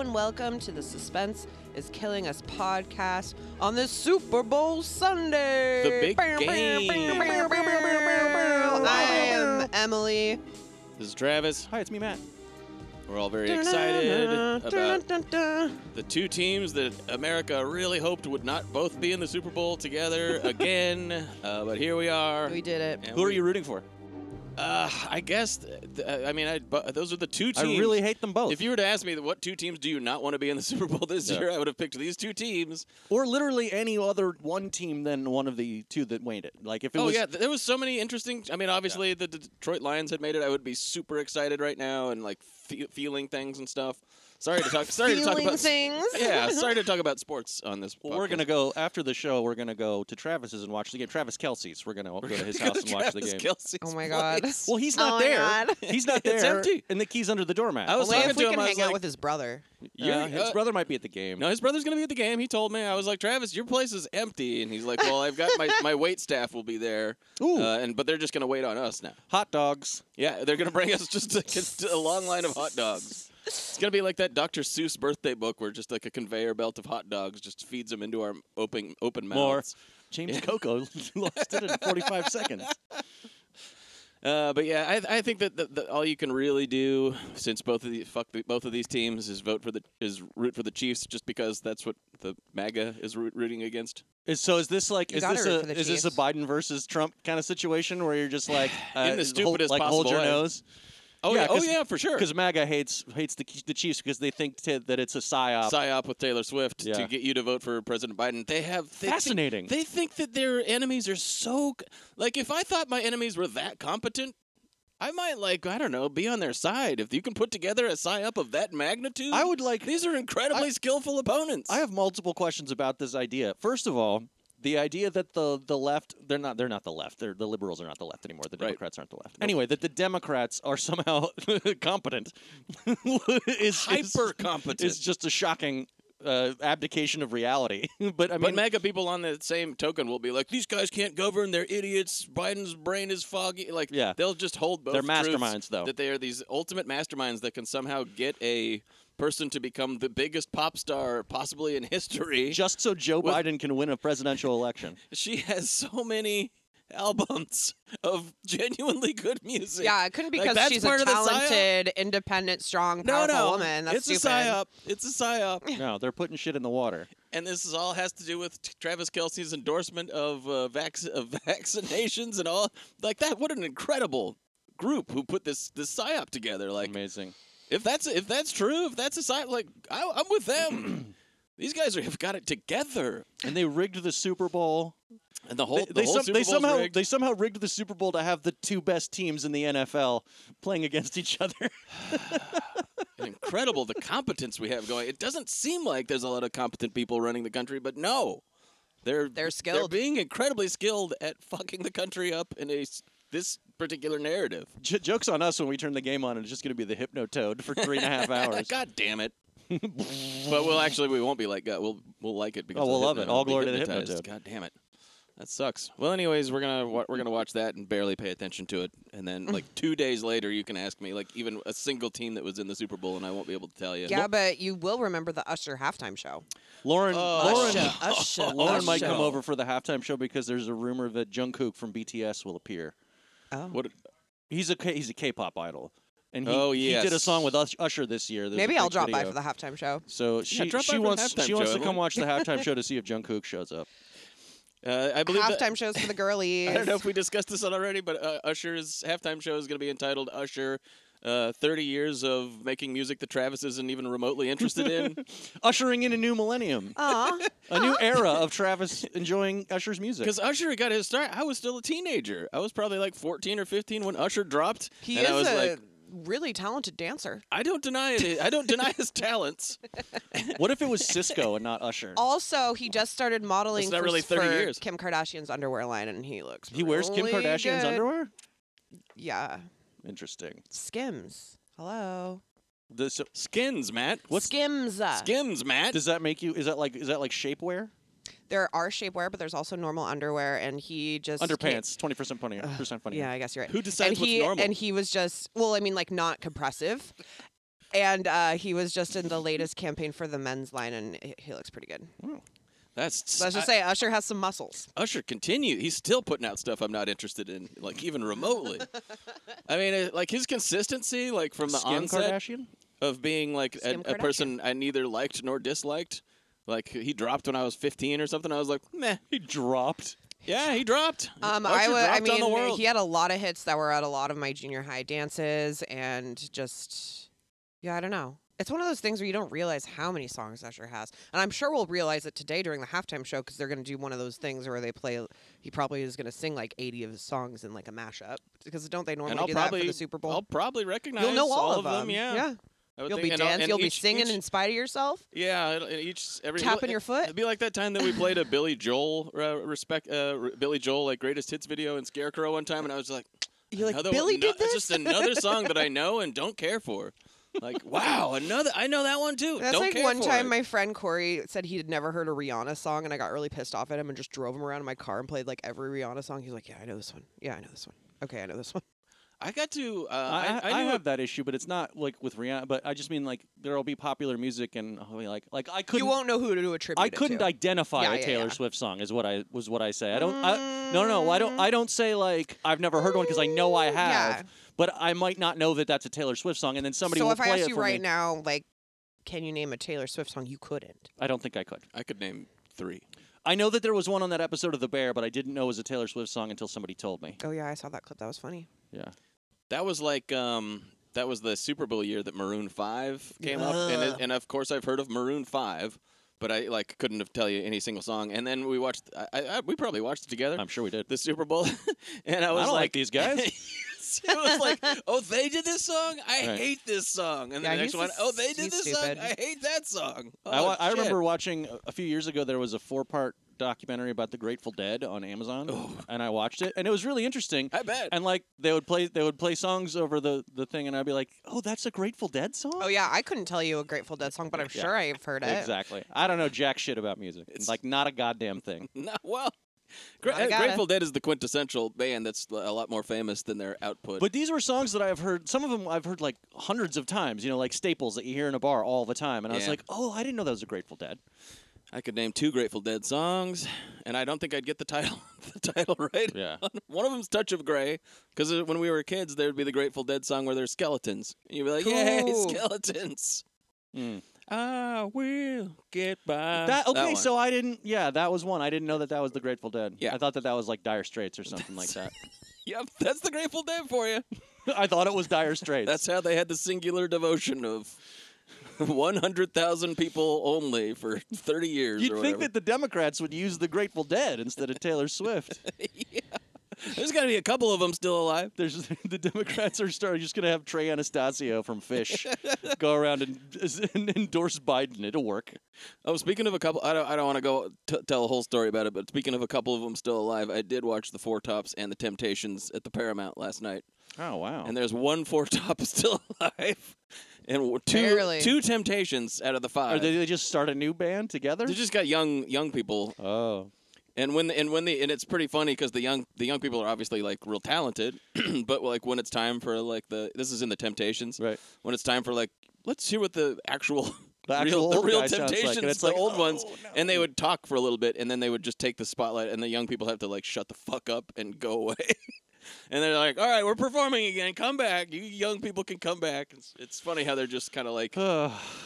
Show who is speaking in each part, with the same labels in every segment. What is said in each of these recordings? Speaker 1: and welcome to the Suspense is Killing Us podcast on this Super Bowl Sunday.
Speaker 2: The big
Speaker 1: Bow, bow,
Speaker 2: game.
Speaker 1: bow, bow, bow, bow, bow. I am Emily.
Speaker 2: This is Travis. Hi, it's me, Matt. We're all very excited about the two teams that America really hoped would not both be in the Super Bowl together again. uh, but here we are.
Speaker 1: We did it.
Speaker 2: And
Speaker 3: Who are
Speaker 2: we-
Speaker 3: you rooting for?
Speaker 2: Uh, I guess. Th- th- I mean, I, but those are the two
Speaker 3: I
Speaker 2: teams.
Speaker 3: really hate them both.
Speaker 2: If you were to ask me what two teams do you not want to be in the Super Bowl this
Speaker 3: Yeah.
Speaker 2: year, I would have picked these two teams.
Speaker 3: or literally any other one team than one of the two that made it. Like if it
Speaker 2: oh
Speaker 3: was
Speaker 2: yeah, th- there was so many interesting. I mean, obviously the D- Detroit Lions had made it. I would be super excited right now and like fe- feeling things and stuff. Sorry to talk. Sorry to talk
Speaker 1: Feeling
Speaker 2: about.
Speaker 1: things.
Speaker 2: Yeah, sorry to talk about sports on this.
Speaker 3: Well, we're
Speaker 2: podcast.
Speaker 3: gonna go after the show. We're gonna go to Travis's and watch the game. Travis Kelsey's. We're gonna go to his house and watch the
Speaker 2: Travis
Speaker 3: game.
Speaker 2: Kelce's
Speaker 1: Oh my god.
Speaker 2: place.
Speaker 3: well, he's
Speaker 1: Oh
Speaker 3: not
Speaker 1: my
Speaker 3: there.
Speaker 1: God.
Speaker 3: He's not there.
Speaker 2: It's empty.
Speaker 3: And the key's under the doormat.
Speaker 2: I was
Speaker 1: Only
Speaker 2: talking
Speaker 1: if we
Speaker 2: to him,
Speaker 1: can
Speaker 2: I was
Speaker 1: hang out
Speaker 2: like-
Speaker 1: with his brother.
Speaker 3: Yeah,
Speaker 2: Uh,
Speaker 3: his
Speaker 2: uh,
Speaker 3: brother might be at the game.
Speaker 2: No, his brother's gonna be at the game. He told me. I was like, Travis, your place is empty, and he's like, Well, I've got my my wait staff will be there,
Speaker 3: Ooh.
Speaker 2: Uh, and but they're just gonna wait on us now.
Speaker 3: Hot dogs.
Speaker 2: Yeah, they're gonna bring us just a, just a long line of hot dogs. It's gonna be like that Dr. Seuss birthday book where just like a conveyor belt of hot dogs just feeds them into our open open
Speaker 3: More.
Speaker 2: mouths.
Speaker 3: James Coco lost it in 45 seconds.
Speaker 2: Uh, but yeah, I, I think that the, the, all you can really do since both of the fuck the, both of these teams is vote for the is root for the Chiefs just because that's what the MAGA is root, rooting against.
Speaker 3: Is- So is this like
Speaker 1: You
Speaker 3: is
Speaker 1: gotta
Speaker 3: this
Speaker 1: root
Speaker 3: a
Speaker 1: for the
Speaker 3: is this a
Speaker 1: Chiefs.
Speaker 3: Biden versus Trump kind of situation where you're just like uh,
Speaker 2: In the
Speaker 3: hold,
Speaker 2: stupidest
Speaker 3: like hold
Speaker 2: possible
Speaker 3: your
Speaker 2: way.
Speaker 3: nose?
Speaker 2: Oh
Speaker 3: Yeah,
Speaker 2: yeah, oh
Speaker 3: 'cause-
Speaker 2: yeah, for sure.
Speaker 3: because MAGA hates hates the, the Chiefs because they think t- that it's a psyop.
Speaker 2: psyop with Taylor Swift
Speaker 3: Yeah.
Speaker 2: to get you to vote for President Biden. They have they think-
Speaker 3: Fascinating.
Speaker 2: they think that their enemies are so c- like if I thought my enemies were that competent, I might like I don't know be on their side. If you can put together a psyop of that magnitude,
Speaker 3: I would like.
Speaker 2: These are incredibly skillful opponents.
Speaker 3: I have multiple questions about this idea. First of all, the idea that the the left they're not they're not the left. They're the liberals are not the left anymore. The
Speaker 2: Right.
Speaker 3: Democrats aren't the left. Anyway, that the Democrats are somehow competent is is-
Speaker 2: hyper competent.
Speaker 3: is just a shocking. Uh, abdication of reality, but I mean,
Speaker 2: but mega people on the same token will be like, these guys can't govern. They're idiots. Biden's brain is foggy. Like,
Speaker 3: Yeah.
Speaker 2: they'll just hold both.
Speaker 3: They're
Speaker 2: truths,
Speaker 3: masterminds, though.
Speaker 2: That they are these ultimate masterminds that can somehow get a person to become the biggest pop star possibly in history.
Speaker 3: just so Joe
Speaker 2: With-
Speaker 3: Biden can win a presidential election.
Speaker 2: she has so many albums of genuinely good music.
Speaker 1: Yeah, it couldn't
Speaker 2: Like,
Speaker 1: because
Speaker 2: that's
Speaker 1: she's
Speaker 2: part
Speaker 1: a
Speaker 2: of the psyop.
Speaker 1: talented, independent, strong,
Speaker 2: No,
Speaker 1: powerful
Speaker 2: no,
Speaker 1: woman. That's
Speaker 2: it's
Speaker 1: stupid.
Speaker 2: a psyop. It's a psyop,
Speaker 3: No, they're putting shit in the water.
Speaker 2: and this is all has to do with t- Travis Kelsey's endorsement of uh, vac- of vaccinations and all like that. What an incredible group who put this this psyop together. Like,
Speaker 3: Amazing.
Speaker 2: if that's if that's true, if that's a psyop, like I, I'm with them. These guys are, have got it together,
Speaker 3: And they rigged the Super Bowl.
Speaker 2: and the whole
Speaker 3: they,
Speaker 2: the
Speaker 3: they
Speaker 2: whole
Speaker 3: some-
Speaker 2: Super
Speaker 3: they
Speaker 2: Bowl's
Speaker 3: somehow
Speaker 2: rigged.
Speaker 3: they somehow rigged the Super Bowl to have the two best teams in the NFL playing against each other.
Speaker 2: incredible the competence we have going. It doesn't seem like there's a lot of competent people running the country, but no, they're
Speaker 1: They're skilled.
Speaker 2: They're being incredibly skilled at fucking the country up in a s- this particular narrative.
Speaker 3: J- jokes on us when we turn the game on. It's just going to be the Hypno Toad for three and a half hours.
Speaker 2: God damn it! but we'll actually we won't be like God. We'll we'll like it because
Speaker 3: Oh, we'll
Speaker 2: the
Speaker 3: love it.
Speaker 2: hypno-
Speaker 3: All
Speaker 2: we'll be
Speaker 3: glory to the
Speaker 2: hypnotized.
Speaker 3: hypnotoad.
Speaker 2: God damn it. That sucks. Well, anyways, we're gonna wa- we're gonna watch that and barely pay attention to it, and then
Speaker 3: Mm.
Speaker 2: like two days later, you can ask me like even a single team that was in the Super Bowl, and I won't be able to tell you.
Speaker 1: Yeah, but you will remember the Usher halftime show.
Speaker 3: Lauren, Lauren,
Speaker 2: Usher,
Speaker 3: Lauren might
Speaker 2: Usher.
Speaker 3: come over for the halftime show because there's a rumor that Jungkook from BTS will appear.
Speaker 1: Oh.
Speaker 2: What?
Speaker 3: He's a K- he's a K-pop idol, and he,
Speaker 2: Oh,
Speaker 3: he did a
Speaker 2: yes.
Speaker 3: song with Us- Usher this year. There's a
Speaker 1: Maybe I'll
Speaker 3: fake
Speaker 1: drop by
Speaker 3: video.
Speaker 1: for the halftime show.
Speaker 3: So she
Speaker 2: drop by
Speaker 3: she
Speaker 2: for the
Speaker 3: wants
Speaker 2: halftime
Speaker 3: she wants
Speaker 2: show,
Speaker 3: to come
Speaker 2: everyone.
Speaker 3: watch the halftime show to see if Jungkook shows up.
Speaker 2: Uh, I believe that-
Speaker 1: Halftime shows for the girlies.
Speaker 2: I don't know if we discussed this already, but uh, Usher's halftime show is going to be entitled Usher. Uh, 30 years of making music that Travis isn't even remotely interested in.
Speaker 3: Ushering in a new millennium,
Speaker 1: Aw.
Speaker 3: a new era of Travis enjoying Usher's music.
Speaker 2: Because Usher got his start, I was still a teenager. I was probably like 14 or 15 when Usher dropped.
Speaker 1: He
Speaker 2: and
Speaker 1: is
Speaker 2: I was
Speaker 1: a
Speaker 2: like,
Speaker 1: really talented dancer.
Speaker 2: I don't deny it. I don't deny his talents.
Speaker 3: What if it was Cisco and not Usher?
Speaker 1: Also, he just started modeling
Speaker 2: That's not
Speaker 1: for,
Speaker 2: really 30
Speaker 1: for
Speaker 2: years.
Speaker 1: Kim Kardashian's underwear line, and he looks.
Speaker 3: he wears Kim
Speaker 1: really
Speaker 3: Kardashian's
Speaker 1: good.
Speaker 3: underwear.
Speaker 1: Yeah,
Speaker 3: Interesting.
Speaker 1: Skims. Hello,
Speaker 3: Does, so-
Speaker 2: Skins, Matt. What's
Speaker 1: Skims?
Speaker 2: Skims, Matt?
Speaker 3: does that make you? Is that like is that like shapewear?
Speaker 1: There are shapewear, but there's also normal underwear, and he just can't-
Speaker 3: Underpants, twenty percent funnier. Percent funnier.
Speaker 1: Yeah, I guess you're right.
Speaker 2: Who decides
Speaker 1: and
Speaker 2: what's
Speaker 1: he,
Speaker 2: normal?
Speaker 1: And he was just well, I mean, like not compressive. and uh, he was just in the latest campaign for the men's line, and he- he looks pretty good.
Speaker 2: That's
Speaker 1: Let's just
Speaker 2: I-
Speaker 1: say Usher has some muscles.
Speaker 2: Usher continue. He's still putting out stuff I'm not interested in, like even remotely. I mean, it, like his consistency, like from the
Speaker 3: Skim
Speaker 2: onset
Speaker 3: Kardashian?
Speaker 2: of being like a,
Speaker 1: Skim
Speaker 2: a person I neither liked nor disliked. Like he dropped when I was 15 or something. I was like, meh.
Speaker 3: He dropped.
Speaker 2: Yeah, he dropped.
Speaker 1: Um,
Speaker 2: Usher
Speaker 1: I wa- I
Speaker 2: dropped
Speaker 1: mean,
Speaker 2: on the world.
Speaker 1: he had a lot of hits that were at a lot of my junior high dances, and just yeah, I don't know. It's one of those things where you don't realize how many songs Usher has, and I'm sure we'll realize it today during the halftime show because they're going to do one of those things where they play. He probably is going to sing like 80 of his songs in like a mashup because don't they normally
Speaker 2: and I'll
Speaker 1: do
Speaker 2: probably
Speaker 1: that for the Super Bowl?
Speaker 2: I'll probably recognize.
Speaker 1: You'll know all,
Speaker 2: of them. Yeah.
Speaker 1: yeah.
Speaker 2: I would
Speaker 1: You'll
Speaker 2: think-
Speaker 1: be
Speaker 2: and I'll-
Speaker 1: dancing.
Speaker 2: and
Speaker 1: You'll be
Speaker 2: each-
Speaker 1: singing
Speaker 2: each-
Speaker 1: in spite of yourself.
Speaker 2: Yeah, it'll- and each every
Speaker 1: Tapping your foot?
Speaker 2: It'd be like that time that we played a Billy Joel uh, respect uh, re- Billy Joel like greatest hits video in Scarecrow one time, and I was like,
Speaker 1: You're like,
Speaker 2: another
Speaker 1: "Billy
Speaker 2: one,
Speaker 1: did
Speaker 2: no- it's
Speaker 1: this?"
Speaker 2: just another song that I know and don't care for. Like, wow, another I know that one too.
Speaker 1: That's
Speaker 2: don't
Speaker 1: like
Speaker 2: care
Speaker 1: one
Speaker 2: for
Speaker 1: time
Speaker 2: it.
Speaker 1: my friend Corey said he had never heard a Rihanna song, and I got really pissed off at him and just drove him around in my car and played like every Rihanna song. He's like, "Yeah, I know this one. Yeah, I know this one. Okay, I know this one."
Speaker 2: I got to. Uh,
Speaker 3: I,
Speaker 2: I,
Speaker 3: I,
Speaker 2: knew a-
Speaker 3: have that issue, but it's not like with Rihanna. But I just mean like there'll be popular music, and I'll be like, like I couldn't,
Speaker 1: you won't know who to do a tribute.
Speaker 3: I
Speaker 1: it
Speaker 3: couldn't
Speaker 1: to.
Speaker 3: identify
Speaker 1: Yeah,
Speaker 3: a
Speaker 1: yeah,
Speaker 3: Taylor
Speaker 1: yeah.
Speaker 3: Swift song. Is what I was what I say. I don't. I, no, no, no. I don't. I don't say like I've never heard one because I know I
Speaker 1: Mm,
Speaker 3: have,
Speaker 1: yeah.
Speaker 3: but I might not know that that's a Taylor Swift song, and then somebody
Speaker 1: so
Speaker 3: will
Speaker 1: if I
Speaker 3: play
Speaker 1: asked
Speaker 3: it
Speaker 1: you
Speaker 3: for
Speaker 1: right
Speaker 3: me.
Speaker 1: now, like, can you name a Taylor Swift song? You couldn't.
Speaker 3: I don't think I could.
Speaker 2: I could name three.
Speaker 3: I know that there was one on that episode of The Bear, but I didn't know it was a Taylor Swift song until somebody told me.
Speaker 1: Oh yeah, I saw that clip. That was funny.
Speaker 3: Yeah.
Speaker 2: That was like um, that was the Super Bowl year that Maroon Five came up, and it,
Speaker 1: Ugh.
Speaker 2: and of course I've heard of Maroon Five, but I like couldn't have tell you any single song. And then we watched, I, I, I- we probably watched it together.
Speaker 3: I'm sure we did.
Speaker 2: the Super Bowl, and I was
Speaker 3: don't like
Speaker 2: like,
Speaker 3: these guys.
Speaker 2: it was like, oh, they did this song. I
Speaker 3: Right.
Speaker 2: hate this song. And
Speaker 1: Yeah,
Speaker 2: the next
Speaker 1: he's
Speaker 2: one,
Speaker 1: just-
Speaker 2: oh, they did
Speaker 1: he's
Speaker 2: this
Speaker 1: stupid.
Speaker 2: song. I hate that song. Oh,
Speaker 3: I, wa- I
Speaker 2: shit.
Speaker 3: remember watching a- a few years ago. There was a four-part documentary about the Grateful Dead on Amazon, and I watched it, and it was really interesting.
Speaker 2: I bet.
Speaker 3: And like they would play, they would play songs over the the thing, and I'd be like, "Oh, that's a Grateful Dead song."
Speaker 1: Oh yeah, I couldn't tell you a Grateful Dead song, but I'm
Speaker 3: Yeah.
Speaker 1: sure I've heard it.
Speaker 3: exactly. I don't know jack shit about music. It's
Speaker 2: It's-
Speaker 3: like not a goddamn thing.
Speaker 2: No, well, Gra-
Speaker 1: Kinda gotta.
Speaker 2: Grateful Dead is the quintessential band that's a lot more famous than their output.
Speaker 3: But these were songs that I've heard. Some of them I've heard like hundreds of times. You know, like staples that you hear in a bar all the time. And I was
Speaker 2: Yeah.
Speaker 3: like, "Oh, I didn't know that was a Grateful Dead."
Speaker 2: I could name two Grateful Dead songs, and I don't think I'd get the title the title right.
Speaker 3: Yeah.
Speaker 2: One of them's "Touch of Grey" because when we were kids, there'd be the Grateful Dead song where there's skeletons, and you'd be like, "Yay,
Speaker 1: Cool.
Speaker 2: skeletons!"
Speaker 3: Mm.
Speaker 2: I will get by.
Speaker 3: That okay,
Speaker 2: one.
Speaker 3: so I didn't. Yeah, that was one. I didn't know that that was the Grateful Dead.
Speaker 2: Yeah.
Speaker 3: I thought that that was like Dire Straits or something like that.
Speaker 2: yep, that's the Grateful Dead for you.
Speaker 3: I thought it was Dire Straits.
Speaker 2: That's how they had the singular devotion of 100,000 people only for 30 years.
Speaker 3: You'd
Speaker 2: or
Speaker 3: think
Speaker 2: whatever.
Speaker 3: that the Democrats would use the Grateful Dead instead of Taylor Swift.
Speaker 2: there's got to be a couple of them still alive.
Speaker 3: There's the Democrats are start, just going to have Trey Anastasio from Fish go around and, and endorse Biden. It'll work.
Speaker 2: Oh, speaking of a couple, I don't, I don't want to go t- tell a whole story about it, but speaking of a couple of them still alive, I did watch the Four Tops and the Temptations at the Paramount last night,
Speaker 3: Oh wow!
Speaker 2: and there's one Four Top still alive, and w- two
Speaker 1: Barely.
Speaker 2: two Temptations out of the
Speaker 3: are
Speaker 2: five.
Speaker 3: they, they just start a new band together?
Speaker 2: They just got young young people
Speaker 3: oh,
Speaker 2: And when the, and when the and it's pretty funny because the young the young people are obviously like real talented, but like when it's time for like the this is in the Temptations,
Speaker 3: Right.
Speaker 2: When it's time for like let's hear what the actual
Speaker 3: The actual
Speaker 2: real, the
Speaker 3: old
Speaker 2: real
Speaker 3: guy sounds like, and
Speaker 2: Temptations,
Speaker 3: it's
Speaker 2: the
Speaker 3: like,
Speaker 2: old
Speaker 3: "Oh,
Speaker 2: ones,
Speaker 3: no."
Speaker 2: and they would talk for a little bit, and then they would just take the spotlight, and the young people have to like shut the fuck up and go away. And they're like, "All right, we're performing again. Come back. You young people can come back." It's, it's funny how they're just kind of like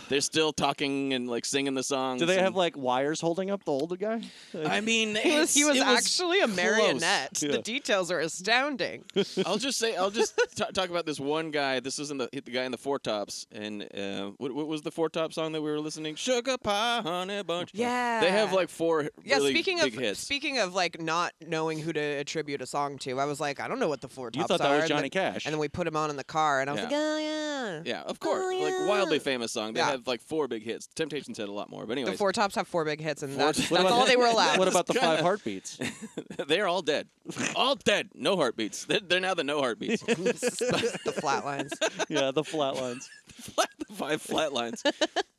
Speaker 2: they're still talking and like singing the songs.
Speaker 3: do they
Speaker 2: and-
Speaker 3: have like wires holding up the older guy?
Speaker 2: I
Speaker 1: He
Speaker 2: mean,
Speaker 1: was,
Speaker 2: it's-
Speaker 1: he was
Speaker 2: it
Speaker 1: actually a
Speaker 2: close.
Speaker 1: marionette.
Speaker 3: Yeah.
Speaker 1: The details are astounding.
Speaker 2: I'll just say I'll just t- talk about this one guy. This isn't the, the guy in the Four Tops, and uh, what, what was the Four Top song that we were listening? Sugar Pie Honey Bunch.
Speaker 1: Yeah.
Speaker 2: they have like four
Speaker 1: Uh, Yeah,
Speaker 2: really
Speaker 1: speaking
Speaker 2: big
Speaker 1: of
Speaker 2: hits.
Speaker 1: speaking of like not knowing who to attribute a song to, I was like, I don't know what the four tops
Speaker 3: You thought that
Speaker 1: are.
Speaker 3: was
Speaker 1: and
Speaker 3: Johnny
Speaker 1: then-
Speaker 3: Cash.
Speaker 1: And then we put him on in the car, and I was
Speaker 2: Yeah.
Speaker 1: like, oh yeah,
Speaker 2: yeah, of course,
Speaker 1: Oh,
Speaker 2: like
Speaker 1: yeah.
Speaker 2: wildly famous song. They
Speaker 1: Yeah.
Speaker 2: have like four big hits. Temptations had a lot more, but
Speaker 1: The
Speaker 2: anyways,
Speaker 1: four tops have four big hits, and that's,
Speaker 2: Tops.
Speaker 1: that's all they were allowed.
Speaker 3: What about the
Speaker 2: Kinda-
Speaker 3: five heartbeats?
Speaker 2: they're all dead, all dead. No heartbeats. They're, they're now the no heartbeats.
Speaker 1: the flatlines?
Speaker 3: yeah, the flatlines.
Speaker 2: Flat- the five flat lines.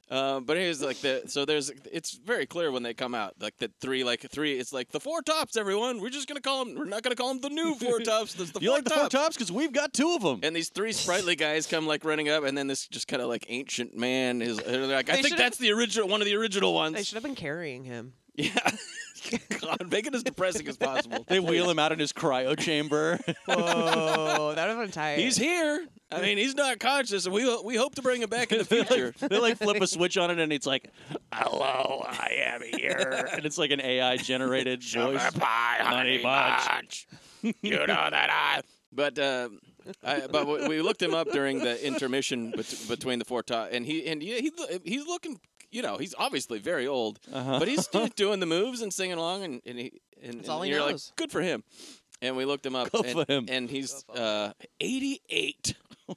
Speaker 2: Uh, but anyways, like the so there's it's very clear when they come out like the three like three it's like the four tops everyone we're just gonna call them we're not gonna call them the new four tops there's the
Speaker 3: you
Speaker 2: four
Speaker 3: like the
Speaker 2: tops
Speaker 3: four tops? Because we've got two of them.
Speaker 2: and these three sprightly guys come like running up and then this just kind of like ancient man is they're like I
Speaker 1: They
Speaker 2: think
Speaker 1: should've-
Speaker 2: that's the original one of the original
Speaker 1: They
Speaker 2: ones
Speaker 1: should have been carrying him.
Speaker 2: yeah God make it as depressing as possible
Speaker 3: they wheel him out in his cryo chamber.
Speaker 1: Whoa, that would have been tight.
Speaker 2: he's here I mean he's not conscious and we we hope to bring him back in the future
Speaker 3: they like flip a switch on it, and it's like, "Hello, I am here," and it's like an AI generated voice.
Speaker 2: pie,
Speaker 3: honey bunch.
Speaker 2: you know that I. But uh, I, but we- we looked him up during the intermission bet- between the four top, and he and he, he he's looking. You know, he's obviously very old,
Speaker 3: Uh-huh.
Speaker 2: but he's still doing the moves and singing along, and and, he, and,
Speaker 1: That's
Speaker 2: and
Speaker 1: all he
Speaker 2: you're
Speaker 1: knows.
Speaker 2: like, good for him. And we looked him up,
Speaker 3: Go
Speaker 2: and,
Speaker 3: for him.
Speaker 2: and he's uh, 88.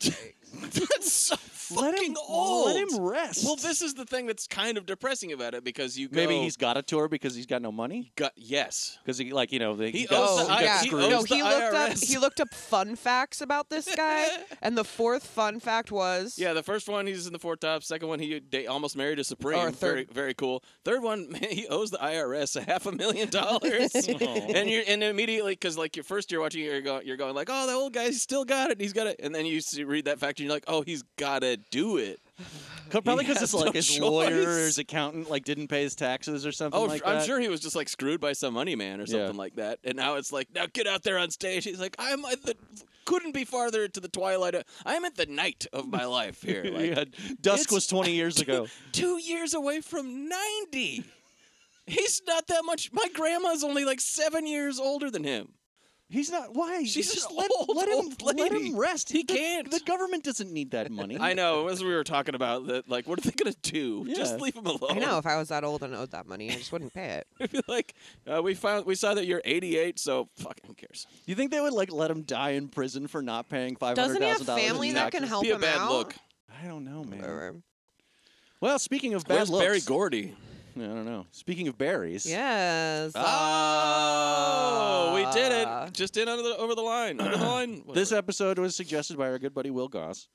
Speaker 2: That's so
Speaker 3: let
Speaker 2: fucking
Speaker 3: him
Speaker 2: old.
Speaker 3: let him rest.
Speaker 2: well, this is the thing that's kind of depressing about it because you go,
Speaker 3: maybe he's got a tour because he's got no money
Speaker 2: got yes.
Speaker 3: because he like you know they,
Speaker 2: He
Speaker 3: got,
Speaker 2: owes
Speaker 1: Oh
Speaker 2: the I-
Speaker 3: he got
Speaker 1: yeah,
Speaker 2: he
Speaker 3: screwed.
Speaker 1: no.
Speaker 2: owes the
Speaker 1: He looked up.
Speaker 2: IRS.
Speaker 1: He looked up fun facts about this guy, and the fourth fun fact was
Speaker 2: Yeah, the first one he's in the four tops. Second one he da- almost married a supreme.
Speaker 1: Or third-
Speaker 2: Very, very cool. Third one, man, he owes the IRS a half a million dollars. and you're and immediately because like your first year watching, it, you're going, you're going like, oh, the old guy's still got it. He's got it. And then you see, read that fact and you're like, oh, he's gotta do it.
Speaker 3: Co- Probably
Speaker 2: He
Speaker 3: because
Speaker 2: has
Speaker 3: it's like
Speaker 2: no
Speaker 3: his lawyer or
Speaker 2: choice.
Speaker 3: his accountant like didn't pay his taxes or something
Speaker 2: Oh,
Speaker 3: like
Speaker 2: I'm
Speaker 3: that.
Speaker 2: sure he was just like screwed by some money man or
Speaker 3: Yeah.
Speaker 2: something like that. And now it's like, now get out there on stage. He's like, I'm at the couldn't be farther to the twilight. Of, I'm at the night of my life here. Like,
Speaker 3: yeah, dusk
Speaker 2: it's-
Speaker 3: was 20 years ago.
Speaker 2: two years away from 90. He's not that much. My grandma's only like seven years older than him.
Speaker 3: He's not. Why?
Speaker 2: She's
Speaker 3: just
Speaker 2: an
Speaker 3: let,
Speaker 2: old,
Speaker 3: let him
Speaker 2: old
Speaker 3: let
Speaker 2: lady.
Speaker 3: him rest.
Speaker 2: He
Speaker 3: The-
Speaker 2: can't.
Speaker 3: The government doesn't need that money.
Speaker 2: I know. As we were talking about that, like, what are they gonna do? Just
Speaker 3: Yeah.
Speaker 2: leave him alone.
Speaker 1: I know if I was that old and owed that money, I just wouldn't pay it.
Speaker 2: It'd be like, uh, we found, we saw that you're 88, so fucking who cares?
Speaker 3: You think they would like let him die in prison for not paying five hundred
Speaker 1: Doesn't he have
Speaker 3: thousand dollars?
Speaker 1: family that can help
Speaker 2: be a
Speaker 1: him
Speaker 2: bad
Speaker 1: out?
Speaker 2: look.
Speaker 3: I don't know, man.
Speaker 1: Or-
Speaker 3: Well, speaking of bad
Speaker 2: Where's
Speaker 3: looks,
Speaker 2: Barry Gordy?
Speaker 3: I don't know. Speaking of berries,
Speaker 1: Yes.
Speaker 2: Ah, Oh, we did
Speaker 1: Ah. uh,
Speaker 2: it. Just in under the, over the line. Under the line.
Speaker 3: This
Speaker 2: Whatever.
Speaker 3: episode was suggested by our good buddy Will Goss.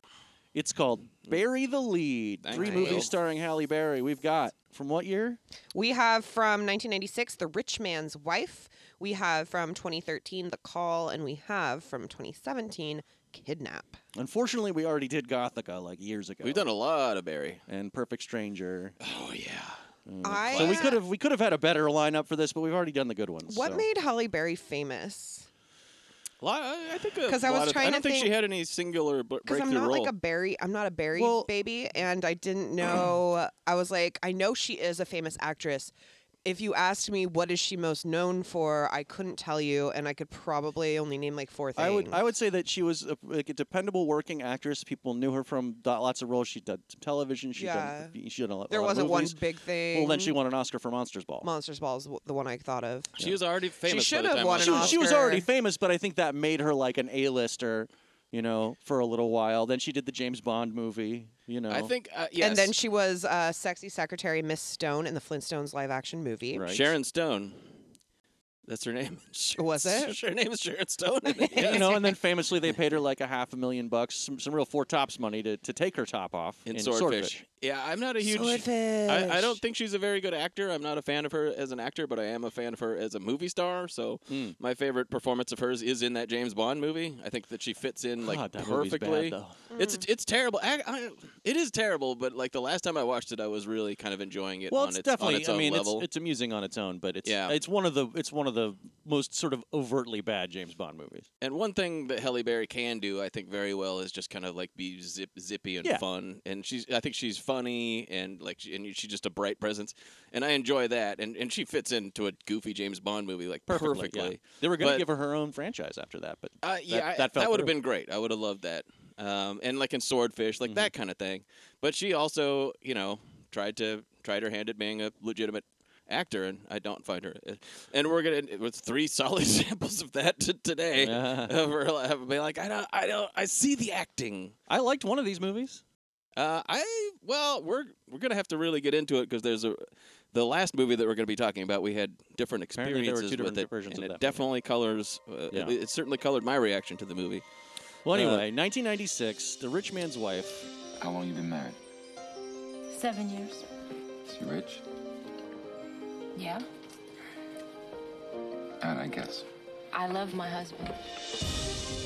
Speaker 3: It's called "Bury the Lead."
Speaker 2: Thank
Speaker 3: Three
Speaker 2: you,
Speaker 3: movies
Speaker 2: Will.
Speaker 3: starring Halle Berry. We've got from what year?
Speaker 1: We have from 1996, The Rich Man's Wife. We have from 2013, The Call. And we have from 2017, Kidnap.
Speaker 3: Unfortunately, we already did Gothica like years ago.
Speaker 2: We've done a lot of Barry.
Speaker 3: and Perfect Stranger.
Speaker 2: Oh yeah.
Speaker 1: I,
Speaker 3: Mm,
Speaker 1: uh,
Speaker 3: So we could have we could have had a better lineup for this, but we've already done the good ones.
Speaker 1: What
Speaker 3: so.
Speaker 1: made Halle Berry famous?
Speaker 2: Lot- I I think a
Speaker 1: 'Cause I was
Speaker 2: lot of-
Speaker 1: trying
Speaker 2: I don't
Speaker 1: to
Speaker 2: think, she
Speaker 1: think-
Speaker 2: had any singular b-
Speaker 1: Because
Speaker 2: breakthrough
Speaker 1: I'm not
Speaker 2: role.
Speaker 1: like a Berry, I'm not a Berry
Speaker 3: Well-
Speaker 1: baby, and I didn't know. I was like, I know she is a famous actress. If you asked me what is she most known for, I couldn't tell you, and I could probably only name like four things.
Speaker 3: I would I would say that she was a, like a dependable working actress. People knew her from do- lots of roles. She did some television. She done, she done a lot.
Speaker 1: there
Speaker 3: a lot of
Speaker 1: wasn't one
Speaker 3: movies.
Speaker 1: big thing.
Speaker 3: Well, then she won an Oscar for Monsters Ball.
Speaker 1: Monsters Ball is w- the one I thought of.
Speaker 2: She was already famous. by
Speaker 1: should
Speaker 2: the
Speaker 1: have
Speaker 2: time
Speaker 1: won
Speaker 2: I
Speaker 1: an
Speaker 3: she, was- she was
Speaker 1: Oscar.
Speaker 3: already famous, but I think that made her like an A-lister, you know, for a little while. Then she did the James Bond movie, you know.
Speaker 2: I think uh, yes.
Speaker 1: And then she was uh, sexy secretary Miss Stone in the Flintstones live action movie.
Speaker 3: Right.
Speaker 2: Sharon Stone. That's her name. Sharon-
Speaker 1: Was it?
Speaker 2: Her name is Sharon Stone.
Speaker 3: And,
Speaker 2: Yes.
Speaker 3: you know, and then famously they paid her like a half a million bucks, some, some real four tops money to, to take her top off
Speaker 2: in
Speaker 3: in
Speaker 2: Swordfish. Yeah, I'm not a huge.
Speaker 1: Swordfish.
Speaker 2: I, I don't think she's a very good actor. I'm not a fan of her as an actor, but I am a fan of her as a movie star. So
Speaker 3: Hmm.
Speaker 2: my favorite performance of hers is in that James Bond movie. I think that she fits in Hmm. like
Speaker 3: God, that movie's bad,
Speaker 2: perfectly.
Speaker 3: though.
Speaker 2: It's it's terrible. I, I, it is terrible, but like the last time I watched it, I was really kind of enjoying it.
Speaker 3: Well,
Speaker 2: on
Speaker 3: it's,
Speaker 2: its, on
Speaker 3: definitely.
Speaker 2: its own
Speaker 3: I mean,
Speaker 2: level.
Speaker 3: it's it's amusing on its own, but it's
Speaker 2: Yeah.
Speaker 3: it's one of the it's one of the most sort of overtly bad James Bond movies.
Speaker 2: And one thing that Halle Berry can do, I think, very well is just kind of like be zip, zippy and
Speaker 3: Yeah.
Speaker 2: fun. And she's, I think, she's funny and like, she, and she's just a bright presence. And I enjoy that. And and she fits into a goofy James Bond movie like perfectly.
Speaker 3: yeah. They were going
Speaker 2: But-
Speaker 3: to give her her own franchise after that, but
Speaker 2: Uh, yeah, I-
Speaker 3: that
Speaker 2: that,
Speaker 3: fell
Speaker 2: would have
Speaker 3: through.
Speaker 2: been great. I would have loved that. Um, and like in Swordfish, like
Speaker 3: Mm-hmm.
Speaker 2: that kind of thing. But she also, you know, tried to tried her hand at being a legitimate actor, and I don't find her. uh, And we're gonna with three solid examples of that t- today.
Speaker 3: Yeah.
Speaker 2: of her li- of being like, I don't, I don't, I see the acting.
Speaker 3: I liked one of these movies.
Speaker 2: Uh, I well, we're we're gonna have to really get into it because there's a the last movie that we're gonna be talking about. We had different
Speaker 3: Apparently there were
Speaker 2: experiences
Speaker 3: two
Speaker 2: with
Speaker 3: different
Speaker 2: it,
Speaker 3: versions
Speaker 2: and
Speaker 3: of
Speaker 2: it
Speaker 3: that movie.
Speaker 2: definitely colors. Uh,
Speaker 3: Yeah.
Speaker 2: it, it certainly colored my reaction to the movie.
Speaker 3: Well,
Speaker 2: Uh,
Speaker 3: anyway, 1996, The Rich Man's Wife.
Speaker 4: How long you been married?
Speaker 5: Seven years.
Speaker 4: Is he rich?
Speaker 5: Yeah.
Speaker 4: And I guess.
Speaker 5: I love my husband.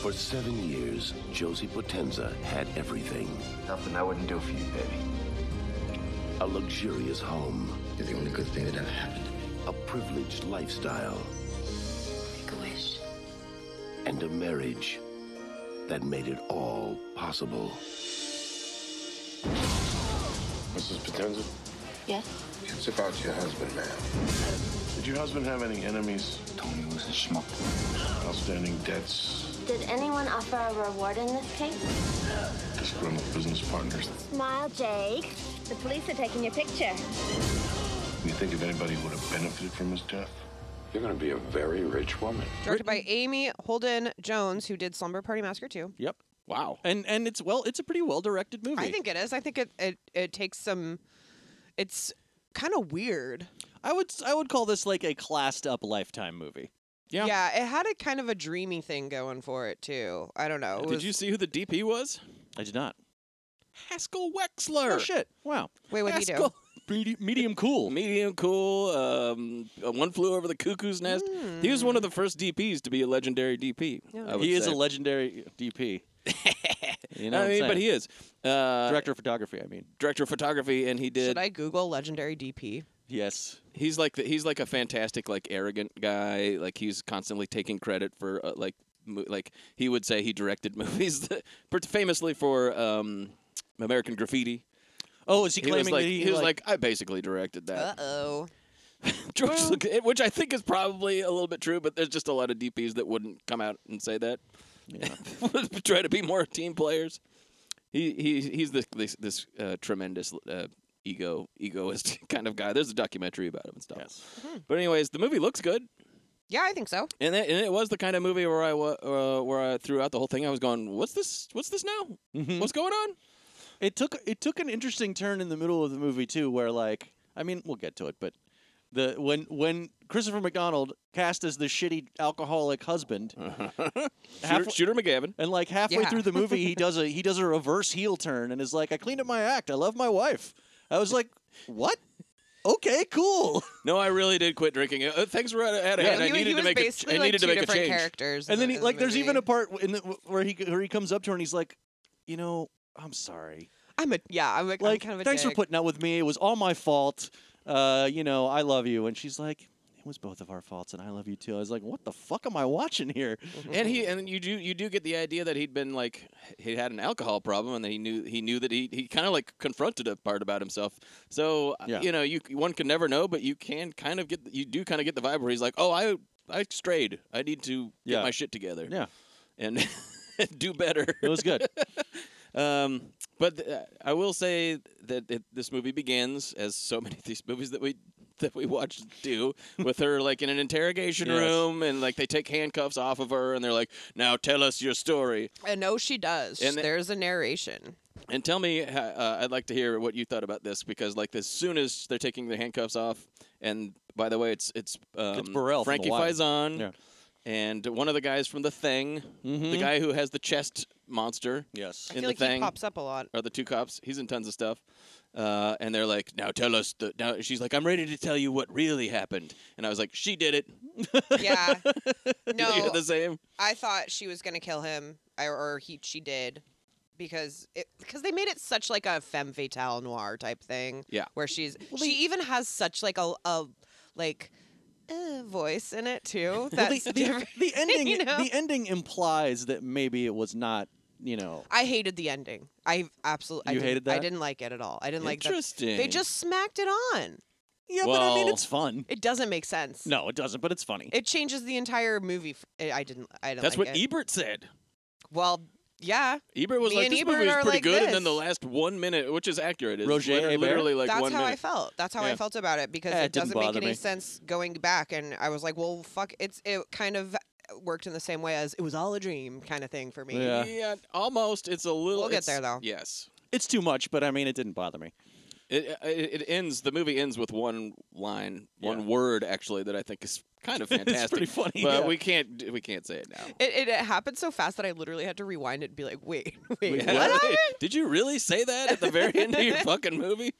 Speaker 6: For seven years, Josie Potenza had everything
Speaker 4: Nothing I wouldn't do for you, baby.
Speaker 6: a luxurious home,
Speaker 4: You're the only good thing that ever happened to me.
Speaker 6: a privileged lifestyle,
Speaker 5: Make a wish.
Speaker 6: and a marriage that made it all possible.
Speaker 7: Mrs. Potenza,
Speaker 5: Yes?
Speaker 7: it's about your husband, ma'am. Did your husband have any enemies,
Speaker 4: Tony was a schmuck.
Speaker 7: outstanding debts,
Speaker 8: Did anyone offer a reward in this case?
Speaker 7: disgruntled business partners?
Speaker 8: Smile, Jake. The police are taking your picture.
Speaker 7: You think if anybody would have benefited from his death?
Speaker 4: You're gonna be a very rich woman.
Speaker 1: Directed by Amy Holden Jones, who did Slumber Party Massacre too.
Speaker 3: Yep.
Speaker 2: Wow.
Speaker 3: And and it's well, it's a pretty well directed movie.
Speaker 1: I think it is. I think it it, it takes some. It's kind of weird.
Speaker 3: I would I would call this like a classed up lifetime movie.
Speaker 2: Yeah.
Speaker 1: it had a kind of a dreamy thing going for it too. I don't know. It
Speaker 2: Did
Speaker 1: was-
Speaker 2: you see who the DP was?
Speaker 3: I did not.
Speaker 2: Haskell Wexler.
Speaker 3: Oh shit! Wow.
Speaker 1: Wait, what did he do?
Speaker 2: Haskell-
Speaker 3: Medi- medium cool.
Speaker 2: Medium cool. Um, uh, one flew over the cuckoo's nest. He was one of the first DPs to be a legendary DP. I would
Speaker 3: He is
Speaker 2: say.
Speaker 3: a legendary DP. you know, what
Speaker 2: I
Speaker 3: I'm
Speaker 2: mean, but
Speaker 3: saying?
Speaker 2: he is uh,
Speaker 3: director of photography. I mean,
Speaker 2: director of photography, and he did.
Speaker 1: Should I Google legendary DP?
Speaker 3: yes.
Speaker 2: He's like the, he's like a fantastic, like arrogant guy. Like he's constantly taking credit for uh, like mo- like he would say he directed movies, that, per- famously for um, American Graffiti.
Speaker 3: Oh, is he,
Speaker 2: He
Speaker 3: claiming
Speaker 2: was like
Speaker 3: that
Speaker 2: he,
Speaker 3: he,
Speaker 2: was like, I basically directed that.
Speaker 1: oh.
Speaker 2: George Lucas- it- which I think is probably a little bit true, but there's just a lot of DPs that wouldn't come out and say that. Try to be more team players. He he he's this this, this uh, tremendous uh, ego egoist kind of guy. There's a documentary about him and stuff.
Speaker 1: Hmm.
Speaker 2: But anyways, the movie looks good,
Speaker 1: Yeah, I think so.
Speaker 2: and it, and it was the kind of movie where I wa- uh, where I throughout the whole thing I was going, what's this? What's this now? What's going on?
Speaker 3: it took it took an interesting turn in the middle of the movie too, where like I mean, we'll get to it, but the when when Christopher McDonald cast as the shitty alcoholic husband,
Speaker 2: Shooter,
Speaker 3: Halfway-
Speaker 2: Shooter McGavin.
Speaker 3: and like halfway
Speaker 1: Yeah.
Speaker 3: through the movie, he does a he does a reverse heel turn and is like, "I cleaned up my act. I love my wife." I was like, "What? Okay, cool."
Speaker 2: No, I really did quit drinking. Uh, things were out of, out of
Speaker 1: Yeah,
Speaker 2: hand.
Speaker 1: he,
Speaker 2: I
Speaker 1: he
Speaker 2: needed
Speaker 1: was
Speaker 2: to make a,
Speaker 1: basically
Speaker 2: I
Speaker 1: like
Speaker 2: needed
Speaker 1: two
Speaker 2: to make a
Speaker 1: different
Speaker 2: change.
Speaker 1: characters. in
Speaker 3: And then
Speaker 1: the-
Speaker 3: he,
Speaker 1: in
Speaker 3: like,
Speaker 1: the
Speaker 3: there's even
Speaker 1: movie.
Speaker 3: a part in the, where he where he comes up to her and he's like, "You know, I'm sorry."
Speaker 1: I'm a yeah. I'm, a, I'm
Speaker 3: like
Speaker 1: kind of a
Speaker 3: thanks for
Speaker 1: dick.
Speaker 3: putting up with me it was all my fault uh, you know i love you and she's like it was both of our faults and i love you too i was like what the fuck am i watching here
Speaker 2: and he
Speaker 3: Mm-hmm.
Speaker 2: and you do you do get the idea that he'd been like he had an alcohol problem and that he knew he knew that he he kind of like confronted a part about himself. So uh,
Speaker 3: Yeah.
Speaker 2: you know you one can never know, but you can kind of get you do kind of get the vibe where he's like, oh I I strayed. I need to get
Speaker 3: Yeah.
Speaker 2: my shit together.
Speaker 3: yeah
Speaker 2: and do better.
Speaker 3: it was good
Speaker 2: Um, but th- uh, I will say that it, this movie begins, as so many of these movies that we that we watched do, with her like in an interrogation
Speaker 3: Yes.
Speaker 2: room, and like they take handcuffs off of her, and they're like, "Now tell us your story,
Speaker 1: And no, she does.
Speaker 2: And the-
Speaker 1: there's a narration.
Speaker 2: and tell me." ho- Uh, I'd like to hear what you thought about this because, like, as soon as they're taking the handcuffs off, and by the way, it's it's, um,
Speaker 3: Burrell from The
Speaker 2: Frankie
Speaker 3: Wire.
Speaker 2: Faison,
Speaker 3: Yeah.
Speaker 2: and one of the guys from The Thing, the
Speaker 3: Mhm.
Speaker 2: guy who has the chest monster.
Speaker 3: yes
Speaker 1: I
Speaker 2: In
Speaker 1: feel
Speaker 2: the
Speaker 1: like he
Speaker 2: thing.
Speaker 1: pops up a lot.
Speaker 2: are the two cops. He's in tons of stuff. Uh, and they're like, now tell us. The, now she's like, I'm ready to tell you what really happened. And I was like, she did it.
Speaker 1: Yeah. No,
Speaker 2: you had the same.
Speaker 1: I thought she was gonna kill him, I- or he she did, because it because they made it such like a femme fatale noir type thing.
Speaker 2: Yeah.
Speaker 1: where she's she even has such like a a like uh, voice in it too.
Speaker 3: well, the,
Speaker 1: That's
Speaker 3: the,
Speaker 1: different.
Speaker 3: the ending
Speaker 1: you know?
Speaker 3: the ending implies that maybe it was not you know
Speaker 1: I hated the ending. I absolutely I
Speaker 3: You
Speaker 1: didn't-
Speaker 3: hated
Speaker 1: I
Speaker 3: that?
Speaker 1: didn't like it at all. I didn't like that.
Speaker 2: Interesting.
Speaker 1: They just smacked it on.
Speaker 3: yeah but i mean
Speaker 2: Well-
Speaker 3: it's fun
Speaker 1: It doesn't make sense.
Speaker 3: no it doesn't but it's funny
Speaker 1: It changes the entire movie. f- I I didn't. I don't.
Speaker 2: That's
Speaker 1: like
Speaker 2: what
Speaker 1: it.
Speaker 2: Ebert said.
Speaker 1: Well, yeah.
Speaker 2: Ebert was
Speaker 1: Me
Speaker 2: like,
Speaker 1: and
Speaker 2: this
Speaker 1: Ebert
Speaker 2: movie was
Speaker 1: are
Speaker 2: pretty
Speaker 1: like
Speaker 2: good. And then the
Speaker 1: this.
Speaker 2: last one minute, which is accurate, is
Speaker 3: Roger
Speaker 2: liter-
Speaker 3: Ebert?
Speaker 2: literally like
Speaker 1: That's
Speaker 2: one
Speaker 1: how I
Speaker 2: minute.
Speaker 1: felt. That's how I
Speaker 3: Yeah.
Speaker 1: felt about it because
Speaker 3: Eh,
Speaker 1: it,
Speaker 3: it didn't
Speaker 1: doesn't make
Speaker 3: bother
Speaker 1: any
Speaker 3: me.
Speaker 1: sense going back. And I was like, well, fuck. It's it kind of worked in the same way as it was all a dream kind of thing for me.
Speaker 3: Yeah.
Speaker 2: Yeah, almost. It's a little.
Speaker 1: We'll get
Speaker 2: it's-
Speaker 1: there, though.
Speaker 2: Yes.
Speaker 3: it's too much but i mean it didn't bother me
Speaker 2: It, it it ends. The movie ends with one line, one word actually that I think is kind of fantastic.
Speaker 3: pretty funny,
Speaker 2: but
Speaker 3: yeah.
Speaker 2: we can't d- we can't say it now.
Speaker 1: It, it, it happened so fast that I literally had to rewind it and be like, wait, wait,
Speaker 2: Yeah.
Speaker 1: what? happened?
Speaker 2: Did you really say that at the very end of your fucking movie?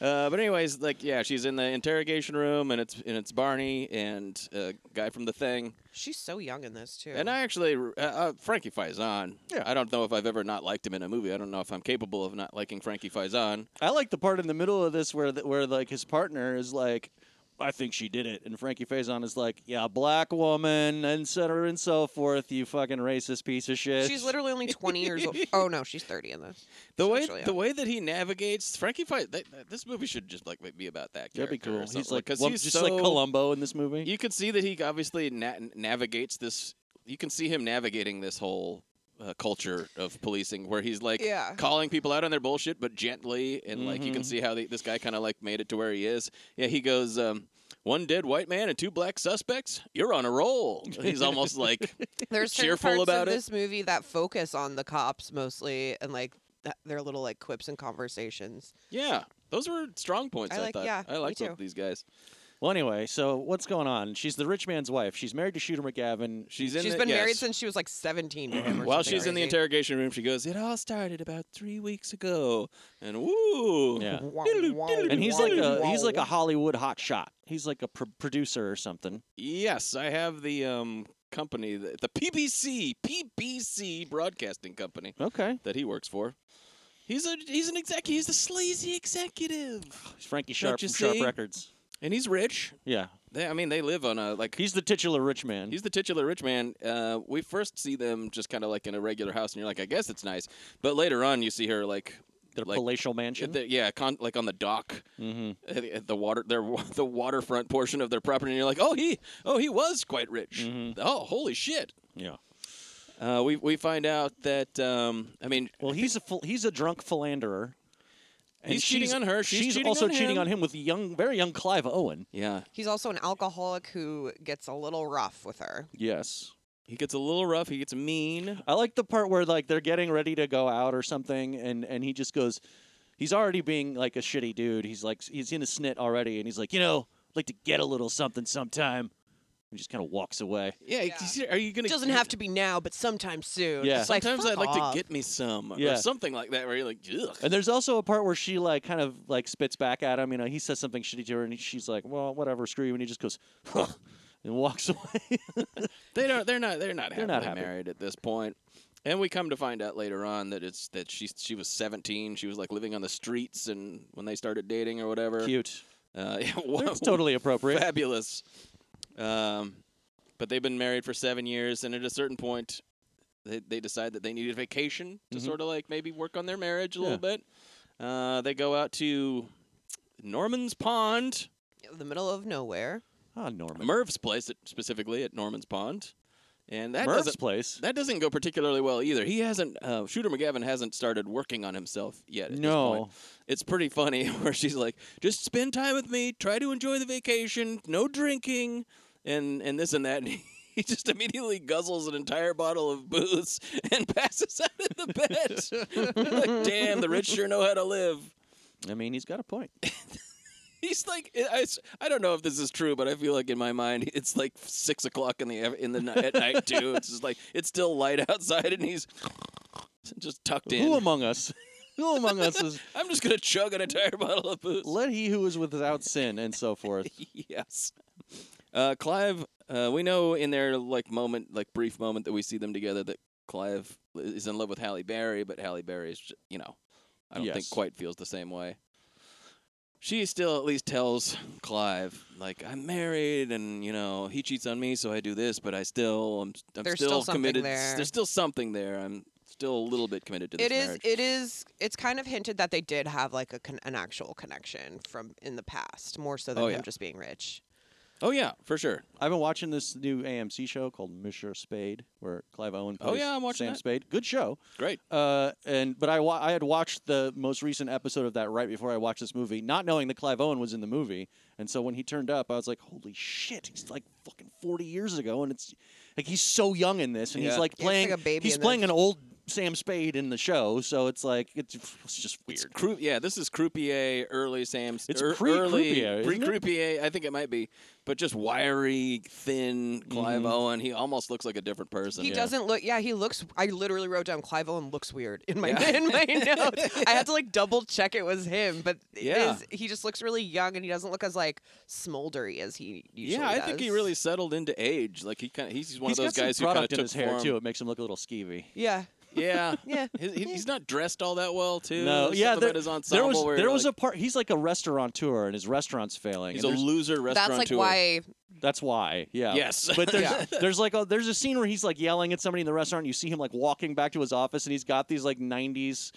Speaker 2: Uh, but anyways, like yeah, she's in the interrogation room, and it's and it's Barney and a guy from the thing,
Speaker 1: She's so young in this too.
Speaker 2: and I actually uh, uh, Frankie Faison.
Speaker 3: Yeah.
Speaker 2: I don't know if I've ever not liked him in a movie. I don't know if I'm capable of not liking Frankie Faison.
Speaker 3: I like the part in the middle of this where the, where like his partner is like, I think she did it, and Frankie Faison is like, Yeah, black woman, and so on and so forth. You fucking racist piece of shit.
Speaker 1: she's literally only 20 years old. Oh no, she's 30 in this.
Speaker 2: The
Speaker 1: She's
Speaker 2: way
Speaker 1: actually
Speaker 2: the
Speaker 1: young.
Speaker 2: way that he navigates Frankie Faison. That, that- this movie should just like be about that.
Speaker 3: That'd be
Speaker 2: character or
Speaker 3: cool. He's
Speaker 2: something,
Speaker 3: like,
Speaker 2: because
Speaker 3: well,
Speaker 2: he's
Speaker 3: just
Speaker 2: so
Speaker 3: like Columbo in this movie.
Speaker 2: you can see that he obviously na- navigates this. You can see him navigating this whole uh, culture of policing, where he's like
Speaker 1: Yeah.
Speaker 2: calling people out on their bullshit, but gently, and like you can
Speaker 3: Mhm.
Speaker 2: see how the, this guy kind of like made it to where he is. Yeah, he goes. Um, one dead white man and two black suspects. You're on a roll. He's almost like
Speaker 1: There's certain
Speaker 2: cheerful
Speaker 1: parts
Speaker 2: about
Speaker 1: of
Speaker 2: it.
Speaker 1: this movie that focus on the cops mostly and like th- their little like quips and conversations.
Speaker 2: yeah. Those were strong points.
Speaker 1: I
Speaker 2: I,
Speaker 1: like-
Speaker 2: thought.
Speaker 1: yeah,
Speaker 2: I
Speaker 1: me
Speaker 2: like both
Speaker 1: too.
Speaker 2: of these guys.
Speaker 3: Well, anyway, so what's going on? She's the rich man's wife. She's married to Shooter McGavin.
Speaker 2: She's in.
Speaker 1: She's
Speaker 2: the-
Speaker 1: been married
Speaker 2: yes.
Speaker 1: since she was like 17 to him or
Speaker 2: While
Speaker 1: something
Speaker 2: she's in the
Speaker 1: crazy.
Speaker 2: interrogation room, she goes, "It all started about three weeks ago," and woo,
Speaker 3: Yeah.
Speaker 1: Wow,
Speaker 2: Diddle-oo,
Speaker 1: wow,
Speaker 2: diddle-oo,
Speaker 3: and he's like
Speaker 2: wow.
Speaker 3: a he's like a Hollywood hotshot. He's like a pr- producer or something.
Speaker 2: Yes, I have the um company, the, the PBC, PBC Broadcasting Company
Speaker 3: Okay,
Speaker 2: that he works for. He's a he's an exec. He's a sleazy executive,
Speaker 3: he's Frankie
Speaker 2: Don't
Speaker 3: Sharp
Speaker 2: you
Speaker 3: from Sharp
Speaker 2: see?
Speaker 3: Records.
Speaker 2: and he's rich.
Speaker 3: Yeah,
Speaker 2: They, I mean, they live on a like.
Speaker 3: he's the titular rich man.
Speaker 2: He's the titular rich man. Uh, we first see them just kind of like in a regular house, and you're like, I guess it's nice. But later on, you see her like,
Speaker 3: Their
Speaker 2: like,
Speaker 3: palatial mansion.
Speaker 2: the- yeah, con- like on the dock,
Speaker 3: mm-hmm.
Speaker 2: at the- at the water their wa- the waterfront portion of their property and you're like oh he oh he was quite rich
Speaker 3: Mhm.
Speaker 2: oh holy shit
Speaker 3: Yeah.
Speaker 2: uh, we we find out that um, I mean
Speaker 3: Well, he's a phil- he's a drunk philanderer. And
Speaker 2: He's cheating
Speaker 3: she's-
Speaker 2: on her, she's cheating
Speaker 3: also
Speaker 2: on
Speaker 3: cheating
Speaker 2: him.
Speaker 3: on him with young, very young Clive Owen.
Speaker 2: yeah
Speaker 1: He's also an alcoholic who gets a little rough with her.
Speaker 3: Yes.
Speaker 2: he gets a little rough he gets mean
Speaker 3: I like the part where like they're getting ready to go out or something, and and he just goes, he's already being like a shitty dude. He's like he's in a snit already, and he's like, you know, I'd like to get a little something sometime. And just kind of walks away.
Speaker 2: yeah, are you gonna
Speaker 1: It doesn't have to be now, but sometime soon.
Speaker 3: Yeah.
Speaker 1: It's like,
Speaker 2: eh, sometimes
Speaker 1: fuck
Speaker 2: I'd like
Speaker 1: off.
Speaker 2: to get me some
Speaker 3: Yeah.
Speaker 2: or something like that where you're like ugh
Speaker 3: And there's also a part where she like kind of like spits back at him. You know, he says something shitty to her, and she's like, well, whatever, screw you. And he just goes, huh, and walks away.
Speaker 2: they don't they're not they're not happily
Speaker 3: They're not happy.
Speaker 2: married at this point and we come to find out later on that it's that she she was 17 she was like living on the streets and when they started dating or whatever
Speaker 3: Cute.
Speaker 2: uh, yeah,
Speaker 3: It's totally appropriate.
Speaker 2: fabulous. Um, but they've been married for seven years, and at a certain point, they, they decide that they need a vacation to
Speaker 3: Mm-hmm.
Speaker 2: sort of like maybe work on their marriage a little bit. Uh, they go out to Norman's Pond,
Speaker 1: the middle of nowhere.
Speaker 3: Ah, Norman.
Speaker 2: Merv's place at, specifically at Norman's Pond, and that
Speaker 3: Merv's
Speaker 2: doesn't
Speaker 3: place.
Speaker 2: that doesn't go particularly well either. He hasn't uh, Shooter McGavin hasn't started working on himself yet. at this point.
Speaker 3: No.
Speaker 2: it's pretty funny where she's like, "Just spend time with me. Try to enjoy the vacation. No drinking, and and this and that." And he just immediately guzzles an entire bottle of booze and passes out in the bed. like, damn, the rich sure know how to live.
Speaker 3: I mean, he's got a point.
Speaker 2: He's like, eh, I, I- I don't know if this is true, but I feel like in my mind it's like six o'clock in the av- in the ni- at night too. It's just like it's still light outside, and he's just tucked in.
Speaker 3: Who among us? Who among us is
Speaker 2: I'm just gonna chug an entire bottle of booze.
Speaker 3: let he who is without sin and so forth?
Speaker 2: yes. Uh, Clive, uh, we know in their like moment, like brief moment that we see them together, that Clive is in love with Halle Berry, but Halle Berry is, j- you know, I don't
Speaker 3: Yes.
Speaker 2: think quite feels the same way. She still at least tells Clive, like, I'm married, and you know, he cheats on me, so I do this, but I still, I'm, I'm
Speaker 1: There's still something
Speaker 2: committed.
Speaker 1: there.
Speaker 2: There's still something there. I'm still a little bit committed to this
Speaker 1: It is.
Speaker 2: marriage.
Speaker 1: It is. It's kind of hinted that they did have like a con- an actual connection from in the past, more so than
Speaker 2: Oh,
Speaker 1: him
Speaker 2: yeah.
Speaker 1: just being rich.
Speaker 2: oh yeah, for sure.
Speaker 3: I've been watching this new AMC show called Monsieur Spade, where Clive Owen
Speaker 2: Oh,
Speaker 3: plays
Speaker 2: yeah, I'm watching
Speaker 3: Sam
Speaker 2: that.
Speaker 3: Spade. Good show.
Speaker 2: Great.
Speaker 3: Uh, and but I wa- I had watched the most recent episode of that right before I watched this movie, not knowing that Clive Owen was in the movie. And so when he turned up, I was like, "Holy shit! He's like fucking forty years ago, and it's like he's so young in this, and he's
Speaker 2: Yeah.
Speaker 3: like
Speaker 1: Yeah, it's like
Speaker 3: playing
Speaker 1: a baby
Speaker 3: he's
Speaker 1: in
Speaker 3: playing
Speaker 1: this.
Speaker 3: an old Sam Spade in the show, so it's like it's, it's just weird.
Speaker 2: It's croup- yeah, this is croupier early Sam's.
Speaker 3: It's
Speaker 2: er- early
Speaker 3: pre-croupier, isn't it?
Speaker 2: pre-croupier. I think it might be, but just wiry, thin Clive
Speaker 3: Mm-hmm.
Speaker 2: Owen. He almost looks like a different person.
Speaker 1: He doesn't look. Yeah, he looks. I literally wrote down Clive Owen looks weird in my
Speaker 2: Yeah.
Speaker 1: in my notes. I had to like double check it was him, but it
Speaker 2: Yeah.
Speaker 1: is- he just looks really young and he doesn't look as like smoldery as he usually.
Speaker 2: Yeah, I think he
Speaker 1: does.
Speaker 2: really settled into age. Like he kind of he's one
Speaker 3: He's
Speaker 2: of those
Speaker 3: got some
Speaker 2: guys who kind of
Speaker 3: product
Speaker 2: took
Speaker 3: in his hair
Speaker 2: form.
Speaker 3: too. It makes him look a little skeevy.
Speaker 1: Yeah.
Speaker 2: Yeah,
Speaker 1: Yeah.
Speaker 2: His, he, he's not dressed all that well too.
Speaker 3: No,
Speaker 2: There's
Speaker 3: yeah,
Speaker 2: something
Speaker 3: there,
Speaker 2: about his
Speaker 3: there
Speaker 2: ensemble
Speaker 3: was
Speaker 2: where
Speaker 3: there was a
Speaker 2: like,
Speaker 3: part. He's like a restaurateur, and his restaurant's failing.
Speaker 2: he's a
Speaker 3: and there's-
Speaker 2: loser restaurateur.
Speaker 1: That's like why.
Speaker 3: That's why, yeah.
Speaker 2: Yes.
Speaker 3: but there's
Speaker 1: Yeah.
Speaker 3: there's like a, there's a scene where he's like yelling at somebody in the restaurant. And you see him like walking back to his office, and he's got these like '90s,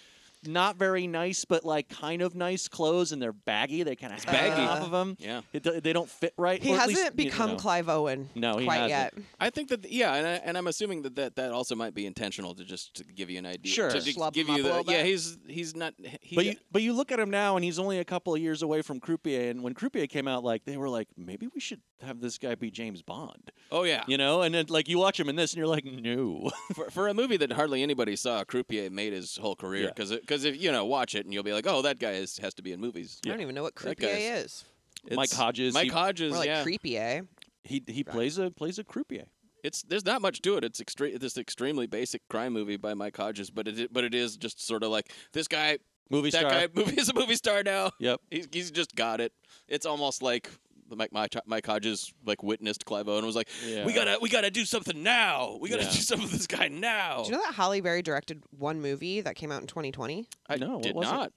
Speaker 3: not very nice, but like kind of nice clothes, and they're baggy. They kind of
Speaker 2: baggy.
Speaker 3: off of him.
Speaker 2: Yeah.
Speaker 3: it, do- they don't fit right.
Speaker 1: He
Speaker 3: or at
Speaker 1: hasn't
Speaker 3: least, you
Speaker 1: become
Speaker 3: know.
Speaker 1: Clive Owen
Speaker 3: No, he
Speaker 1: quite yet.
Speaker 3: hasn't.
Speaker 2: I think that yeah, and, I, and I'm assuming that, that that also might be intentional to just to give you an idea.
Speaker 3: Sure.
Speaker 2: to, to
Speaker 1: Schlub
Speaker 2: give
Speaker 1: him
Speaker 2: you
Speaker 1: up a
Speaker 2: the
Speaker 1: little
Speaker 2: yeah.
Speaker 1: bit.
Speaker 2: He's he's not. He,
Speaker 3: But you, but you look at him now, and he's only a couple of years away from Croupier. And when Croupier came out, like they were like, maybe we should have this guy be James Bond,
Speaker 2: oh yeah,
Speaker 3: you know? And then like you watch him in this, and you're like, no.
Speaker 2: for, for a movie that hardly anybody saw, Croupier made his whole career
Speaker 3: Yeah.
Speaker 2: because because if you know watch it and you'll be like, oh, that guy is, has to be in movies.
Speaker 1: I don't even know what
Speaker 2: That
Speaker 1: croupier
Speaker 2: guy's-
Speaker 1: is.
Speaker 3: Mike
Speaker 2: It's-
Speaker 3: Hodges,
Speaker 2: Mike
Speaker 3: he-
Speaker 2: Hodges,
Speaker 1: More like
Speaker 2: yeah.
Speaker 1: creepy, eh?
Speaker 3: he he plays a plays a Croupier.
Speaker 2: It's there's not much to it. It's extre- this extremely basic crime movie by Mike Hodges, but it i- but it is just sort of like this guy,
Speaker 3: Movie
Speaker 2: that
Speaker 3: star.
Speaker 2: guy, movie is a movie star now.
Speaker 3: Yep.
Speaker 2: He's, he's just got it. It's almost like the Mike, Mike, Mike Hodges like witnessed Clive Owen and was like,
Speaker 3: Yeah.
Speaker 2: we gotta we gotta do something now. We gotta
Speaker 3: Yeah.
Speaker 2: do something with this guy now.
Speaker 1: Do you know that Holly Berry directed one movie that came out in 2020?
Speaker 2: I
Speaker 3: No, what
Speaker 2: did
Speaker 3: was it?
Speaker 2: not.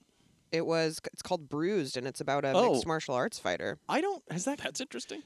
Speaker 1: It was it's called Bruised, and it's about a
Speaker 3: Oh.
Speaker 1: mixed martial arts fighter.
Speaker 3: I don't. Has that?
Speaker 2: That's interesting.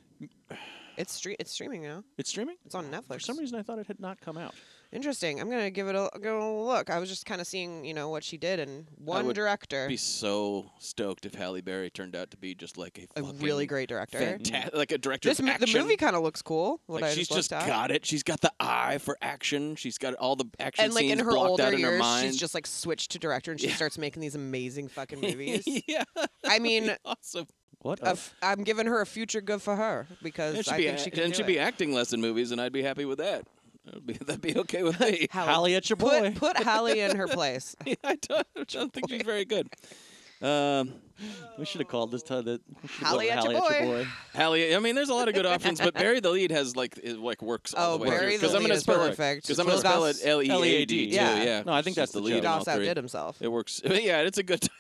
Speaker 1: It's stre- it's streaming now.
Speaker 3: It's streaming.
Speaker 1: It's on Netflix.
Speaker 3: For some reason, I thought it had not come out.
Speaker 1: Interesting. I'm gonna give it a go a look. I was just kind of seeing, you know, what she did, and one
Speaker 2: would
Speaker 1: director,
Speaker 2: be so stoked if Halle Berry turned out to be just like a,
Speaker 1: a
Speaker 2: fucking
Speaker 1: really great director.
Speaker 2: fanta- like a director.
Speaker 1: This
Speaker 2: of
Speaker 1: mo- the
Speaker 2: action.
Speaker 1: movie kind of looks cool. What
Speaker 2: Like,
Speaker 1: I
Speaker 2: she's
Speaker 1: just,
Speaker 2: just
Speaker 1: looked at.
Speaker 2: got it. She's got the eye for action. She's got all the action
Speaker 1: and like
Speaker 2: scenes
Speaker 1: in her
Speaker 2: blocked
Speaker 1: older
Speaker 2: out in her
Speaker 1: years,
Speaker 2: mind.
Speaker 1: she's just like switched to director, and she starts making these amazing fucking movies.
Speaker 2: yeah,
Speaker 1: I mean,
Speaker 2: awesome.
Speaker 3: What?
Speaker 1: a Uh, f- I'm giving her a future good for her because
Speaker 2: And she'd
Speaker 1: I
Speaker 2: be
Speaker 1: think
Speaker 2: a-
Speaker 1: she can
Speaker 2: and
Speaker 1: do
Speaker 2: she'd
Speaker 1: it.
Speaker 2: be acting less in movies, and I'd be happy with that. That'd be, that'd be okay with me.
Speaker 1: Hallie,
Speaker 3: Holly at your boy.
Speaker 1: put put Hallie in her place.
Speaker 2: I don't, I don't think she's very good.
Speaker 3: um, we should have called this time that we should've
Speaker 1: Holly
Speaker 3: called
Speaker 1: at
Speaker 3: it
Speaker 1: your
Speaker 3: Holly
Speaker 1: boy.
Speaker 2: Hallie, I mean, there's a lot of good options, but Barry the Lead has like is, like works all
Speaker 1: Oh,
Speaker 2: the way
Speaker 1: Barry
Speaker 2: through.
Speaker 1: the
Speaker 2: I'm
Speaker 1: Lead
Speaker 2: gonna
Speaker 1: is
Speaker 2: spell it
Speaker 1: perfect.
Speaker 2: because I'm
Speaker 1: Will
Speaker 2: gonna spell it
Speaker 1: Goss-
Speaker 2: L E A D.
Speaker 3: L.E.A.D.,
Speaker 2: too,
Speaker 1: yeah.
Speaker 2: yeah.
Speaker 3: No, I think
Speaker 2: She's
Speaker 3: that's
Speaker 2: the
Speaker 3: the
Speaker 2: lead.
Speaker 3: joke.
Speaker 2: in all
Speaker 1: Doss outdid
Speaker 2: three.
Speaker 1: himself.
Speaker 2: It works. Yeah, it's a good. title.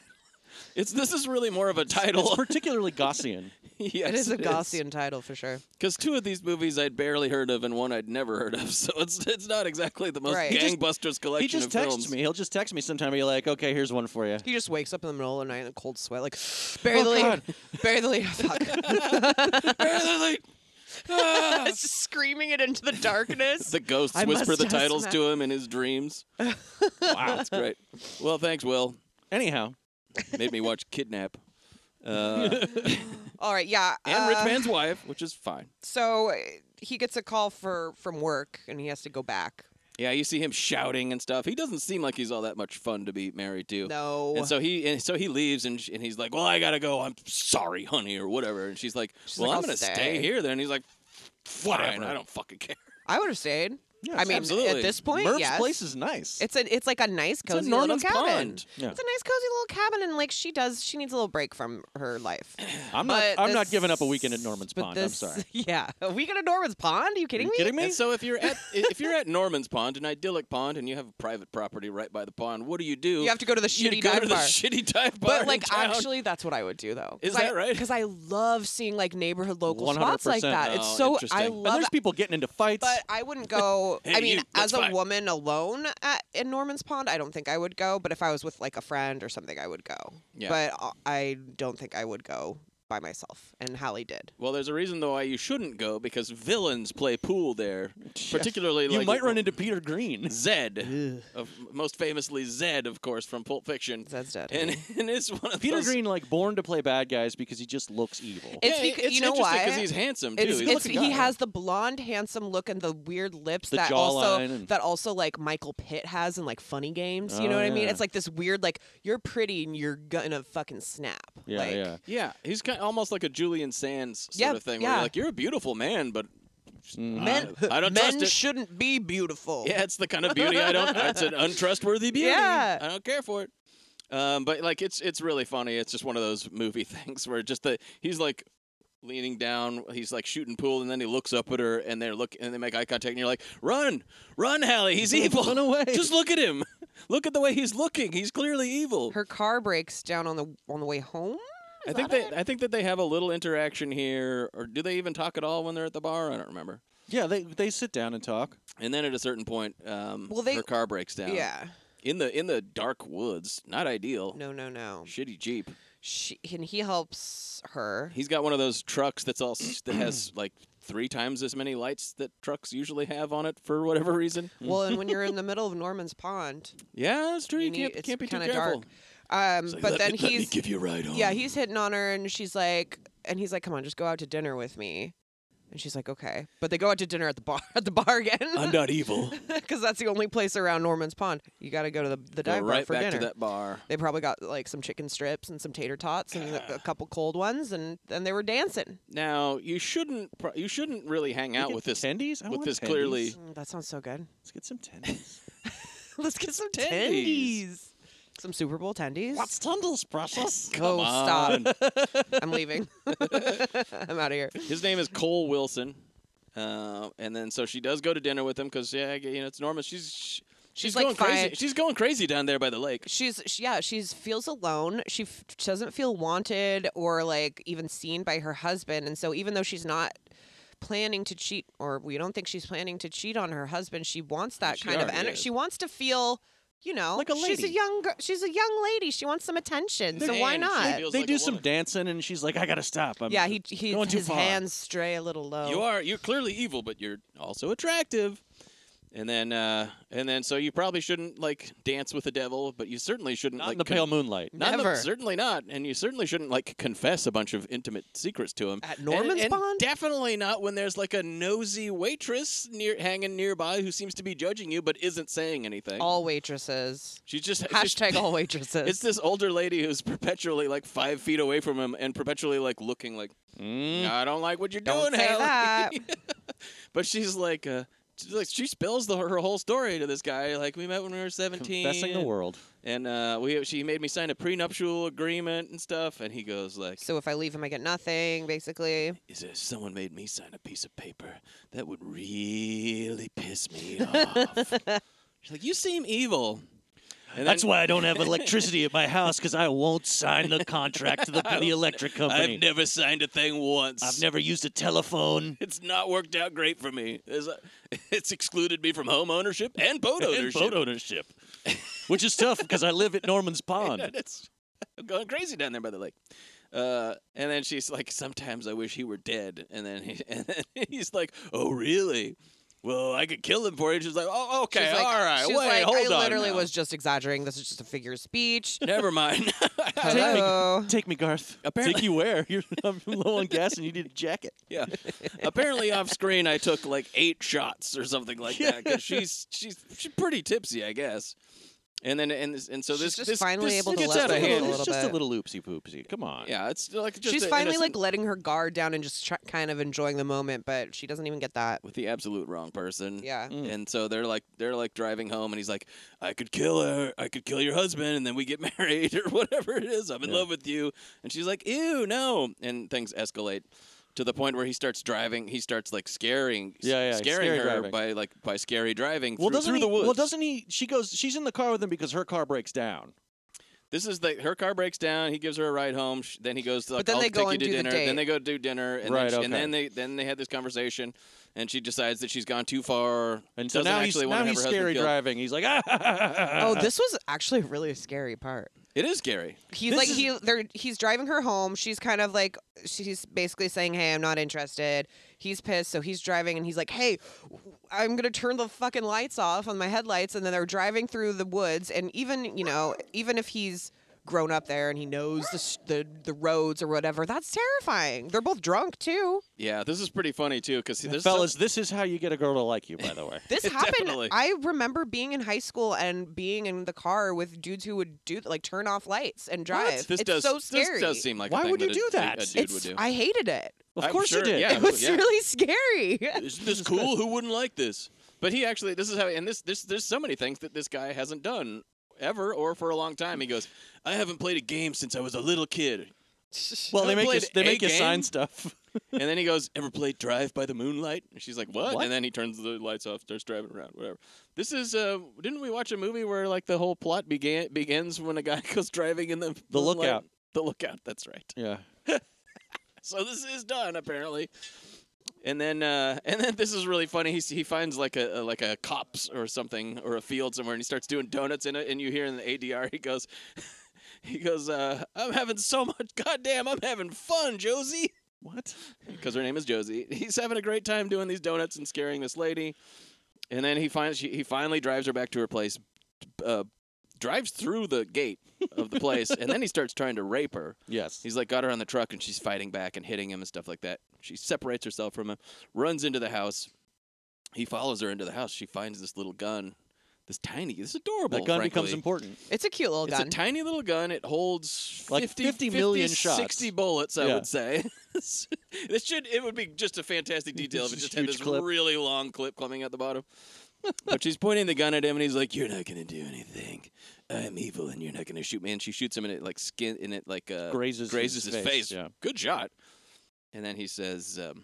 Speaker 2: It's this is really more of a
Speaker 3: It's
Speaker 2: title.
Speaker 3: particularly Gaussian.
Speaker 2: yes,
Speaker 1: It is a Gaussian title for sure.
Speaker 2: Because two of these movies I'd barely heard of and one I'd never heard of, so it's it's not exactly the most
Speaker 1: Right. He just-
Speaker 2: gangbusters collection
Speaker 3: He just
Speaker 2: of
Speaker 3: texts
Speaker 2: films.
Speaker 3: me. He'll just text me sometime. and Be like, okay, here's one for you.
Speaker 1: He just wakes up in the middle of the night in a cold sweat, like bury the
Speaker 3: Oh,
Speaker 1: lead,
Speaker 3: God.
Speaker 1: bury the lead. Fuck.
Speaker 2: Barry the Lead. Ah!
Speaker 1: It's just screaming it into the darkness.
Speaker 2: the ghosts
Speaker 1: I
Speaker 2: whisper
Speaker 1: must
Speaker 2: the
Speaker 1: ask
Speaker 2: titles
Speaker 1: Matt.
Speaker 2: to him in his dreams. wow, that's great. Well, thanks, Will.
Speaker 3: Anyhow,
Speaker 2: Made me watch Kidnap. Uh,
Speaker 1: All right, yeah.
Speaker 2: and
Speaker 1: uh,
Speaker 2: Rich Man's Wife, which is fine.
Speaker 1: So uh, he gets a call for from work, and he has to go back.
Speaker 2: Yeah, you see him shouting and stuff. He doesn't seem like he's all that much fun to be married to.
Speaker 1: No.
Speaker 2: And so he and so he leaves and, sh- and he's like, "Well, I gotta go. I'm sorry, honey, or whatever." And she's like,
Speaker 1: She's
Speaker 2: "Well,
Speaker 1: like,
Speaker 2: I'm
Speaker 1: "I'll
Speaker 2: gonna stay.
Speaker 1: stay."
Speaker 2: here." Then and he's like, "Fine,
Speaker 3: Whatever.
Speaker 2: I don't fucking care."
Speaker 1: I would have stayed. I mean,
Speaker 2: absolutely.
Speaker 1: at this point,
Speaker 3: Merv's
Speaker 1: yes.
Speaker 3: place is nice.
Speaker 1: It's a, it's like a nice
Speaker 2: a
Speaker 1: cozy little
Speaker 2: Norman's
Speaker 1: cabin.
Speaker 2: Pond.
Speaker 3: Yeah.
Speaker 1: It's a nice cozy little cabin, and like she does, she needs a little break from her life.
Speaker 3: I'm not.
Speaker 1: But
Speaker 3: I'm not
Speaker 1: this-
Speaker 3: giving up a weekend at Norman's
Speaker 1: but
Speaker 3: Pond.
Speaker 1: this-
Speaker 3: I'm sorry.
Speaker 1: Yeah, a weekend at Norman's Pond? Are you kidding me?
Speaker 3: kidding me?
Speaker 2: And so if you're at if you're at Norman's Pond, an idyllic pond, and you have a private property right by the pond, what do you do?
Speaker 1: You have to go to the
Speaker 2: You
Speaker 1: shitty
Speaker 2: go
Speaker 1: dive
Speaker 2: to the
Speaker 1: bar.
Speaker 2: shitty dive bar.
Speaker 1: But
Speaker 2: in
Speaker 1: like,
Speaker 2: town.
Speaker 1: actually, that's what I would do though.
Speaker 2: Is that right?
Speaker 1: Because I love seeing like neighborhood local spots like
Speaker 3: 100%.
Speaker 1: that.
Speaker 2: Oh,
Speaker 1: It's so I
Speaker 2: interesting. And
Speaker 3: And
Speaker 1: love.
Speaker 3: there's people getting into fights.
Speaker 1: But I wouldn't go.
Speaker 2: Hey,
Speaker 1: I mean,
Speaker 2: you,
Speaker 1: as
Speaker 2: that's
Speaker 1: a
Speaker 2: fine.
Speaker 1: woman alone at, in Norman's Pond, I don't think I would go. But if I was with like a friend or something, I would go.
Speaker 2: Yeah.
Speaker 1: But uh, I don't think I would go by myself. And Hallie did.
Speaker 2: well, there's a reason though why you shouldn't go because villains play pool there, particularly
Speaker 3: you
Speaker 2: like
Speaker 3: might run into Peter Green.
Speaker 2: Zed, of, most famously Zed, of course, from Pulp Fiction.
Speaker 1: Zed's dead.
Speaker 2: and and it's one of
Speaker 3: Peter
Speaker 2: those,
Speaker 3: Green, like born to play bad guys because he just looks evil.
Speaker 1: It's
Speaker 2: yeah,
Speaker 1: becau-
Speaker 2: it's
Speaker 1: you know
Speaker 2: interesting
Speaker 1: why?
Speaker 2: he's handsome too.
Speaker 1: It's,
Speaker 2: He's
Speaker 1: it's,
Speaker 2: like-
Speaker 3: looking
Speaker 1: he
Speaker 3: guy.
Speaker 1: has the blonde, handsome look and the weird lips
Speaker 3: The
Speaker 1: that also
Speaker 3: jawline and-
Speaker 1: that also like Michael Pitt has in like Funny Games. You
Speaker 3: Oh,
Speaker 1: know what I mean?
Speaker 3: yeah.
Speaker 1: It's like this weird, like you're pretty and you're gonna fucking snap.
Speaker 3: yeah,
Speaker 1: like,
Speaker 3: yeah.
Speaker 2: yeah, he's kind almost like a Julian Sands sort
Speaker 1: Yeah,
Speaker 2: of thing. Where you're
Speaker 1: yeah.
Speaker 2: like you're a beautiful man, but
Speaker 1: Men,
Speaker 2: I don't
Speaker 1: men
Speaker 2: trust it.
Speaker 1: shouldn't be beautiful.
Speaker 2: Yeah, it's the kind of beauty I don't. It's an untrustworthy beauty.
Speaker 1: Yeah.
Speaker 2: I don't care for it. Um, but like, it's it's really funny. It's just one of those movie things where just the he's like leaning down, he's like shooting pool, and then he looks up at her, and they're look, and they make eye contact, and you're like, run, run, Hallie, he's evil.
Speaker 3: Run away.
Speaker 2: Just look at him. Look at the way he's looking. He's clearly evil.
Speaker 1: Her car breaks down on the on the way home.
Speaker 2: I think they I think that they have a little interaction here, or do they even talk at all when they're at the bar? I don't remember.
Speaker 3: Yeah, they they sit down and talk.
Speaker 2: And then at a certain point, um,
Speaker 1: Well, they-
Speaker 2: her car breaks down.
Speaker 1: Yeah.
Speaker 2: in the in the dark woods. Not ideal.
Speaker 1: No, no, no.
Speaker 2: Shitty Jeep.
Speaker 1: She, and he helps her.
Speaker 2: He's got one of those trucks that's all s- that has like three times as many lights that trucks usually have on it for whatever reason.
Speaker 1: Well, and when you're in the middle of Norman's Pond,
Speaker 2: Yeah, that's true. You,
Speaker 1: you need-
Speaker 2: can't,
Speaker 1: it's
Speaker 2: can't be too
Speaker 1: kind of
Speaker 2: careful.
Speaker 1: dark. Um,
Speaker 2: It's like,
Speaker 1: but
Speaker 2: "Let
Speaker 1: then
Speaker 2: me- let me
Speaker 1: he's
Speaker 2: give you a ride home.
Speaker 1: yeah, he's hitting on her, and she's like, and he's like, come on, just go out to dinner with me. And she's like, okay. But they go out to dinner at the bar at the bar
Speaker 2: I'm
Speaker 1: again
Speaker 2: not evil.
Speaker 1: because that's the only place around Norman's Pond. You got to go to the the
Speaker 2: Go
Speaker 1: dive bar
Speaker 2: right
Speaker 1: for
Speaker 2: back
Speaker 1: dinner.
Speaker 2: to that bar.
Speaker 1: They probably got like some chicken strips and some tater tots and a a couple cold ones, and then they were dancing.
Speaker 2: Now you shouldn't pro- you shouldn't really hang out
Speaker 3: get
Speaker 2: with this
Speaker 3: tendies? I
Speaker 2: with
Speaker 3: want
Speaker 2: this
Speaker 3: tendies.
Speaker 2: clearly
Speaker 1: Mm, That sounds so good.
Speaker 3: Let's get some tendies.
Speaker 1: Let's get some
Speaker 2: Tendies.
Speaker 1: tendies. Some Super Bowl tendies.
Speaker 3: tendies, precious?
Speaker 1: oh, stop. I'm leaving. I'm out of here.
Speaker 2: His name is Cole Wilson, uh, and then so she does go to dinner with him because yeah, I g- you know it's Norma. She's sh- she's,
Speaker 1: She's, like,
Speaker 2: going crazy.
Speaker 1: fine.
Speaker 2: She's going crazy down there by the lake.
Speaker 1: She's she, yeah, she's feels alone. She f- doesn't feel wanted or like even seen by her husband, and so even though she's not planning to cheat, or we don't think she's planning to cheat on her husband, she wants that
Speaker 2: She
Speaker 1: kind of
Speaker 2: already
Speaker 1: energy.
Speaker 2: is.
Speaker 1: She wants to feel. You know,
Speaker 3: Like a
Speaker 1: she's a
Speaker 3: lady.
Speaker 1: young gir- she's a young lady. She wants some attention. So why
Speaker 2: And she
Speaker 1: not?
Speaker 2: feels
Speaker 3: They
Speaker 2: like
Speaker 3: do
Speaker 2: a
Speaker 3: some
Speaker 2: woman.
Speaker 3: dancing, and she's like, "I gotta stop." I'm
Speaker 1: Yeah, he, he
Speaker 3: going too
Speaker 1: his
Speaker 3: far.
Speaker 1: hands stray a little
Speaker 3: Oh.
Speaker 1: low.
Speaker 2: You are you're clearly evil, but you're also attractive. And then uh, and then so you probably shouldn't like dance with the devil, but you certainly shouldn't
Speaker 3: not
Speaker 2: like
Speaker 3: in the
Speaker 2: con-
Speaker 3: pale moonlight.
Speaker 2: not in the-
Speaker 1: Never.
Speaker 2: certainly not, and you certainly shouldn't like confess a bunch of intimate secrets to him
Speaker 1: At
Speaker 2: And-
Speaker 1: Norman's
Speaker 2: and
Speaker 1: Pond?
Speaker 2: Definitely not when there's like a nosy waitress near hanging nearby who seems to be judging you but isn't saying anything.
Speaker 1: all waitresses.
Speaker 2: She's just
Speaker 1: Hashtag
Speaker 2: she's-
Speaker 1: all waitresses.
Speaker 2: It's this older lady who's perpetually like five feet away from him and perpetually like looking like
Speaker 3: Mm.
Speaker 2: I don't like what you're
Speaker 1: Don't
Speaker 2: doing,
Speaker 1: say
Speaker 2: Hallie."
Speaker 1: that.
Speaker 2: but she's like, uh, she's like, she spills the, her whole story to this guy. Like, we met when we were 17.
Speaker 3: Confessing the world.
Speaker 2: And uh, we, she made me sign a prenuptial agreement and stuff. And he goes like,
Speaker 1: so if I leave him, I get nothing, basically.
Speaker 2: is there someone made me sign a piece of paper that would really piss me off? she's like, you seem evil. And
Speaker 3: That's
Speaker 2: then-
Speaker 3: why I don't have electricity at my house because I won't sign the contract to the, the electric company.
Speaker 2: I've never signed a thing once.
Speaker 3: I've never used a telephone.
Speaker 2: It's not worked out great for me. It's, uh, it's excluded me from home ownership and boat
Speaker 3: and
Speaker 2: ownership.
Speaker 3: boat ownership, which is tough because I live at Norman's Pond.
Speaker 2: It's I'm going crazy down there by the lake. Uh, and then she's like, "Sometimes I wish he were dead." And then, he, and then he's like, "Oh, really? Well, I could kill him for you." She's like, "Oh,
Speaker 1: She's
Speaker 2: okay,
Speaker 1: like-
Speaker 2: all right,
Speaker 1: she's
Speaker 2: wait,
Speaker 1: like,
Speaker 2: hold
Speaker 1: I
Speaker 2: on."
Speaker 1: literally
Speaker 2: now.
Speaker 1: was just exaggerating. This is just a figure of speech.
Speaker 2: Never mind.
Speaker 1: Hello.
Speaker 3: Take me, Garth.
Speaker 2: Apparently-
Speaker 3: Take you where? You're, I'm low on gas and you need a jacket.
Speaker 2: yeah. Apparently, off screen, I took like eight shots or something like that because she's she's she's pretty tipsy, I guess. And then and this- and so
Speaker 1: She's
Speaker 2: this
Speaker 1: just
Speaker 2: this,
Speaker 1: finally
Speaker 2: this
Speaker 1: able to
Speaker 2: gets
Speaker 1: let go
Speaker 2: out of
Speaker 1: a
Speaker 2: hand.
Speaker 1: little
Speaker 3: It's just a
Speaker 1: bit.
Speaker 3: little oopsie poopsie. Come on.
Speaker 2: Yeah, it's like just
Speaker 1: She's
Speaker 2: a
Speaker 1: finally
Speaker 2: innocent-
Speaker 1: like letting her guard down and just tr- kind of enjoying the moment, but she doesn't even get that.
Speaker 2: with the absolute wrong person.
Speaker 1: Yeah.
Speaker 3: Mm.
Speaker 2: And so they're like they're like driving home and he's like, I could kill her, I could kill your husband, and then we get married or whatever it is. I'm in love with you. And she's like, Ew, no. And things escalate to the point where he starts driving he starts like scaring
Speaker 3: Yeah, yeah,
Speaker 2: scaring
Speaker 3: scary
Speaker 2: her
Speaker 3: driving.
Speaker 2: by like by scary driving
Speaker 3: Well,
Speaker 2: through,
Speaker 3: doesn't
Speaker 2: through
Speaker 3: he,
Speaker 2: the woods.
Speaker 3: Well, doesn't he? She goes. She's in the car with him because her car breaks down.
Speaker 2: this is the her car breaks down, he gives her a ride home, sh then he goes like,
Speaker 1: then
Speaker 2: I'll
Speaker 1: they go
Speaker 2: take you
Speaker 1: and
Speaker 2: to
Speaker 1: do the
Speaker 2: dinner.
Speaker 1: date.
Speaker 2: Then they go do dinner and then
Speaker 3: Right,
Speaker 2: she- and
Speaker 3: okay.
Speaker 2: then they then they had this conversation and she decides that she's gone too far
Speaker 3: And so
Speaker 2: doesn't
Speaker 3: now he's
Speaker 2: actually want
Speaker 3: now
Speaker 2: to
Speaker 3: he's
Speaker 2: have her husband
Speaker 3: scary
Speaker 2: killed.
Speaker 3: driving. He's like, ah, ha, ha, ha, ha."
Speaker 1: oh,
Speaker 2: uh,
Speaker 1: this was actually a really scary part.
Speaker 2: It is scary.
Speaker 1: He's
Speaker 3: This
Speaker 1: like
Speaker 3: is-
Speaker 1: he they're he's driving her home. She's kind of like she's basically saying, "Hey, I'm not interested." He's pissed, so he's driving and he's like, "Hey, w- I'm going to turn the fucking lights off on my headlights." And then they're driving through the woods and even, you know, even if he's grown up there and he knows the, s- the the roads or whatever. That's terrifying. They're both drunk too.
Speaker 2: Yeah, this is pretty funny too because there's some-
Speaker 3: Fellas, this is how you get a girl to like you, by the way.
Speaker 1: This happened.
Speaker 2: Definitely.
Speaker 1: I remember being in high school and being in the car with dudes who would do like turn off lights and drive.
Speaker 2: This
Speaker 1: it's
Speaker 2: does
Speaker 1: so scary.
Speaker 2: this does seem like a
Speaker 3: Why
Speaker 2: thing
Speaker 3: would you
Speaker 2: a-
Speaker 3: do
Speaker 2: a-
Speaker 3: that?
Speaker 2: A, dude
Speaker 1: it's,
Speaker 2: would do.
Speaker 1: I hated it.
Speaker 3: of
Speaker 2: I'm
Speaker 3: course
Speaker 2: sure,
Speaker 3: you did.
Speaker 2: yeah.
Speaker 1: It was
Speaker 2: yeah.
Speaker 1: really scary.
Speaker 2: Is this cool? Who wouldn't like this? But he actually, this is how, and this, this, there's so many things that this guy hasn't done ever or for a long time. He goes, I haven't played a game since I was a little kid.
Speaker 3: Well, they
Speaker 2: Ever
Speaker 3: make you,
Speaker 2: played
Speaker 3: they
Speaker 2: a
Speaker 3: make you
Speaker 2: game?
Speaker 3: sign stuff.
Speaker 2: And then he goes, Ever played Drive by the Moonlight? And she's like, What?
Speaker 3: What?
Speaker 2: And then he turns the lights off, starts driving around, whatever. This is, uh, didn't we watch a movie where like the whole plot began begins when a guy goes driving in the
Speaker 3: The
Speaker 2: moonlight?
Speaker 3: Lookout.
Speaker 2: The lookout, that's right.
Speaker 3: yeah.
Speaker 2: So this is done apparently. And then uh, and then this is really funny. He, he finds like a, a like a copse or something or a field somewhere, and he starts doing donuts in it. And you hear in the ADR, he goes, he goes, uh, I'm having so much goddamn, I'm having fun, Josie,
Speaker 3: What?
Speaker 2: because her name is Josie. He's having a great time doing these donuts and scaring this lady. And then he finds she, he finally drives her back to her place, uh, drives through the gate of the place, and then he starts trying to rape her.
Speaker 3: Yes.
Speaker 2: He's like got her on the truck and she's fighting back and hitting him and stuff like that. She separates herself from him, runs into the house. He follows her into the house. She finds this little gun, this tiny, this is adorable.
Speaker 3: that gun
Speaker 2: frankly.
Speaker 3: becomes important.
Speaker 1: It's a cute little
Speaker 2: It's
Speaker 1: gun.
Speaker 2: a tiny little gun. It holds
Speaker 3: Like
Speaker 2: 50,
Speaker 3: 50 million
Speaker 2: 50,
Speaker 3: shots.
Speaker 2: 60 bullets, I
Speaker 3: Yeah.
Speaker 2: would say. this should it would be just a fantastic detail if it
Speaker 3: Just
Speaker 2: just had
Speaker 3: huge
Speaker 2: this
Speaker 3: clip.
Speaker 2: really long clip coming out the bottom. but she's pointing the gun at him and he's like, "You're not going to do anything. I'm evil and you're not going to shoot me." And she shoots him and it like skin and it like uh,
Speaker 3: Grazes his
Speaker 2: grazes his,
Speaker 3: face,
Speaker 2: face.
Speaker 3: yeah.
Speaker 2: Good shot. And then he says, um,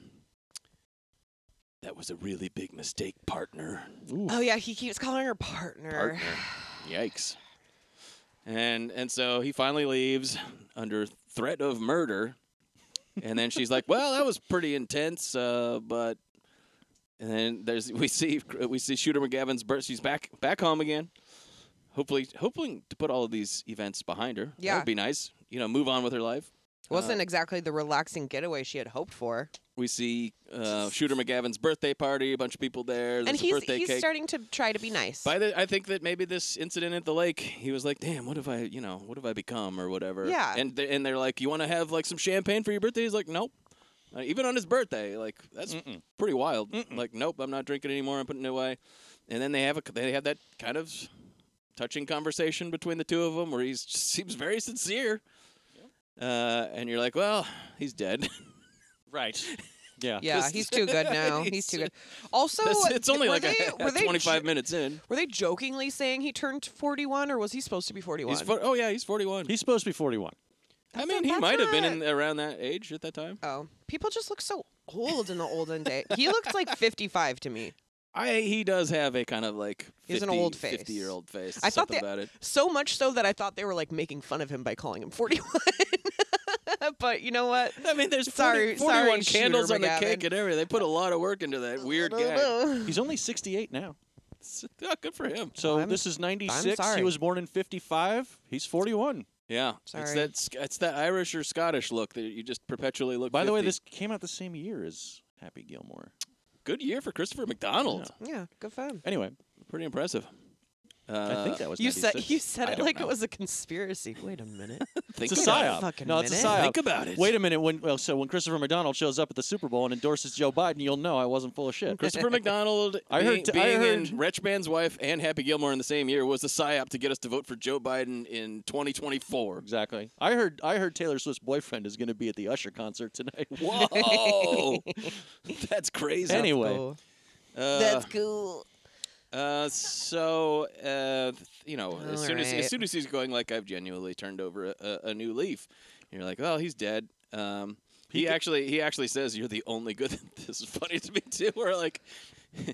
Speaker 2: "That was a really big mistake, partner."
Speaker 1: oh yeah, he keeps calling her partner.
Speaker 2: partner. Yikes. And and so he finally leaves under threat of murder. And then she's like, "Well, that was pretty intense, uh, but." And then there's we see we see Shooter McGavin's birth. She's back back home again. Hopefully, hoping to put all of these events behind her. that
Speaker 1: Yeah.
Speaker 2: would be nice. You know, move on with her life.
Speaker 1: Wasn't
Speaker 2: Uh.
Speaker 1: exactly the relaxing getaway she had hoped for.
Speaker 2: We see uh, Shooter McGavin's birthday party. A bunch of people there. There's
Speaker 1: And
Speaker 2: a
Speaker 1: he's
Speaker 2: birthday
Speaker 1: he's
Speaker 2: cake.
Speaker 1: starting to try to be nice.
Speaker 2: By the, I think that maybe this incident at the lake, he was like, "Damn, what have I, you know, what have I become or whatever?"
Speaker 1: Yeah.
Speaker 2: And they, and they're like, "You want to have like some champagne for your birthday?" He's like, "Nope." Uh, even on his birthday, like that's pretty wild. Like, nope, I'm not drinking anymore. I'm putting it away. And then they have a they have that kind of touching conversation between the two of them where he seems very sincere. Uh, and you're like, well, he's dead.
Speaker 3: Right. Yeah.
Speaker 1: yeah,
Speaker 2: this-
Speaker 1: he's too good now. He's too good. Also,
Speaker 2: That's- it's only
Speaker 1: were
Speaker 2: like
Speaker 1: they,
Speaker 2: a,
Speaker 1: were they
Speaker 2: 25
Speaker 1: jo-
Speaker 2: minutes in.
Speaker 1: Were they jokingly saying he turned 41, or was he supposed to be 41?
Speaker 2: He's fo- oh yeah, he's 41.
Speaker 3: He's supposed to be 41.
Speaker 2: I
Speaker 1: That's
Speaker 2: mean,
Speaker 1: not-
Speaker 2: he
Speaker 1: that's
Speaker 2: might have been in
Speaker 1: not-
Speaker 2: around that age at that time.
Speaker 1: Oh, people just look so old in the olden day. He looked like 55 to me.
Speaker 2: I he does have a kind of like 50,
Speaker 1: He has an old face.
Speaker 2: fifty year old face.
Speaker 1: I thought
Speaker 2: something
Speaker 1: they,
Speaker 2: about it.
Speaker 1: so much so that I thought they were like making fun of him by calling him 41. but you know what?
Speaker 2: I mean, there's 40
Speaker 1: Sorry-
Speaker 2: 41
Speaker 1: sorry, Shooter
Speaker 2: candles on the
Speaker 1: McGavin.
Speaker 2: cake and everything. They put a lot of work into that weird guy.
Speaker 3: He's only 68 now.
Speaker 2: It's- yeah, good for him.
Speaker 3: So
Speaker 1: I'm-
Speaker 3: this is 96. He
Speaker 1: sorry.
Speaker 3: was born in 55. He's 41.
Speaker 2: Yeah, it's
Speaker 1: Sorry.
Speaker 2: that Sc- it's that Irish or Scottish look that you just perpetually look.
Speaker 3: By the way,
Speaker 2: 50.
Speaker 3: this came out the same year as Happy Gilmore.
Speaker 2: good year for Christopher McDonald.
Speaker 1: Yeah, good fun.
Speaker 3: Anyway,
Speaker 2: Pretty impressive. Uh,
Speaker 3: I think that was
Speaker 1: You said
Speaker 3: 96.
Speaker 1: you said
Speaker 2: I
Speaker 1: it
Speaker 2: don't
Speaker 1: like
Speaker 2: know.
Speaker 1: it was a conspiracy. Wait a minute.
Speaker 2: think
Speaker 3: it's a
Speaker 2: about it.
Speaker 3: psyop.
Speaker 1: Fucking
Speaker 3: no, it's a
Speaker 1: minute.
Speaker 3: psyop.
Speaker 2: Think about it.
Speaker 3: Wait a minute. When well, so when Christopher McDonald shows up at the Super Bowl and endorses Joe Biden, you'll know I wasn't full of shit.
Speaker 2: Christopher McDonald
Speaker 3: I
Speaker 2: being,
Speaker 3: heard- I
Speaker 2: being
Speaker 3: heard-
Speaker 2: in Wretch Band's wife and Happy Gilmore in the same year was a psyop to get us to vote for Joe Biden in 2024.
Speaker 3: Exactly. I heard. I heard Taylor Swift's boyfriend is going to be at the Usher concert tonight.
Speaker 2: Whoa, that's crazy.
Speaker 3: anyway,
Speaker 1: Oh,
Speaker 2: Uh,
Speaker 1: that's cool.
Speaker 2: Uh, so uh, th- you know, as soon as as
Speaker 1: Alright.
Speaker 2: soon as he's going, like I've genuinely turned over a- a, a new leaf. And you're like, well, he's dead. Um, he actually he actually says you're the only good. this is funny to me too. Where like.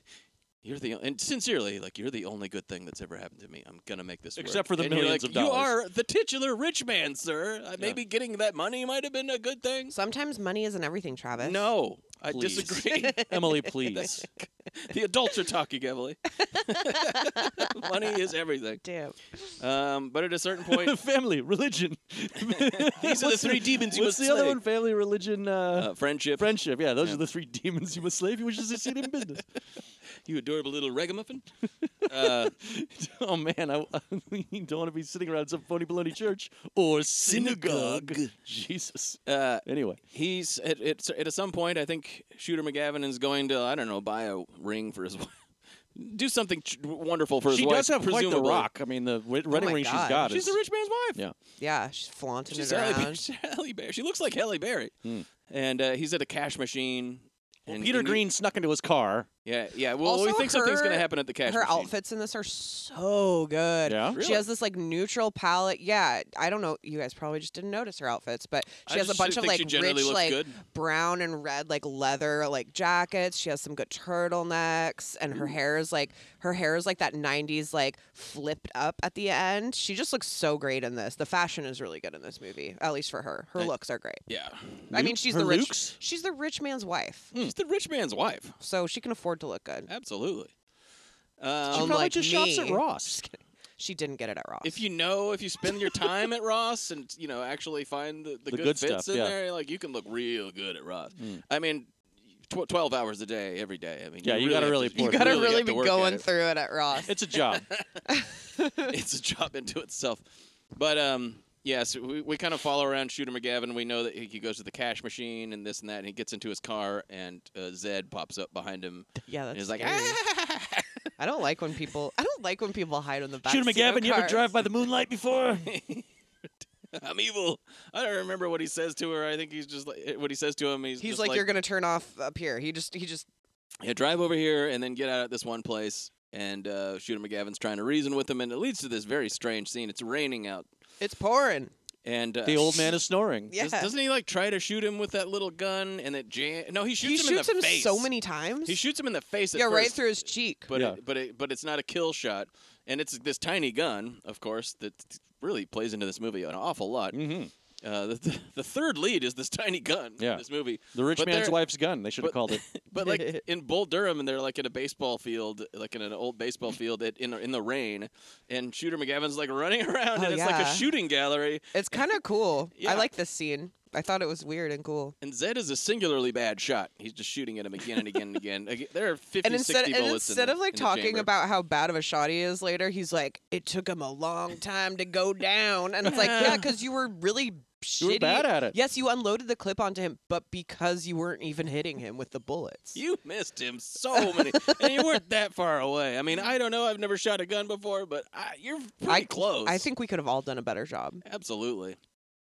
Speaker 2: You're the and sincerely, like you're the only good thing that's ever happened to me. I'm gonna make this work."
Speaker 3: Except for the
Speaker 2: And you're
Speaker 3: millions
Speaker 2: like,
Speaker 3: of dollars.
Speaker 2: You are the titular rich man, sir. Uh, Maybe getting that money might have been a good thing.
Speaker 1: Sometimes money isn't everything, Travis.
Speaker 2: No, I
Speaker 3: Please.
Speaker 2: disagree.
Speaker 3: Emily, please.
Speaker 2: the adults are talking, Emily. Money is everything.
Speaker 1: Damn.
Speaker 2: Um, but at a certain point,
Speaker 3: Family, religion.
Speaker 2: these are the three demons you
Speaker 3: What's
Speaker 2: must
Speaker 3: the other
Speaker 2: slay.
Speaker 3: one? Family, religion, uh,
Speaker 2: Uh, friendship.
Speaker 3: friendship. Yeah, those are the three demons you must slay if you wish to succeed in business.
Speaker 2: You adorable little ragamuffin. Uh,
Speaker 3: oh man, I, you don't want to be sitting around some phony baloney church or synagogue. Jesus.
Speaker 2: uh,
Speaker 3: Anyway,
Speaker 2: he's at, at, at some point. I think Shooter McGavin is going to I don't know buy a ring for his wife, do something ch- wonderful for his
Speaker 3: she
Speaker 2: wife.
Speaker 3: does have quite the
Speaker 2: presumably. Oh
Speaker 3: rock. I mean, the red- wedding
Speaker 1: my
Speaker 3: ring
Speaker 1: God.
Speaker 3: she's got
Speaker 2: She's
Speaker 3: is
Speaker 2: a rich man's wife.
Speaker 3: Yeah.
Speaker 1: Yeah, she's flaunting
Speaker 2: She's
Speaker 1: it
Speaker 2: Halle,
Speaker 1: around.
Speaker 2: Berry. Halle Berry. She looks like Halle Berry. And uh, he's at a cash machine. and
Speaker 3: Hmm. Peter
Speaker 2: and he-
Speaker 3: Green snuck into his car.
Speaker 2: yeah, yeah. Well,
Speaker 1: Also,
Speaker 2: we think something's going to
Speaker 1: her-
Speaker 2: happen at the cash
Speaker 1: her
Speaker 2: machine.
Speaker 1: outfits in this are so good.
Speaker 3: Yeah?
Speaker 2: Really?
Speaker 1: She has this like neutral palette. Yeah, I don't know. You guys probably just didn't notice her outfits, but she
Speaker 2: I
Speaker 1: has a
Speaker 2: just
Speaker 1: bunch of
Speaker 2: think
Speaker 1: like
Speaker 2: she generally
Speaker 1: rich,
Speaker 2: looks
Speaker 1: like
Speaker 2: good.
Speaker 1: brown and red, like leather, like jackets. She has some good turtlenecks, and her hair is like her hair is like that '90s, like flipped up at the end. She just looks so great in this. The fashion is really good in this movie, at least for her. Her looks are great.
Speaker 2: Yeah.
Speaker 3: Hmm.
Speaker 1: I mean, she's
Speaker 3: her
Speaker 1: the rich.
Speaker 3: looks?
Speaker 1: She's the rich man's wife,
Speaker 2: She's the rich man's wife.
Speaker 1: so she can afford to look good.
Speaker 2: Absolutely.
Speaker 3: She
Speaker 2: Um,
Speaker 1: Um,
Speaker 3: probably
Speaker 1: like
Speaker 3: just shops at
Speaker 1: me.
Speaker 3: Ross.
Speaker 1: She didn't get it at Ross.
Speaker 2: if you know, if you spend your time at Ross and you know actually find the, the,
Speaker 3: The
Speaker 2: good,
Speaker 3: good
Speaker 2: fits
Speaker 3: stuff,
Speaker 2: in
Speaker 3: yeah. Hmm.
Speaker 2: there, like you can look real good at Ross. I mean, tw- twelve hours a day, every day. I mean,
Speaker 3: Yeah, you
Speaker 2: really
Speaker 3: gotta
Speaker 2: have
Speaker 3: really
Speaker 2: to,
Speaker 3: pour
Speaker 2: you
Speaker 3: through
Speaker 1: gotta
Speaker 3: really
Speaker 1: really
Speaker 2: have to
Speaker 1: be
Speaker 2: work at
Speaker 1: going
Speaker 2: it.
Speaker 1: through it at Ross.
Speaker 3: It's a job.
Speaker 2: it's a job into itself. But um, yes, we, we kind of follow around Shooter McGavin. We know that he he goes to the cash machine and this and that, and he gets into his car, and uh, Zed pops up behind him.
Speaker 1: yeah,
Speaker 2: And
Speaker 1: that's
Speaker 2: he's like,
Speaker 1: scary.
Speaker 2: "Ah!"
Speaker 1: I don't like when people. I don't like when people hide on the back.
Speaker 3: Shooter
Speaker 1: seat of
Speaker 3: McGavin, you ever
Speaker 1: cars.
Speaker 3: drive by the moonlight before?
Speaker 2: I'm evil. I don't remember what he says to her. I think he's just like, what he says to him. He's,
Speaker 1: He's
Speaker 2: just
Speaker 1: like, you're gonna turn off up here. He just, he just.
Speaker 2: yeah, drive over here and then get out at this one place. And uh, Shooter McGavin's trying to reason with him, and it leads to this very strange scene. It's raining out,
Speaker 1: It's pouring.
Speaker 2: and uh,
Speaker 3: the old man is snoring.
Speaker 1: Yeah.
Speaker 2: does, not he like try to shoot him with that little gun, and it jam? No, he
Speaker 1: he
Speaker 2: shoots him
Speaker 1: shoots
Speaker 2: in
Speaker 1: him
Speaker 2: the face.
Speaker 1: so many times.
Speaker 2: He shoots him in the face. At
Speaker 1: yeah, right
Speaker 2: first,
Speaker 1: through his cheek.
Speaker 2: But
Speaker 3: Yeah.
Speaker 2: it, but it, but it's not a kill shot, and it's this tiny gun, of course, that really plays into this movie an awful lot.
Speaker 3: hmm
Speaker 1: Mm-hmm.
Speaker 2: Uh, the, the, the third lead is this tiny gun.
Speaker 3: Yeah.
Speaker 2: in this movie.
Speaker 3: The rich
Speaker 2: But
Speaker 3: man's
Speaker 2: they're-
Speaker 3: wife's gun. They should have
Speaker 2: but-
Speaker 3: called it.
Speaker 2: But like in Bull Durham, and they're like in a baseball field, like in an old baseball field, at, in in the rain, and Shooter McGavin's like running around,
Speaker 1: Oh,
Speaker 2: and it's like a
Speaker 1: yeah.
Speaker 2: shooting gallery.
Speaker 1: It's kind of cool.
Speaker 2: Yeah.
Speaker 1: I like this scene. I thought it was weird and cool.
Speaker 2: And Zed is a singularly bad shot. He's just shooting at him again and again and again. Like, There are 50,
Speaker 1: And instead,
Speaker 2: 60
Speaker 1: and
Speaker 2: bullets in
Speaker 1: instead
Speaker 2: the-
Speaker 1: of like
Speaker 2: in the
Speaker 1: talking
Speaker 2: chamber.
Speaker 1: about how bad of a shot he is later, he's like, "It took him a long time to go down," and it's like, "Yeah, because you were really shitty.
Speaker 3: were bad at it.
Speaker 1: Yes, you unloaded the clip onto him, but because you weren't even hitting him with the bullets.
Speaker 2: You missed him so many, and you weren't that far away. I mean, I don't know. I've never shot a gun before, but I, you're pretty
Speaker 1: I-
Speaker 2: close.
Speaker 1: I think we could have all done a better job.
Speaker 2: absolutely.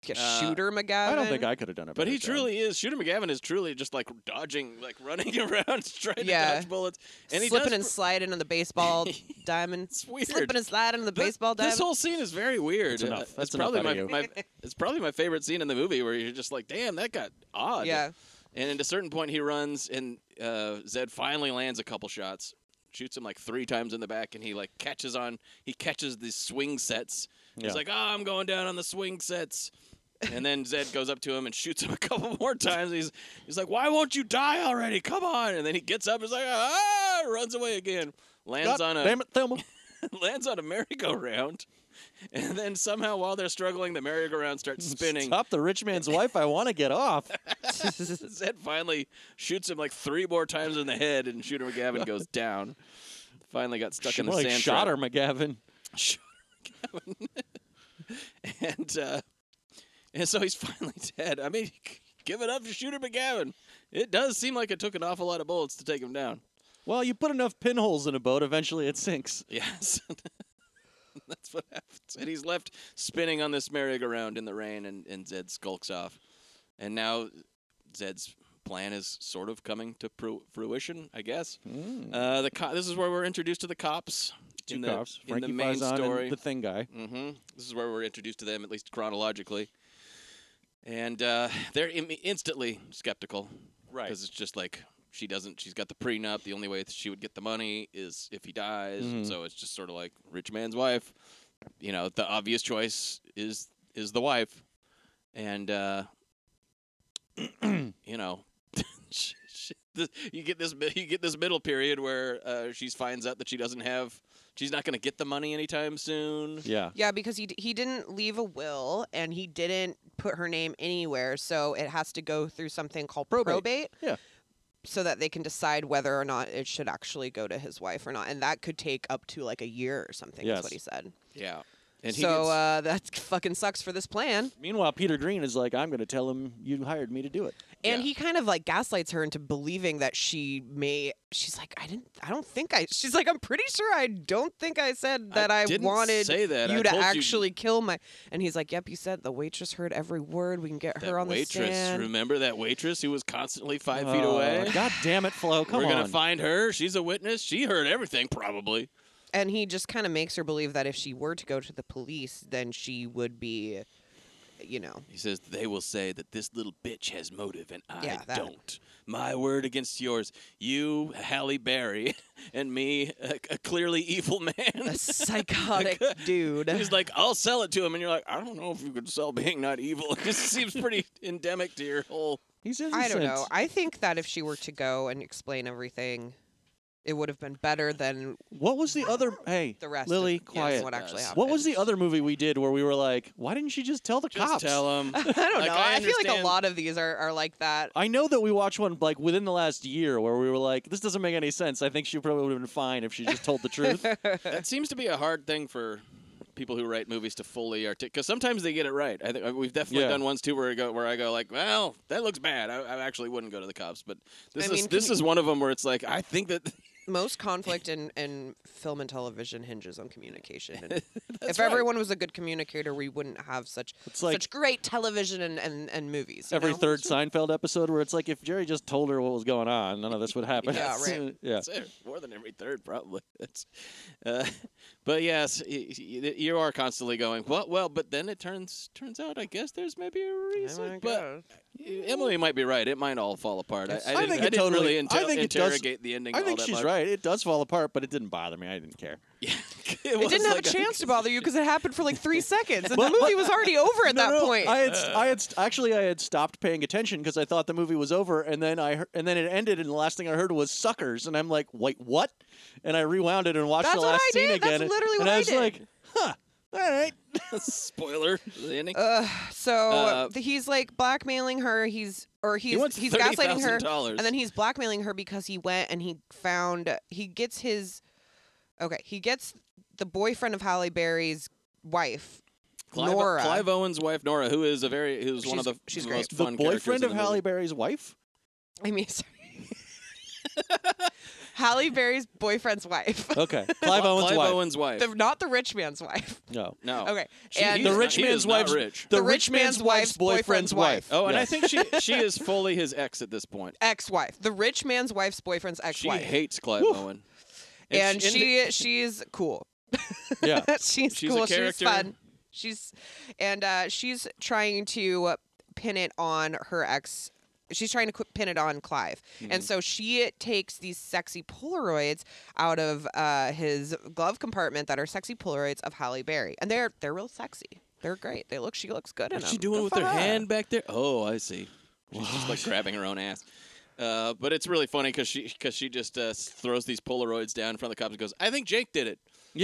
Speaker 1: Yeah,
Speaker 2: Uh,
Speaker 1: shooter McGavin.
Speaker 3: I don't think I could have done it.
Speaker 2: But he truly is. Shooter McGavin is truly just like dodging, like running around, trying to
Speaker 1: Yeah.
Speaker 2: dodge bullets, and he
Speaker 1: slipping
Speaker 2: does
Speaker 1: and sliding on the baseball diamond.
Speaker 2: It's weird.
Speaker 1: Slipping and sliding on the baseball
Speaker 2: This
Speaker 1: diamond.
Speaker 2: whole scene is very weird.
Speaker 3: That's
Speaker 2: Uh,
Speaker 3: enough. That's
Speaker 2: it's
Speaker 3: enough
Speaker 2: probably
Speaker 3: out
Speaker 2: my,
Speaker 3: of
Speaker 2: my it's probably my favorite scene in the movie where you're just like, damn, that got odd.
Speaker 1: Yeah.
Speaker 2: And at a certain point, he runs, and uh, Zed finally lands a couple shots, shoots him like three times in the back, and he like catches on. He catches these swing sets.
Speaker 3: Yeah.
Speaker 2: He's like, oh, I'm going down on the swing sets. And then Zed goes up to him and shoots him a couple more times. He's he's like, "Why won't you die already? Come on!" And then he gets up. and is like, "Ah!" Runs away again. Lands
Speaker 3: God
Speaker 2: on a
Speaker 3: damn it, Thelma.
Speaker 2: lands on a merry-go-round, and then somehow while they're struggling, the merry-go-round starts spinning.
Speaker 3: Stop the rich man's wife. I want to get off.
Speaker 2: Zed finally shoots him like three more times in the head, and Shooter McGavin goes down. Finally got stuck
Speaker 3: She
Speaker 2: in the
Speaker 3: more like
Speaker 2: sand.
Speaker 3: shot her,
Speaker 2: trap.
Speaker 3: McGavin.
Speaker 2: Shot her McGavin. and uh, and so he's finally dead. I mean, give it up to Shooter McGavin. It does seem like it took an awful lot of bullets to take him down.
Speaker 3: Well, you put enough pinholes in a boat, eventually it sinks.
Speaker 2: Yes. That's what happens. And he's left spinning on this merry-go-round in the rain, and, and Zed skulks off. And now Zed's plan is sort of coming to pru- fruition, I guess. Uh, the co- this is where we're introduced to the cops.
Speaker 3: Hmm. Two
Speaker 2: in the,
Speaker 3: cops,
Speaker 2: in
Speaker 3: Frankie
Speaker 2: the main
Speaker 3: Faison and
Speaker 2: story.
Speaker 3: the thing guy.
Speaker 2: hmm This is where we're introduced to them, at least chronologically. And uh, they're Im- instantly skeptical.
Speaker 3: Right.
Speaker 2: Because it's just like she doesn't, she's got the prenup. The only way that she would get the money is if he dies.
Speaker 3: Mhm.
Speaker 2: So it's just sort of like rich man's wife. You know, the obvious choice is is the wife. And, uh, you know, she, she, this, you get this mi- you get this middle period where uh, she finds out that she doesn't have she's not going to get the money anytime soon.
Speaker 3: Yeah.
Speaker 1: Yeah, because he d- he didn't leave a will and he didn't put her name anywhere, so it has to go through something called probate.
Speaker 3: Yeah.
Speaker 1: So that they can decide whether or not it should actually go to his wife or not, and that could take up to like a year or something. Is
Speaker 3: Yes.
Speaker 1: what he said.
Speaker 2: Yeah. And he
Speaker 1: so
Speaker 2: gets-
Speaker 1: uh, that fucking sucks for this plan.
Speaker 3: Meanwhile, Peter Green is like, I'm going to tell him you hired me to do it.
Speaker 1: And
Speaker 2: Yeah.
Speaker 1: he kind of like gaslights her into believing that she may. She's like, I didn't. I don't think I. She's like, I'm pretty sure I don't think I said that I,
Speaker 2: didn't
Speaker 1: wanted
Speaker 2: say that. I
Speaker 1: you to
Speaker 2: told you-
Speaker 1: actually kill my. And he's like, Yep, you said the waitress heard every word. We can get
Speaker 2: that
Speaker 1: her on
Speaker 2: waitress,
Speaker 1: the stand.
Speaker 2: remember that waitress who was constantly five feet
Speaker 3: Oh,
Speaker 2: away?
Speaker 3: God damn it, Flo. Come
Speaker 2: We're
Speaker 3: on.
Speaker 2: gonna find her. She's a witness. She heard everything, probably.
Speaker 1: and he just kind of makes her believe that if she were to go to the police, then she would be, you know.
Speaker 2: He says they will say that this little bitch has motive, and I
Speaker 1: Yeah, that.
Speaker 2: don't. My word against yours. You, Halle Berry, and me, a, a clearly evil man.
Speaker 1: A psychotic dude.
Speaker 2: He's like, I'll sell it to him, and you're like, I don't know if you could sell being not evil. This seems pretty endemic to your whole.
Speaker 3: He's innocent.
Speaker 1: I don't know. I think that if she were to go and explain everything, it would have been better than
Speaker 3: What was the other? Hey,
Speaker 1: the rest.
Speaker 3: Lily,
Speaker 1: of,
Speaker 3: quiet.
Speaker 1: What actually happened?
Speaker 3: What was the other movie we did where we were like, why didn't she just tell the
Speaker 2: Just
Speaker 3: cops?
Speaker 2: tell him.
Speaker 1: I don't know. I, feel like a
Speaker 2: understand-
Speaker 1: lot of these are, are like that.
Speaker 3: I know that we watched one like within the last year where we were like, this doesn't make any sense. I think she probably would have been fine if she just told the truth.
Speaker 2: That seems to be a hard thing for people who write movies to fully articulate. Because sometimes they get it right. I think uh, we've definitely
Speaker 3: Yeah.
Speaker 2: done ones too where I go where I go like, well, that looks bad. I, I actually wouldn't go to the cops, but
Speaker 1: I
Speaker 2: this is
Speaker 1: mean, can
Speaker 2: this
Speaker 1: you-
Speaker 2: is one of them where it's like I think that
Speaker 1: Most conflict in, in film and television hinges on communication. And if everyone was a good communicator, we wouldn't have such
Speaker 3: It's like-
Speaker 1: such great television and, and, and movies. you
Speaker 3: Every
Speaker 1: know?
Speaker 3: third Seinfeld episode where it's like, if Jerry just told her what was going on, none of this would happen.
Speaker 1: Yeah, right.
Speaker 3: yeah.
Speaker 2: It's there, more than every third probably. It's, uh, but yes, y- y- you are constantly going well. Well, but then it turns turns out I guess there's maybe a
Speaker 1: Oh
Speaker 2: reason.
Speaker 1: my
Speaker 2: but
Speaker 1: God.
Speaker 2: Emily might be right. It might all fall apart. I, I,
Speaker 3: Yes.
Speaker 2: didn't,
Speaker 3: think
Speaker 2: I
Speaker 3: it
Speaker 2: didn't
Speaker 3: totally.
Speaker 2: really inter-
Speaker 3: I think it does-
Speaker 2: interrogate the ending.
Speaker 3: I
Speaker 2: all
Speaker 3: think
Speaker 2: that
Speaker 3: she's
Speaker 2: much.
Speaker 3: right. It does fall apart, but it didn't bother me. I didn't care.
Speaker 2: Yeah, it,
Speaker 1: It
Speaker 2: was
Speaker 1: didn't have
Speaker 2: like
Speaker 1: a chance to bother you because it happened for like three seconds, and the
Speaker 3: But-
Speaker 1: movie was already over at
Speaker 3: No,
Speaker 1: that
Speaker 3: no,
Speaker 1: point.
Speaker 3: I had, I had st- actually I had stopped paying attention because I thought the movie was over, and then I hear- and then it ended, and the last thing I heard was suckers, and I'm like, wait, what? And I rewound it and watched
Speaker 1: That's
Speaker 3: the
Speaker 1: what
Speaker 3: last
Speaker 1: I
Speaker 3: scene
Speaker 1: did. That's
Speaker 3: again, and-
Speaker 1: literally
Speaker 3: and,
Speaker 1: what
Speaker 3: I
Speaker 1: I
Speaker 3: was
Speaker 1: did.
Speaker 3: like, huh, all right.
Speaker 2: Spoiler. The ending.
Speaker 1: Ugh, so
Speaker 2: Uh,
Speaker 1: th- he's like blackmailing her. He's or he's
Speaker 2: wants
Speaker 1: he's gaslighting her,
Speaker 2: $30,000.
Speaker 1: and then he's blackmailing her because he went and he found he gets his okay he gets the boyfriend of Halle Berry's wife
Speaker 2: Clive,
Speaker 1: Nora.
Speaker 2: Clive Owen's wife Nora, who is a very who's one of the
Speaker 1: She's- she's
Speaker 2: most
Speaker 1: great.
Speaker 3: The
Speaker 2: fun characters in
Speaker 3: boyfriend of
Speaker 2: the movie.
Speaker 3: Halle Berry's wife.
Speaker 1: I mean, sorry. Halle Berry's boyfriend's wife,
Speaker 3: Okay, Clive Owen's
Speaker 2: Clive
Speaker 3: wife.
Speaker 2: Owen's wife.
Speaker 1: the, not the rich man's wife.
Speaker 3: No,
Speaker 2: no.
Speaker 1: Okay,
Speaker 2: Oh, She-
Speaker 1: and
Speaker 2: he's
Speaker 3: the
Speaker 2: not-
Speaker 3: rich
Speaker 2: he is
Speaker 3: man's
Speaker 2: not
Speaker 3: wife's
Speaker 2: rich.
Speaker 3: The,
Speaker 1: The
Speaker 3: rich
Speaker 1: rich
Speaker 3: man's
Speaker 1: man's
Speaker 3: wife's
Speaker 1: wife's boyfriend's wife.
Speaker 2: Oh, and I
Speaker 3: Yes.
Speaker 2: think she she is fully his ex at this point.
Speaker 1: ex-wife, the rich man's wife's boyfriend's
Speaker 2: She
Speaker 1: ex-wife,
Speaker 2: hates Clive Owen.
Speaker 1: and
Speaker 2: she-
Speaker 1: she she's cool.
Speaker 3: yeah.
Speaker 1: she's,
Speaker 2: She's a
Speaker 1: cool.
Speaker 2: character.
Speaker 1: She's fun. She's and uh, she's trying to pin it on her ex. She's trying to qu- pin it on Clive,
Speaker 2: Mm-hmm.
Speaker 1: and so she takes these sexy Polaroids out of uh, his glove compartment that are sexy Polaroids of Halle Berry, and they're they're real sexy. They're great. They look. She looks good in
Speaker 2: What's
Speaker 1: them.
Speaker 2: she doing
Speaker 1: Good
Speaker 2: with
Speaker 1: for
Speaker 2: her
Speaker 1: her.
Speaker 2: hand back there? Oh, I see. She's just like grabbing her own ass. Uh, but it's really funny because she because she just uh, s- throws these Polaroids down in front of the cops and goes, "I think Jake did it."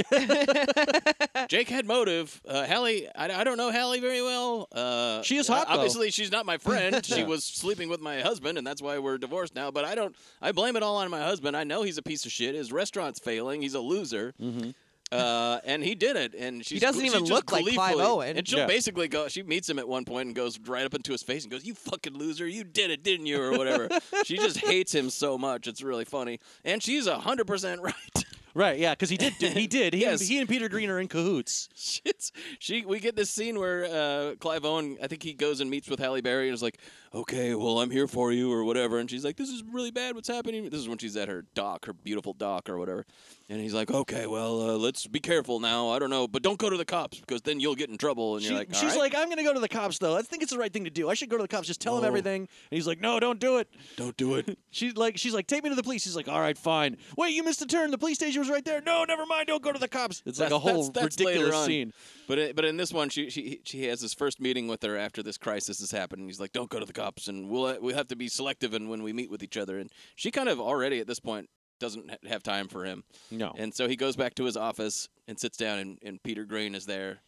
Speaker 2: Jake had motive. Uh, Hallie, I, I don't know Hallie very well. Uh,
Speaker 3: She is hot, though.
Speaker 2: Obviously, she's not my friend. she
Speaker 3: Yeah.
Speaker 2: was sleeping with my husband, and that's why we're divorced now. But I don't. I blame it all on my husband. I know he's a piece of shit. His restaurant's failing. He's a loser.
Speaker 3: Mm-hmm.
Speaker 2: Uh, and he did it, and she's,
Speaker 1: doesn't
Speaker 2: she
Speaker 1: even
Speaker 2: just
Speaker 1: look like Clive
Speaker 2: gleefully-
Speaker 1: Owen.
Speaker 2: And she'll
Speaker 3: Yeah.
Speaker 2: basically go. She meets him at one point and goes right up into his face and goes, "You fucking loser! You did it, didn't you?" Or whatever. she just hates him so much. It's really funny, and she's hundred percent right.
Speaker 3: Right, yeah, because he did. do- He did. He,
Speaker 2: Yes.
Speaker 3: and, he and Peter Green are in cahoots.
Speaker 2: Shit's, she we get this scene where uh, Clive Owen, I think he goes and meets with Halle Berry and is like, "Okay, well, I'm here for you" or whatever, and she's like, "This is really bad. What's happening?" This is when she's at her dock, her beautiful dock or whatever, and he's like, "Okay, well, uh, let's be careful now. I don't know, but don't go to the cops because then you'll get in trouble." And
Speaker 3: She-
Speaker 2: you're like, "All
Speaker 3: she's
Speaker 2: right."
Speaker 3: like, I'm going to go to the cops, though. I think it's the right thing to do. I should go to the cops. Just tell them
Speaker 2: No.
Speaker 3: everything. And he's like, No, don't do it.
Speaker 2: Oh. "Don't do it."
Speaker 3: She's like, she's like, take me to the police. He's like, all right, fine. Wait, you missed a turn. The police station was right there. No, never mind. Don't go to the cops. It's like
Speaker 2: That's-
Speaker 3: a whole
Speaker 2: that's- that's later
Speaker 3: ridiculous
Speaker 2: on.
Speaker 3: scene.
Speaker 2: But it, but in this one, she she she has his first meeting with her after this crisis has happened. And he's like, "Don't go to the cops, and we'll uh, we have to be selective and when we meet with each other." And she kind of already at this point doesn't ha- have time for him,
Speaker 3: No.
Speaker 2: Oh. and so he goes back to his office and sits down, and, and Peter Green is there,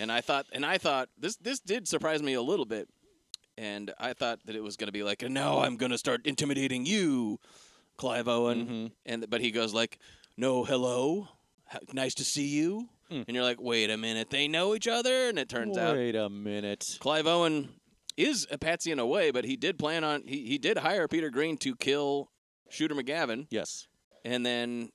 Speaker 2: and I thought and I thought this this did surprise me a little bit, and I thought that it was going to be like, "And now I'm going to start intimidating you, Clive Owen," and but he goes like, "No, hello, H- nice to see you." And you're like, wait a minute, they know each other? And it turns out
Speaker 3: Wait a minute.
Speaker 2: Clive Owen is a patsy in a way, but he did plan on he, he did hire Peter Green to kill Shooter McGavin,
Speaker 3: Yes.
Speaker 2: and then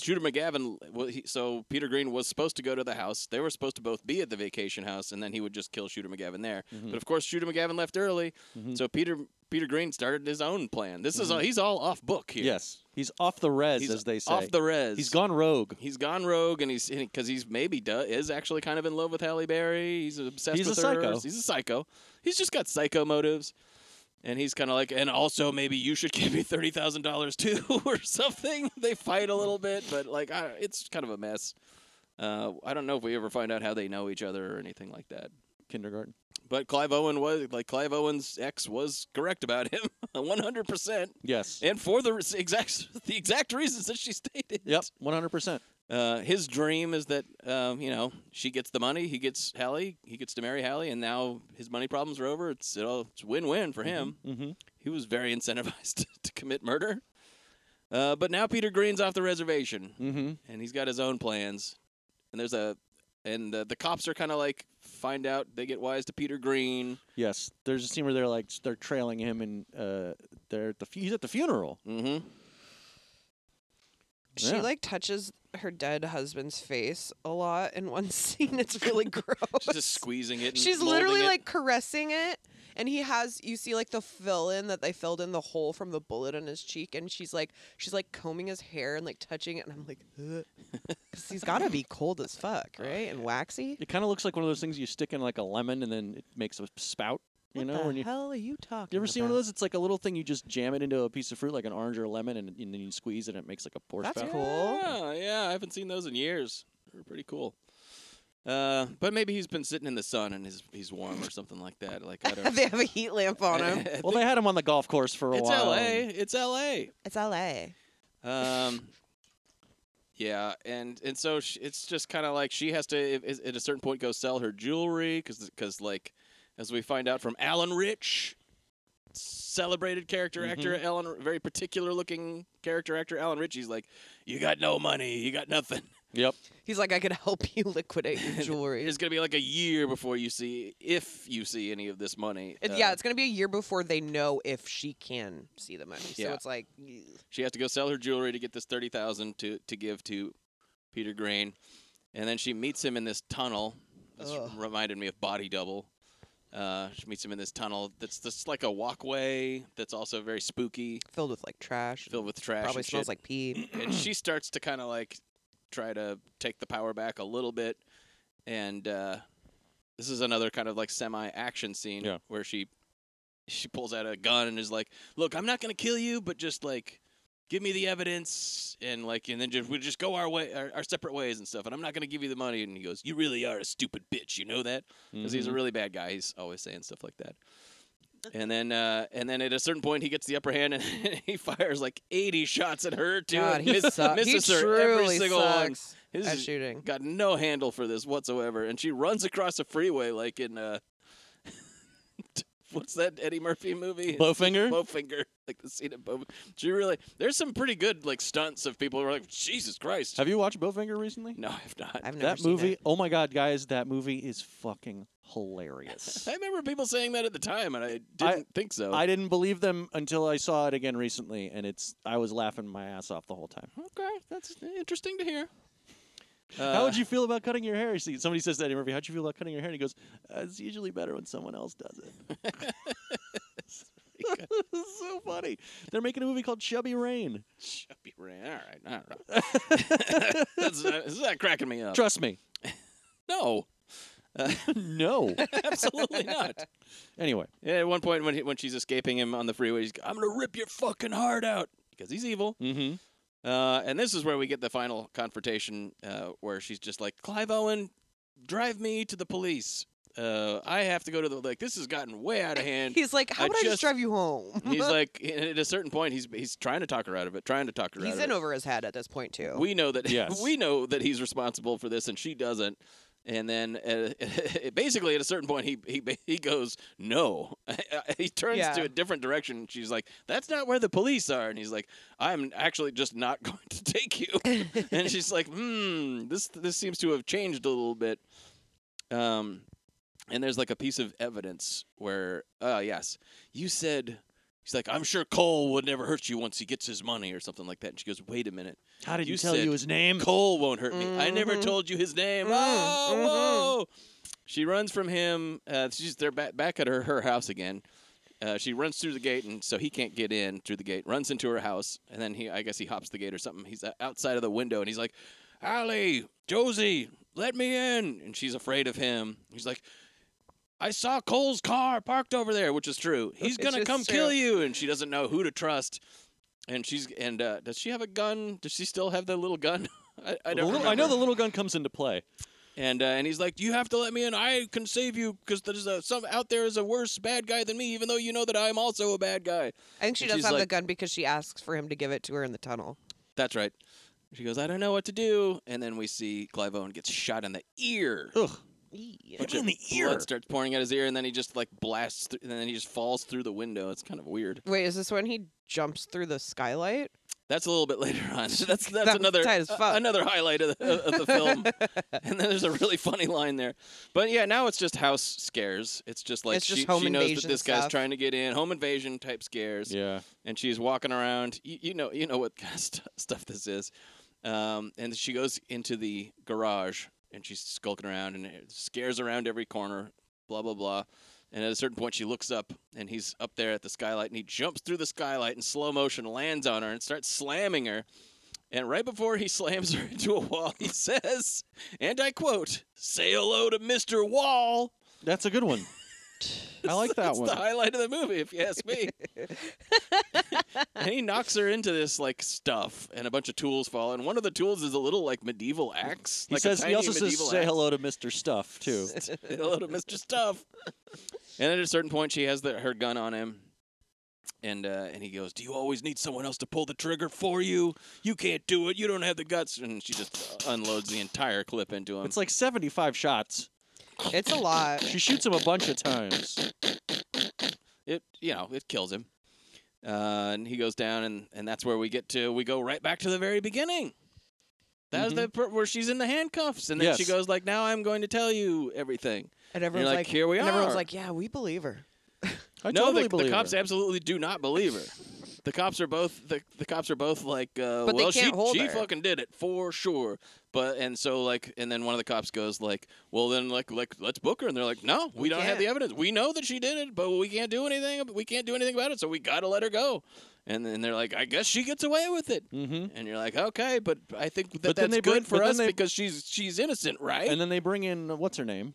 Speaker 2: Shooter McGavin. Well, he, so Peter Green was supposed to go to the house. They were supposed to both be at the vacation house, and then he would just kill Shooter McGavin there.
Speaker 3: Mm-hmm.
Speaker 2: But of course, Shooter McGavin left early, so Peter Peter Green started his own plan. This is all, he's all off book here.
Speaker 3: Mm-hmm. Yes. He's off the res,
Speaker 2: he's
Speaker 3: as they say.
Speaker 2: off the res.
Speaker 3: He's gone rogue.
Speaker 2: He's gone rogue, and he's because he's maybe du- is actually kind of in love with Halle Berry. He's obsessed
Speaker 3: He's a
Speaker 2: with her.
Speaker 3: psycho.
Speaker 2: He's a psycho. He's just got psycho motives, and he's kind of like, and also maybe you should give me thirty thousand dollars too, or something. They fight a little bit, but like, I, it's kind of a mess. Uh, I don't know if we ever find out how they know each other or anything like that.
Speaker 3: Kindergarten.
Speaker 2: But Clive Owen was like Clive Owen's ex was correct about him, one hundred percent,
Speaker 3: Yes.
Speaker 2: and for the re- exact the exact reasons that she stated.
Speaker 3: Yep. One hundred percent.
Speaker 2: Uh, his dream is that um, you know she gets the money, he gets Hallie, he gets to marry Hallie, and now his money problems are over. It's it all, it's win win for him.
Speaker 3: mhm.
Speaker 2: He was very incentivized to commit murder, uh, but now Peter Green's off the reservation,
Speaker 3: Mm-hmm.
Speaker 2: and he's got his own plans. And there's a and the, the cops are kind of like find out they get wise to Peter Green.
Speaker 3: Yes. There's a scene where they're like they're trailing him and uh they're at the fu- he's at the funeral.
Speaker 2: Mm-hmm.
Speaker 1: She
Speaker 3: Yeah.
Speaker 1: like touches her dead husband's face a lot in one scene. It's really gross.
Speaker 2: She's just squeezing it. And
Speaker 1: She's
Speaker 2: molding
Speaker 1: literally
Speaker 2: it.
Speaker 1: like caressing it. And he has you see like the fill in that they filled in the hole from the bullet on his cheek and she's like she's like combing his hair and like touching it and I'm like because he's gotta be cold as fuck, right? And waxy.
Speaker 3: It kind of looks like one of those things you stick in like a lemon and then it makes a spout. You
Speaker 1: what
Speaker 3: know,
Speaker 1: the
Speaker 3: when you
Speaker 1: hell are you talking
Speaker 3: you ever
Speaker 1: about?
Speaker 3: see one of those? It's like a little thing you just jam it into a piece of fruit, like an orange or a lemon, and, and then you squeeze it and it makes like a pour
Speaker 1: That's
Speaker 3: spout.
Speaker 1: cool.
Speaker 2: Yeah, yeah, I haven't seen those in years. They're pretty cool. Uh, but maybe he's been sitting in the sun and his, he's warm or something like that. Like I don't.
Speaker 1: they have a heat lamp on
Speaker 2: I
Speaker 1: him.
Speaker 2: think-
Speaker 3: Well, they had him on the golf course for a
Speaker 2: it's
Speaker 3: while.
Speaker 2: L.A. It's L.A.
Speaker 1: It's LA.
Speaker 2: Um, yeah, and and so sh it's just kind of like she has to if, is- at a certain point go sell her jewelry because like as we find out from Alan Rich, celebrated character
Speaker 3: Mm-hmm.
Speaker 2: actor Alan, very particular looking character actor Alan Rich. He's like, you got no money, you got nothing.
Speaker 3: Yep.
Speaker 1: He's like, I could help you liquidate your jewelry.
Speaker 2: It's gonna be like a year before you see if you see any of this money.
Speaker 1: It-
Speaker 2: Uh,
Speaker 1: yeah, it's gonna be a year before they know if she can see the money. So
Speaker 2: Yeah.
Speaker 1: it's like, ugh.
Speaker 2: she has to go sell her jewelry to get this thirty thousand to to give to Peter Green, and then she meets him in this tunnel. This
Speaker 1: Ugh.
Speaker 2: reminded me of Body Double. Uh, she meets him in this tunnel that's that's like a walkway that's also very spooky,
Speaker 1: filled with like trash.
Speaker 2: filled with trash.
Speaker 1: Probably
Speaker 2: and
Speaker 1: smells
Speaker 2: shit.
Speaker 1: like pee.
Speaker 2: and she starts to kind of like try to take the power back a little bit and uh, this is another kind of like semi action scene
Speaker 3: Yeah.
Speaker 2: where she she pulls out a gun and is like look i'm not going to kill you but just like give me the evidence and like and then just we just go our way our, our separate ways and stuff and i'm not going to give you the money and he goes you really are a stupid bitch you know that because he's
Speaker 3: Mm-hmm.
Speaker 2: a really bad guy he's always saying stuff like that and then uh, and then at a certain point he gets the upper hand and he fires like 80 shots at her too
Speaker 1: God,
Speaker 2: and
Speaker 1: he
Speaker 2: miss-
Speaker 1: sucks. He
Speaker 2: misses her every
Speaker 1: truly
Speaker 2: single
Speaker 1: sucks
Speaker 2: one
Speaker 1: at
Speaker 2: is-
Speaker 1: shooting.
Speaker 2: got no handle for this whatsoever and she runs across a freeway like in uh what's that Eddie Murphy movie
Speaker 3: Bowfinger?
Speaker 2: Bowfinger like the scene of Bowfinger she really there's some pretty good like stunts of people who are like Jesus Christ
Speaker 3: Have you watched Bowfinger recently?
Speaker 2: no I've not
Speaker 1: I've never
Speaker 3: That
Speaker 1: seen
Speaker 3: movie,
Speaker 1: it.
Speaker 3: oh my god, guys, that movie is fucking hilarious.
Speaker 2: I remember people saying that at the time and I didn't think so
Speaker 3: I didn't believe them until I saw it again recently, and it's I was laughing my ass off the whole time.
Speaker 2: okay that's interesting to hear Uh,
Speaker 3: How would you feel about cutting your hair? See, somebody says that Eddie Murphy. How'd you feel about cutting your hair? And he goes, uh, "It's usually better when someone else does it." it's so funny. They're making a movie called Chubby Rain.
Speaker 2: Chubby Ray. All right, all right. That's- uh, this is not cracking me up.
Speaker 3: Trust me.
Speaker 2: No,
Speaker 3: no.
Speaker 2: absolutely not.
Speaker 3: anyway,
Speaker 2: Yeah, at one point when he, when she's escaping him on the freeway, he's, I'm gonna rip your fucking heart out because he's evil.
Speaker 3: mm-hmm.
Speaker 2: Uh, and this is where we get the final confrontation, uh, where she's just like, "Clive Owen, drive me to the police. Uh, I have to go to the like. This has gotten way out of hand."
Speaker 1: He's like, how
Speaker 2: I
Speaker 1: would I just
Speaker 2: just-
Speaker 1: drive you home?
Speaker 2: he's like, and at a certain point, he's he's trying to talk her out of it, trying to talk her out
Speaker 1: he's
Speaker 2: of
Speaker 1: in
Speaker 2: it.
Speaker 1: over his head at this point too.
Speaker 2: we know that
Speaker 3: Yes.
Speaker 2: we know that he's responsible for this, and she doesn't. And then, uh, basically, at a certain point, he he he goes no. he turns
Speaker 1: Yeah.
Speaker 2: to a different direction. And she's like, "That's not where the police are." And he's like, "I'm actually just not going to take you." and she's like, "Hmm, this this seems to have changed a little bit." Um, and there's like a piece of evidence where, uh, yes, you said. He's like, I'm sure Cole would never hurt you once he gets his money or something like that. And she goes, Wait a minute.
Speaker 3: How did
Speaker 2: You
Speaker 3: you tell
Speaker 2: said
Speaker 3: you his name?
Speaker 2: Cole won't hurt me. I
Speaker 1: Mm-hmm.
Speaker 2: never told you his name. Oh,
Speaker 1: mhm.
Speaker 2: whoa. She runs from him. Uh, she's they're back, back at her, her house again. Uh, she runs through the gate, and so he can't get in through the gate. Runs into her house, and then he, I guess, he hops the gate or something. He's o- outside of the window, and he's like, "Allie, Josie, let me in." And she's afraid of him. He's like, "I saw Cole's car parked over there," which is true.
Speaker 1: It's
Speaker 2: He's gonna
Speaker 1: just
Speaker 2: come kill
Speaker 1: true.
Speaker 2: you, and she doesn't know who to trust. And she's and uh, does she have a gun? Does she still have the little gun? I, I
Speaker 3: The
Speaker 2: don't.
Speaker 3: little- I know
Speaker 2: remember.
Speaker 3: the little gun comes into play.
Speaker 2: And uh, and he's like, "You have to let me in. I can save you because there's a, some out there is a worse bad guy than me, even though you know that I'm also a bad guy."
Speaker 1: I think she
Speaker 2: And
Speaker 1: does
Speaker 2: she's
Speaker 1: have the
Speaker 2: like-
Speaker 1: gun because she asks for him to give it to her in the tunnel.
Speaker 2: That's right. She goes, "I don't know what to do." And then we see Clive Owen gets shot in the ear.
Speaker 3: Ugh.
Speaker 2: Bunch
Speaker 3: in
Speaker 2: of
Speaker 3: the ear?
Speaker 2: Blood starts pouring out his ear, and then he just like blasts, th- and then he just falls through the window. It's kind of weird.
Speaker 1: Wait, is this when he jumps through the skylight?
Speaker 2: That's a little bit later on. So that's
Speaker 1: That
Speaker 2: that's
Speaker 1: was
Speaker 2: another
Speaker 1: tight as
Speaker 2: a-
Speaker 1: fuck.
Speaker 2: another highlight of the, of the film. and then there's a really funny line there. But yeah, now it's just house scares. It's just like
Speaker 1: It's just
Speaker 2: she,
Speaker 1: home
Speaker 2: she knows that
Speaker 1: invasion
Speaker 2: this guy's
Speaker 1: stuff.
Speaker 2: trying to get in, home invasion type scares.
Speaker 3: Yeah.
Speaker 2: And she's walking around. You, you know, you know what kind of st- stuff this is. Um, and she goes into the garage and she's skulking around and it scares around every corner. Blah blah blah. And at a certain point, she looks up, and he's up there at the skylight, and he jumps through the skylight in slow motion, lands on her, and starts slamming her. And right before he slams her into a wall, he says, and I quote, "Say hello to Mr. Wall."
Speaker 3: That's a good one. I like that
Speaker 2: That's
Speaker 3: one.
Speaker 2: the highlight of the movie, if you ask me. and he knocks her into this like stuff, and a bunch of tools fall. And one of the tools is a little like medieval axe.
Speaker 3: He
Speaker 2: like a
Speaker 3: says
Speaker 2: tiny
Speaker 3: he also says
Speaker 2: medieval
Speaker 3: say
Speaker 2: axe.
Speaker 3: hello to Mr. Stuff too.
Speaker 2: Say hello to Mr. Stuff. And at a certain point, she has the, her gun on him. And, uh, and he goes, Do you always need someone else to pull the trigger for you? You can't do it. You don't have the guts. And she just unloads the entire clip into him.
Speaker 3: It's like 75 shots.
Speaker 1: It's a lot.
Speaker 3: She shoots him a bunch of times.
Speaker 2: it you know it kills him uh, and he goes down and and that's where we get to we go right back to the very beginning that was the per- where she's in the handcuffs and then she
Speaker 3: Yes.
Speaker 2: goes like now i'm going to tell you everything
Speaker 1: And everyone's
Speaker 2: like, "Here we
Speaker 1: and Everyone's
Speaker 2: are."
Speaker 1: like, yeah, we believe her.
Speaker 3: I
Speaker 2: no
Speaker 3: totally
Speaker 2: the,
Speaker 3: believe
Speaker 2: the cops
Speaker 3: her.
Speaker 2: absolutely do not believe her the cops are both the, the cops are both like uh,
Speaker 1: But they
Speaker 2: well she,
Speaker 1: can't hold
Speaker 2: she
Speaker 1: her.
Speaker 2: fucking did it for sure but and so like and then one of the cops goes like well then like like let's book her and they're like no we,
Speaker 1: We
Speaker 2: don't have the
Speaker 1: can't.
Speaker 2: evidence we know that she did it but we can't do anything ab- we can't do anything about it so we got to let her go and then they're like I guess she gets away with it
Speaker 1: Mm-hmm.
Speaker 3: Mhm.
Speaker 2: and you're like okay but I think that
Speaker 3: But
Speaker 2: that's
Speaker 3: then they
Speaker 2: good
Speaker 3: bring-
Speaker 2: for
Speaker 3: but then
Speaker 2: us
Speaker 3: they-
Speaker 2: because she's she's innocent right
Speaker 3: And then they bring in uh, what's her name?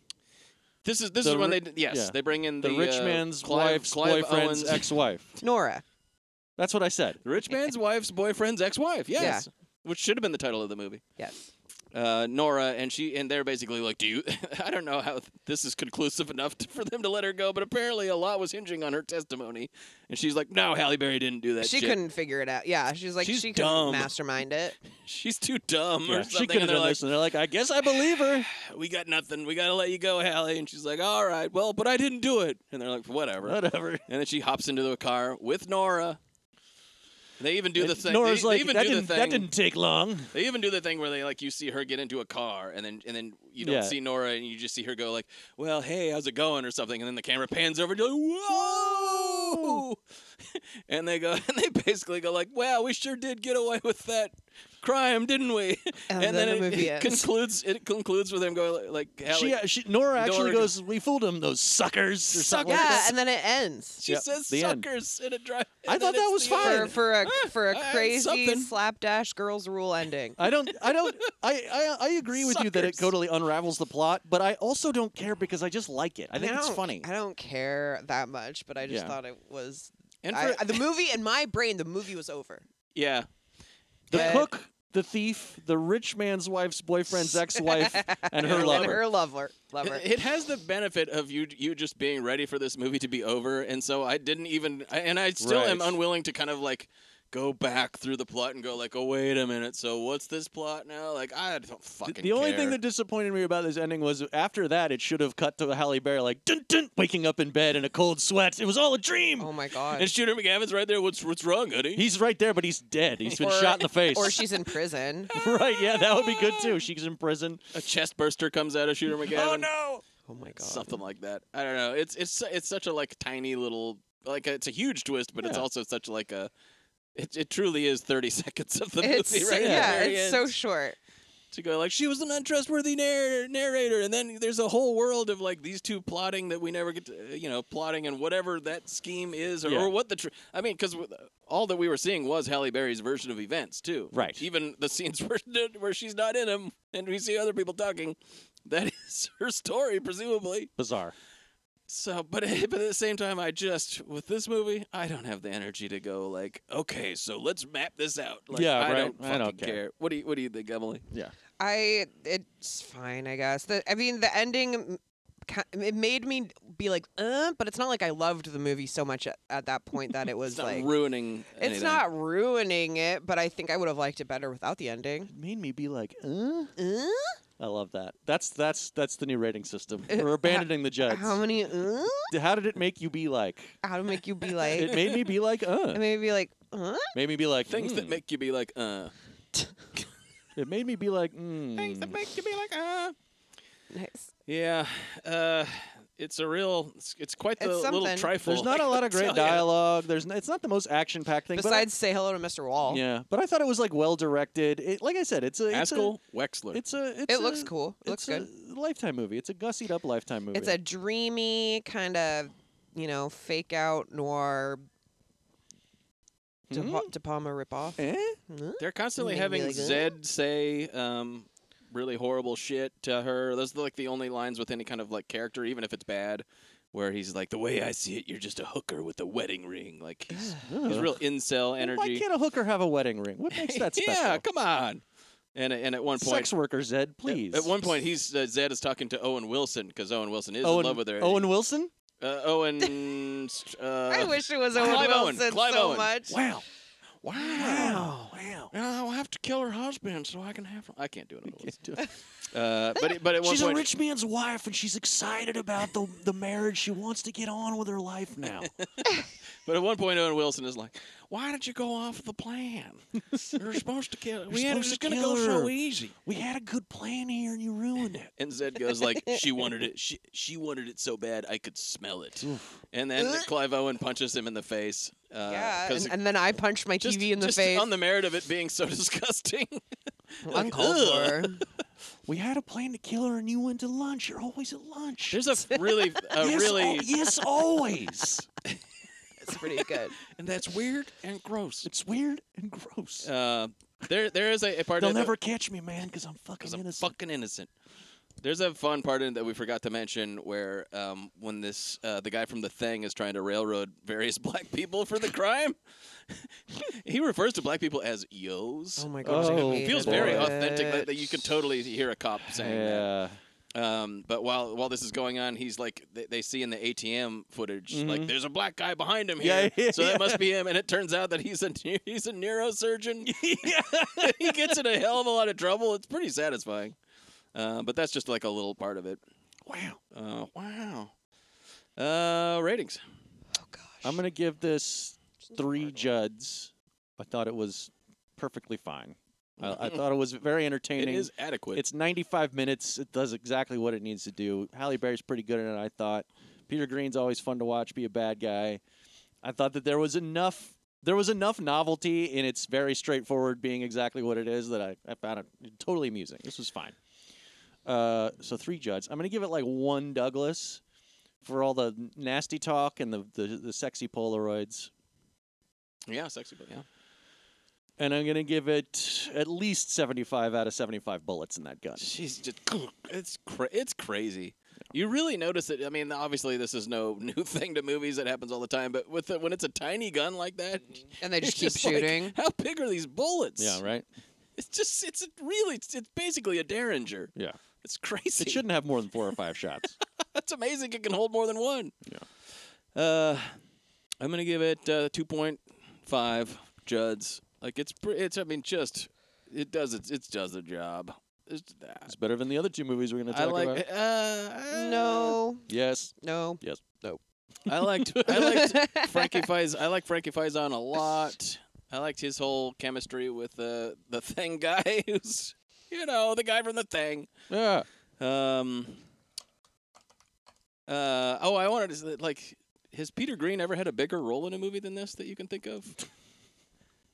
Speaker 2: this is this
Speaker 3: the
Speaker 2: is when
Speaker 3: ri-
Speaker 2: they d- yes
Speaker 3: yeah.
Speaker 2: they bring in
Speaker 3: The,
Speaker 2: the,
Speaker 3: rich
Speaker 2: uh,
Speaker 3: man's
Speaker 2: Clive,
Speaker 3: wife's
Speaker 2: Clive
Speaker 3: boyfriend's
Speaker 2: Owens-
Speaker 3: ex-wife.
Speaker 1: Nora.
Speaker 3: That's what I said.
Speaker 2: The rich man's wife's boyfriend's ex-wife. Yes, which should have been the title of the movie.
Speaker 1: Yes.
Speaker 2: Uh, Nora and she and they're basically like, "Do you?" I don't know how this is conclusive enough to, for them to let her go, but apparently a lot was hinging on her testimony, and she's like, "No, Halle Berry didn't do that.
Speaker 1: She
Speaker 2: shit.
Speaker 1: couldn't figure it out. Yeah, she's like,
Speaker 2: She's
Speaker 1: she
Speaker 2: dumb.
Speaker 1: couldn't mastermind it.
Speaker 2: She's too dumb
Speaker 3: Yeah,
Speaker 2: or something."
Speaker 3: she could have
Speaker 2: and they're
Speaker 3: done
Speaker 2: like,
Speaker 3: this, and they're like, "I guess I believe her."
Speaker 2: "We got nothing. We gotta let you go, Halle." And she's like, "All right, well, but I didn't do it." And they're like, "Whatever."
Speaker 3: Whatever.
Speaker 2: And then she hops into the car with Nora. They even do the thing. they,
Speaker 3: Nora's
Speaker 2: they
Speaker 3: like,
Speaker 2: even
Speaker 3: "That
Speaker 2: do
Speaker 3: didn't
Speaker 2: the thing.
Speaker 3: that didn't take long."
Speaker 2: They even do the thing where they like you see her get into a car and then and then you don't
Speaker 3: Yeah.
Speaker 2: see Nora and you just see her go like, "Well, hey, how's it going?" or something, and then the camera pans over and you're like, "Whoa!" and they go and they basically go like, "Wow, we sure did get away with that crime, didn't we?"
Speaker 1: And then
Speaker 2: then
Speaker 1: the
Speaker 2: it,
Speaker 1: movie
Speaker 2: it
Speaker 1: ends.
Speaker 2: concludes. It concludes with them going like, Hallie,
Speaker 3: She, uh, she Nora actually
Speaker 2: Nora-
Speaker 3: goes, "We fooled him, those suckers." Or something like
Speaker 2: Suckers.
Speaker 1: Yeah,
Speaker 3: that.
Speaker 1: and then it ends.
Speaker 2: she
Speaker 3: Yep,
Speaker 2: says
Speaker 3: the end.
Speaker 2: suckers in a drive.
Speaker 3: I
Speaker 2: and
Speaker 3: thought
Speaker 2: then it's
Speaker 3: that was
Speaker 2: the
Speaker 3: fine.
Speaker 2: end.
Speaker 1: For, for a for a
Speaker 2: Ah,
Speaker 1: crazy
Speaker 2: something.
Speaker 1: slapdash girls rule ending.
Speaker 3: I don't. I don't. I, I. I agree with you that it
Speaker 2: Suckers.
Speaker 3: totally unravels the plot, but I also don't care because I just like it. I think it's
Speaker 1: don't-
Speaker 3: funny.
Speaker 1: I don't care that much, but I just
Speaker 3: Yeah.
Speaker 1: thought it was
Speaker 2: And
Speaker 1: I-
Speaker 2: for-
Speaker 1: the movie in my brain. The movie was over.
Speaker 2: Yeah.
Speaker 3: The
Speaker 1: But-
Speaker 3: cook, the thief, the rich man's wife's boyfriend's ex-wife, and her
Speaker 1: and
Speaker 3: lover.
Speaker 1: her lover, lover.
Speaker 2: It has the benefit of you you just being ready for this movie to be over, and so I didn't even, I- and I still am
Speaker 3: Right.
Speaker 2: unwilling to kind of like go back through the plot and go like, oh wait a minute, so what's this plot now? Like I don't fucking.
Speaker 3: The only thing
Speaker 2: care.
Speaker 3: that disappointed me about this ending was after that it should have cut to Halle Berry like dun dun waking up in bed in a cold sweat. It was all a dream.
Speaker 1: oh my god.
Speaker 2: and Shooter McGavin's right there. What's what's wrong, honey?
Speaker 3: He's right there, but he's dead. He's been
Speaker 1: Or-
Speaker 3: shot in the face.
Speaker 1: Or she's in prison.
Speaker 3: right, yeah, that would be good too. She's in prison.
Speaker 2: a chest burster comes out of Shooter McGavin.
Speaker 3: Oh no!
Speaker 1: Oh my god.
Speaker 2: something like that. I don't know. It's it's su- it's such a like tiny little like it's a huge twist, but it's
Speaker 3: Yeah.
Speaker 2: also such like a it, it truly is thirty seconds of the
Speaker 1: It's
Speaker 2: movie,
Speaker 1: so-
Speaker 2: right? at the
Speaker 1: yeah,
Speaker 2: very
Speaker 1: it's so
Speaker 2: end.
Speaker 1: short.
Speaker 2: to go like she was an untrustworthy narrator, narrator, and then there's a whole world of like these two plotting that we never get to, uh, you know, plotting and whatever that scheme is or,
Speaker 3: Yeah.
Speaker 2: or what the tr- I mean, because all that we were seeing was Halle Berry's version of events too,
Speaker 3: Right.
Speaker 2: Even the scenes where where she's not in them and we see other people talking, that is her story presumably.
Speaker 3: Bizarre.
Speaker 2: So, but eh, but at the same time, I just with this movie, I don't have the energy to go like, okay, so let's map this out. Like,
Speaker 3: Yeah,
Speaker 2: I
Speaker 3: right.
Speaker 2: Don't fucking
Speaker 3: I don't
Speaker 2: care.
Speaker 3: care.
Speaker 2: What do you What do you think, Emily?
Speaker 3: Yeah.
Speaker 1: I it's fine, I guess. The I mean the ending m- ki- it made me be like, uh, but it's not like I loved the movie so much at, at that point that it was
Speaker 2: It's not
Speaker 1: like
Speaker 2: ruining.
Speaker 1: it's
Speaker 2: anything.
Speaker 1: not ruining it, but I think I would have liked it better without the ending.
Speaker 3: It made me be like, uh?
Speaker 1: Uh?
Speaker 3: I love that. That's that's that's the new rating system.
Speaker 1: Uh,
Speaker 3: We're
Speaker 1: ho-
Speaker 3: abandoning the judge.
Speaker 1: How many uh?
Speaker 3: How did it make you be like?
Speaker 1: How to make you be like
Speaker 3: It made me be like,
Speaker 1: it
Speaker 3: uh.
Speaker 1: made me be like, huh?
Speaker 3: Made me be like
Speaker 2: things that
Speaker 3: mm.
Speaker 2: make you be like, uh.
Speaker 3: It made me be like, mm.
Speaker 2: make you be like, uh.
Speaker 1: Nice.
Speaker 2: Yeah, uh, it's a real. It's, it's quite the
Speaker 1: It's
Speaker 2: little
Speaker 1: something.
Speaker 2: trifle.
Speaker 3: There's not a lot of
Speaker 2: I'll
Speaker 3: great
Speaker 2: tell ya.
Speaker 3: dialogue. There's n- it's not the most action packed thing. but I-
Speaker 1: Besides say hello to Mr. Wall.
Speaker 3: yeah, but I thought it was like well directed. It, like I said, it's a it's
Speaker 2: Haskell Wexler.
Speaker 3: A, it's a it's
Speaker 1: It looks
Speaker 3: a-
Speaker 1: cool. It looks
Speaker 3: it's a Lifetime movie. It's a gussied up Lifetime movie.
Speaker 1: It's a dreamy kind of, you know, fake out noir De,
Speaker 3: Hmm?
Speaker 1: pa- De Palma ripoff.
Speaker 3: Eh?
Speaker 1: Huh?
Speaker 2: They're constantly
Speaker 1: Maybe
Speaker 2: having
Speaker 1: like, uh?
Speaker 2: Zed say um, really horrible shit to her. Those are like the only lines with any kind of like character, even if it's bad, where he's like, "The way I see it, you're just a hooker with a wedding ring." Like he's, he's
Speaker 3: Ugh.
Speaker 2: real incel
Speaker 3: Well, Why
Speaker 2: energy.
Speaker 3: can't a hooker have a wedding ring? What makes that special?
Speaker 2: yeah, come on. And and at one point,
Speaker 3: Sex worker Zed,
Speaker 2: at-
Speaker 3: please.
Speaker 2: At one point, he's uh, Zed is talking to Owen Wilson because Owen Wilson is
Speaker 3: Owen,
Speaker 2: in love with her. eh?
Speaker 3: Owen Wilson.
Speaker 2: uh, Owen. st- Uh,
Speaker 1: I wish it was Owen
Speaker 2: Clive Owen,
Speaker 1: Wilson
Speaker 2: Clive
Speaker 1: so
Speaker 2: Owen.
Speaker 1: much.
Speaker 3: Wow.
Speaker 2: Wow.
Speaker 3: Wow. Wow.
Speaker 2: I'll have to kill her husband so I can have. I can't do it. Owen Wilson.
Speaker 3: Can't do it.
Speaker 2: Uh, but it- but at one
Speaker 3: She's a
Speaker 2: point,
Speaker 3: rich man's wife, and she's excited about the, the marriage. She wants to get on with her life now.
Speaker 2: But at one point, Owen Wilson is like, "Why did you go off the plan? You're supposed to kill. we had it was
Speaker 3: supposed to
Speaker 2: going to go
Speaker 3: kill
Speaker 2: so
Speaker 3: her."
Speaker 2: easy."
Speaker 3: we had a good plan here, and you ruined it.
Speaker 2: And Zed goes like, "She wanted it. She she wanted it so bad I could smell it." And then Clive Owen punches him in the face. Uh,
Speaker 1: yeah,
Speaker 2: 'cause
Speaker 1: and, and then I punched my
Speaker 2: just,
Speaker 1: TV in the
Speaker 2: just
Speaker 1: face.
Speaker 2: on the merit of it being so disgusting.
Speaker 1: Uncalled
Speaker 2: Ugh.
Speaker 1: for.
Speaker 3: We had a plan to kill her, and you went to lunch. You're always at lunch.
Speaker 2: There's a f- really a
Speaker 3: yes,
Speaker 2: really
Speaker 3: al- yes, always.
Speaker 1: oh, It's pretty good.
Speaker 2: and that's weird and gross.
Speaker 3: it's weird and gross.
Speaker 2: Uh, there there is a, a part
Speaker 3: They'll
Speaker 2: of the-
Speaker 3: never catch me, man, because I'm fucking
Speaker 2: because I'm
Speaker 3: innocent.
Speaker 2: fucking innocent. There's a fun part in that we forgot to mention where um, when this uh, the guy from the Thing is trying to railroad various black people for the crime, he refers to black people as yos.
Speaker 1: Oh my gosh. I
Speaker 3: Oh,
Speaker 1: hated
Speaker 2: it feels very
Speaker 1: it.
Speaker 3: boy.
Speaker 2: authentic that, that you can totally hear a cop saying that.
Speaker 3: yeah.
Speaker 2: Um, but while while this is going on, he's like they, they see in the ATM footage like there's a black guy behind him
Speaker 3: Mm-hmm. Yeah,
Speaker 2: here,
Speaker 3: yeah,
Speaker 2: so that
Speaker 3: yeah.
Speaker 2: must be him. And it turns out that he's a neu- he's a neurosurgeon. he gets in a hell of a lot of trouble. It's pretty satisfying. Uh, but that's just like a little part of it.
Speaker 3: Wow.
Speaker 2: Uh, wow. Uh, ratings.
Speaker 1: Oh gosh.
Speaker 3: I'm gonna give this three Juds. I thought it was perfectly fine. I, I thought it was very
Speaker 2: It
Speaker 3: entertaining.
Speaker 2: is adequate.
Speaker 3: It's 95 minutes. It does exactly what it needs to do. Halle Berry's pretty good in it, I thought. Peter Green's always fun to watch be a bad guy. I thought that there was enough there was enough novelty in its very straightforward being exactly what it is that I, I found it totally amusing. This was fine. Uh, so three Judds. I'm gonna give it like one Douglas for all the nasty talk and the the, the sexy Polaroids.
Speaker 2: yeah, sexy, but yeah.
Speaker 3: And I'm gonna give it at least 75 out of 75 bullets in that gun.
Speaker 2: She's just it's cra- it's crazy. You really notice it. I mean, obviously, this is no new thing to movies. It happens all the time. But with the, when it's a tiny gun like that,
Speaker 3: Mm-hmm.
Speaker 1: And they
Speaker 2: it's
Speaker 1: just keep
Speaker 2: like,
Speaker 1: shooting.
Speaker 2: how big are these bullets?
Speaker 3: Yeah, right.
Speaker 2: It's just it's a- really it's, it's basically a derringer.
Speaker 3: Yeah.
Speaker 2: It's crazy.
Speaker 3: It shouldn't have more than four or five shots.
Speaker 2: That's amazing. It can hold more than one. Yeah. Uh, I'm gonna give it uh, 2.5 Juds. Like it's pre- it's I mean just it does it it does the job. It's,
Speaker 3: It's better than the other two movies we're going to
Speaker 2: I
Speaker 3: talk
Speaker 2: like
Speaker 3: about.
Speaker 2: uh,
Speaker 1: No,
Speaker 3: Yes.
Speaker 1: no.
Speaker 3: Yes. No.
Speaker 2: I liked I liked Frankie Faison. I like Frankie Faison a lot. I liked his whole chemistry with uh, the Thing guy, who's you know the guy from the Thing.
Speaker 3: Yeah.
Speaker 2: Um. Uh. Oh, I wanted to say, like, has Peter Green ever had a bigger role in a movie than this that you can think of?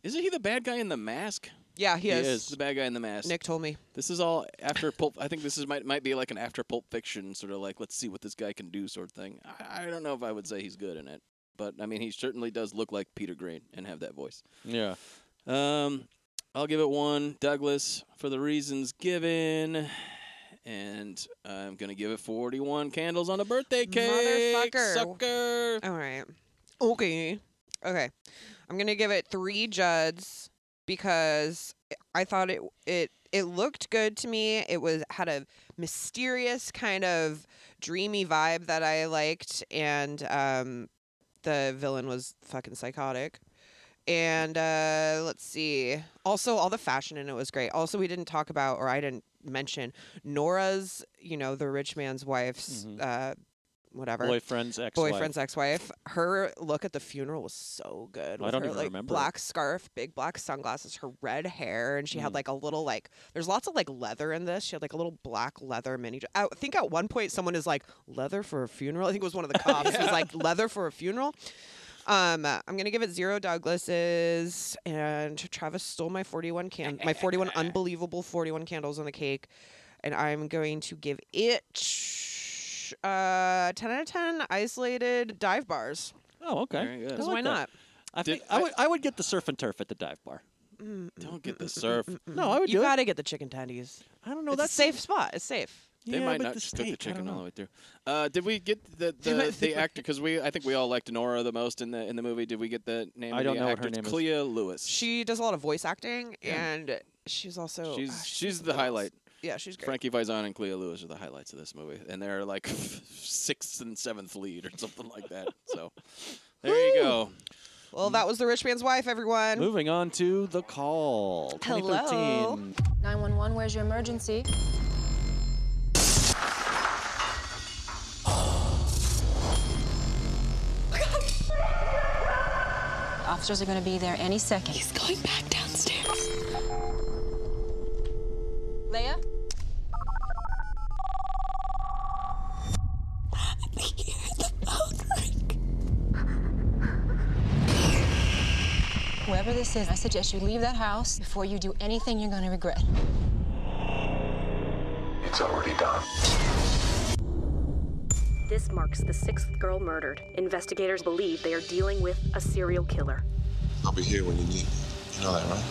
Speaker 2: Isn't he the bad guy in the mask?
Speaker 1: Yeah, he, is.
Speaker 2: He's the bad guy in the mask.
Speaker 1: Nick told me.
Speaker 2: This is all after Pulp. I think this is might might be like an after Pulp Fiction sort of like let's see what this guy can do sort of thing. I, I don't know if I would say he's good in it, but I mean he certainly does look like Peter Green and have that voice.
Speaker 3: Yeah.
Speaker 2: Um, I'll give it one Douglas for the reasons given, and I'm gonna give it 41 candles on a birthday cake.
Speaker 1: Motherfucker.
Speaker 2: sucker.
Speaker 1: All right. Mm-hmm. Okay. Okay. I'm gonna give it three Juds because I thought it it it looked good to me. It was had a mysterious kind of dreamy vibe that I liked, and um, the villain was fucking psychotic. And uh, let's see. Also, all the fashion in it was great. Also, we didn't talk about, or I didn't mention, Nora's, you know, the rich man's wife's, uh, whatever
Speaker 3: Boyfriend's ex
Speaker 1: boyfriend's ex-wife. Her look at the funeral was so good.
Speaker 3: I
Speaker 1: with
Speaker 3: don't
Speaker 1: her,
Speaker 3: even
Speaker 1: like,
Speaker 3: remember it.
Speaker 1: Black scarf, big black sunglasses, her red hair, and she
Speaker 3: Mm.
Speaker 1: had like a little like. There's lots of like leather in this. She had like a little black leather mini. dre- I think at one point someone is like leather for a funeral. I think it was one of the cops was like leather for a funeral. Um, uh, I'm gonna give it zero Douglases, and Travis stole my 41 can, my 41 unbelievable 41 candles on the cake, and I'm going to give it uh 10 out of 10 isolated dive bars.
Speaker 3: Oh, okay.
Speaker 2: Very good.
Speaker 3: I
Speaker 1: 'Cause
Speaker 3: like
Speaker 1: why
Speaker 3: that.
Speaker 1: not?
Speaker 3: I,
Speaker 2: Did-
Speaker 3: think, I, would, I would get the surf and turf at the dive bar.
Speaker 2: Don't get the surf. Oh,
Speaker 3: No, I would
Speaker 1: you
Speaker 3: do
Speaker 1: gotta get the chicken tendies.
Speaker 3: it. I don't know.
Speaker 1: it's
Speaker 3: that's
Speaker 1: a safe spot. It's safe.
Speaker 2: They
Speaker 3: yeah,
Speaker 2: might
Speaker 3: but
Speaker 2: not
Speaker 3: the
Speaker 2: just cook the
Speaker 3: steak, I don't
Speaker 2: chicken all
Speaker 3: know.
Speaker 2: the way through. Uh, did we get the the, the actor? Because we, I think we all liked Nora the most in the in the movie. Did we get the name?
Speaker 3: I
Speaker 2: of
Speaker 3: don't
Speaker 2: the
Speaker 3: know what
Speaker 2: actor?
Speaker 3: her
Speaker 2: It's
Speaker 3: name is.
Speaker 2: Clea Lewis.
Speaker 1: She does a lot of voice acting, and she's also
Speaker 3: oh,
Speaker 1: ah, she's
Speaker 2: she's she's the
Speaker 1: something else.
Speaker 2: highlight.
Speaker 1: Yeah, she's great.
Speaker 2: Frankie Faison and Clea Lewis are the highlights of this movie, and they're like sixth and seventh lead or something like that. So there you go.
Speaker 1: Well, that was the rich man's wife, everyone.
Speaker 3: Moving on to The Call. 2013.
Speaker 9: 911, where's your emergency? Officers are going to be there any second.
Speaker 5: He's going back downstairs.
Speaker 9: Leia?
Speaker 5: I hear the phone ring.
Speaker 9: Whoever this is, I suggest you leave that house before you do anything you're going to regret.
Speaker 4: It's already done.
Speaker 10: This marks the sixth girl murdered. Investigators believe they are dealing with a serial killer.
Speaker 4: I'll be here when you need me. You know that, right?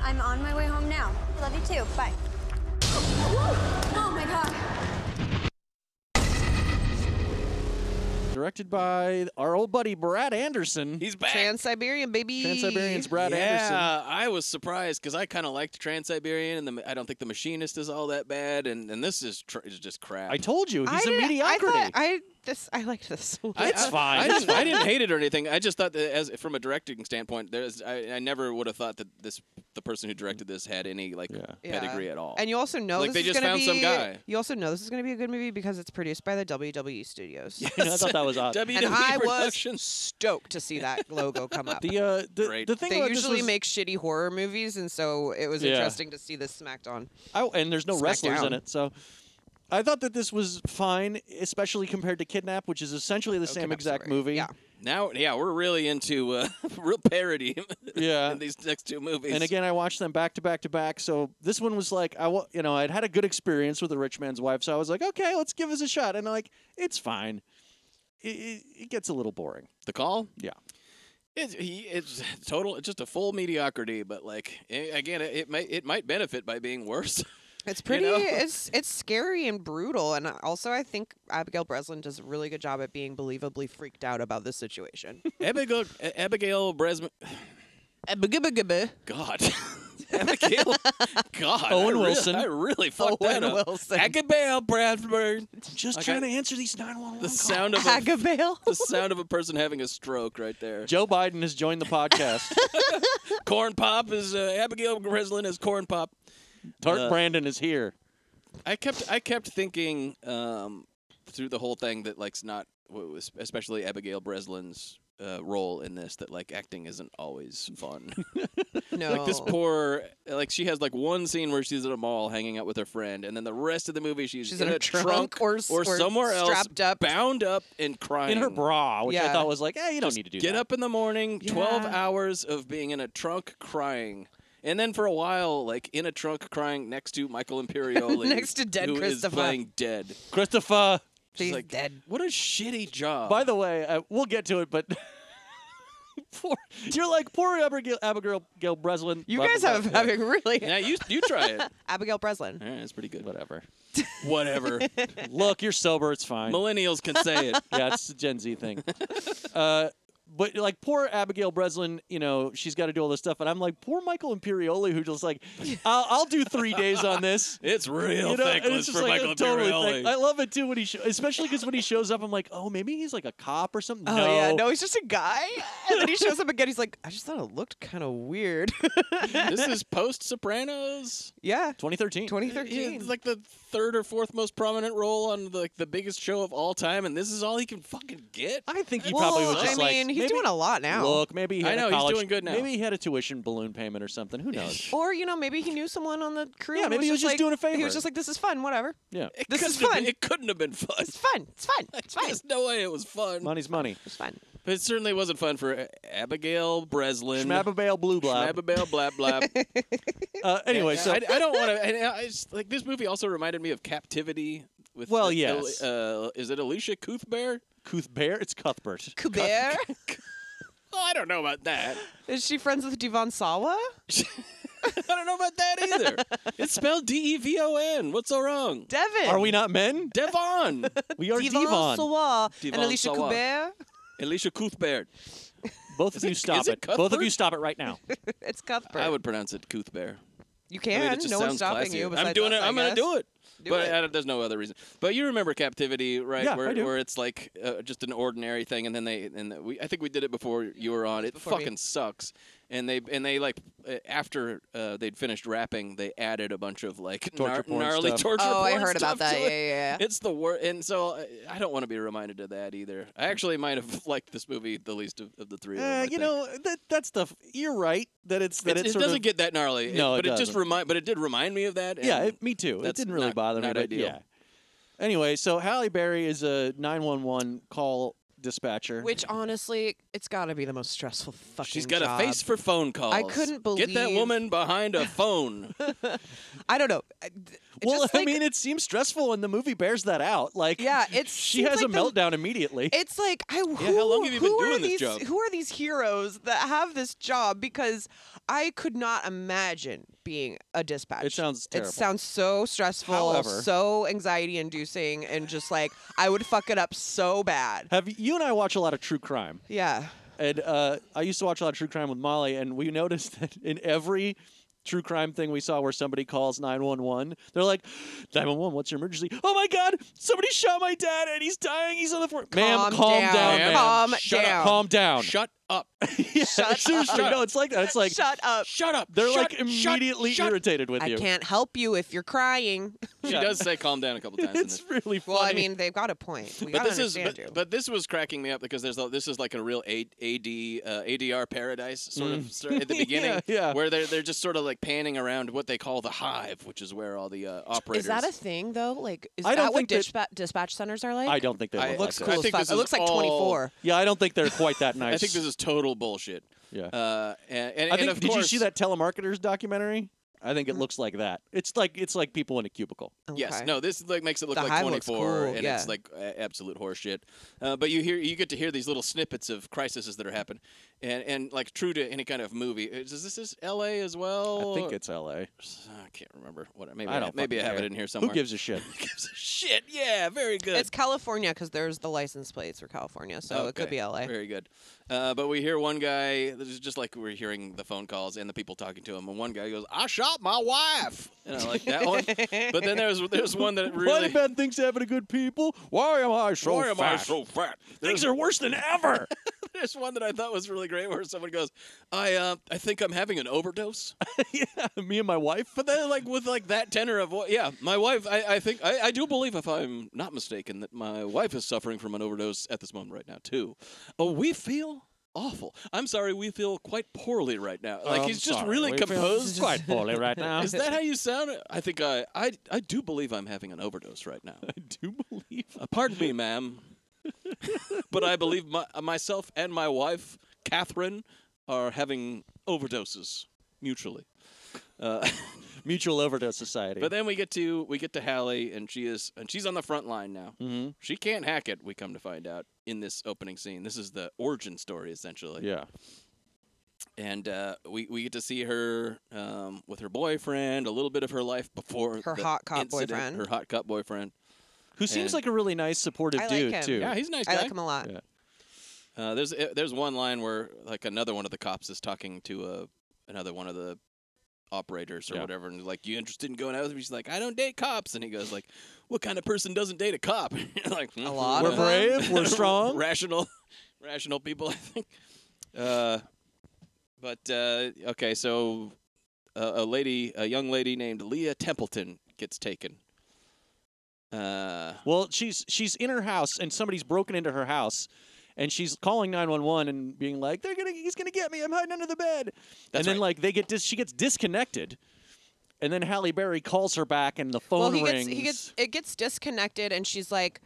Speaker 8: I'm on my way home now. Love you too. Bye. Oh my god.
Speaker 3: Directed by our old buddy Brad Anderson.
Speaker 2: He's back.
Speaker 1: Trans Siberian, baby.
Speaker 3: Trans Siberian's Brad
Speaker 2: yeah,
Speaker 3: Anderson.
Speaker 2: I was surprised because I kind of liked Trans Siberian, and the, I don't think the Machinist is all that bad, and, and this is tr- is just crap.
Speaker 3: I told you, he's
Speaker 1: I
Speaker 3: a
Speaker 1: didn't-
Speaker 3: mediocrity.
Speaker 1: I, thought, I this I liked this. one.
Speaker 2: I-
Speaker 3: It's
Speaker 2: I-
Speaker 3: fine.
Speaker 2: I,
Speaker 3: It's
Speaker 2: didn't, I didn't hate it or anything. I just thought that, as from a directing standpoint, there's I, I never would have thought that this the person who directed this had any like
Speaker 3: Yeah.
Speaker 1: Yeah.
Speaker 2: pedigree at all.
Speaker 1: And you also know
Speaker 2: Like,
Speaker 1: this
Speaker 2: they
Speaker 1: is
Speaker 2: just
Speaker 1: gonna
Speaker 2: found
Speaker 1: be,
Speaker 2: some guy.
Speaker 1: You also know this is going to be a good movie because it's produced by the WWE studios.
Speaker 3: You know, I thought that was odd.
Speaker 2: WWE
Speaker 1: And I was
Speaker 2: E Productions.
Speaker 1: stoked to see that logo come up.
Speaker 3: the uh, the,
Speaker 2: Great.
Speaker 3: the thing
Speaker 1: they
Speaker 3: about this
Speaker 1: usually
Speaker 3: was-
Speaker 1: make shitty horror movies, and so it was
Speaker 3: Yeah.
Speaker 1: interesting to see this smacked on.
Speaker 3: Oh, and there's no wrestlers in
Speaker 1: Smackdown.
Speaker 3: it, so I thought that this was fine, especially compared to Kidnap, which is essentially the same
Speaker 1: Kidnap,
Speaker 3: exact
Speaker 1: sorry.
Speaker 3: movie.
Speaker 1: Yeah.
Speaker 2: Now, Oh, yeah, we're really into uh, real parody
Speaker 3: Yeah.
Speaker 2: in these next two movies.
Speaker 3: And again, I watched them back to back to back. So this one was like, I wa- you know, I'd had a good experience with the rich man's wife, so I was like, okay, let's give this a shot. And like, it's fine. It, it, it gets a little boring.
Speaker 2: the call.
Speaker 3: Yeah.
Speaker 2: It's, he, it's total, it's just a full mediocrity. But like, eh, again, it, it might it might benefit by being worse.
Speaker 1: It's pretty.
Speaker 2: know?
Speaker 1: It's it's scary and brutal, and also I think Abigail Breslin does a really good job at being believably freaked out about this situation.
Speaker 2: Abigail, Abigail Bresman. God. Abigail. God. I
Speaker 3: Owen
Speaker 2: really-
Speaker 3: Wilson.
Speaker 2: I really fucked
Speaker 1: Owen
Speaker 2: that up.
Speaker 1: Wilson.
Speaker 2: Abigail Bradford.
Speaker 3: Just
Speaker 2: Like,
Speaker 3: trying
Speaker 2: I-
Speaker 3: to answer these 911
Speaker 2: The
Speaker 3: calls.
Speaker 2: sound of a,
Speaker 1: Abigail.
Speaker 2: the sound of a person having a stroke right there.
Speaker 3: Joe Biden has joined the podcast.
Speaker 2: Corn pop is uh, Abigail Breslin is corn pop.
Speaker 3: Dark
Speaker 2: Uh,
Speaker 3: Brandon is here.
Speaker 2: I kept I kept thinking um, through the whole thing that like's not w- w- especially Abigail Breslin's uh, role in this that like acting isn't always fun.
Speaker 1: No.
Speaker 2: like this poor like she has like one scene where she's at a mall hanging out with her friend and then the rest of the movie she's,
Speaker 1: She's in a trunk or s- or
Speaker 2: somewhere else
Speaker 1: strapped up.
Speaker 2: bound up and crying
Speaker 3: In her bra, which I
Speaker 1: Yeah.
Speaker 3: thought was like, eh, you don't
Speaker 2: Just
Speaker 3: need to do
Speaker 2: get
Speaker 3: that.
Speaker 2: up in the morning 12
Speaker 1: Yeah.
Speaker 2: hours of being in a trunk crying and then for a while like in a trunk crying next to Michael Imperioli
Speaker 1: Next to dead
Speaker 2: who is
Speaker 1: Christopher.
Speaker 2: playing dead
Speaker 3: Christopher.
Speaker 2: She's
Speaker 1: She's
Speaker 2: like,
Speaker 1: dead.
Speaker 2: What a shitty job.
Speaker 3: By the way, uh, we'll get to it, but poor, you're like poor Abigail, Abigail Gail Breslin.
Speaker 1: You
Speaker 3: blah,
Speaker 1: guys
Speaker 3: blah,
Speaker 1: have
Speaker 3: blah.
Speaker 1: having really
Speaker 2: yeah, you you try it. All
Speaker 1: Abigail Breslin.
Speaker 2: right, it's pretty good.
Speaker 3: whatever.
Speaker 2: Whatever.
Speaker 3: Look, you're sober. It's fine.
Speaker 2: Millennials can say it.
Speaker 3: yeah, it's the Gen Z thing. Uh, but like poor Abigail Breslin, you know, she's got to do all this stuff, and I'm like poor Michael Imperioli, who just like, I'll, I'll do three days on this.
Speaker 2: It's real
Speaker 3: You know, and
Speaker 2: thankless
Speaker 3: it's just
Speaker 2: for
Speaker 3: like,
Speaker 2: Michael
Speaker 3: totally
Speaker 2: Imperioli.
Speaker 3: thank- I love it too when he, sho- especially because when he shows up, I'm like, oh, maybe he's like a cop or something.
Speaker 1: Oh
Speaker 3: no,
Speaker 1: yeah, no, he's just a guy, and then he shows up again. He's like, I just thought it looked kind of weird.
Speaker 2: this is post Sopranos.
Speaker 1: yeah,
Speaker 3: 2013.
Speaker 1: 2013.
Speaker 2: It's like the third or fourth most prominent role on the, like the biggest show of all time, and this is all he can fucking get.
Speaker 3: I think he
Speaker 1: well,
Speaker 3: probably was
Speaker 2: Well,
Speaker 3: just
Speaker 1: I
Speaker 3: like,
Speaker 1: mean, he's
Speaker 3: maybe-
Speaker 1: doing a lot now.
Speaker 3: Look, maybe he
Speaker 2: I
Speaker 3: had
Speaker 2: know,
Speaker 3: a
Speaker 2: he's
Speaker 3: college,
Speaker 2: doing good now.
Speaker 3: Maybe he had a tuition balloon payment or something. Who knows?
Speaker 1: Or you know, maybe he knew someone on the crew.
Speaker 3: Yeah,
Speaker 1: and
Speaker 3: maybe he was just
Speaker 1: like-
Speaker 3: doing a
Speaker 1: He
Speaker 3: favor.
Speaker 1: was just like, this is fun, whatever.
Speaker 3: yeah,
Speaker 2: It
Speaker 1: This is
Speaker 2: couldn't have been-
Speaker 1: fun.
Speaker 2: it couldn't have been fun.
Speaker 1: It's fun. It's fun. It's fun.
Speaker 2: There's no way it was fun.
Speaker 3: money's money.
Speaker 1: It's fun.
Speaker 2: But it certainly wasn't fun for uh, Abigail Breslin.
Speaker 3: Schmababale blue blob.
Speaker 2: Schmababel, blah, blah.
Speaker 3: Uh, anyway, so
Speaker 2: I, I don't want to. I, I just, like this movie also reminded me of Captivity. With
Speaker 3: Well,
Speaker 2: the-
Speaker 3: yes.
Speaker 2: Uh, is it Alicia Cuthbert?
Speaker 3: Cuthbert, it's Cuthbert.
Speaker 1: Kuber.
Speaker 2: Oh, I don't know about that.
Speaker 1: Is she friends with Devon Sawa?
Speaker 2: I don't know about that either. it's spelled D E V O N. What's so wrong?
Speaker 1: Devon.
Speaker 3: Are we not men?
Speaker 2: Devon.
Speaker 3: We are
Speaker 1: Devon
Speaker 3: Devon.
Speaker 1: Sawa
Speaker 2: Devon
Speaker 1: and Alicia
Speaker 2: Sawa.
Speaker 1: Kuber.
Speaker 2: Alicia Cuthbert.
Speaker 3: Both of you stop
Speaker 2: is it
Speaker 3: it. Both of
Speaker 2: Cuthbert?
Speaker 3: you stop it right now.
Speaker 1: It's Cuthbert.
Speaker 2: I would pronounce it Cuthbert.
Speaker 1: you
Speaker 2: I
Speaker 1: can.
Speaker 2: mean, it just
Speaker 1: no one's
Speaker 2: sounds
Speaker 1: stopping
Speaker 2: classier.
Speaker 1: you.
Speaker 2: I'm
Speaker 1: besides
Speaker 2: doing
Speaker 1: us,
Speaker 2: it.
Speaker 1: I
Speaker 2: I'm gonna
Speaker 1: guess.
Speaker 2: do it.
Speaker 1: Do
Speaker 2: but
Speaker 1: it.
Speaker 2: I don't- there's no other reason. But you remember Captivity, right?
Speaker 3: Yeah,
Speaker 2: where,
Speaker 3: I do.
Speaker 2: where it's like uh, just an ordinary thing, and then they and we I think we did it before you were on. It
Speaker 1: before me.
Speaker 2: fucking sucks. And they and they like uh, after uh, they'd finished rapping, they added a bunch of like
Speaker 3: Torture
Speaker 2: gnar-
Speaker 3: porn
Speaker 2: gnarly
Speaker 3: stuff.
Speaker 2: torture.
Speaker 1: Oh, I
Speaker 2: porn
Speaker 1: heard about
Speaker 2: stuff to
Speaker 1: that. Yeah,
Speaker 2: it.
Speaker 1: yeah, yeah.
Speaker 2: It's the worst, and so I- I don't want to be reminded of that either. I actually might have liked this movie the least of, of the three. of them, I
Speaker 3: Uh, you
Speaker 2: think.
Speaker 3: know that that stuff. You're right that it's that
Speaker 2: It's-
Speaker 3: it's
Speaker 2: it
Speaker 3: sort
Speaker 2: doesn't
Speaker 3: of,
Speaker 2: get that gnarly.
Speaker 3: No, it
Speaker 2: but it just
Speaker 3: doesn't.
Speaker 2: remind. But it did remind me of that.
Speaker 3: Yeah,
Speaker 2: and-
Speaker 3: it, me too. It
Speaker 2: that's
Speaker 3: didn't really
Speaker 2: not-
Speaker 3: bother me,
Speaker 2: not
Speaker 3: but
Speaker 2: ideal.
Speaker 3: yeah. Anyway, so Halle Berry is a 911 call dispatcher.
Speaker 1: Which honestly, it's got to be the most stressful fucking.
Speaker 2: She's got
Speaker 1: job.
Speaker 2: a face for phone calls.
Speaker 1: couldn't
Speaker 2: Get that
Speaker 1: believe-
Speaker 2: woman behind a phone.
Speaker 1: I don't know. I-
Speaker 3: well,
Speaker 1: just
Speaker 3: I
Speaker 1: like-
Speaker 3: mean, it seems stressful, and the movie bears that out. Like,
Speaker 1: Yeah, it
Speaker 3: she
Speaker 1: seems
Speaker 3: has
Speaker 1: like
Speaker 3: a
Speaker 1: the-
Speaker 3: meltdown immediately.
Speaker 1: It's like I who,
Speaker 2: how long have you been
Speaker 1: who
Speaker 2: doing
Speaker 1: are
Speaker 2: this
Speaker 1: these,
Speaker 2: job?
Speaker 1: Who are these heroes that have this job? Because I could not imagine being a dispatch.
Speaker 3: It sounds terrible.
Speaker 1: It sounds so stressful,
Speaker 3: However-
Speaker 1: so anxiety inducing, and just like I would fuck it up so bad.
Speaker 3: Have you and I watch a lot of true crime?
Speaker 1: Yeah.
Speaker 3: And uh, I used to watch a lot of true crime with Molly, and we noticed that in every true crime thing we saw where somebody calls 911, they're like, 911, what's your emergency? Oh my God, somebody shot my dad, and he's dying. He's on the floor. ma'am,
Speaker 1: Calm
Speaker 3: calm down,
Speaker 1: down,
Speaker 3: ma'am.
Speaker 1: calm
Speaker 3: Shut
Speaker 1: down."
Speaker 3: Up. Calm down.
Speaker 2: Shut up.
Speaker 3: yeah, seriously, no, it's like that. It's like,
Speaker 1: Shut up.
Speaker 2: Shut up.
Speaker 3: they're
Speaker 2: Shut-
Speaker 3: like
Speaker 2: shut-
Speaker 3: immediately
Speaker 2: shut.
Speaker 3: irritated with
Speaker 1: I
Speaker 3: you.
Speaker 1: can't help you if you're crying.
Speaker 2: She
Speaker 3: Yeah.
Speaker 2: does say calm down a couple times. in
Speaker 3: It's
Speaker 2: this.
Speaker 3: really funny.
Speaker 1: Well, I mean, they've got a point. We
Speaker 2: But
Speaker 1: gotta
Speaker 2: this is
Speaker 1: understand
Speaker 2: but,
Speaker 1: you.
Speaker 2: but this was cracking me up because there's a, this is like a real A- AD uh, ADR paradise sort of sort- at the beginning
Speaker 3: Mm. yeah.
Speaker 2: where they're they're just sort of like panning around what they call the hive, which is where all the uh, operators.
Speaker 1: is that a thing though? Like, is
Speaker 3: I don't
Speaker 1: that what
Speaker 3: think
Speaker 1: dispa- dispatch centers are like?
Speaker 3: I don't think they
Speaker 2: I-
Speaker 3: look
Speaker 2: looks
Speaker 3: like
Speaker 1: Cool
Speaker 3: that.
Speaker 2: I
Speaker 1: as fuck.
Speaker 2: think this
Speaker 1: it
Speaker 2: is
Speaker 1: looks like
Speaker 2: all-
Speaker 1: 24.
Speaker 3: Yeah, I don't think they're quite that nice.
Speaker 2: I think this is total bullshit.
Speaker 3: Yeah.
Speaker 2: Uh, and, and,
Speaker 3: I think.
Speaker 2: and of
Speaker 3: did you
Speaker 2: course,
Speaker 3: see that telemarketers documentary? I think it looks like that. It's like it's like people in a cubicle.
Speaker 2: Yes.
Speaker 1: Okay.
Speaker 2: No. This like makes it look
Speaker 1: The
Speaker 2: like
Speaker 1: hive looks
Speaker 2: 24,
Speaker 1: cool,
Speaker 2: and
Speaker 1: yeah.
Speaker 2: it's like a- absolute horseshit. Uh, but you hear you get to hear these little snippets of crises that are happening, and and like true to any kind of movie. Is is this is L.A. as well?
Speaker 3: I think
Speaker 2: or-
Speaker 3: it's L.A.
Speaker 2: I can't remember what. Maybe
Speaker 3: I
Speaker 2: I
Speaker 3: don't.
Speaker 2: maybe I
Speaker 3: fucking
Speaker 2: have it
Speaker 3: care.
Speaker 2: in here somewhere.
Speaker 3: Who gives a shit?
Speaker 2: gives a shit? Yeah. Very good.
Speaker 1: It's California because there's the license plates for California, so it could
Speaker 2: Okay,
Speaker 1: be LA.
Speaker 2: Very good. Uh, but we hear one guy, this is just like we're hearing the phone calls and the people talking to him, and one guy goes, I shot my wife. And I like that one. but then there's there's one that
Speaker 3: Why
Speaker 2: really.
Speaker 3: do bad things happen to good people? Why am I so
Speaker 2: Why
Speaker 3: fat?
Speaker 2: am I so fat?
Speaker 3: things are worse than ever.
Speaker 2: There's one that I thought was really great where someone goes, I uh, I think I'm having an overdose.
Speaker 3: yeah, me and my wife.
Speaker 2: But then, like with like that tenor of what? Yeah, my wife. I, I think I, I do believe, if I'm not mistaken, that my wife is suffering from an overdose at this moment right now too. Oh, we feel awful. I'm sorry, we feel quite poorly right now. Like
Speaker 3: I'm
Speaker 2: he's just
Speaker 3: sorry,
Speaker 2: really
Speaker 3: we feel
Speaker 2: composed.
Speaker 3: Quite poorly right now.
Speaker 2: Is that how you sound? I think I, I I do believe I'm having an overdose right now.
Speaker 3: I do believe.
Speaker 2: Uh, pardon me, ma'am, but I believe my, myself and my wife, Catherine, are having overdoses mutually. Uh,
Speaker 3: Mutual overdose society.
Speaker 2: But then we get to we get to Hallie, and she is and she's on the front line now.
Speaker 3: hmm
Speaker 2: She can't hack it. We come to find out in this opening scene. This is the origin story essentially.
Speaker 3: yeah.
Speaker 2: And uh, we we get to see her um, with her boyfriend, a little bit of her life before
Speaker 1: Her
Speaker 2: the
Speaker 1: hot cop
Speaker 2: incident,
Speaker 1: boyfriend.
Speaker 2: Her hot cop boyfriend.
Speaker 3: Who seems
Speaker 2: And-
Speaker 3: like a really nice, supportive
Speaker 1: I like
Speaker 3: dude
Speaker 1: him.
Speaker 3: too.
Speaker 2: Yeah, he's a nice
Speaker 1: I
Speaker 2: guy.
Speaker 1: like him a lot.
Speaker 3: Yeah.
Speaker 2: Uh, there's uh, there's one line where like another one of the cops is talking to uh another one of the operators or
Speaker 3: Yeah.
Speaker 2: whatever, and he's like, "You interested in going out with me?" She's like, "I don't date cops," and he goes like, "What kind of person doesn't date a cop?" like
Speaker 1: A
Speaker 2: "Mhm,
Speaker 1: lot
Speaker 3: We're
Speaker 1: of
Speaker 2: uh,
Speaker 1: them.
Speaker 3: brave. We're strong.
Speaker 2: rational, rational people. I think. Uh, but uh, okay, so uh, a lady, a young lady named Leah Templeton gets taken. Uh,
Speaker 3: Well, she's she's in her house and somebody's broken into her house and she's calling 911 and being like they're going to he's going to get me. I'm hiding under the bed. and
Speaker 2: That's
Speaker 3: then
Speaker 2: right.
Speaker 3: like they get dis- she gets disconnected. And then Halle Berry calls her back and the phone
Speaker 1: well, he
Speaker 3: rings.
Speaker 1: gets he gets it gets disconnected, and she's like,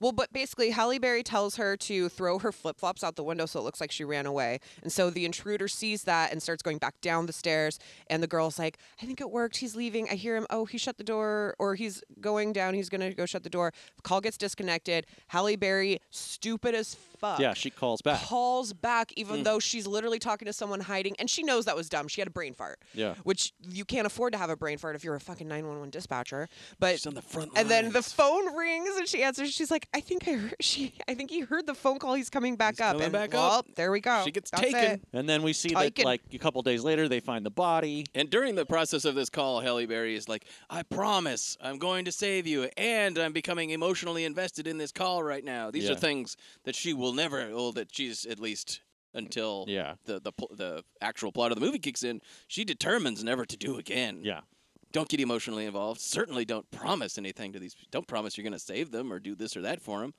Speaker 1: well, but basically, Halle Berry tells her to throw her flip flops out the window so it looks like she ran away, and so the intruder sees that and starts going back down the stairs, and the girl's like, I think it worked. He's leaving. I hear him. Oh, he shut the door, or he's going down. He's gonna go shut the door. call gets disconnected. Halle Berry, stupid as fuck.
Speaker 3: yeah, she calls back.
Speaker 1: calls back even
Speaker 2: Mm.
Speaker 1: though she's literally talking to someone hiding and she knows that was dumb she had a brain fart
Speaker 3: Yeah.
Speaker 1: which you can't afford to have a brain fart if you're a fucking 911 dispatcher but
Speaker 2: she's on the front
Speaker 1: and then the
Speaker 2: lines.
Speaker 1: phone rings and she answers she's like i think i heard she i think he heard the phone call he's coming back up
Speaker 2: coming
Speaker 1: and
Speaker 2: back
Speaker 1: well,
Speaker 2: up.
Speaker 1: there we go
Speaker 2: She gets
Speaker 1: oh, That's
Speaker 2: taken.
Speaker 1: it.
Speaker 3: And then we see
Speaker 1: Taken.
Speaker 3: that like a couple days later they find the body.
Speaker 2: And during the process of this call, Halle Berry is like, I promise I'm going to save you, and I'm becoming emotionally invested in this call right now. These are
Speaker 3: Yeah.
Speaker 2: things that she will never, well, that she's at least until
Speaker 3: Yeah.
Speaker 2: the, the, pl- the actual plot of the movie kicks in, she determines never to do again.
Speaker 3: Yeah.
Speaker 2: Don't get emotionally involved. Certainly don't promise anything to these. Don't promise you're going to save them or do this or that for them.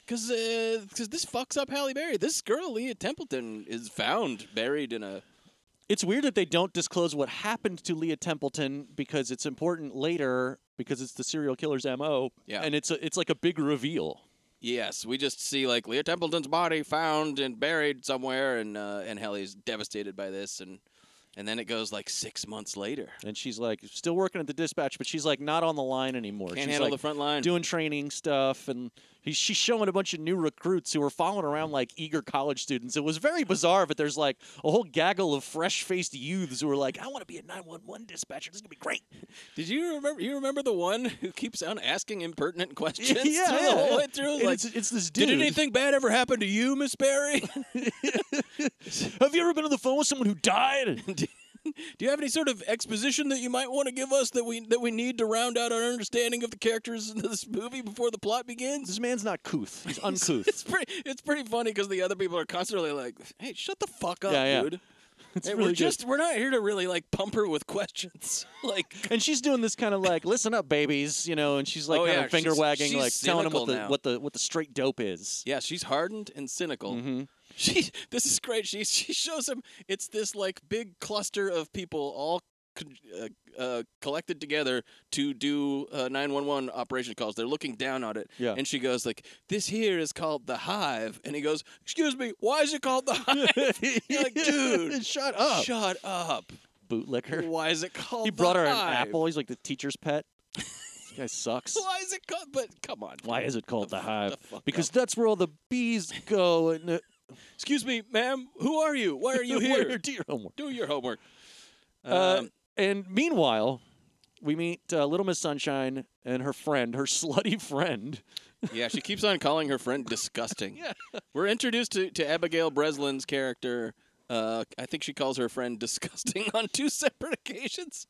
Speaker 2: Because this fucks up Halle Berry. This girl, Leah Templeton, is found buried in a.
Speaker 3: It's weird that they don't disclose what happened to Leah Templeton because it's important later because it's the serial killer's MO.
Speaker 2: Yeah.
Speaker 3: And it's a, it's like a big reveal.
Speaker 2: Yes, we just see like Leah Templeton's body found and buried somewhere, and uh, and Helly's devastated by this, and and then it goes like six months later.
Speaker 3: And she's like still working at the dispatch, but she's like not on the line anymore.
Speaker 2: Can't
Speaker 3: she's
Speaker 2: handle
Speaker 3: like
Speaker 2: the front line.
Speaker 3: doing training stuff and he, she's showing a bunch of new recruits who are following around like eager college students. It was very bizarre, but there's like a whole gaggle of fresh-faced youths who are like, "I want to be a 911 dispatcher. This is going to be great."
Speaker 2: Did you remember? You remember the one who keeps on asking impertinent questions through
Speaker 3: yeah,
Speaker 2: the whole
Speaker 3: yeah.
Speaker 2: way through?
Speaker 3: And
Speaker 2: Like,
Speaker 3: it's, it's this dude.
Speaker 2: did anything bad ever happen to you, Miss Berry?
Speaker 3: Have you ever been on the phone with someone who died?
Speaker 2: Do you have any sort of exposition that you might want to give us that we that we need to round out our understanding of the characters in this movie before the plot begins?
Speaker 3: this man's not couth. He's
Speaker 2: It's
Speaker 3: uncouth.
Speaker 2: pretty. It's pretty funny because the other people are constantly like, "Hey, shut the fuck up,
Speaker 3: Yeah, yeah.
Speaker 2: dude."
Speaker 3: It's
Speaker 2: Hey,
Speaker 3: really
Speaker 2: we're
Speaker 3: good.
Speaker 2: just we're not here to really like pump her with questions. like,
Speaker 3: And she's doing this kind of like, "Listen up, babies," you know, and she's like
Speaker 2: Oh,
Speaker 3: kind
Speaker 2: yeah,
Speaker 3: of finger
Speaker 2: she's-
Speaker 3: wagging,
Speaker 2: she's
Speaker 3: like telling him
Speaker 2: cynical
Speaker 3: what the
Speaker 2: now.
Speaker 3: what the what the straight dope is.
Speaker 2: yeah, she's hardened and cynical.
Speaker 3: Mm-hmm.
Speaker 2: She this is great. She she shows him it's this like big cluster of people all con- uh, uh, collected together to do uh, 911 operation calls. They're looking down on it,
Speaker 3: Yeah.
Speaker 2: and she goes like, "This here is called the Hive," and he goes, "Excuse me, why is it called the Hive?" You're like, dude,
Speaker 3: shut up.
Speaker 2: shut up.
Speaker 3: bootlicker.
Speaker 2: Why is it called?
Speaker 3: He brought
Speaker 2: the
Speaker 3: her an
Speaker 2: hive?
Speaker 3: apple. He's like the teacher's pet. this guy sucks.
Speaker 2: Why is it called? But come on.
Speaker 3: Why is it called the, hive?
Speaker 2: fuck up.
Speaker 3: Because that's where all the bees go. And uh,
Speaker 2: Excuse me, ma'am. Who are you? Why are you
Speaker 3: where
Speaker 2: here?
Speaker 3: your deer homework.
Speaker 2: Do your homework.
Speaker 3: Uh,
Speaker 2: Um,
Speaker 3: and meanwhile, we meet uh, Little Miss Sunshine and her friend, her slutty friend.
Speaker 2: yeah, she keeps on calling her friend disgusting. yeah. We're introduced to, to Abigail Breslin's character. Uh, I think she calls her friend disgusting on two separate occasions.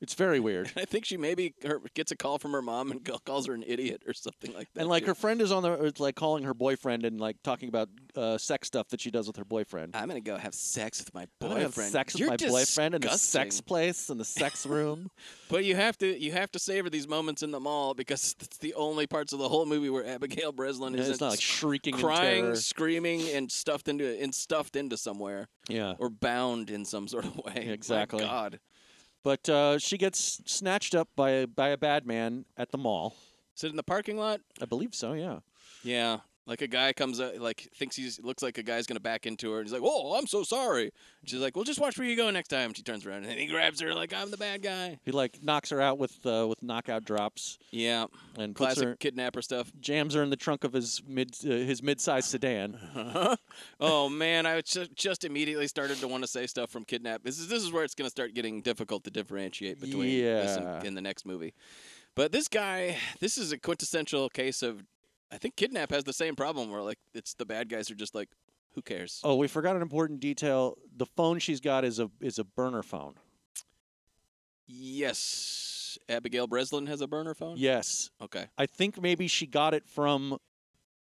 Speaker 3: It's very weird.
Speaker 2: I think she maybe her, gets a call from her mom and ca- calls her an idiot or something like that.
Speaker 3: And like
Speaker 2: too.
Speaker 3: her friend is on the is, like calling her boyfriend and like talking about uh, sex stuff that she does with her boyfriend.
Speaker 2: I'm gonna go have sex with my
Speaker 3: I'm
Speaker 2: boyfriend.
Speaker 3: gonna have sex with
Speaker 2: You're
Speaker 3: my boyfriend in the
Speaker 2: disgusting.
Speaker 3: sex place in the sex room.
Speaker 2: But you have to you have to savor these moments in the mall because it's the only parts of the whole movie where Abigail Breslin
Speaker 3: Yeah,
Speaker 2: isn't
Speaker 3: it's not like
Speaker 2: sc-
Speaker 3: shrieking, in
Speaker 2: crying,
Speaker 3: terror.
Speaker 2: screaming, and stuffed into and stuffed into somewhere
Speaker 3: Yeah,
Speaker 2: or bound in some sort of way. My
Speaker 3: Exactly.
Speaker 2: God.
Speaker 3: but uh, she gets snatched up by a, by a bad man at the mall.
Speaker 2: Is it in the parking lot?
Speaker 3: I believe so. Yeah.
Speaker 2: Yeah. Like a guy comes up, like thinks he's looks like a guy's gonna back into her, and he's like, "Oh, I'm so sorry." She's like, "Well, just watch where you go next time." She turns around and he grabs her, like, "I'm the bad guy."
Speaker 3: He like knocks her out with uh, with knockout drops
Speaker 2: Yeah,
Speaker 3: and puts
Speaker 2: classic
Speaker 3: her,
Speaker 2: kidnapper stuff.
Speaker 3: jams her in the trunk of his mid uh, his mid-sized sedan.
Speaker 2: oh man, I ju- just immediately started to want to say stuff from Kidnap. This is this is where it's going to start getting difficult to differentiate between this and,
Speaker 3: Yeah.
Speaker 2: and the next movie. But this guy, this is a quintessential case of, I think Kidnap has the same problem where like it's the bad guys are just like, who cares?
Speaker 3: Oh, we forgot an important detail. The phone she's got is a is a burner phone.
Speaker 2: Yes, Abigail Breslin has a burner phone.
Speaker 3: Yes,
Speaker 2: Okay.
Speaker 3: I think maybe she got it from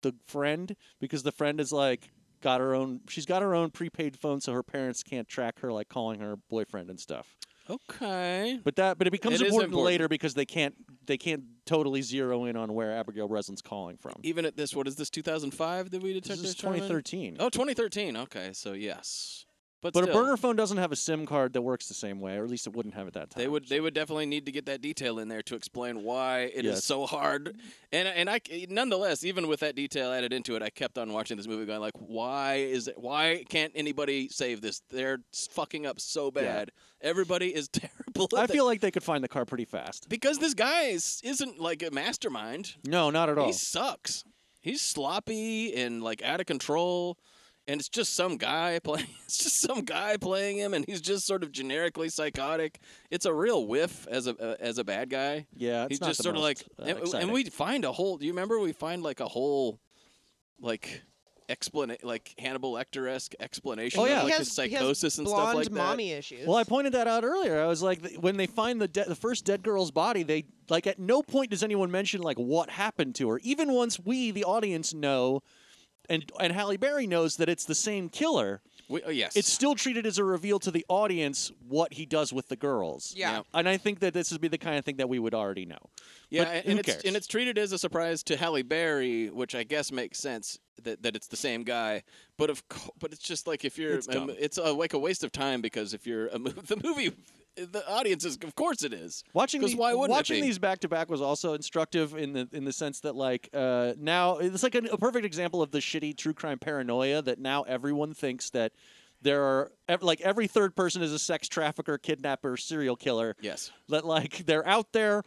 Speaker 3: the friend because the friend is like got her own. She's got her own prepaid phone, so her parents can't track her, like calling her boyfriend and stuff.
Speaker 2: Okay.
Speaker 3: But that but it becomes
Speaker 2: It is
Speaker 3: important,
Speaker 2: important.
Speaker 3: later because they can't they can't totally zero in on where Abigail Breslin's calling from.
Speaker 2: Even at this, what is this? 2005 that we
Speaker 3: This
Speaker 2: detected.
Speaker 3: is 2013.
Speaker 2: Oh, 2013. Okay, so yes, but
Speaker 3: But a
Speaker 2: still.
Speaker 3: burner phone doesn't have a SIM card that works the same way, or at least it wouldn't have at that time.
Speaker 2: They would they would definitely need to get that detail in there to explain why it is
Speaker 3: Yes.
Speaker 2: so hard. And and I nonetheless, even with that detail added into it, I kept on watching this movie going like, why is it why can't anybody save this? They're s- fucking up so bad. Everybody is terrible. at
Speaker 3: I
Speaker 2: that-
Speaker 3: feel like they could find the car pretty fast.
Speaker 2: because this guy is, isn't like a mastermind.
Speaker 3: No, not at all.
Speaker 2: He sucks. He's sloppy and like out of control. And it's just some guy playing. It's just some guy playing him, and he's just sort of generically psychotic. It's a real whiff as a uh, as a bad guy.
Speaker 3: Yeah, it's
Speaker 2: he's
Speaker 3: not
Speaker 2: just
Speaker 3: the
Speaker 2: sort of like,
Speaker 3: most, uh,
Speaker 2: and, and
Speaker 3: exciting.
Speaker 2: we find a whole. Do you remember we find like a whole, like, explanation, like Hannibal Lecter esque explanation
Speaker 3: Oh,
Speaker 2: of
Speaker 3: yeah.
Speaker 2: like
Speaker 3: He
Speaker 2: his psychosis and stuff like that.
Speaker 1: mommy issues.
Speaker 3: Well, I pointed that out earlier. I was like, th- when they find the de- the first dead girl's body, they like at no point does anyone mention like what happened to her. Even once we, the audience, know, and and Halle Berry knows that it's the same killer,
Speaker 2: We- oh, yes,
Speaker 3: it's still treated as a reveal to the audience what he does with the girls.
Speaker 1: Yeah. Yeah.
Speaker 3: and I think that this would be the kind of thing that we would already know.
Speaker 2: Yeah,
Speaker 3: But
Speaker 2: and,
Speaker 3: who
Speaker 2: and it's
Speaker 3: cares?
Speaker 2: and it's treated as a surprise to Halle Berry, which I guess makes sense that, that it's the same guy. But of co- but it's just like if you're
Speaker 3: It's dumb.
Speaker 2: um, it's uh, like a waste of time because if you're a mo- the movie, the audience is of course it is
Speaker 3: Watching
Speaker 2: 'Cause
Speaker 3: the-
Speaker 2: why wouldn't it
Speaker 3: watching
Speaker 2: be?
Speaker 3: these back to back was also instructive in the in the sense that like uh, now it's like an, a perfect example of the shitty true crime paranoia that now everyone thinks that there are ev- like every third person is a sex trafficker, kidnapper, serial killer.
Speaker 2: Yes.
Speaker 3: that like they're out there.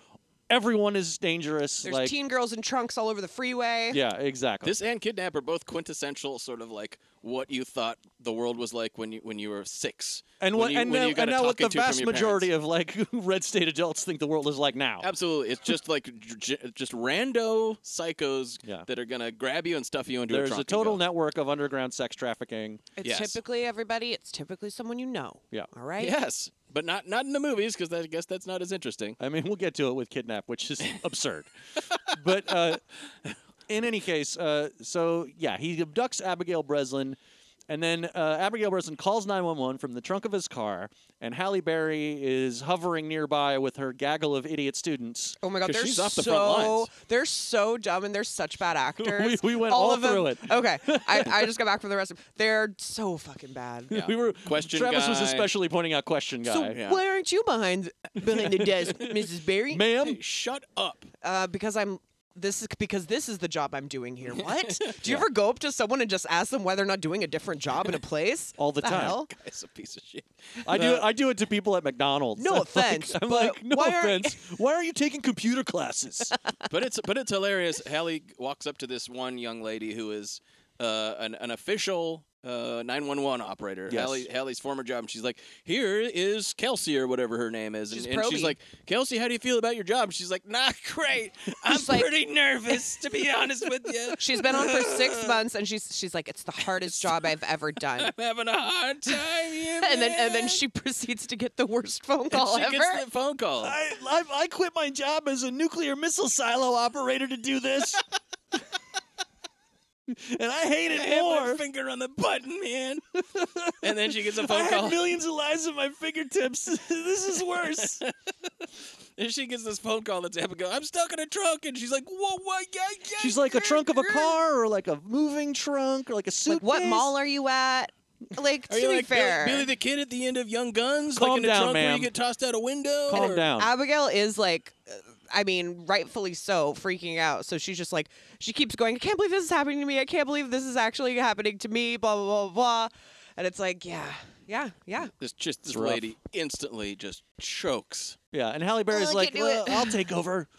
Speaker 3: Everyone is dangerous.
Speaker 1: There's
Speaker 3: like
Speaker 1: teen girls in trunks all over the freeway.
Speaker 3: yeah, exactly.
Speaker 2: This and Kidnap are both quintessential, sort of like what you thought the world was like when you when you were six.
Speaker 3: and
Speaker 2: when
Speaker 3: what
Speaker 2: you-
Speaker 3: and
Speaker 2: when
Speaker 3: now,
Speaker 2: you got
Speaker 3: and
Speaker 2: a
Speaker 3: now what
Speaker 2: talking
Speaker 3: the
Speaker 2: to from
Speaker 3: vast
Speaker 2: your
Speaker 3: majority
Speaker 2: parents.
Speaker 3: of like red state adults think the world is like now.
Speaker 2: Absolutely, it's just like j- j- just rando psychos
Speaker 3: Yeah.
Speaker 2: that are gonna grab you and stuff you into a
Speaker 3: There's
Speaker 2: trunk.
Speaker 3: a
Speaker 2: and
Speaker 3: total
Speaker 2: go.
Speaker 3: network of underground sex trafficking.
Speaker 1: It's
Speaker 2: Yes.
Speaker 1: typically everybody. It's typically someone you know.
Speaker 3: Yeah.
Speaker 1: All right.
Speaker 2: Yes, but not not in the movies because I guess that's not as interesting.
Speaker 3: I mean, we'll get to it with kidnap, which is absurd. but uh, in any case, uh, so yeah, he abducts Abigail Breslin, and then uh, Abigail Breslin calls 911 from the trunk of his car, and Halle Berry is hovering nearby with her gaggle of idiot students.
Speaker 1: Oh my god,
Speaker 2: 'Cause
Speaker 1: they're
Speaker 2: she's
Speaker 1: so
Speaker 2: off the front lines.
Speaker 1: they're so dumb and they're such bad actors.
Speaker 3: we went all
Speaker 1: of them-
Speaker 3: through it.
Speaker 1: Okay, I, I just got back from the rest of. They're so fucking bad.
Speaker 3: We were
Speaker 2: Question
Speaker 3: Travis was
Speaker 2: guy.
Speaker 3: especially pointing out question guy.
Speaker 1: So why aren't you behind behind the desk, Mrs. Berry?
Speaker 3: Ma'am,
Speaker 2: Hey, shut up.
Speaker 1: Uh, because I'm this is because this is the job I'm doing here. What? Do you ever go up to someone and just ask them why they're not doing a different job in a place?
Speaker 3: All the time.
Speaker 1: hell?
Speaker 2: It's a piece of shit.
Speaker 3: I do it. I do it to people at McDonald's.
Speaker 1: No
Speaker 3: I'm like-
Speaker 1: offense,
Speaker 3: I'm
Speaker 1: but
Speaker 3: like, no
Speaker 1: why are-
Speaker 3: offense. why are you taking computer classes?
Speaker 2: but it's but it's hilarious. Hallie walks up to this one young lady who is uh, an an official uh, 911 operator.
Speaker 3: Yes.
Speaker 2: Hallie, Hallie's former job, and she's like, "Here is Kelsey or whatever her name is," and,
Speaker 1: She's
Speaker 2: and she's
Speaker 1: probing.
Speaker 2: like, "Kelsey, how do you feel about your job?" And she's like, "Not great. I'm
Speaker 1: She's like-
Speaker 2: pretty nervous, to be honest with you.
Speaker 1: She's been on for six months, and she's she's like, it's the hardest job I've ever done.
Speaker 2: I'm having a hard time here."
Speaker 1: And then and then
Speaker 2: man."
Speaker 1: she proceeds to get the worst phone
Speaker 2: And
Speaker 1: call
Speaker 2: she
Speaker 1: ever.
Speaker 2: gets the phone call.
Speaker 3: I, I I quit my job as a nuclear missile silo operator to do this. And I hate
Speaker 2: I
Speaker 3: it
Speaker 2: have my
Speaker 3: more.
Speaker 2: finger on the button, man. and then she gets a
Speaker 3: I
Speaker 2: phone
Speaker 3: have
Speaker 2: call.
Speaker 3: millions of lives at my fingertips. this is worse.
Speaker 2: And she gets this phone call that's epic. I'm stuck in a trunk, and she's like, "Whoa, what? Yeah, yeah,
Speaker 3: She's like a
Speaker 2: yeah,
Speaker 3: trunk of a
Speaker 2: yeah."
Speaker 3: car, or like a moving trunk, or like a
Speaker 1: like,
Speaker 3: suitcase.
Speaker 1: what mall are you at? Like,
Speaker 2: Are
Speaker 1: to
Speaker 2: you
Speaker 1: be
Speaker 2: like Billy-
Speaker 1: fair,
Speaker 2: Billy, the Kid at the end of Young Guns?
Speaker 3: Calm
Speaker 2: like in a
Speaker 3: down,
Speaker 2: trunk where
Speaker 3: ma'am.
Speaker 2: you get tossed out a window?
Speaker 3: Calm
Speaker 2: or-
Speaker 3: down.
Speaker 1: Abigail is like, uh, I mean, rightfully so, freaking out. So she's just like, she keeps going, I can't believe this is happening to me. I can't believe this is actually happening to me, blah, blah, blah, blah. And it's like, yeah, yeah, yeah.
Speaker 2: This just this
Speaker 3: rough.
Speaker 2: lady instantly just chokes.
Speaker 3: Yeah, and Halle Berry's
Speaker 1: I
Speaker 3: like,
Speaker 1: can't do
Speaker 3: "Well,
Speaker 1: it."
Speaker 3: I'll take over.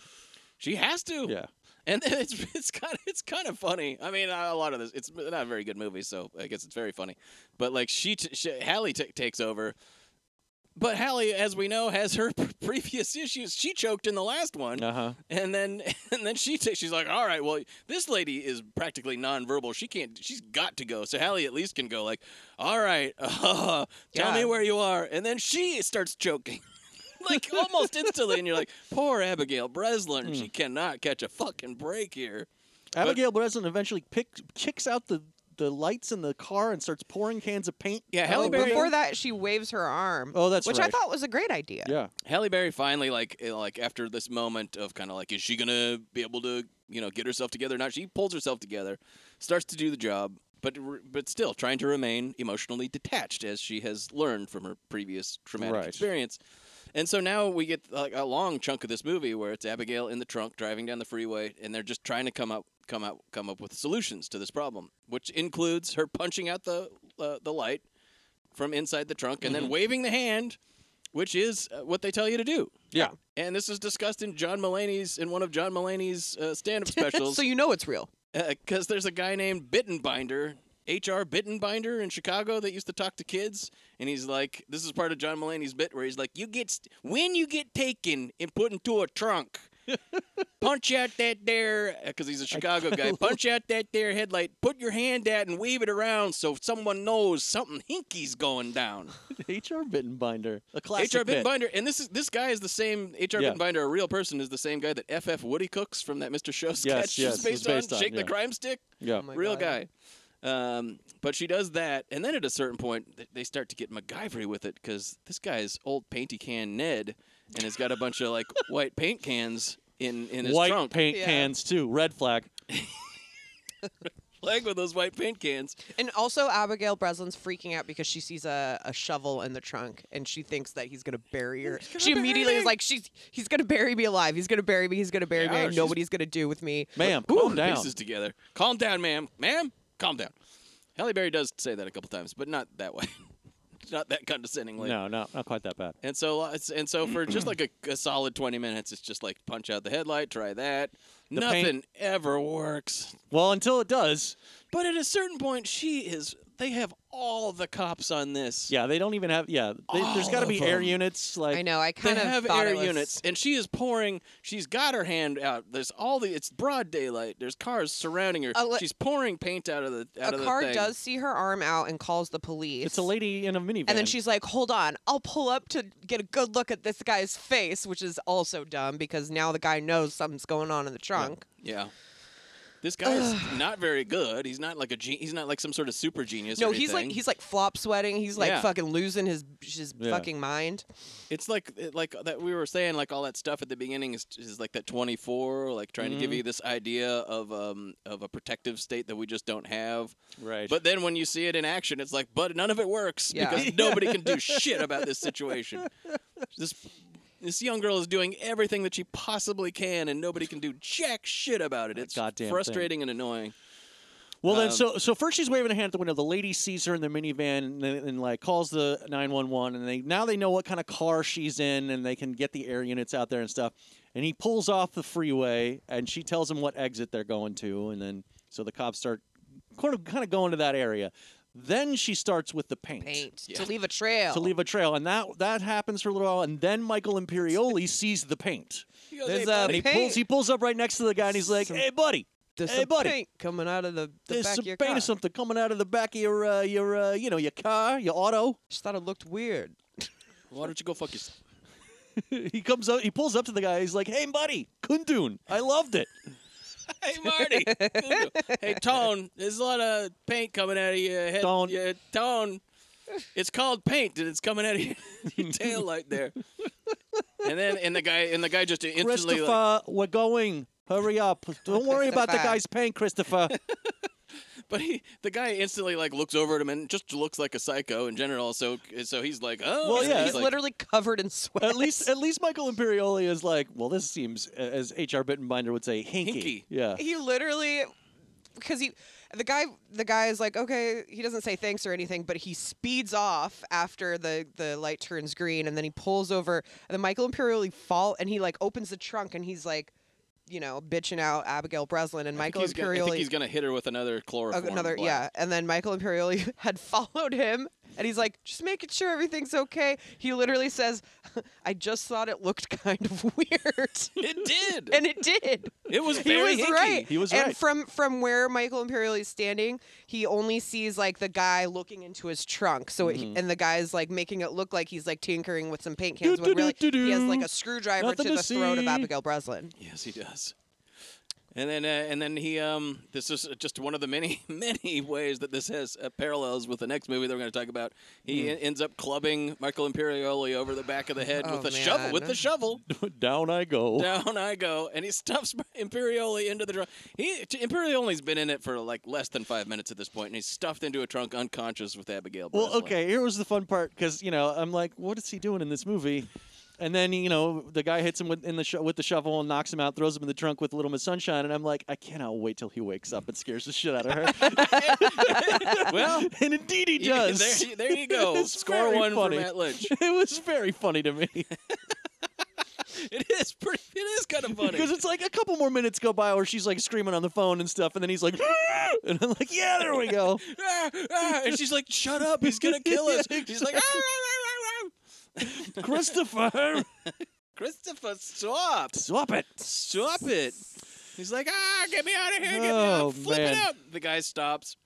Speaker 2: She has to. And then it's it's kind of it's kind of funny. I mean, a lot of this it's not a very good movie, so I guess it's very funny. But like she, t- she Hallie t- takes over. But Hallie, as we know, has her p- previous issues. She choked in the last one,
Speaker 3: Uh huh.
Speaker 2: and then and then she takes. She's like, "All right, well, this lady is practically nonverbal. She can't. She's got to go." So Hallie at least can go like, "All right, uh, tell me
Speaker 1: Yeah.
Speaker 2: where you are," and then she starts choking. like almost instantly, and you're like, "Poor Abigail Breslin, she cannot catch a fucking break here."
Speaker 3: Abigail Breslin eventually pick, kicks out the, the lights in the car and starts pouring cans of paint. Oh,
Speaker 2: Yeah,
Speaker 3: out
Speaker 2: Halle
Speaker 3: of the
Speaker 2: Berry-
Speaker 3: window.
Speaker 1: Before that, she waves her arm.
Speaker 3: Oh, that's
Speaker 1: Which I
Speaker 3: right.
Speaker 1: thought was a great idea.
Speaker 3: Yeah.
Speaker 2: Halle Berry finally, like, eh, like after this moment of kind of like, is she gonna be able to, you know, get herself together? or Not. She pulls herself together, starts to do the job, but re- but still trying to remain emotionally detached, as she has learned from her previous traumatic
Speaker 3: Right.
Speaker 2: experience. And so now we get like a long chunk of this movie where it's Abigail in the trunk driving down the freeway, and they're just trying to come up, come out, come up with solutions to this problem, which includes her punching out the uh, the light from inside the trunk and then waving the hand, which is uh, what they tell you to do.
Speaker 3: Yeah.
Speaker 2: And this is discussed in John Mulaney's in one of John Mulaney's uh, stand-up specials
Speaker 1: so you know it's real.
Speaker 2: because there's a guy named Bittenbinder, H.R. Bittenbinder in Chicago that used to talk to kids, and he's like, this is part of John Mulaney's bit where he's like, you get st- when you get taken and put into a trunk, punch out that there because he's a Chicago guy. Punch out that there headlight, put your hand out and wave it around so someone knows something hinky's going down.
Speaker 3: HR Bittenbinder. A classic
Speaker 2: H.R.
Speaker 3: bit.
Speaker 2: Bittenbinder, and this is this guy is the same H.R.
Speaker 3: Yeah.
Speaker 2: Bittenbinder, a real person, is the same guy that F.F. Woody cooks from that Mr. Show sketch is
Speaker 3: yes, it's
Speaker 2: based,
Speaker 3: based
Speaker 2: on,
Speaker 3: on,
Speaker 2: Shake
Speaker 3: yeah.
Speaker 2: the Crime Stick,
Speaker 3: Yeah.
Speaker 1: my
Speaker 2: real
Speaker 1: God.
Speaker 2: guy. Um, but she does that, and then at a certain point, th- they start to get MacGyvery with it because this guy is old painty can Ned, and has got a bunch of like white paint cans in in his
Speaker 3: White
Speaker 2: trunk,
Speaker 3: paint
Speaker 1: Yeah.
Speaker 3: cans too. Red flag.
Speaker 2: playing with those white paint cans.
Speaker 1: And also, Abigail Breslin's freaking out because she sees a, a shovel in the trunk and she thinks that he's going to bury her. She immediately is like, she's he's going to bury me alive. He's going to bury me. He's going to bury
Speaker 2: Yeah,
Speaker 1: me.
Speaker 2: she's-
Speaker 1: Nobody's going to do with me.
Speaker 3: Ma'am,
Speaker 2: Ooh,
Speaker 3: calm down.
Speaker 2: Pieces together. Calm down, ma'am. Ma'am, calm down. Halle Berry does say that a couple times, but not that way. not that condescendingly.
Speaker 3: No, no, not quite that bad.
Speaker 2: And so, uh, it's- and so for just like a, a solid twenty minutes, it's just like punch out the headlight, try that. Nothing
Speaker 3: paint-
Speaker 2: ever works.
Speaker 3: Well, until it does.
Speaker 2: But at a certain point, she is. They have all the cops on this.
Speaker 3: Yeah, they don't even have. Yeah, they, there's
Speaker 2: All
Speaker 3: got to
Speaker 2: of
Speaker 3: be air
Speaker 2: them.
Speaker 3: units. Like
Speaker 1: I know. I
Speaker 2: They
Speaker 1: kind of
Speaker 2: have
Speaker 1: thought
Speaker 2: air
Speaker 1: it was-
Speaker 2: units, and she is pouring. She's got her hand out. There's all the. It's broad daylight. There's cars surrounding her.
Speaker 1: A le-
Speaker 2: she's pouring paint out of the. Out
Speaker 1: a
Speaker 2: of the
Speaker 1: car
Speaker 2: thing.
Speaker 1: does see her arm out and calls the police.
Speaker 3: It's a lady in a minivan.
Speaker 1: And then she's like, "Hold on, I'll pull up to get a good look at this guy's face," which is also dumb because now the guy knows something's going on in the trunk.
Speaker 2: Yeah. This guy's not very good. He's not like a gen- he's not like some sort of super genius. or
Speaker 1: no, he's like
Speaker 2: anything.
Speaker 1: he's like flop sweating. He's like
Speaker 2: Yeah.
Speaker 1: fucking losing his his
Speaker 3: Yeah.
Speaker 1: fucking mind.
Speaker 2: it's like it- like uh, that we were saying like all that stuff at the beginning is, is like that 24 like trying to give you this idea of um of a protective state that we just don't have.
Speaker 3: Right.
Speaker 2: But then when you see it in action it's like but none of it works
Speaker 1: Yeah.
Speaker 2: because nobody can do shit about this situation. This This young girl is doing everything that she possibly can, and nobody can do jack shit about it. It's
Speaker 3: goddamn thing.
Speaker 2: frustrating and annoying.
Speaker 3: Well, then,
Speaker 2: Um,
Speaker 3: so so first she's waving a hand at the window. The lady sees her in the minivan and, then- and like calls the nine one one, and they now they know what kind of car she's in, and they can get the air units out there and stuff. And he pulls off the freeway, and she tells him what exit they're going to, and then so the cops start kind of kind of going to that area. Then she starts with the
Speaker 1: Paint to leave a trail.
Speaker 3: to leave a trail, and that that happens for a little while, and then Michael Imperioli sees the paint.
Speaker 2: goes,
Speaker 1: There's
Speaker 2: "Hey,
Speaker 1: a
Speaker 3: And he pulls
Speaker 1: paint.
Speaker 3: he pulls up right next to the guy, and he's like,
Speaker 1: Some-
Speaker 3: "Hey, buddy,
Speaker 1: There's
Speaker 3: hey,
Speaker 1: some
Speaker 3: buddy,
Speaker 1: paint coming out of the, the
Speaker 3: there's
Speaker 1: back
Speaker 3: some
Speaker 1: of your
Speaker 3: paint
Speaker 1: car.
Speaker 3: or something coming out of the back of your uh, your uh, you know your car, your auto."
Speaker 1: Just thought it looked weird.
Speaker 2: Why don't you go fuck yourself?
Speaker 3: he comes up, he pulls up to the guy, he's like, "Hey, buddy, Kundun, I loved it."
Speaker 2: Hey, Marty. hey, Tone. There's a lot of paint coming out of your head.
Speaker 3: Tone.
Speaker 2: Your tone. It's called paint, and it's coming out of your, your tail light there. And then, and the guy, and the guy just instantly
Speaker 3: Christopher,
Speaker 2: like,
Speaker 3: we're going. Hurry up! Don't worry about the
Speaker 1: Christopher.
Speaker 3: guy's paint, Christopher.
Speaker 2: but he, the guy instantly like looks over at him and just looks like a psycho in general. So, so he's like, oh,
Speaker 3: Well,
Speaker 2: and
Speaker 3: yeah.
Speaker 2: he's
Speaker 1: He's
Speaker 2: like,
Speaker 1: literally covered in sweat.
Speaker 3: at least, at least Michael Imperioli is like, well, this seems, as H.R. Bittenbinder would say, hinky.
Speaker 2: Hinky.
Speaker 3: Yeah.
Speaker 1: he literally because he the guy the guy is like okay he doesn't say thanks or anything but he speeds off after the the light turns green and then he pulls over and then michael imperioli fall and he like opens the trunk and he's like you know bitching out abigail breslin and
Speaker 2: I think
Speaker 1: michael
Speaker 2: he's gonna, I think
Speaker 1: imperioli
Speaker 2: he's gonna hit her with another
Speaker 1: uh,
Speaker 2: chloroform.
Speaker 1: another
Speaker 2: blast.
Speaker 1: yeah and then michael imperioli had followed him and he's like just making sure everything's okay he literally says i just thought it looked kind of weird
Speaker 2: It did.
Speaker 1: and it did
Speaker 2: it was
Speaker 1: he
Speaker 2: very
Speaker 1: was
Speaker 2: hinky.
Speaker 1: right.
Speaker 3: He was
Speaker 1: and
Speaker 3: right.
Speaker 1: from from where Michael Imperioli is standing, he only sees like the guy looking into his trunk. So
Speaker 3: Mm-hmm.
Speaker 1: it, and the guy's like making it look like he's like tinkering with some paint cans.
Speaker 3: Do,
Speaker 1: when
Speaker 3: do, do,
Speaker 1: really,
Speaker 3: do,
Speaker 1: he has
Speaker 3: do.
Speaker 1: like a screwdriver
Speaker 3: Nothing
Speaker 1: to
Speaker 3: to
Speaker 1: the throat of
Speaker 3: see.
Speaker 1: Abigail Breslin.
Speaker 2: Yes, he does. And then, uh, and then he. Um, this is just one of the many, many ways that this has uh, parallels with the next movie that we're going to talk about. He
Speaker 3: Hmm.
Speaker 2: en- ends up clubbing Michael Imperioli over the back of the head with
Speaker 1: Oh,
Speaker 2: a shovel. With the
Speaker 1: man.
Speaker 2: shovel,
Speaker 3: Down I go.
Speaker 2: down I go, and he stuffs Imperioli into the trunk. He t- Imperioli's been in it for like less than five minutes at this point, and he's stuffed into a trunk, unconscious with Abigail.
Speaker 3: Well,
Speaker 2: Breslin.
Speaker 3: okay, here was the fun part because you know I'm like, what is he doing in this movie? And then you know the guy hits him with in the sho- with the shovel and knocks him out, throws him in the trunk with Little Miss Sunshine, and I'm like, I cannot wait till he wakes up and scares the shit out of her.
Speaker 2: Well,
Speaker 3: and indeed he
Speaker 2: you-
Speaker 3: does.
Speaker 2: There, there you go.
Speaker 3: It's
Speaker 2: Score
Speaker 3: very
Speaker 2: one
Speaker 3: funny.
Speaker 2: for Matt Lynch.
Speaker 3: it was very funny to me
Speaker 2: It is pretty. It is kind of funny.
Speaker 3: because it's like a couple more minutes go by where she's like screaming on the phone and stuff, and then he's like, and I'm like, yeah, there we go.
Speaker 2: "Ah, ah," and she's like, "Shut up! He's gonna kill us." She's like, "Ah, ah, ah, ah, ah."
Speaker 3: Christopher,
Speaker 2: "Christopher, stop!
Speaker 3: swap it.
Speaker 2: Stop it!" He's like, "Ah, get me out of here! Get me
Speaker 3: Oh,
Speaker 2: out! Flip
Speaker 3: man.
Speaker 2: it up!" The guy stops,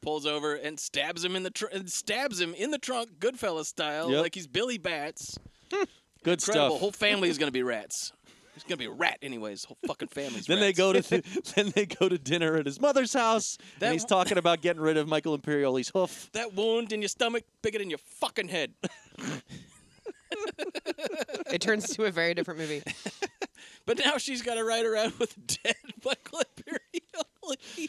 Speaker 2: pulls over, and stabs him in the tr- and stabs him in the trunk, Goodfellas style,
Speaker 3: Yep.
Speaker 2: like he's Billy Bats.
Speaker 3: Good
Speaker 2: Incredible.
Speaker 3: stuff.
Speaker 2: Whole family is gonna be rats. He's gonna be a rat anyways. Whole fucking family's.
Speaker 3: Then they
Speaker 2: rats.
Speaker 3: go to then they go to dinner at his mother's house,
Speaker 2: That
Speaker 3: and he's
Speaker 2: w-
Speaker 3: talking about getting rid of Michael Imperioli's hoof.
Speaker 2: That wound in your stomach, bigger than your fucking head.
Speaker 1: It turns to a very different movie.
Speaker 2: But now she's got to ride around with dead Michael Imperioli.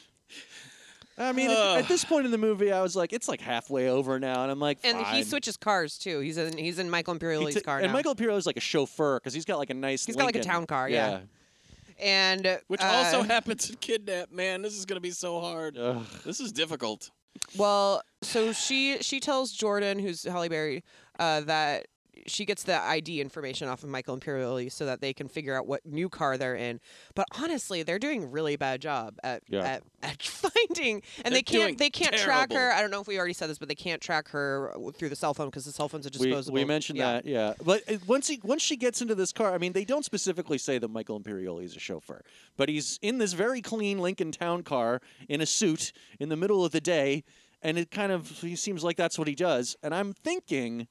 Speaker 3: I mean, at, at this point in the movie, I was like, it's like halfway over now, and I'm like,
Speaker 1: And he
Speaker 3: fine.
Speaker 1: switches cars too. He's in he's in Michael
Speaker 3: He
Speaker 1: Imperioli's
Speaker 3: t-
Speaker 1: car
Speaker 3: and
Speaker 1: now.
Speaker 3: Michael Imperioli's like a chauffeur because he's got like a nice.
Speaker 1: He's got, like, a
Speaker 3: Lincoln.
Speaker 1: town car, yeah. and uh,
Speaker 2: Which also
Speaker 1: uh,
Speaker 2: happens in Kidnap. Man, this is going to be so hard.
Speaker 3: Ugh.
Speaker 2: This is difficult.
Speaker 1: Well, so she she tells Jordan, who's Halle Berry, uh, that she gets the ID information off of Michael Imperioli so that they can figure out what new car they're in. But honestly, they're doing a really bad job at
Speaker 3: Yeah.
Speaker 1: at, at finding, and
Speaker 2: They're
Speaker 1: they
Speaker 2: doing
Speaker 1: can't they can't track
Speaker 2: terrible.
Speaker 1: her. I don't know if we already said this, but they can't track her w- through the cell phone because the cell phones are
Speaker 3: We,
Speaker 1: disposable.
Speaker 3: we mentioned
Speaker 1: Yeah.
Speaker 3: that, yeah. But uh, once he once she gets into this car, I mean, they don't specifically say that Michael Imperioli is a chauffeur, but he's in this very clean Lincoln Town car in a suit in the middle of the day, and it kind of he seems like that's what he does. And I'm thinking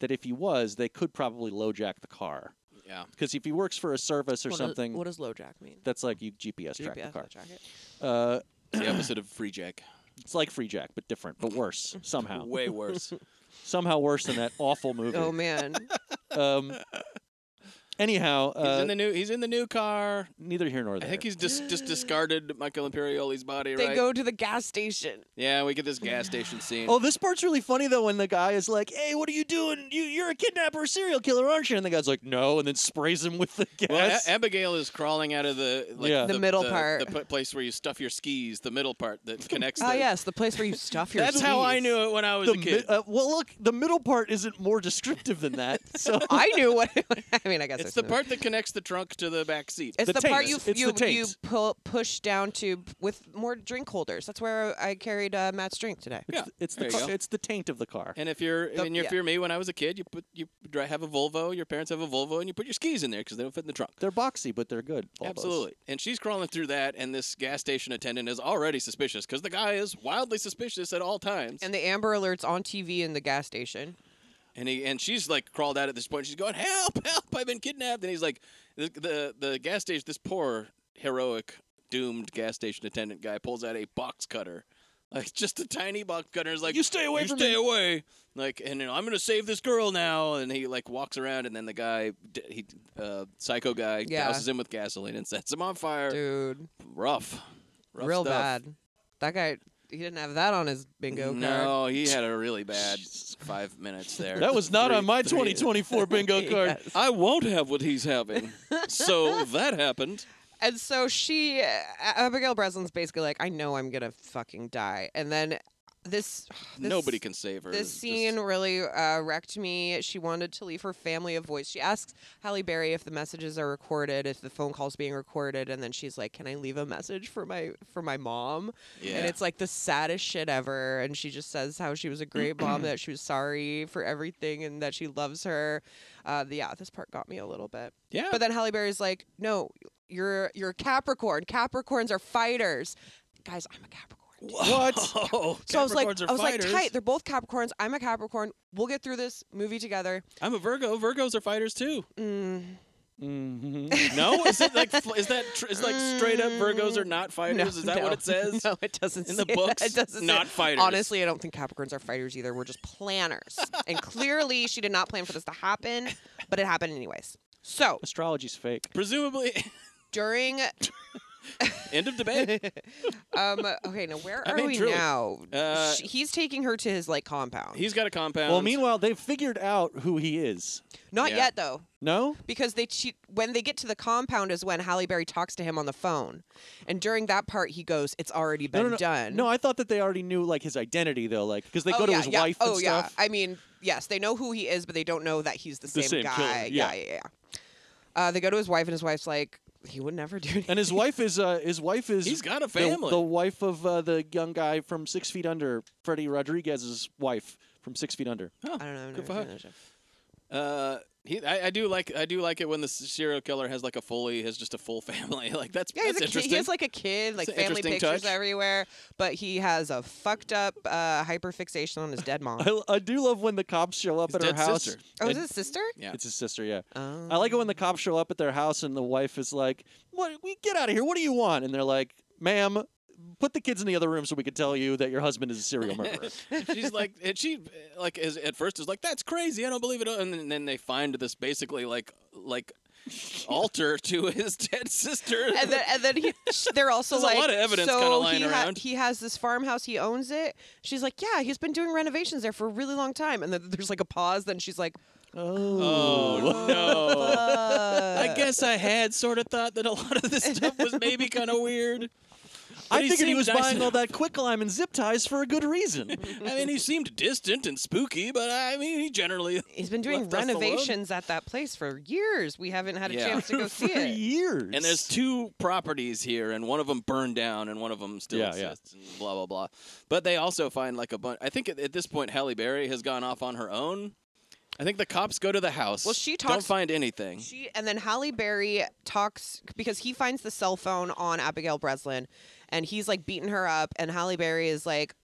Speaker 3: that if he was, they could probably lowjack the car
Speaker 2: Yeah.
Speaker 3: because if he works for a service or
Speaker 1: What does-
Speaker 3: something,
Speaker 1: what does low jack mean?
Speaker 3: that's like you GPS track
Speaker 1: GPS
Speaker 3: the car.
Speaker 1: track it.
Speaker 3: Uh,
Speaker 2: The opposite of Free Jack.
Speaker 3: it's like Free Jack, but different, but worse somehow.
Speaker 2: Way worse.
Speaker 3: somehow worse than that awful movie.
Speaker 1: Oh man,
Speaker 3: Um, Anyhow, uh,
Speaker 2: he's in the new. He's in the new car.
Speaker 3: neither here nor there.
Speaker 2: I think he's just just discarded Michael Imperioli's body.
Speaker 1: They
Speaker 2: right?
Speaker 1: go to the gas station.
Speaker 2: Yeah, we get this gas station scene.
Speaker 3: Oh, this part's really funny though when the guy is like, "Hey, what are you doing? You you're a kidnapper, serial killer, aren't you?" And the guy's like, "No," and then sprays him with the gas.
Speaker 2: Well, A- Abigail is crawling out of the like,
Speaker 3: Yeah.
Speaker 1: The middle part.
Speaker 2: the p- place where you stuff your skis, the middle part that connects.
Speaker 1: Ah,
Speaker 2: the,
Speaker 1: yes, the place where you stuff your.
Speaker 2: That's how I
Speaker 1: skis.
Speaker 2: knew it when I was
Speaker 3: the
Speaker 2: a
Speaker 3: mi-
Speaker 2: kid.
Speaker 3: uh, well, look, the middle part isn't more descriptive than that. So
Speaker 1: I knew what. I mean, I guess
Speaker 2: it's
Speaker 1: I
Speaker 2: the part that connects the trunk to the back seat.
Speaker 1: It's
Speaker 3: The
Speaker 1: the, part you
Speaker 3: tanks. It's
Speaker 1: you,
Speaker 3: the
Speaker 1: you
Speaker 3: tanks.
Speaker 1: pull, push down to p- with more drink holders. That's where I carried uh, Matt's drink today.
Speaker 2: yeah,
Speaker 3: it's the
Speaker 2: there you
Speaker 3: car-
Speaker 2: go.
Speaker 3: it's the taint of the car.
Speaker 2: And if you're,
Speaker 1: The-
Speaker 2: and if
Speaker 1: yeah.
Speaker 2: you're me when I was a kid, you put you dri- have a Volvo. Your parents have a Volvo, and you put your skis in there because they don't fit in the trunk.
Speaker 3: They're boxy, but they're good. Volvos.
Speaker 2: Absolutely. And she's crawling through that, and this gas station attendant is already suspicious because the guy is wildly suspicious at all times.
Speaker 1: And the Amber Alert's on TV in the gas station.
Speaker 2: And he and she's like crawled out at this point. She's going, "Help! Help! I've been kidnapped!" And he's like, the the, the gas station. This poor heroic doomed gas station attendant guy pulls out a box cutter. Like just a tiny box cutter is like
Speaker 3: You stay away
Speaker 2: You
Speaker 3: from
Speaker 2: stay
Speaker 3: me."
Speaker 2: away. Like and you know, I'm gonna save this girl now. And he like walks around, and then the guy, d- he uh, psycho guy,
Speaker 1: Yeah.
Speaker 2: douses him with gasoline and sets him on fire.
Speaker 1: Dude,
Speaker 2: Rough, Rough
Speaker 1: real
Speaker 2: stuff.
Speaker 1: bad. That guy, he didn't have that on his bingo card.
Speaker 2: No, he had a really bad five minutes there.
Speaker 3: That was not
Speaker 2: Three-
Speaker 3: on my
Speaker 2: three-
Speaker 3: 2024 bingo card.
Speaker 2: I won't have what he's having. so that happened.
Speaker 1: And so she, uh, Abigail Breslin's basically like, I know I'm gonna fucking die. And then this, this
Speaker 2: Nobody can save her.
Speaker 1: This
Speaker 2: It's just-
Speaker 1: scene really uh, wrecked me. She wanted to leave her family a voice. She asks Halle Berry if the messages are recorded, if the phone call's being recorded, and then she's like, "Can I leave a message for my for my mom?"
Speaker 2: Yeah.
Speaker 1: And it's like the saddest shit ever. And she just says how she was a great mom, that she was sorry for everything, and that she loves her. Uh, the, yeah, this part got me a little bit.
Speaker 2: yeah.
Speaker 1: But then Halle Berry's like, "No, you're you're a Capricorn. Capricorns are fighters, guys. I'm a Capricorn." dude."
Speaker 2: what?
Speaker 1: So I was like,
Speaker 2: Oh, Capricorns are
Speaker 1: I was like,
Speaker 2: fighters.
Speaker 1: tight. They're both Capricorns. I'm a Capricorn. We'll get through this movie together.
Speaker 2: I'm a Virgo. Virgos are fighters too.
Speaker 1: Mm,
Speaker 2: no, is it like fl- is that tr- is like straight up Virgos are not fighters?
Speaker 1: no,
Speaker 2: is that
Speaker 1: Mm. no.
Speaker 2: what it says?
Speaker 1: No, it doesn't.
Speaker 2: In the
Speaker 1: say that.
Speaker 2: books,
Speaker 1: it doesn't. say
Speaker 2: not
Speaker 1: that.
Speaker 2: fighters.
Speaker 1: Honestly, I don't think Capricorns are fighters either. We're just planners. and clearly, she did not plan for this to happen, but it happened anyways. So
Speaker 3: Astrology's fake.
Speaker 2: Presumably,
Speaker 1: during,
Speaker 2: end of debate.
Speaker 1: um, okay, now where
Speaker 2: I
Speaker 1: are
Speaker 2: mean,
Speaker 1: we
Speaker 2: truly.
Speaker 1: now?
Speaker 2: Uh,
Speaker 1: Sh- He's taking her to his like compound.
Speaker 2: He's got a compound.
Speaker 3: Well, meanwhile, they've figured out who he is.
Speaker 1: not
Speaker 2: yeah.
Speaker 1: yet though.
Speaker 3: No,
Speaker 1: because they cheat when they get to the compound is when Halle Berry talks to him on the phone, and during that part he goes, "It's already been
Speaker 3: no, no, no.
Speaker 1: done."
Speaker 3: No, I thought that they already knew like his identity though, like because they
Speaker 1: oh,
Speaker 3: go to
Speaker 1: yeah,
Speaker 3: his
Speaker 1: yeah.
Speaker 3: wife
Speaker 1: Oh
Speaker 3: and
Speaker 1: yeah,
Speaker 3: stuff.
Speaker 1: I mean, yes, they know who he is, but they don't know that he's the,
Speaker 3: The same
Speaker 1: guy.
Speaker 3: killer, yeah.
Speaker 1: yeah, yeah. yeah. Uh, they go to his wife, and his wife's like, "He would never do anything."
Speaker 3: And his wife is uh, his wife is
Speaker 2: He's got a
Speaker 3: the-
Speaker 2: family.
Speaker 3: The, wife of uh, the young guy from Six Feet Under, Freddie Rodriguez's wife from Six Feet Under.
Speaker 2: Oh,
Speaker 1: I don't know. I've
Speaker 2: Good
Speaker 1: never
Speaker 2: for
Speaker 1: seen
Speaker 2: her.
Speaker 1: that show.
Speaker 2: Uh, he, I, I do like I do like it when the serial killer has like a fully has just a full family. Like that's
Speaker 1: Yeah, he's
Speaker 2: that's
Speaker 1: a kid.
Speaker 2: interesting.
Speaker 1: He has like a kid, like
Speaker 2: an
Speaker 1: family
Speaker 2: interesting
Speaker 1: pictures
Speaker 2: touch.
Speaker 1: everywhere, but he has a fucked up uh, hyperfixation on his dead mom.
Speaker 3: I, I do love when the cops show up
Speaker 2: His
Speaker 3: at her
Speaker 2: dead
Speaker 3: house.
Speaker 2: sister.
Speaker 1: oh, is
Speaker 3: and-
Speaker 1: his sister?
Speaker 2: Yeah.
Speaker 3: It's his sister, yeah.
Speaker 1: Oh.
Speaker 3: I like it when the cops show up at their house and the wife is like, "What? We get out of here. What do you want?" And they're like, "Ma'am, put the kids in the other room so we can tell you that your husband is a serial murderer."
Speaker 2: she's like, and she uh, like is at first is like, that's crazy. I don't believe it. And then, then they find this basically like like altar to his dead sister.
Speaker 1: and then, and then he, sh- they're also
Speaker 2: There's a
Speaker 1: like,
Speaker 2: lot of evidence
Speaker 1: so
Speaker 2: kinda lying
Speaker 1: he, ha-
Speaker 2: around."
Speaker 1: he has this farmhouse, he owns it. She's like, yeah, he's been doing renovations there for a really long time. And then there's like a pause. Then she's like,
Speaker 2: oh no!
Speaker 1: uh,
Speaker 2: I guess I had sort of thought that a lot of this stuff was maybe kind of weird. But
Speaker 3: I figured he
Speaker 2: seemed
Speaker 3: was
Speaker 2: nice
Speaker 3: buying all
Speaker 2: enough.
Speaker 3: that quick lime and zip ties for a good reason.
Speaker 2: I mean, he seemed distant and spooky, but I mean, he generally
Speaker 1: he's been doing
Speaker 2: left us alone.
Speaker 1: renovations at that place for years. We haven't had a
Speaker 2: Yeah.
Speaker 1: chance to go
Speaker 3: for
Speaker 1: see it.
Speaker 3: years.
Speaker 2: And there's two properties here, and one of them burned down, and one of them still
Speaker 3: Yeah, yeah.
Speaker 2: exists, and blah blah blah. But they also find like a bunch. I think at, at this point, Halle Berry has gone off on her own. I think the cops go to the house.
Speaker 1: Well, she
Speaker 2: Don't
Speaker 1: talks-
Speaker 2: find anything.
Speaker 1: She and then Halle Berry talks because he finds the cell phone on Abigail Breslin, and he's like beating her up, and Halle Berry is like.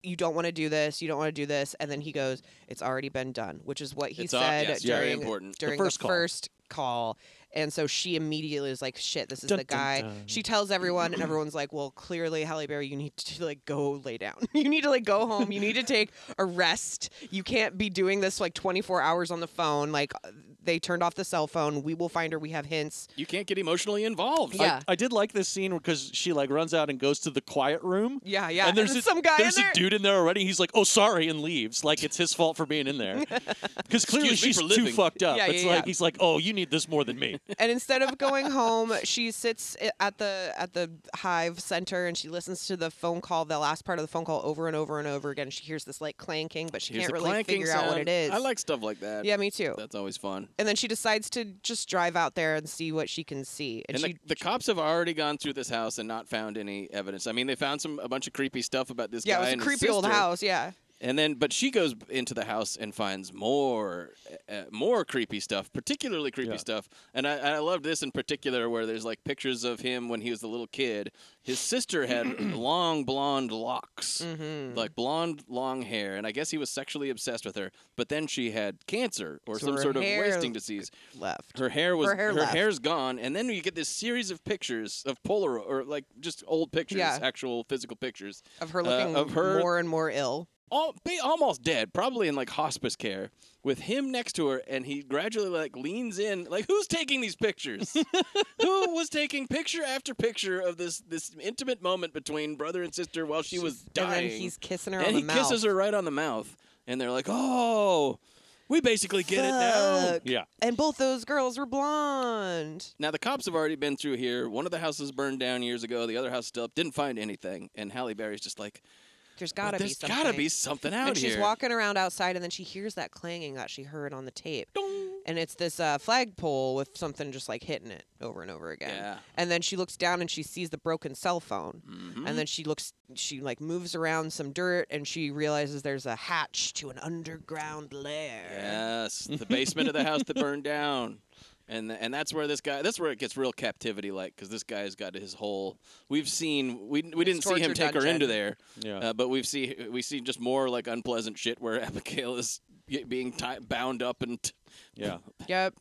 Speaker 1: You don't want to do this. You don't want to do this. And then he goes, "It's already been done," which is what he
Speaker 2: It's all-
Speaker 1: said
Speaker 2: yes,
Speaker 1: during
Speaker 2: very important. The
Speaker 1: during
Speaker 3: first call.
Speaker 1: first call. And so she immediately is like, "Shit, this is
Speaker 3: Dun,
Speaker 1: the
Speaker 3: dun,
Speaker 1: guy."
Speaker 3: dun.
Speaker 1: She tells everyone, and everyone's like, "Well, clearly, Halle Berry, you need to like go lay down. You need to like go home. You need to take a rest. You can't be doing this like 24 hours on the phone. Like, they turned off the cell phone. We will find her. We have hints.
Speaker 2: You can't get emotionally involved.
Speaker 1: Yeah.
Speaker 3: I did like this scene because she like runs out and goes to the quiet room.
Speaker 1: Yeah, yeah.
Speaker 3: And there's
Speaker 1: And
Speaker 3: a,
Speaker 1: some guy in
Speaker 3: There's
Speaker 1: there.
Speaker 3: a dude in there already. He's like, "Oh, sorry," and leaves. Like it's his fault for being in there. Because clearly
Speaker 2: Excuse me
Speaker 3: she's
Speaker 2: for
Speaker 3: too
Speaker 2: living.
Speaker 3: fucked up.
Speaker 1: Yeah,
Speaker 3: it's
Speaker 1: yeah,
Speaker 3: like
Speaker 1: yeah.
Speaker 3: he's like, "Oh, you need this more than me."
Speaker 1: and instead of going home, she sits i- at the at the hive center and she listens to the phone call, the last part of the phone call, over and over and over again. She hears this like clanking, but she
Speaker 2: Here's
Speaker 1: can't
Speaker 2: the
Speaker 1: really
Speaker 2: clanking
Speaker 1: figure out what
Speaker 2: sound.
Speaker 1: it is.
Speaker 2: I like stuff like that.
Speaker 1: Yeah, me too.
Speaker 2: That's always fun.
Speaker 1: and then she decides to just drive out there and see what she can see. And,
Speaker 2: And
Speaker 1: she
Speaker 2: the, the cops have already gone through this house and not found any evidence. I mean, they found some a bunch of creepy stuff about this
Speaker 1: yeah,
Speaker 2: guy
Speaker 1: it was a
Speaker 2: and his
Speaker 1: creepy old
Speaker 2: sister.
Speaker 1: house. Yeah,
Speaker 2: And then, but she goes into the house and finds more, uh, more creepy stuff, particularly creepy stuff. And I, I loved this in particular, where there's like pictures of him when he was a little kid. His sister had long blonde locks,
Speaker 1: Mm-hmm.
Speaker 2: like blonde long hair, and I guess he was sexually obsessed with her. But then she had cancer or
Speaker 1: So
Speaker 2: some
Speaker 1: her
Speaker 2: sort of
Speaker 1: hair
Speaker 2: wasting disease.
Speaker 1: left.
Speaker 2: Her hair was
Speaker 1: Her
Speaker 2: her,
Speaker 1: hair left.
Speaker 2: hair's gone, and then you get this series of pictures of Polaroid or like just old pictures,
Speaker 1: Yeah.
Speaker 2: actual physical pictures
Speaker 1: of her
Speaker 2: uh,
Speaker 1: looking
Speaker 2: of her
Speaker 1: more and more ill.
Speaker 2: all, ba- almost dead, probably in like hospice care, with him next to her, and he gradually like leans in, like who's taking these pictures? Who was taking picture after picture of this this intimate moment between brother and sister while she was
Speaker 1: And
Speaker 2: dying?
Speaker 1: then he's kissing her
Speaker 2: And
Speaker 1: on
Speaker 2: he
Speaker 1: the mouth.
Speaker 2: kisses her right on the mouth, and they're like, oh, we basically get it now.
Speaker 1: Fuck.
Speaker 3: yeah.
Speaker 1: And both those girls were blonde.
Speaker 2: Now the cops have already been through here. One of the houses burned down years ago. The other house still up. Didn't find anything. And Halle Berry's just like,
Speaker 1: There's
Speaker 2: "Well,
Speaker 1: gotta be
Speaker 2: there's
Speaker 1: something.
Speaker 2: gotta be something out
Speaker 1: and
Speaker 2: here.
Speaker 1: she's walking around outside, and then she hears that clanging that she heard on the tape. And it's this uh, flagpole with something just like hitting it over and over again.
Speaker 2: Yeah.
Speaker 1: And then she looks down and she sees the broken cell phone.
Speaker 2: Mm-hmm.
Speaker 1: And then she looks, she like moves around some dirt, and she realizes there's a hatch to an underground lair.
Speaker 2: Yes, the basement of the house that burned down. And, th- and that's where this guy that's where it gets real captivity like because this guy's got his whole we've seen we, we didn't see
Speaker 1: torture
Speaker 2: him take her
Speaker 1: dungeon.
Speaker 2: into there
Speaker 3: Yeah.
Speaker 2: uh, but we've see we see just more like unpleasant shit where Abigail is y- being ti bound up and t-
Speaker 3: Yeah.
Speaker 1: Yep.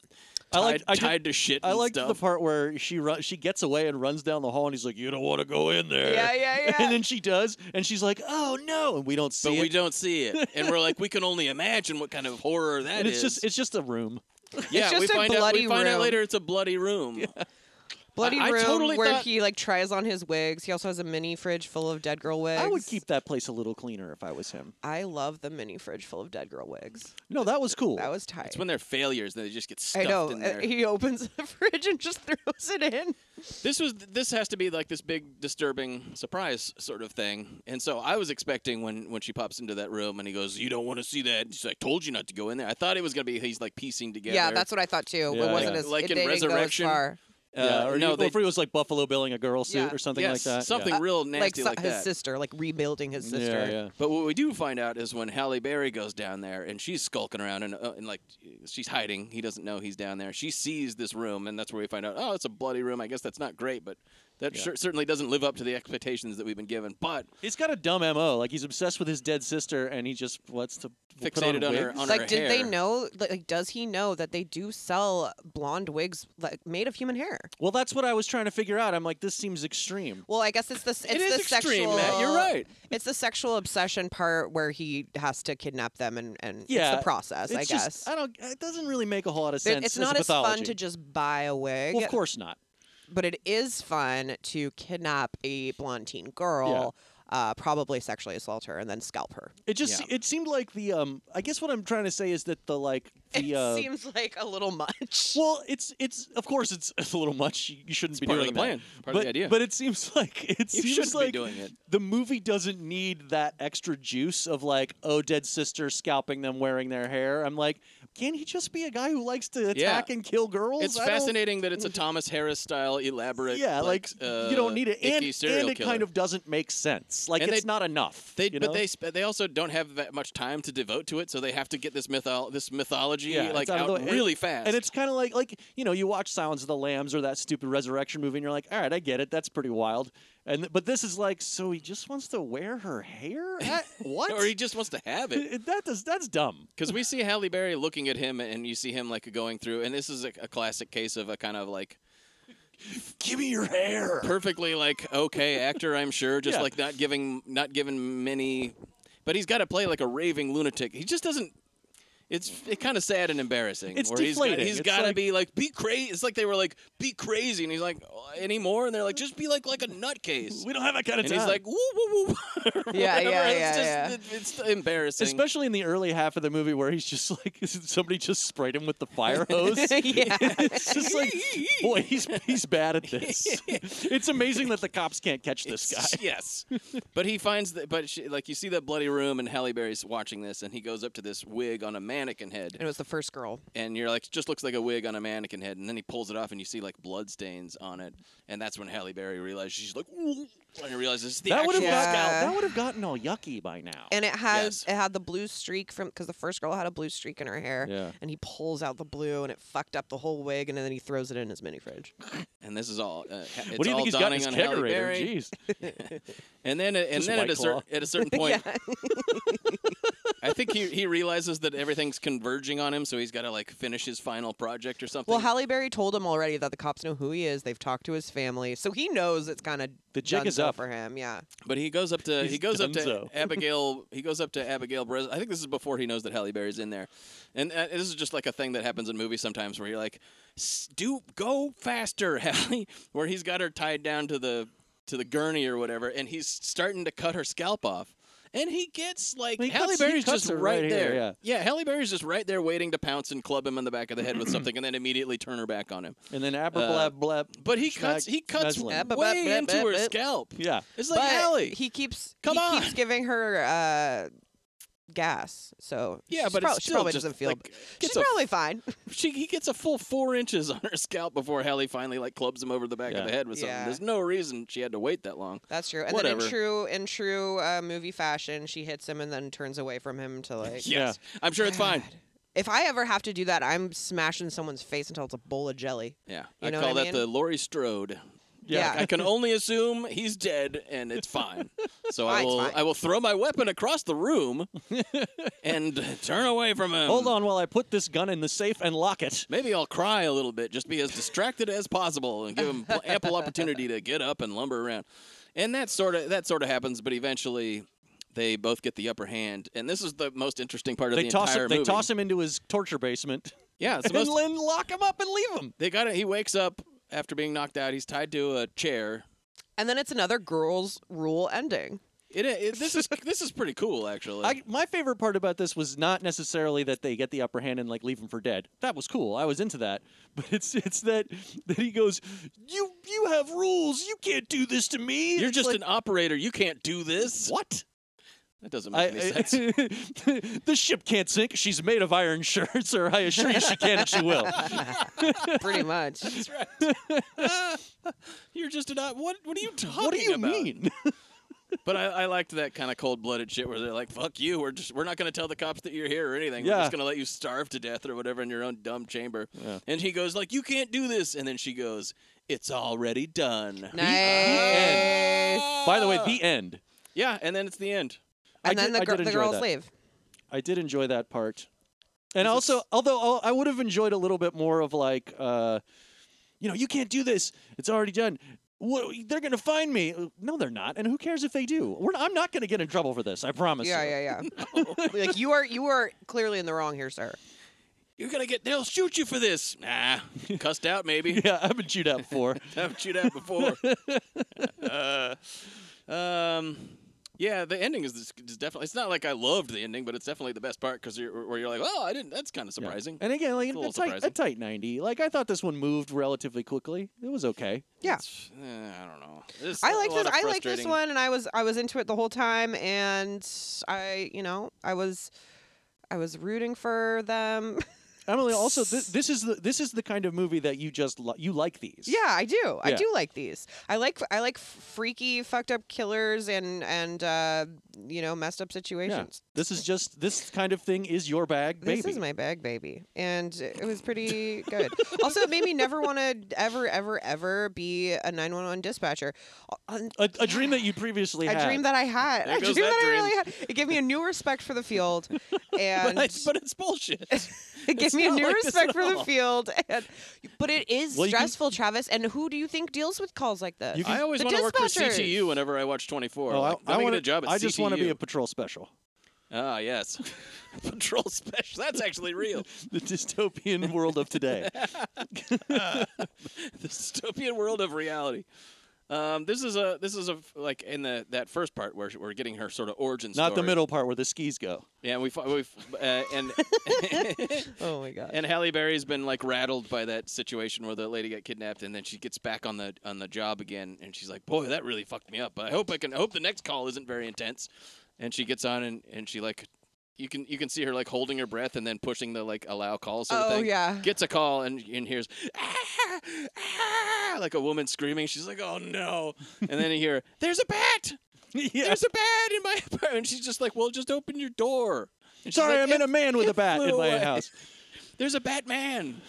Speaker 3: I
Speaker 2: tied,
Speaker 3: liked- I did-
Speaker 2: tied to shit
Speaker 3: I
Speaker 2: and
Speaker 3: liked
Speaker 2: stuff.
Speaker 3: the part where she run, she gets away and runs down the hall, and he's like, "You don't want to go in there."
Speaker 1: Yeah, yeah, yeah.
Speaker 3: And then she does, and she's like, "Oh no!" And we don't see
Speaker 2: but
Speaker 3: it.
Speaker 2: we don't see it and we're like we can only imagine what kind of horror that
Speaker 3: and it's
Speaker 2: is.
Speaker 3: just it's just a room.
Speaker 2: yeah
Speaker 1: It's
Speaker 2: we
Speaker 1: just a
Speaker 2: find out we
Speaker 1: bloody
Speaker 2: find out
Speaker 1: room.
Speaker 2: later it's a bloody room
Speaker 1: Bloody
Speaker 2: I
Speaker 1: room
Speaker 2: totally
Speaker 1: where
Speaker 2: thought-
Speaker 1: he like tries on his wigs. He also has a mini fridge full of dead girl wigs.
Speaker 3: I would keep that place a little cleaner if I was him.
Speaker 1: I love the mini fridge full of dead girl wigs.
Speaker 3: No, that was cool.
Speaker 1: That was tight.
Speaker 2: it's when they're failures then they just get
Speaker 1: I
Speaker 2: stuffed
Speaker 1: know.
Speaker 2: in
Speaker 1: uh,
Speaker 2: there
Speaker 1: He opens the fridge and just throws it in.
Speaker 2: This was this has to be like this big disturbing surprise sort of thing. And so I was expecting when when she pops into that room and he goes, "You don't want to see that." She's like, "Told you not to go in there." I thought it was gonna be he's like piecing together.
Speaker 1: Yeah, that's what I thought too.
Speaker 3: Yeah,
Speaker 1: it wasn't
Speaker 3: yeah.
Speaker 1: as
Speaker 2: Like
Speaker 1: it,
Speaker 2: in
Speaker 1: they didn't go as
Speaker 2: Resurrection,
Speaker 1: far.
Speaker 3: yeah. Or
Speaker 2: Uh, no,
Speaker 3: no,
Speaker 2: they-
Speaker 3: if he was like Buffalo Bill in a girl suit
Speaker 1: Yeah.
Speaker 3: or something
Speaker 2: yes,
Speaker 3: like that.
Speaker 2: Something
Speaker 3: Yeah.
Speaker 2: real
Speaker 1: Like,
Speaker 2: nasty
Speaker 1: so-
Speaker 2: like,
Speaker 1: his
Speaker 2: that.
Speaker 1: sister, like rebuilding his
Speaker 3: Yeah,
Speaker 1: sister.
Speaker 3: yeah.
Speaker 2: But what we do find out is when Halle Berry goes down there and she's skulking around and, uh, and like she's hiding. He doesn't know he's down there. She sees this room and that's where we find out. Oh, it's a bloody room. I guess that's not great, but that cer- certainly doesn't live up to the expectations that we've been given. But
Speaker 3: He's got a dumb mo. Like he's obsessed with his dead sister, and he just wants to put
Speaker 2: Fixated on her-
Speaker 3: wigs.
Speaker 2: on
Speaker 1: Like, did they
Speaker 2: hair.
Speaker 1: know? Like, like, does he know that they do sell blonde wigs like made of human hair?
Speaker 3: Well, that's what I was trying to figure out. I'm like, this seems extreme.
Speaker 1: Well, I guess it's the s- it's
Speaker 2: It is
Speaker 1: the
Speaker 2: extreme,
Speaker 1: sexual.
Speaker 2: Matt, you're right.
Speaker 1: It's the sexual obsession part where he has to kidnap them and and
Speaker 3: Yeah,
Speaker 1: it's the process. I
Speaker 3: It's just-
Speaker 1: guess
Speaker 3: I don't. It doesn't really make a whole lot of
Speaker 1: There-
Speaker 3: sense.
Speaker 1: it's not
Speaker 3: a
Speaker 1: as fun
Speaker 3: pathology.
Speaker 1: to just buy a wig.
Speaker 3: Well, of course not.
Speaker 1: but it is fun to kidnap a blonde teen girl, uh, probably sexually assault her, and then scalp her.
Speaker 3: It just it seemed like the um. I guess what I'm trying to say is that the like the.
Speaker 1: It
Speaker 3: uh,
Speaker 1: seems like a little much.
Speaker 3: well, it's it's of course it's a little much. You you shouldn't be
Speaker 2: part of
Speaker 3: doing
Speaker 2: the plan,
Speaker 3: that.
Speaker 2: part of
Speaker 3: but,
Speaker 2: the idea.
Speaker 3: But it seems like it
Speaker 2: You
Speaker 3: seems
Speaker 2: shouldn't be
Speaker 3: like
Speaker 2: doing it.
Speaker 3: the movie doesn't need that extra juice of like oh dead sister scalping them wearing their hair. I'm like, can he just be a guy who likes to attack and kill girls?
Speaker 2: It's
Speaker 3: I don't-
Speaker 2: fascinating that it's a Thomas Harris style elaborate.
Speaker 3: Yeah, like,
Speaker 2: uh,
Speaker 3: you don't need it, and,
Speaker 2: icky serial
Speaker 3: and it
Speaker 2: killer.
Speaker 3: kind of doesn't make sense. Like
Speaker 2: And
Speaker 3: it's
Speaker 2: they-
Speaker 3: not enough.
Speaker 2: They,
Speaker 3: you
Speaker 2: but
Speaker 3: know?
Speaker 2: they sp- they also don't have that much time to devote to it, so they have to get this mytho- this mythology like
Speaker 3: it's out of
Speaker 2: out,
Speaker 3: the way. And-
Speaker 2: really fast.
Speaker 3: And it's kind of like like you know you watch Silence of the Lambs or that stupid Resurrection movie, and you're like, all right, I get it, that's pretty wild. And th- but this is like, so he just wants to wear her hair? I- what?
Speaker 2: or he just wants to have it.
Speaker 3: that does that's dumb.
Speaker 2: Because we see Halle Berry looking at him, and you see him like going through, and this is a, a classic case of a kind of like
Speaker 3: Give me your hair.
Speaker 2: perfectly like okay actor, I'm sure, just
Speaker 3: Yeah.
Speaker 2: like not giving not giving many, but he's got to play like a raving lunatic. He just doesn't. It's it kind of sad and embarrassing.
Speaker 3: It's
Speaker 2: where he's gotta-
Speaker 3: deflating.
Speaker 2: he's
Speaker 3: It's
Speaker 2: got to
Speaker 3: like-
Speaker 2: be like be crazy. It's like they were like be crazy, and he's like "Oh, anymore, and they're like just be like like a nutcase.
Speaker 3: We don't have that kind of
Speaker 2: and
Speaker 3: time.
Speaker 2: he's like woo woo woo. or
Speaker 1: Yeah, yeah,
Speaker 2: whatever. it's
Speaker 1: yeah, yeah.
Speaker 2: just, It, it's embarrassing.
Speaker 3: Especially in the early half of the movie where he's just like somebody just sprayed him with the fire hose.
Speaker 1: Yeah.
Speaker 3: it's just like boy, he's he's bad at this. it's amazing that the cops can't catch this guy.
Speaker 2: yes, but he finds that. But she, like you see that bloody room, and Halle Berry's watching this, and he goes up to this wig on a mannequin head,
Speaker 1: And it was the first girl.
Speaker 2: and you're like, just looks like a wig on a mannequin head, and then he pulls it off, and you see like blood stains on it, and that's when Halle Berry realizes she's like, Ooh, and realizes it's the
Speaker 3: That would
Speaker 2: actual
Speaker 3: have
Speaker 1: actual
Speaker 3: got,
Speaker 1: scalp.
Speaker 3: that would have gotten all yucky by now.
Speaker 1: And it has it
Speaker 2: Yes.
Speaker 1: had the blue streak from because the first girl had a blue streak in her hair.
Speaker 3: Yeah.
Speaker 1: And he pulls out the blue and it fucked up the whole wig and then he throws it in his mini fridge.
Speaker 2: and this is all. Uh, ha- it's
Speaker 3: what do you
Speaker 2: all
Speaker 3: think he's got
Speaker 2: dawning
Speaker 3: in his
Speaker 2: on Halle
Speaker 3: kegerator?
Speaker 2: Berry.
Speaker 3: Jeez.
Speaker 2: And then, and
Speaker 3: Just
Speaker 2: then at
Speaker 3: White
Speaker 2: a, cer-
Speaker 3: Claw.
Speaker 2: at a certain point, I think he, he realizes that everything's converging on him, so he's got to like finish his final project or something.
Speaker 1: Well, Halle Berry told him already that the cops know who he is. They've talked to his family, so he knows it's kind of
Speaker 3: The jig is up.
Speaker 1: for him. Yeah,
Speaker 2: but he goes up to he
Speaker 3: He's
Speaker 2: goes up to
Speaker 3: donezo.
Speaker 2: Abigail. He goes up to Abigail. Brez- I think this is before he knows that Halle Berry's in there, and uh, this is just like a thing that happens in movies sometimes where you're like, "S- "Do go faster, Halle," where he's got her tied down to the to the gurney or whatever, and he's starting to cut her scalp off. And he gets like
Speaker 3: He
Speaker 2: Halle
Speaker 3: cuts- he
Speaker 2: Berry's
Speaker 3: cuts
Speaker 2: just
Speaker 3: her
Speaker 2: right,
Speaker 3: right here,
Speaker 2: there.
Speaker 3: yeah.
Speaker 2: yeah, Halle Berry's just right there waiting to pounce and club him in the back of the head with something, and then immediately turn her back on him.
Speaker 3: And then
Speaker 2: Uh,
Speaker 3: abrablab blab.
Speaker 2: But he cuts he cuts
Speaker 3: smazzling.
Speaker 1: Ab-
Speaker 2: way into her scalp.
Speaker 3: Yeah.
Speaker 2: It's like
Speaker 1: but
Speaker 2: Halle.
Speaker 1: he keeps
Speaker 2: Come
Speaker 1: he
Speaker 2: on.
Speaker 1: keeps giving her uh, gas. So
Speaker 2: Yeah,
Speaker 1: she's
Speaker 2: but
Speaker 1: prob-
Speaker 2: it's
Speaker 1: she
Speaker 2: still
Speaker 1: probably
Speaker 2: just,
Speaker 1: doesn't feel.
Speaker 2: like,
Speaker 1: b-
Speaker 2: gets
Speaker 1: she's
Speaker 2: a-
Speaker 1: probably fine.
Speaker 2: she he gets a full four inches on her scalp before Halle finally like clubs him over the back
Speaker 3: Yeah.
Speaker 2: of the head with
Speaker 1: Yeah.
Speaker 2: something. There's no reason she had to wait that long.
Speaker 1: That's true. And then
Speaker 2: Whatever.
Speaker 1: in true in true uh, movie fashion, she hits him and then turns away from him to like.
Speaker 2: Yes, I'm sure it's fine.
Speaker 1: If I ever have to do that, I'm smashing someone's face until it's a bowl of jelly.
Speaker 2: Yeah,
Speaker 1: You
Speaker 2: I
Speaker 1: know
Speaker 2: call
Speaker 1: what I
Speaker 2: that
Speaker 1: mean?
Speaker 2: the Laurie Strode.
Speaker 1: Yeah.
Speaker 2: I can only assume he's dead and it's fine. So I
Speaker 1: Fine's
Speaker 2: will
Speaker 1: Ah, fine.
Speaker 2: I will throw my weapon across the room and turn away from him.
Speaker 3: Hold on while I put this gun in the safe and lock it.
Speaker 2: Maybe I'll cry a little bit, just be as distracted as possible, and give him pl- ample opportunity to get up and lumber around. And that sort of that sort of happens, but eventually they both get the upper hand. And this is the most interesting part of
Speaker 3: They
Speaker 2: the
Speaker 3: toss
Speaker 2: entire
Speaker 3: him, they
Speaker 2: movie.
Speaker 3: toss him into his torture basement.
Speaker 2: Yeah, it's the
Speaker 3: and
Speaker 2: most,
Speaker 3: then lock him up and leave him.
Speaker 2: they got it. He wakes up after being knocked out. He's tied to a chair.
Speaker 1: And then it's another girl's rule ending.
Speaker 2: It, it this is this is pretty cool actually.
Speaker 3: I, my favorite part about this was not necessarily that they get the upper hand and like leave him for dead. That was cool. I was into that. But it's it's that that he goes, "You you have rules. You can't do this to me." And
Speaker 2: You're
Speaker 3: it's
Speaker 2: just
Speaker 3: like,
Speaker 2: an operator. You can't do this.
Speaker 3: what?
Speaker 2: That doesn't
Speaker 3: I,
Speaker 2: make any sense.
Speaker 3: the ship can't sink. She's made of iron shirts, or I assure you she can and she will.
Speaker 1: Pretty much.
Speaker 2: You're just an op- what? What are you talking
Speaker 3: what do you
Speaker 2: about?
Speaker 3: mean?
Speaker 2: But I, I liked that kind of cold-blooded shit where they're like, "Fuck you! We're just we're not going to tell the cops that you're here or anything. We're
Speaker 3: Yeah.
Speaker 2: just going to let you starve to death or whatever in your own dumb chamber." And he goes like, "You can't do this," and then she goes, "It's already done."
Speaker 1: Nice.
Speaker 3: By the way, the end.
Speaker 2: Yeah, and then it's the end.
Speaker 3: I
Speaker 1: And then
Speaker 3: did-
Speaker 1: the,
Speaker 3: I
Speaker 1: gir-
Speaker 3: did
Speaker 1: the
Speaker 3: enjoy
Speaker 1: girls
Speaker 3: that.
Speaker 1: leave.
Speaker 3: I did enjoy that part. And also, although oh, I I would have enjoyed a little bit more of like, uh, you know, you can't do this. It's already done. What, they're gonna find me. Uh, No, they're not. And who cares if they do? We're, I'm not gonna get in trouble for this. I promise.
Speaker 1: Yeah,
Speaker 3: you.
Speaker 1: yeah, yeah. like you are you are clearly in the wrong here, sir.
Speaker 2: You're gonna get. They'll shoot you for this. Nah, cussed out maybe.
Speaker 3: Yeah, I've been chewed out before.
Speaker 2: Haven't you that before? uh, um, yeah, the ending is, is definitely. It's not like I loved the ending, but it's definitely the best part because you're where you're like, "Oh, I didn't." That's kind of
Speaker 3: Yeah.
Speaker 2: surprising.
Speaker 3: And again, like
Speaker 2: It's a
Speaker 3: a,
Speaker 2: little
Speaker 3: tight, a
Speaker 2: surprising.
Speaker 3: tight ninety. Like I thought this one moved relatively quickly. It was okay.
Speaker 1: Yeah.
Speaker 2: It's- eh, I don't know. There's
Speaker 1: I
Speaker 2: a
Speaker 1: like
Speaker 2: lot
Speaker 1: this
Speaker 2: of
Speaker 1: I like this
Speaker 2: frustrating-
Speaker 1: one and I was I was into it the whole time and I you know, I was I was rooting for them.
Speaker 3: Emily, also th- this is the this is the kind of movie that you just li- you like these.
Speaker 1: Yeah, I do. I
Speaker 3: Yeah.
Speaker 1: do like these. I like I like freaky, fucked up killers and and uh, you know messed up
Speaker 3: Yeah.
Speaker 1: situations.
Speaker 3: This is just this kind of thing is your bag, baby.
Speaker 1: This is my bag, baby, and it was pretty good. also, it made me never want to ever, ever, ever be a nine one one dispatcher. Uh,
Speaker 3: a, a dream that you previously
Speaker 1: A
Speaker 3: had.
Speaker 1: dream that I had.
Speaker 2: There
Speaker 1: a
Speaker 2: goes
Speaker 1: dream
Speaker 2: that
Speaker 1: that I
Speaker 2: dream.
Speaker 1: really had. It gave me a new respect for the field, and
Speaker 2: But, it's- but it's bullshit.
Speaker 1: it gave
Speaker 2: It's
Speaker 1: me a
Speaker 2: not
Speaker 1: new
Speaker 2: like this
Speaker 1: respect
Speaker 2: at
Speaker 1: for the
Speaker 2: all.
Speaker 1: field. And, but it is
Speaker 3: Well, you can-
Speaker 1: stressful, Travis. And who do you think deals with calls like this?
Speaker 3: You
Speaker 2: I always
Speaker 1: The
Speaker 2: want to work for
Speaker 1: dispatchers.
Speaker 2: CTU whenever I watch 24. like,
Speaker 3: I,
Speaker 2: let me
Speaker 3: want
Speaker 2: get a job at
Speaker 3: I just want to be
Speaker 2: CTU.
Speaker 3: a patrol special.
Speaker 2: Ah, yes. Patrol Special. That's actually real.
Speaker 3: the dystopian world of today.
Speaker 2: the dystopian world of reality. Um, this is a this is a like in the that first part where we're getting her sort of origin
Speaker 3: Not the
Speaker 2: story.
Speaker 3: middle part where the skis go.
Speaker 2: Yeah, we we uh, and
Speaker 1: Oh my god.
Speaker 2: and Halle Berry's been like rattled by that situation where the lady got kidnapped and then she gets back on the on the job again and she's like, "Boy, that really fucked me up. I hope I can I hope the next call isn't very intense." And she gets on and and she like you can you can see her like holding her breath and then pushing the like allow call sort of
Speaker 1: Oh,
Speaker 2: thing.
Speaker 1: yeah.
Speaker 2: Gets a call and and hears "Ah, ah," like a woman screaming. She's like, "Oh no!" And then you hear, "There's a bat! There's a bat in my apartment." And she's just like, "Well, just open your door." And she's
Speaker 3: Sorry,
Speaker 2: like,
Speaker 3: I'm in
Speaker 2: "It
Speaker 3: a man with a bat
Speaker 2: flew
Speaker 3: in my
Speaker 2: away."
Speaker 3: house.
Speaker 2: there's a Batman.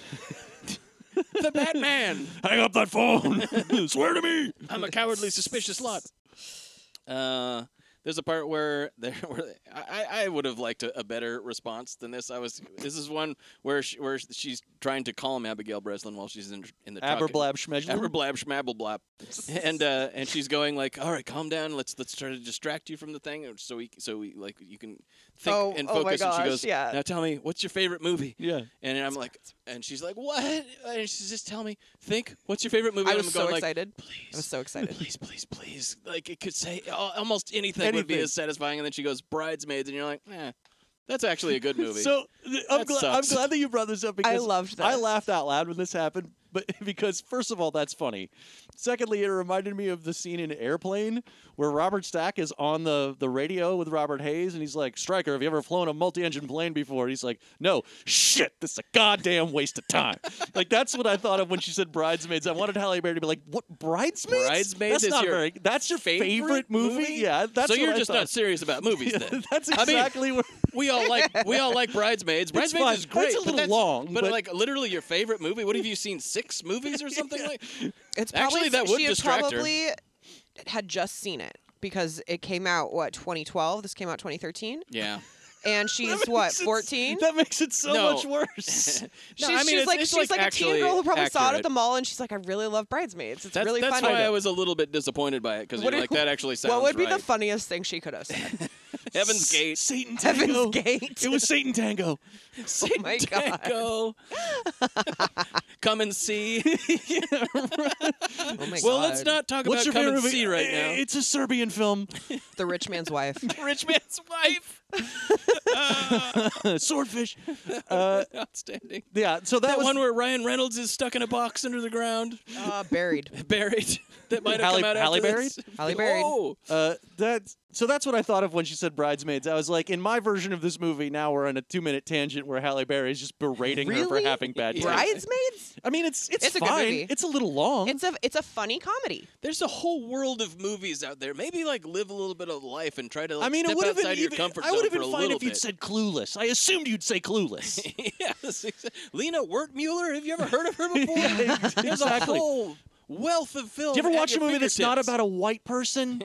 Speaker 2: the Batman.
Speaker 3: Hang up that phone. Swear to me.
Speaker 2: I'm a cowardly, suspicious lot. Uh, there's a part where there where I, I I would have liked a, a better response than this. I was this is one where she, where she's trying to calm Abigail Breslin while she's in in the truck.
Speaker 3: Aberblab schmegel.
Speaker 2: Aberblab schmabble blab, and uh, and she's going like, all right, calm down. Let's let's try to distract you from the thing, so we so we like you can think
Speaker 1: Oh,
Speaker 2: and
Speaker 1: oh my
Speaker 2: focus. and
Speaker 1: gosh,
Speaker 2: she goes,
Speaker 1: yeah.
Speaker 2: now tell me, what's your favorite movie?
Speaker 3: Yeah.
Speaker 2: And I'm like, and she's like, what? And she's just tell me, think, what's your favorite movie?
Speaker 1: I
Speaker 2: And
Speaker 1: was
Speaker 2: I'm
Speaker 1: so
Speaker 2: going like,
Speaker 1: excited.
Speaker 2: please,
Speaker 1: I was so excited.
Speaker 2: please, please, please. Like it could say al- almost anything, would be
Speaker 3: Anything.
Speaker 2: as satisfying. And then she goes, bridesmaids, and you're like, eh, that's actually a good movie.
Speaker 3: So th- I'm,
Speaker 2: That
Speaker 3: gla- I'm
Speaker 2: sucks.
Speaker 3: glad that you brought this up because
Speaker 1: loved
Speaker 3: I
Speaker 1: this.
Speaker 3: laughed out loud when this happened, but because first of all, that's funny. Secondly, it reminded me of the scene in Airplane where Robert Stack is on the, the radio with Robert Hayes, and he's like, "Striker, have you ever flown a multi-engine plane before?" And he's like, "No, shit, this is a goddamn waste of time." like that's what I thought of when she said bridesmaids. I wanted Halle Berry to be like, "What bridesmaids?
Speaker 2: Bridesmaids
Speaker 3: That's
Speaker 2: is
Speaker 3: not
Speaker 2: your
Speaker 3: very. That's your favorite, movie? Yeah, that's
Speaker 2: so
Speaker 3: what
Speaker 2: you're
Speaker 3: I
Speaker 2: just
Speaker 3: thought.
Speaker 2: not serious about movies then.
Speaker 3: That's
Speaker 2: I mean,
Speaker 3: exactly where.
Speaker 2: we all like we all like bridesmaids. Bridesmaids
Speaker 3: fine.
Speaker 2: is great.
Speaker 3: That's a
Speaker 2: but
Speaker 3: little long,
Speaker 2: but,
Speaker 3: but-
Speaker 2: like literally your favorite movie. What have you seen? Six movies or something like.
Speaker 1: It's probably,
Speaker 2: Actually, that would
Speaker 1: she had
Speaker 2: distract her.
Speaker 1: probably had just seen it because it came out what 2012. This came out 2013,
Speaker 2: Yeah.
Speaker 1: and she's what 14.
Speaker 3: That makes it so
Speaker 2: No.
Speaker 3: much worse.
Speaker 2: No,
Speaker 1: she's,
Speaker 2: I mean,
Speaker 1: she's
Speaker 2: it's-
Speaker 1: like
Speaker 2: it's,
Speaker 1: she's like, a teen
Speaker 2: actually
Speaker 1: girl who probably saw it at
Speaker 2: accurate.
Speaker 1: the mall, and she's like, I really love bridesmaids. It's
Speaker 2: That's,
Speaker 1: really
Speaker 2: that's
Speaker 1: funny.
Speaker 2: why I was a little bit disappointed by it because you're
Speaker 1: What do-
Speaker 2: like that actually sounds
Speaker 1: What would be
Speaker 2: right.
Speaker 1: the funniest thing she could have said?
Speaker 2: Heaven's Gate?
Speaker 3: Satan
Speaker 1: Heaven's
Speaker 3: Tango.
Speaker 1: Gate.
Speaker 3: It was Satan Tango.
Speaker 1: oh my god.
Speaker 2: Go. Come and see.
Speaker 1: Oh my
Speaker 2: well,
Speaker 1: god.
Speaker 2: let's not talk
Speaker 3: What's your
Speaker 2: about come
Speaker 3: favorite
Speaker 2: and
Speaker 3: movie?
Speaker 2: see right
Speaker 3: I-
Speaker 2: now.
Speaker 3: It's a Serbian film.
Speaker 1: The rich man's wife.
Speaker 2: Rich Man's Wife.
Speaker 3: Swordfish. Uh,
Speaker 2: Outstanding.
Speaker 3: yeah. So that,
Speaker 2: That
Speaker 3: was
Speaker 2: one where Ryan Reynolds is stuck in a box under the ground,
Speaker 1: Uh, buried.
Speaker 2: buried. That might have
Speaker 3: Halle-
Speaker 2: come out
Speaker 3: Halle
Speaker 2: after
Speaker 3: buried?
Speaker 2: this.
Speaker 1: Halle buried.
Speaker 2: Oh,
Speaker 3: Uh, that so that's what I thought of when she said bridesmaids. I was like, in my version of this movie, now we're on a two-minute tangent where Halle Berry is just berating her for
Speaker 1: Really?
Speaker 3: having bad taste.
Speaker 1: Bridesmaids?
Speaker 3: I mean, it's it's,
Speaker 1: It's a good
Speaker 3: fine.
Speaker 1: movie.
Speaker 3: It's a little long.
Speaker 1: It's a it's a funny comedy.
Speaker 2: there's a whole world of movies out there. Maybe like live a little bit of life and try to like
Speaker 3: I mean,
Speaker 2: step
Speaker 3: it would have
Speaker 2: outside
Speaker 3: been
Speaker 2: your
Speaker 3: even.
Speaker 2: comfort
Speaker 3: I
Speaker 2: zone
Speaker 3: would have
Speaker 2: for
Speaker 3: been
Speaker 2: a
Speaker 3: fine
Speaker 2: little
Speaker 3: if you'd
Speaker 2: bit.
Speaker 3: said clueless. I assumed you'd say clueless.
Speaker 2: yes, exa- Lena Wertmuller. Have you ever heard of her before? There's a
Speaker 3: exactly.
Speaker 2: whole wealth of films.
Speaker 3: Do you ever
Speaker 2: at
Speaker 3: watch a
Speaker 2: your
Speaker 3: movie that's not
Speaker 2: fingertips.
Speaker 3: about a white person?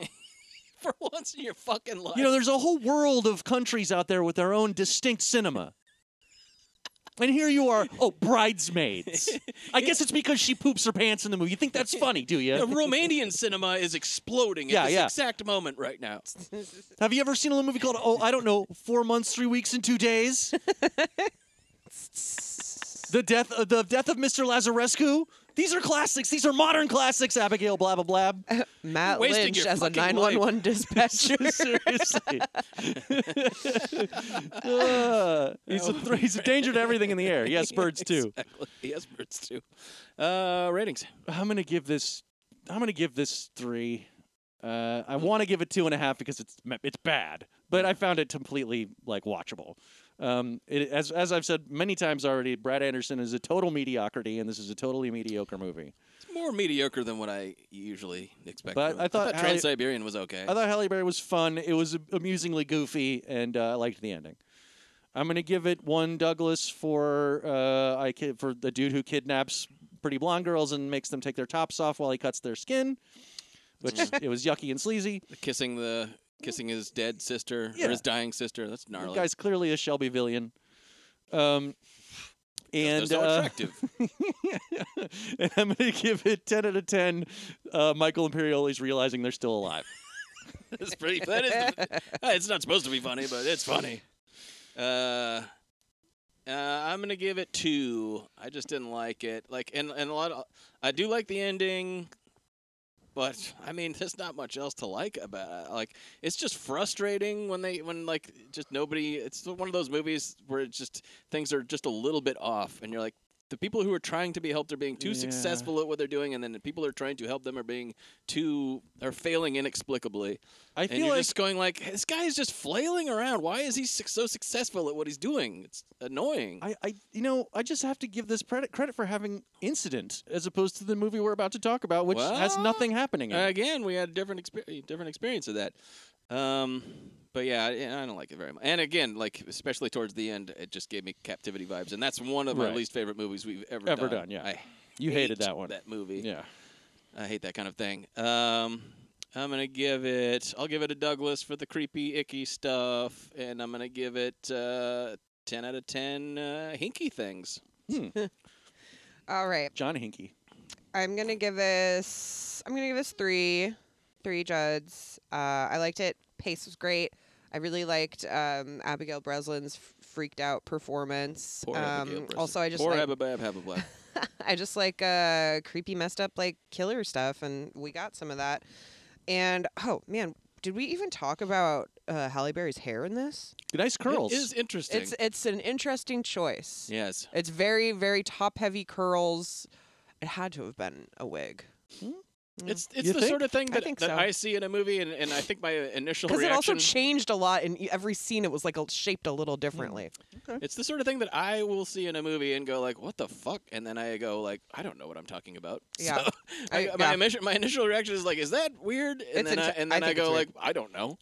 Speaker 2: for once in your fucking life?
Speaker 3: You know, there's a whole world of countries out there with their own distinct cinema. And here you are, oh, bridesmaids. I guess it's because she poops her pants in the movie. You think that's funny, do
Speaker 2: The
Speaker 3: you?
Speaker 2: Romanian cinema is exploding
Speaker 3: Yeah,
Speaker 2: at this
Speaker 3: yeah.
Speaker 2: exact moment right now.
Speaker 3: Have you ever seen a little movie called, oh, I don't know, Four Months, Three Weeks, and Two Days? the death, uh, the death of Mr. Lazarescu. These are classics. These are modern classics. Abigail, blah blah blah.
Speaker 1: Matt
Speaker 2: wasting
Speaker 1: Lynch
Speaker 2: your
Speaker 1: as a
Speaker 2: fucking life.
Speaker 1: 911 dispatcher.
Speaker 3: Seriously, Uh, he's, a th- he's a danger to everything in the air. Yes, birds too.
Speaker 2: Exactly. Yes, birds too. Uh, ratings.
Speaker 3: I'm gonna give this. I'm gonna give this three. Uh, I want to give it two and a half because it's ma- it's bad, but I found it completely like watchable. Um, it, as as I've said many times already, Brad Anderson is a total mediocrity, and this is a totally mediocre movie.
Speaker 2: It's more mediocre than what I usually expect.
Speaker 3: But
Speaker 2: from
Speaker 3: I
Speaker 2: it.
Speaker 3: thought
Speaker 2: I thought
Speaker 3: Halle-
Speaker 2: Trans Siberian was okay.
Speaker 3: I thought Halle Berry was fun. It was amusingly goofy, and uh, I liked the ending. I'm gonna give it one Douglas for uh, I ki- for the dude who kidnaps pretty blonde girls and makes them take their tops off while he cuts their skin, which it was yucky and sleazy.
Speaker 2: kissing the kissing his dead sister
Speaker 3: Yeah.
Speaker 2: or his dying sister. That's
Speaker 3: The
Speaker 2: gnarly.
Speaker 3: guy's clearly a Shelby Villian. Um,
Speaker 2: They're
Speaker 3: and
Speaker 2: so
Speaker 3: uh,
Speaker 2: attractive.
Speaker 3: and I'm going to give it 10 out of 10. Uh, Michael Imperioli's realizing they're still alive.
Speaker 2: That's pretty. That is. It's not supposed to be funny, but it's funny. Uh, uh, I'm gonna give it two. I just didn't like it. Like, and and a lot. Of, I do like the ending, but I mean, there's not much else to like about. It. Like, it's just frustrating when they when like just nobody. It's one of those movies where it's just things are just a little bit off, and you're like. The people who are trying to be helped are being too
Speaker 3: Yeah.
Speaker 2: successful at what they're doing, and then the people who are trying to help them are being too are failing inexplicably.
Speaker 3: I
Speaker 2: and
Speaker 3: feel
Speaker 2: you're
Speaker 3: like-
Speaker 2: just going like, this guy is just flailing around. Why is he su- so successful at what he's doing? It's annoying.
Speaker 3: I, I, you know, I just have to give this credit credit for having incident as opposed to the movie we're about to talk about, which has
Speaker 2: Well,
Speaker 3: nothing happening. In it.
Speaker 2: Again, we had a different experience, different experience of that. Um, but yeah, I, I don't like it very much. And again, like especially towards the end, it just gave me captivity vibes, and that's one of my
Speaker 3: Right.
Speaker 2: least favorite movies we've ever
Speaker 3: Ever done, yeah.
Speaker 2: I
Speaker 3: You hated
Speaker 2: hate
Speaker 3: that one.
Speaker 2: That movie.
Speaker 3: Yeah.
Speaker 2: I hate that kind of thing. Um, I'm gonna give it. I'll give it a Douglas for the creepy, icky stuff, and I'm gonna give it uh, ten out of ten uh, hinky things.
Speaker 1: All right.
Speaker 3: John Hinkey.
Speaker 1: I'm gonna give this. I'm gonna give this three, three Judds. Uh, I liked it. Pace was great. I really liked um, Abigail Breslin's f- freaked out performance.
Speaker 2: Poor
Speaker 1: um,
Speaker 2: Abigail Breslin.
Speaker 1: Also, I just
Speaker 2: poor
Speaker 1: like,
Speaker 2: Abba Habba Blab.
Speaker 1: I just like uh, creepy, messed up, like killer stuff, and we got some of that. And oh man, did we even talk about uh, Halle Berry's hair in this?
Speaker 3: Nice curls.
Speaker 2: It is interesting.
Speaker 1: It's it's an interesting choice.
Speaker 2: yes.
Speaker 1: It's very very top heavy curls. It had to have been a wig.
Speaker 2: It's it's
Speaker 3: You
Speaker 2: the sort of thing
Speaker 1: Mm. I
Speaker 2: that,
Speaker 1: think
Speaker 2: that
Speaker 1: so.
Speaker 2: I see in a movie, and, and I think my initial
Speaker 1: because it also
Speaker 2: reaction.
Speaker 1: changed a lot in e, every scene it was like a, shaped a little differently
Speaker 2: it's the sort of thing that I will see in a movie and go like, "What the fuck?" And then I go like, "I don't know what I'm talking about."
Speaker 1: Yeah.
Speaker 2: So,
Speaker 1: I-
Speaker 2: like,
Speaker 1: yeah.
Speaker 2: My initial my initial reaction is like, "Is that weird?" And
Speaker 1: It's
Speaker 2: then I,
Speaker 1: inte-
Speaker 2: and
Speaker 1: I
Speaker 2: then I,
Speaker 1: think it's
Speaker 2: go like,
Speaker 1: weird.
Speaker 2: "I don't know."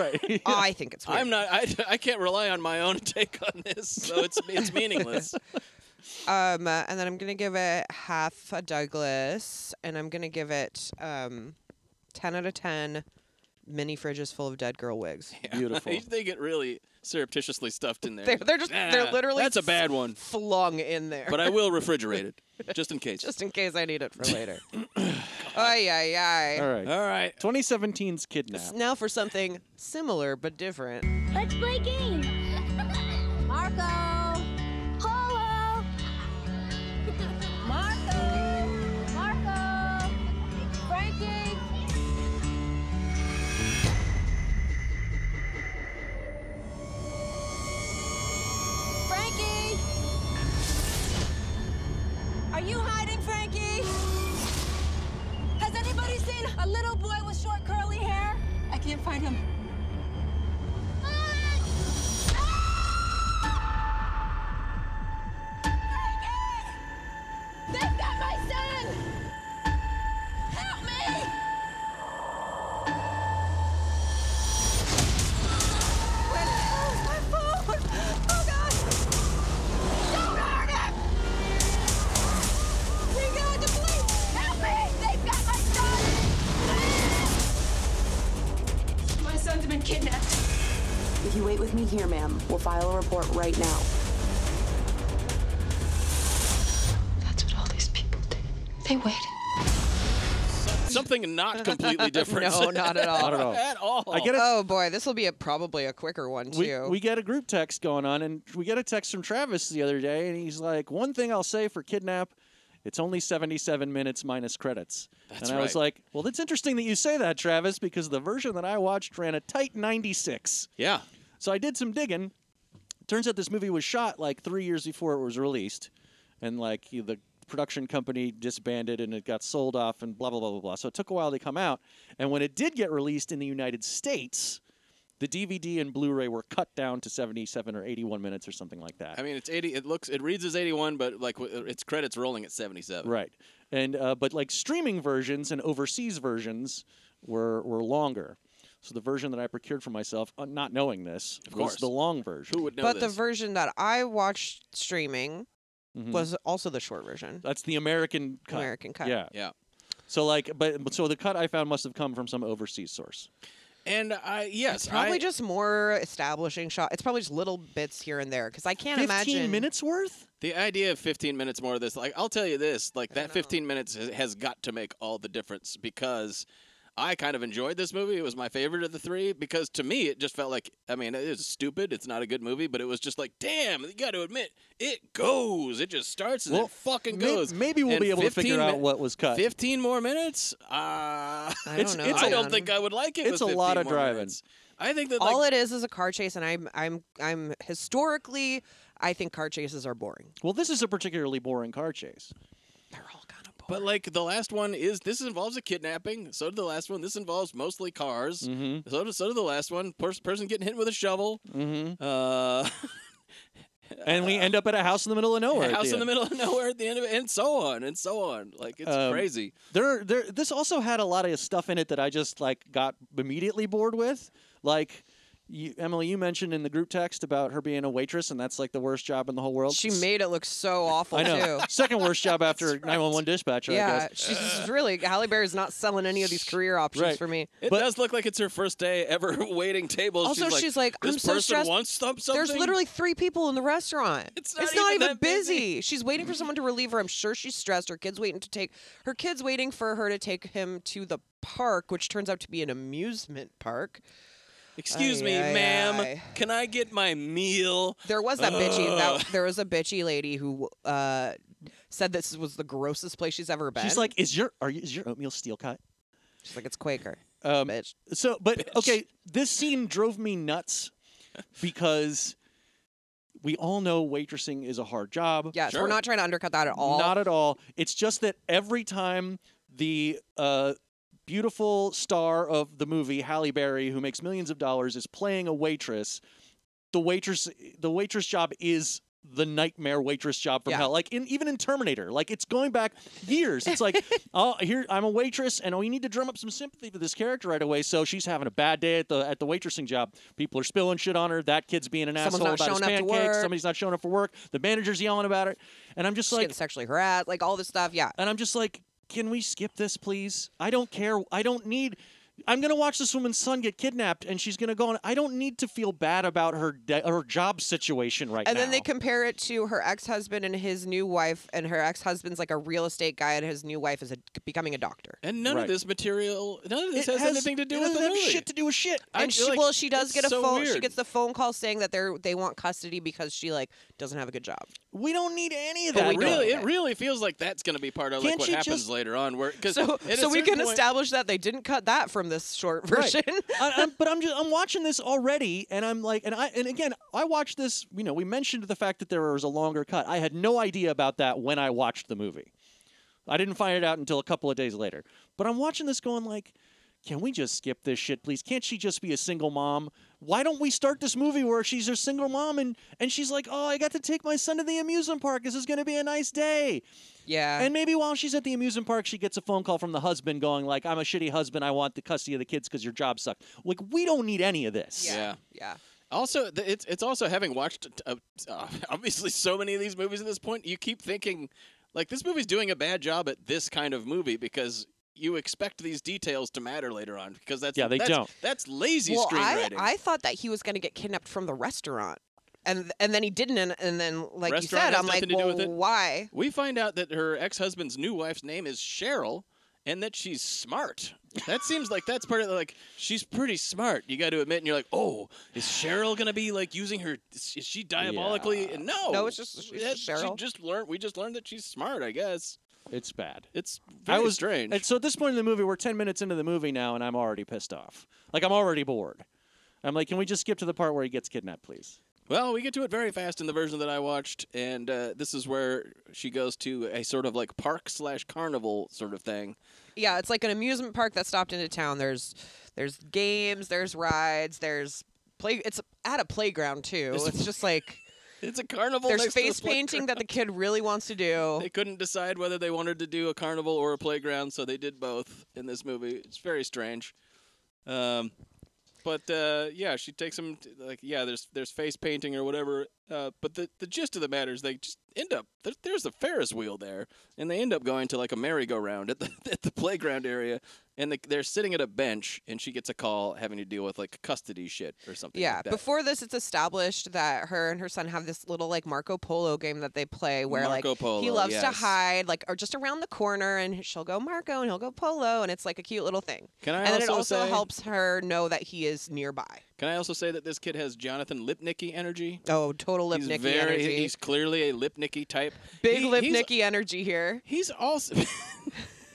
Speaker 3: right.
Speaker 1: Oh, i think it's weird.
Speaker 2: I'm not. I, I can't rely on my own take on this, so it's it's meaningless.
Speaker 1: um uh, and then i'm gonna give it half a douglas and i'm gonna give it um 10 out of 10 mini fridges full of dead girl wigs
Speaker 3: Beautiful.
Speaker 2: they get really surreptitiously stuffed in there.
Speaker 1: they're, they're just they're
Speaker 2: "Ah,
Speaker 1: literally
Speaker 2: that's a bad one,
Speaker 1: flung in there
Speaker 2: but I will refrigerate it just in case.
Speaker 1: just in case i need it for later ay ay ay
Speaker 3: All right.
Speaker 2: All right.
Speaker 3: 2017's Kidnap.
Speaker 1: now for something similar but different
Speaker 5: Let's play games.
Speaker 8: Marco!
Speaker 5: Hello.
Speaker 8: Marco! Marco! Frankie! Frankie! Are you hiding, Frankie? Has anybody seen a little boy with short curly hair?
Speaker 9: I can't find him.
Speaker 8: They've got my son! Help me! My phone! Oh God! Don't hurt him! Bring God the police! Help me! They've got my son! My son's been kidnapped.
Speaker 11: If you wait with me here, ma'am, we'll file a report right now.
Speaker 5: That's what all these people did. They waited.
Speaker 2: Something not completely different.
Speaker 1: no not at all
Speaker 3: Not at all.
Speaker 2: at all.
Speaker 3: I get a
Speaker 1: oh boy this will be a, probably a quicker one too
Speaker 3: we, we get a group text going on, and we get a text from Travis the other day, and he's like, "One thing I'll say for Kidnap." It's only 77 minutes minus credits. That's and I was
Speaker 2: right.
Speaker 3: like, well, that's interesting that you say that, Travis, because the version that I watched ran a tight 96.
Speaker 2: Yeah.
Speaker 3: So I did some digging. Turns out this movie was shot like three years before it was released, and like you- the production company disbanded and it got sold off and blah blah blah blah blah. So it took a while to come out, and when it did get released in the United States, the DVD and Blu-ray were cut down to 77 or 81 minutes or something like that.
Speaker 2: I mean, it's 80. It looks. It reads as 81, but like w- uh, its credits rolling at 77.
Speaker 3: right, and uh, but like streaming versions and overseas versions were were longer. So the version that I procured for myself, uh, not knowing this,
Speaker 2: Of
Speaker 3: was
Speaker 2: course.
Speaker 3: the long version.
Speaker 2: Who would know
Speaker 1: but the
Speaker 2: this?
Speaker 1: version that I watched streaming
Speaker 3: Mhm.
Speaker 1: was also the short version,
Speaker 3: That's the American cut.
Speaker 1: American cut.
Speaker 3: Yeah.
Speaker 2: yeah.
Speaker 3: So like, but but- so the cut I found must have come from some overseas source.
Speaker 2: And I yes,
Speaker 1: It's probably
Speaker 2: I,
Speaker 1: just more establishing shot. It's probably just little bits here and there because I can't
Speaker 3: Fifteen
Speaker 1: imagine.
Speaker 3: minutes worth.
Speaker 2: the idea of 15 minutes more of this. Like I'll tell you this, like that 15 minutes has, has got to make all the difference because I kind of enjoyed this movie. It was my favorite of the three because to me, it just felt like I mean, it's stupid. It's not a good movie, but it was just like, damn, you got to admit, it goes. It just starts and
Speaker 3: Well,
Speaker 2: it fucking
Speaker 3: may-
Speaker 2: goes.
Speaker 3: maybe we'll
Speaker 2: And
Speaker 3: be able to
Speaker 2: 15
Speaker 3: figure out
Speaker 2: min-
Speaker 3: what was cut.
Speaker 2: 15 more minutes? Uh, I
Speaker 1: don't It's- know, it's
Speaker 2: I
Speaker 1: a-
Speaker 2: don't think I would like it.
Speaker 3: it's
Speaker 2: with
Speaker 3: a
Speaker 2: 15
Speaker 3: lot of
Speaker 2: more
Speaker 3: driving.
Speaker 2: minutes. I think that
Speaker 1: all
Speaker 2: like,
Speaker 1: it is is a car chase, and I'm I'm I'm historically, I think car chases are boring.
Speaker 3: Well, this is a particularly boring car chase.
Speaker 2: But like the last one is this involves a kidnapping. So did the last one. This involves mostly cars. So did so did the last one. Pers- person getting hit with a shovel.
Speaker 3: Mm-hmm.
Speaker 2: Uh,
Speaker 3: and we end up at a house in the middle of nowhere. at
Speaker 2: house in
Speaker 3: end.
Speaker 2: the middle of nowhere at the end of it, and so on and so on. Like it's
Speaker 3: Um,
Speaker 2: crazy.
Speaker 3: There, there. This also had a lot of stuff in it that I just like got immediately bored with. Like, you, Emily, you mentioned in the group text about her being a waitress, and that's like the worst job in the whole world.
Speaker 1: She made it look so awful
Speaker 3: I know.
Speaker 1: too.
Speaker 3: Second worst job after 911 dispatcher. I
Speaker 1: yeah,
Speaker 3: guess.
Speaker 1: she's really Halle Berry's not selling any of these career options
Speaker 3: Right.
Speaker 1: for me.
Speaker 2: It does look like it's her first day ever waiting tables.
Speaker 1: Also,
Speaker 2: she's like,
Speaker 1: she's like,
Speaker 2: this
Speaker 1: I'm so
Speaker 2: person
Speaker 1: stressed.
Speaker 2: wants some- something.
Speaker 1: There's literally three people in the restaurant. It's
Speaker 2: not even that
Speaker 1: busy.
Speaker 2: busy.
Speaker 1: She's waiting for someone to relieve her. I'm sure she's stressed. Her kid's waiting to take her kid's waiting for her to take him to the park, which turns out to be an amusement park.
Speaker 2: Excuse
Speaker 1: Ay,
Speaker 2: me,
Speaker 1: ay,
Speaker 2: ma'am.
Speaker 1: ay.
Speaker 2: Can I get my meal?
Speaker 1: There was that bitchy.
Speaker 2: Ugh.
Speaker 1: That, there was a bitchy lady who uh, said this was the grossest place she's ever been.
Speaker 3: She's like, is your are you, is your oatmeal steel cut?
Speaker 1: she's like, it's Quaker.
Speaker 3: Um,
Speaker 1: bitch.
Speaker 3: So, but okay, this scene drove me nuts because we all know waitressing is a hard job.
Speaker 1: Yes, we're not trying to undercut that at all.
Speaker 3: Not at all. It's just that every time the uh, beautiful star of the movie, Halle Berry, who makes millions of dollars, is playing a waitress, the waitress the waitress job is the nightmare waitress job from
Speaker 1: Yeah.
Speaker 3: hell. Like in even in Terminator, like it's going back years. It's like, oh here I'm a waitress and oh you need to drum up some sympathy for this character right away. So she's having a bad day at the at the waitressing job. People are spilling shit on her. That kid's being an
Speaker 1: Someone's
Speaker 3: asshole
Speaker 1: not
Speaker 3: about his
Speaker 1: showing up to
Speaker 3: pancakes.
Speaker 1: work.
Speaker 3: Somebody's not showing up for work. The manager's yelling about it. And I'm just
Speaker 1: She's
Speaker 3: like
Speaker 1: getting sexually harassed, like all this stuff. Yeah.
Speaker 3: and I'm just like, can we skip this, please? I don't care. I don't need. I'm gonna watch this woman's son get kidnapped, and she's gonna go on. I don't need to feel bad about her de- her job situation right
Speaker 1: and
Speaker 3: now.
Speaker 1: then they compare it to her ex-husband and his new wife and her ex-husband's like a real estate guy and his new wife is a, becoming a doctor
Speaker 2: And none
Speaker 3: Right.
Speaker 2: of this material, none of this
Speaker 3: It
Speaker 2: has,
Speaker 3: has-
Speaker 2: anything to do
Speaker 3: it
Speaker 2: with the
Speaker 3: doesn't have
Speaker 2: movie.
Speaker 3: shit to do with shit.
Speaker 2: I
Speaker 1: and
Speaker 2: feel
Speaker 1: she
Speaker 2: like
Speaker 1: well she does
Speaker 2: it's
Speaker 1: get a
Speaker 2: so
Speaker 1: phone she
Speaker 2: weird.
Speaker 1: gets the phone call saying that they're they want custody because she like doesn't have a good job
Speaker 3: we don't need any of
Speaker 1: But
Speaker 3: that.
Speaker 1: we
Speaker 2: It
Speaker 1: don't.
Speaker 2: really,
Speaker 1: Yeah.
Speaker 2: it really feels like that's going to be part of like
Speaker 3: Can't
Speaker 2: what
Speaker 3: you
Speaker 2: happens
Speaker 3: just-
Speaker 2: later on. Where because
Speaker 1: so so we can establish that they didn't cut that from this short version
Speaker 3: I, I'm, but I'm just I'm watching this already, and I'm like, and I and again, I watched this. You know, we mentioned the fact that there was a longer cut. I had no idea about that when I watched the movie. I didn't find it out until a couple of days later. But I'm watching this, going like, can we just skip this shit, please? Can't she just be a single mom? Why don't we start this movie where she's a single mom and and she's like, oh, I got to take my son to the amusement park. This is going to be a nice day.
Speaker 1: yeah
Speaker 3: And maybe while she's at the amusement park, she gets a phone call from the husband going like, "I'm a shitty husband. I want the custody of the kids because your job sucked." Like, we don't need any of this.
Speaker 2: yeah.
Speaker 1: yeah
Speaker 2: Also, th- it's it's also having watched uh, uh, obviously so many of these movies at this point, you keep thinking like this movie's doing a bad job at this kind of movie because you expect these details to matter later on because that's
Speaker 3: Yeah, they
Speaker 2: that's-
Speaker 3: don't.
Speaker 2: That's lazy
Speaker 1: well I,
Speaker 2: screenwriting.
Speaker 1: I thought that he was going to get kidnapped from the restaurant and and then he didn't and, and then like you
Speaker 2: Restaurant
Speaker 1: said
Speaker 2: has
Speaker 1: i'm like
Speaker 2: nothing to do
Speaker 1: well,
Speaker 2: with it."
Speaker 1: why
Speaker 2: we find out that her ex-husband's new wife's name is Cheryl and that she's smart. That seems like that's part of the, like she's pretty smart. You got to admit and you're like, "Oh, is Cheryl going to be like using her is is she diabolically?"
Speaker 3: Yeah.
Speaker 2: No.
Speaker 1: No, it's just- she's
Speaker 2: That-
Speaker 1: just Cheryl.
Speaker 2: She just learned we just learned that she's smart, I guess.
Speaker 3: it's bad.
Speaker 2: It's
Speaker 3: I
Speaker 2: very
Speaker 3: was
Speaker 2: strange.
Speaker 3: And so at this point in the movie, we're ten minutes into the movie now, and I'm already pissed off. Like, I'm already bored. I'm like, can we just skip to the part where he gets kidnapped, please?
Speaker 2: Well, we get to it very fast in the version that I watched, and uh, this is where she goes to a sort of like park slash carnival sort of thing.
Speaker 1: yeah it's like an amusement park that stopped into town there's there's games there's rides there's play it's at a playground too it's just like
Speaker 2: It's a carnival.
Speaker 1: there's
Speaker 2: next to the
Speaker 1: face painting that
Speaker 2: playground.
Speaker 1: the kid really wants to do
Speaker 2: they couldn't decide whether they wanted to do a carnival or a playground, so they did both in this movie. It's very strange. Um, but uh, yeah, she takes him to, like yeah, there's there's face painting or whatever Uh, but the, the gist of the matter is they just end up there, there's a Ferris wheel there, and they end up going to like a merry-go-round at the at the playground area, and the, they're sitting at a bench, and she gets a call having to deal with like custody shit or something.
Speaker 1: yeah.
Speaker 2: like that.
Speaker 1: Before this, it's established that her and her son have this little like Marco Polo game that they play where
Speaker 2: Marco
Speaker 1: like he
Speaker 2: Polo,
Speaker 1: loves to
Speaker 2: yes.
Speaker 1: hide, like or just around the corner, and she'll go Marco and he'll go Polo, and it's like a cute little thing.
Speaker 2: Can I
Speaker 1: and then it
Speaker 2: also
Speaker 1: also
Speaker 2: say-
Speaker 1: helps her know that he is nearby.
Speaker 2: Can I also say that this kid has Jonathan Lipnicki energy?
Speaker 1: Oh, total
Speaker 2: he's
Speaker 1: Lipnicki
Speaker 2: very,
Speaker 1: energy.
Speaker 2: He's clearly a Lipnicki type.
Speaker 1: Big
Speaker 2: He- he's-
Speaker 1: Lipnicki energy here.
Speaker 2: He's also E.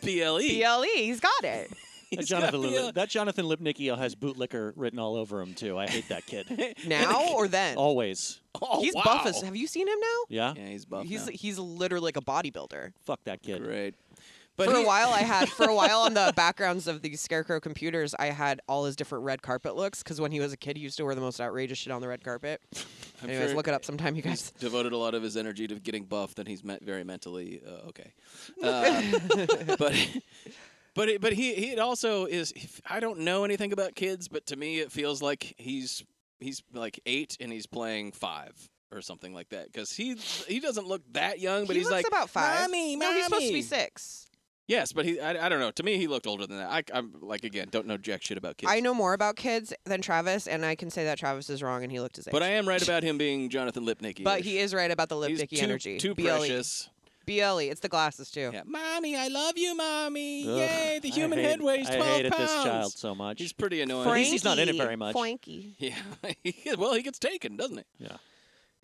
Speaker 2: BLE.
Speaker 1: BLE. E. He's got it.
Speaker 3: That
Speaker 2: He's
Speaker 3: Jonathan,
Speaker 2: got
Speaker 3: Lip-
Speaker 2: the, uh,
Speaker 3: that Jonathan Lipnicki has bootlicker written all over him too. I hate that kid.
Speaker 1: Now or then?
Speaker 3: Always.
Speaker 1: he's buff as. Have you seen him now?
Speaker 3: Yeah.
Speaker 2: Oh, Yeah, he's buff.
Speaker 1: He's
Speaker 2: now.
Speaker 1: he's literally like a bodybuilder.
Speaker 3: Fuck that kid.
Speaker 2: Great.
Speaker 1: for
Speaker 2: he-
Speaker 1: a while, I had for a while on the backgrounds of the Scarecrow computers, I had all his different red carpet looks because when he was a kid, he used to wear the most outrageous shit on the red carpet.
Speaker 2: I'm
Speaker 1: Anyways,
Speaker 2: sure
Speaker 1: look it up sometime, you guys.
Speaker 2: devoted a lot of his energy to getting buff. Then he's met very mentally uh, okay. Uh, but but it, but he he it also is. I don't know anything about kids, but to me it feels like he's he's like eight and he's playing five or something like that because he he doesn't look that young, but
Speaker 1: he
Speaker 2: he's
Speaker 1: looks
Speaker 2: like
Speaker 1: about five.
Speaker 2: Mommy,
Speaker 1: No, he's supposed to
Speaker 2: mommy."
Speaker 1: be six.
Speaker 2: Yes, but he I, I don't know. To me, he looked older than that. I, I'm like again don't know jack shit about kids.
Speaker 1: I know more about kids than Travis, and I can say that Travis is wrong and he looked his age.
Speaker 2: but I am right about him being Jonathan Lipnicki.
Speaker 1: But he is right about the
Speaker 2: he's
Speaker 1: Lipnicki
Speaker 2: too,
Speaker 1: energy. E.
Speaker 2: too
Speaker 1: BLE.
Speaker 2: precious.
Speaker 1: BLE. E. It's the glasses too.
Speaker 2: Yeah. Mommy, I love you, mommy.
Speaker 3: Ugh,
Speaker 2: Yay, the
Speaker 3: I
Speaker 2: human head
Speaker 3: hate-
Speaker 2: weighs
Speaker 3: I
Speaker 2: 12
Speaker 3: hated
Speaker 2: pounds.
Speaker 3: this child so much.
Speaker 2: He's pretty annoying.
Speaker 3: At least he's not in it very much.
Speaker 1: Frankie.
Speaker 2: Yeah. well, he gets taken, doesn't he?
Speaker 3: Yeah.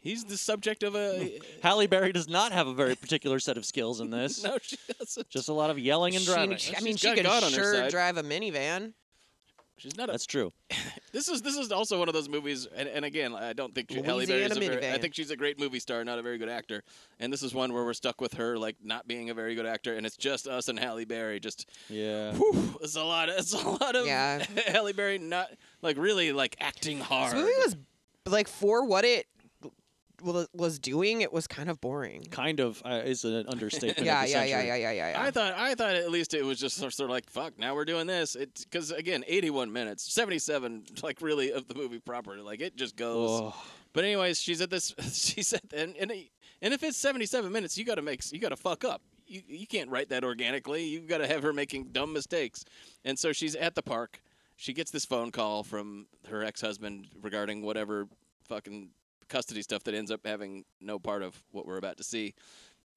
Speaker 2: He's the subject of a
Speaker 3: Halle Berry does not have a very particular set of skills in this.
Speaker 2: No, she doesn't.
Speaker 3: Just a lot of yelling and driving.
Speaker 1: She, I mean,
Speaker 2: She's
Speaker 1: she
Speaker 2: got
Speaker 1: can
Speaker 2: God on her
Speaker 1: sure
Speaker 2: side.
Speaker 1: drive a minivan.
Speaker 2: She's not a
Speaker 3: That's true.
Speaker 2: This is this is also one of those movies, and, and again, I don't think she- Halle Berry is
Speaker 1: Louisiana
Speaker 2: a very. I
Speaker 1: minivan.
Speaker 2: think she's a great movie star, not a very good actor. And this is one where we're stuck with her like not being a very good actor, and it's just us and Halle Berry. Just
Speaker 3: Yeah.
Speaker 2: whew, it's a lot. Of, it's a lot of
Speaker 1: Yeah.
Speaker 2: Halle Berry not like really like acting hard.
Speaker 1: This movie was like for what it wa- was doing, it was kind of boring.
Speaker 3: Kind of uh, is an understatement.
Speaker 1: Yeah,
Speaker 3: of the
Speaker 1: yeah, yeah,
Speaker 3: century.
Speaker 1: yeah, yeah, yeah, yeah.
Speaker 2: I thought I thought at least it was just sort of like fuck. Now we're doing this. It's because again, 81 minutes, 77 like really of the movie proper. Like it just goes.
Speaker 3: Oh.
Speaker 2: But anyways, she's at this. She's at and and, and if it's 77 minutes, you got to make you got to fuck up. You you can't write that organically. You got to have her making dumb mistakes. And so she's at the park. She gets this phone call from her ex husband regarding whatever fucking custody stuff that ends up having no part of what we're about to see.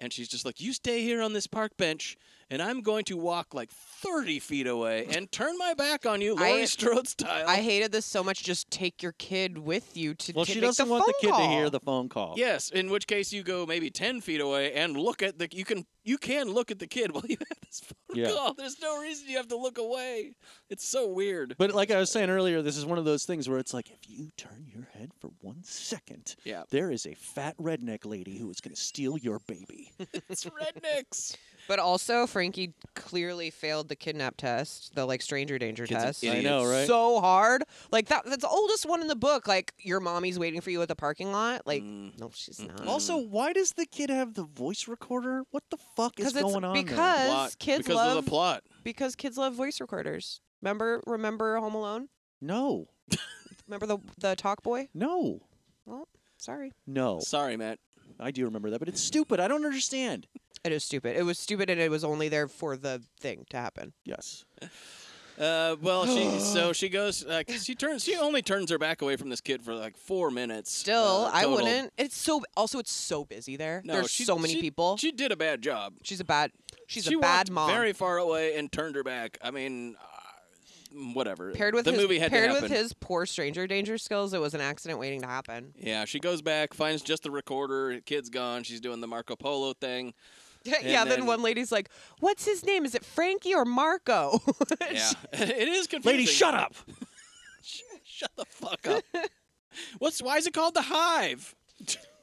Speaker 2: And she's just like, You stay here on this park bench, and I'm going to walk like 30 feet away and turn my back on you, Laurie
Speaker 1: I-
Speaker 2: Strode style.
Speaker 1: I hated this so much. Just take your kid with you to.
Speaker 3: Well,
Speaker 1: to
Speaker 3: she
Speaker 1: make
Speaker 3: doesn't
Speaker 1: the
Speaker 3: want the
Speaker 1: phone
Speaker 3: kid to hear
Speaker 1: call.
Speaker 3: the phone call.
Speaker 2: Yes, in which case you go maybe ten feet away and look at the you can you can look at the kid while you have this phone
Speaker 3: Yeah.
Speaker 2: call. There's no reason you have to look away. It's so weird.
Speaker 3: But like I was saying earlier, this is one of those things where it's like, if you turn your head for one second,
Speaker 2: Yeah.
Speaker 3: there is a fat redneck lady who is going to steal your baby.
Speaker 1: Hmm.
Speaker 2: It's rednecks.
Speaker 1: But also, Frankie clearly failed the kidnap test, the like stranger danger
Speaker 2: Kid's an
Speaker 1: test.
Speaker 2: idiot.
Speaker 3: I know, right?
Speaker 1: So hard, like that—that's the oldest one in the book. Like your mommy's waiting for you at the parking lot. Like,
Speaker 3: Mm.
Speaker 1: no, she's not.
Speaker 3: also, why does the kid have the voice recorder? What the fuck
Speaker 1: because
Speaker 3: is
Speaker 1: it's
Speaker 3: going on? there?
Speaker 1: because
Speaker 2: Plot.
Speaker 1: kids
Speaker 2: because
Speaker 1: love
Speaker 2: of the plot.
Speaker 1: because kids love voice recorders. Remember, remember Home Alone?
Speaker 3: No,
Speaker 1: Remember the the Talk Boy?
Speaker 3: no,
Speaker 1: Well, sorry.
Speaker 3: no.
Speaker 2: Sorry, Matt.
Speaker 3: I do remember that, but it's stupid. I don't understand.
Speaker 1: It is stupid. It was stupid, and it was only there for the thing to happen.
Speaker 3: Yes.
Speaker 2: Uh, well, she so she goes like she turns she only turns her back away from this kid for like four minutes.
Speaker 1: Still,
Speaker 2: uh,
Speaker 1: I
Speaker 2: total.
Speaker 1: wouldn't. It's so also it's so busy there.
Speaker 2: No,
Speaker 1: There's
Speaker 2: she-
Speaker 1: so many
Speaker 2: she-
Speaker 1: people.
Speaker 2: She did a bad job.
Speaker 1: she's a bad. She's
Speaker 2: she
Speaker 1: a bad
Speaker 2: walked
Speaker 1: mom.
Speaker 2: Very far away and turned her back. I mean, uh, whatever.
Speaker 1: paired with
Speaker 2: the
Speaker 1: his,
Speaker 2: movie had to
Speaker 1: paired with
Speaker 2: happen.
Speaker 1: his poor stranger danger skills, it was an accident waiting to happen.
Speaker 2: Yeah, she goes back, finds just the recorder. Kid's gone. She's doing the Marco Polo thing.
Speaker 1: Yeah. Then,
Speaker 2: then-
Speaker 1: one lady's like, "What's his name? Is it Frankie or Marco?"
Speaker 2: Yeah, it is confusing.
Speaker 3: Lady, shut up.
Speaker 2: Shut the fuck up. What's why is it called the Hive?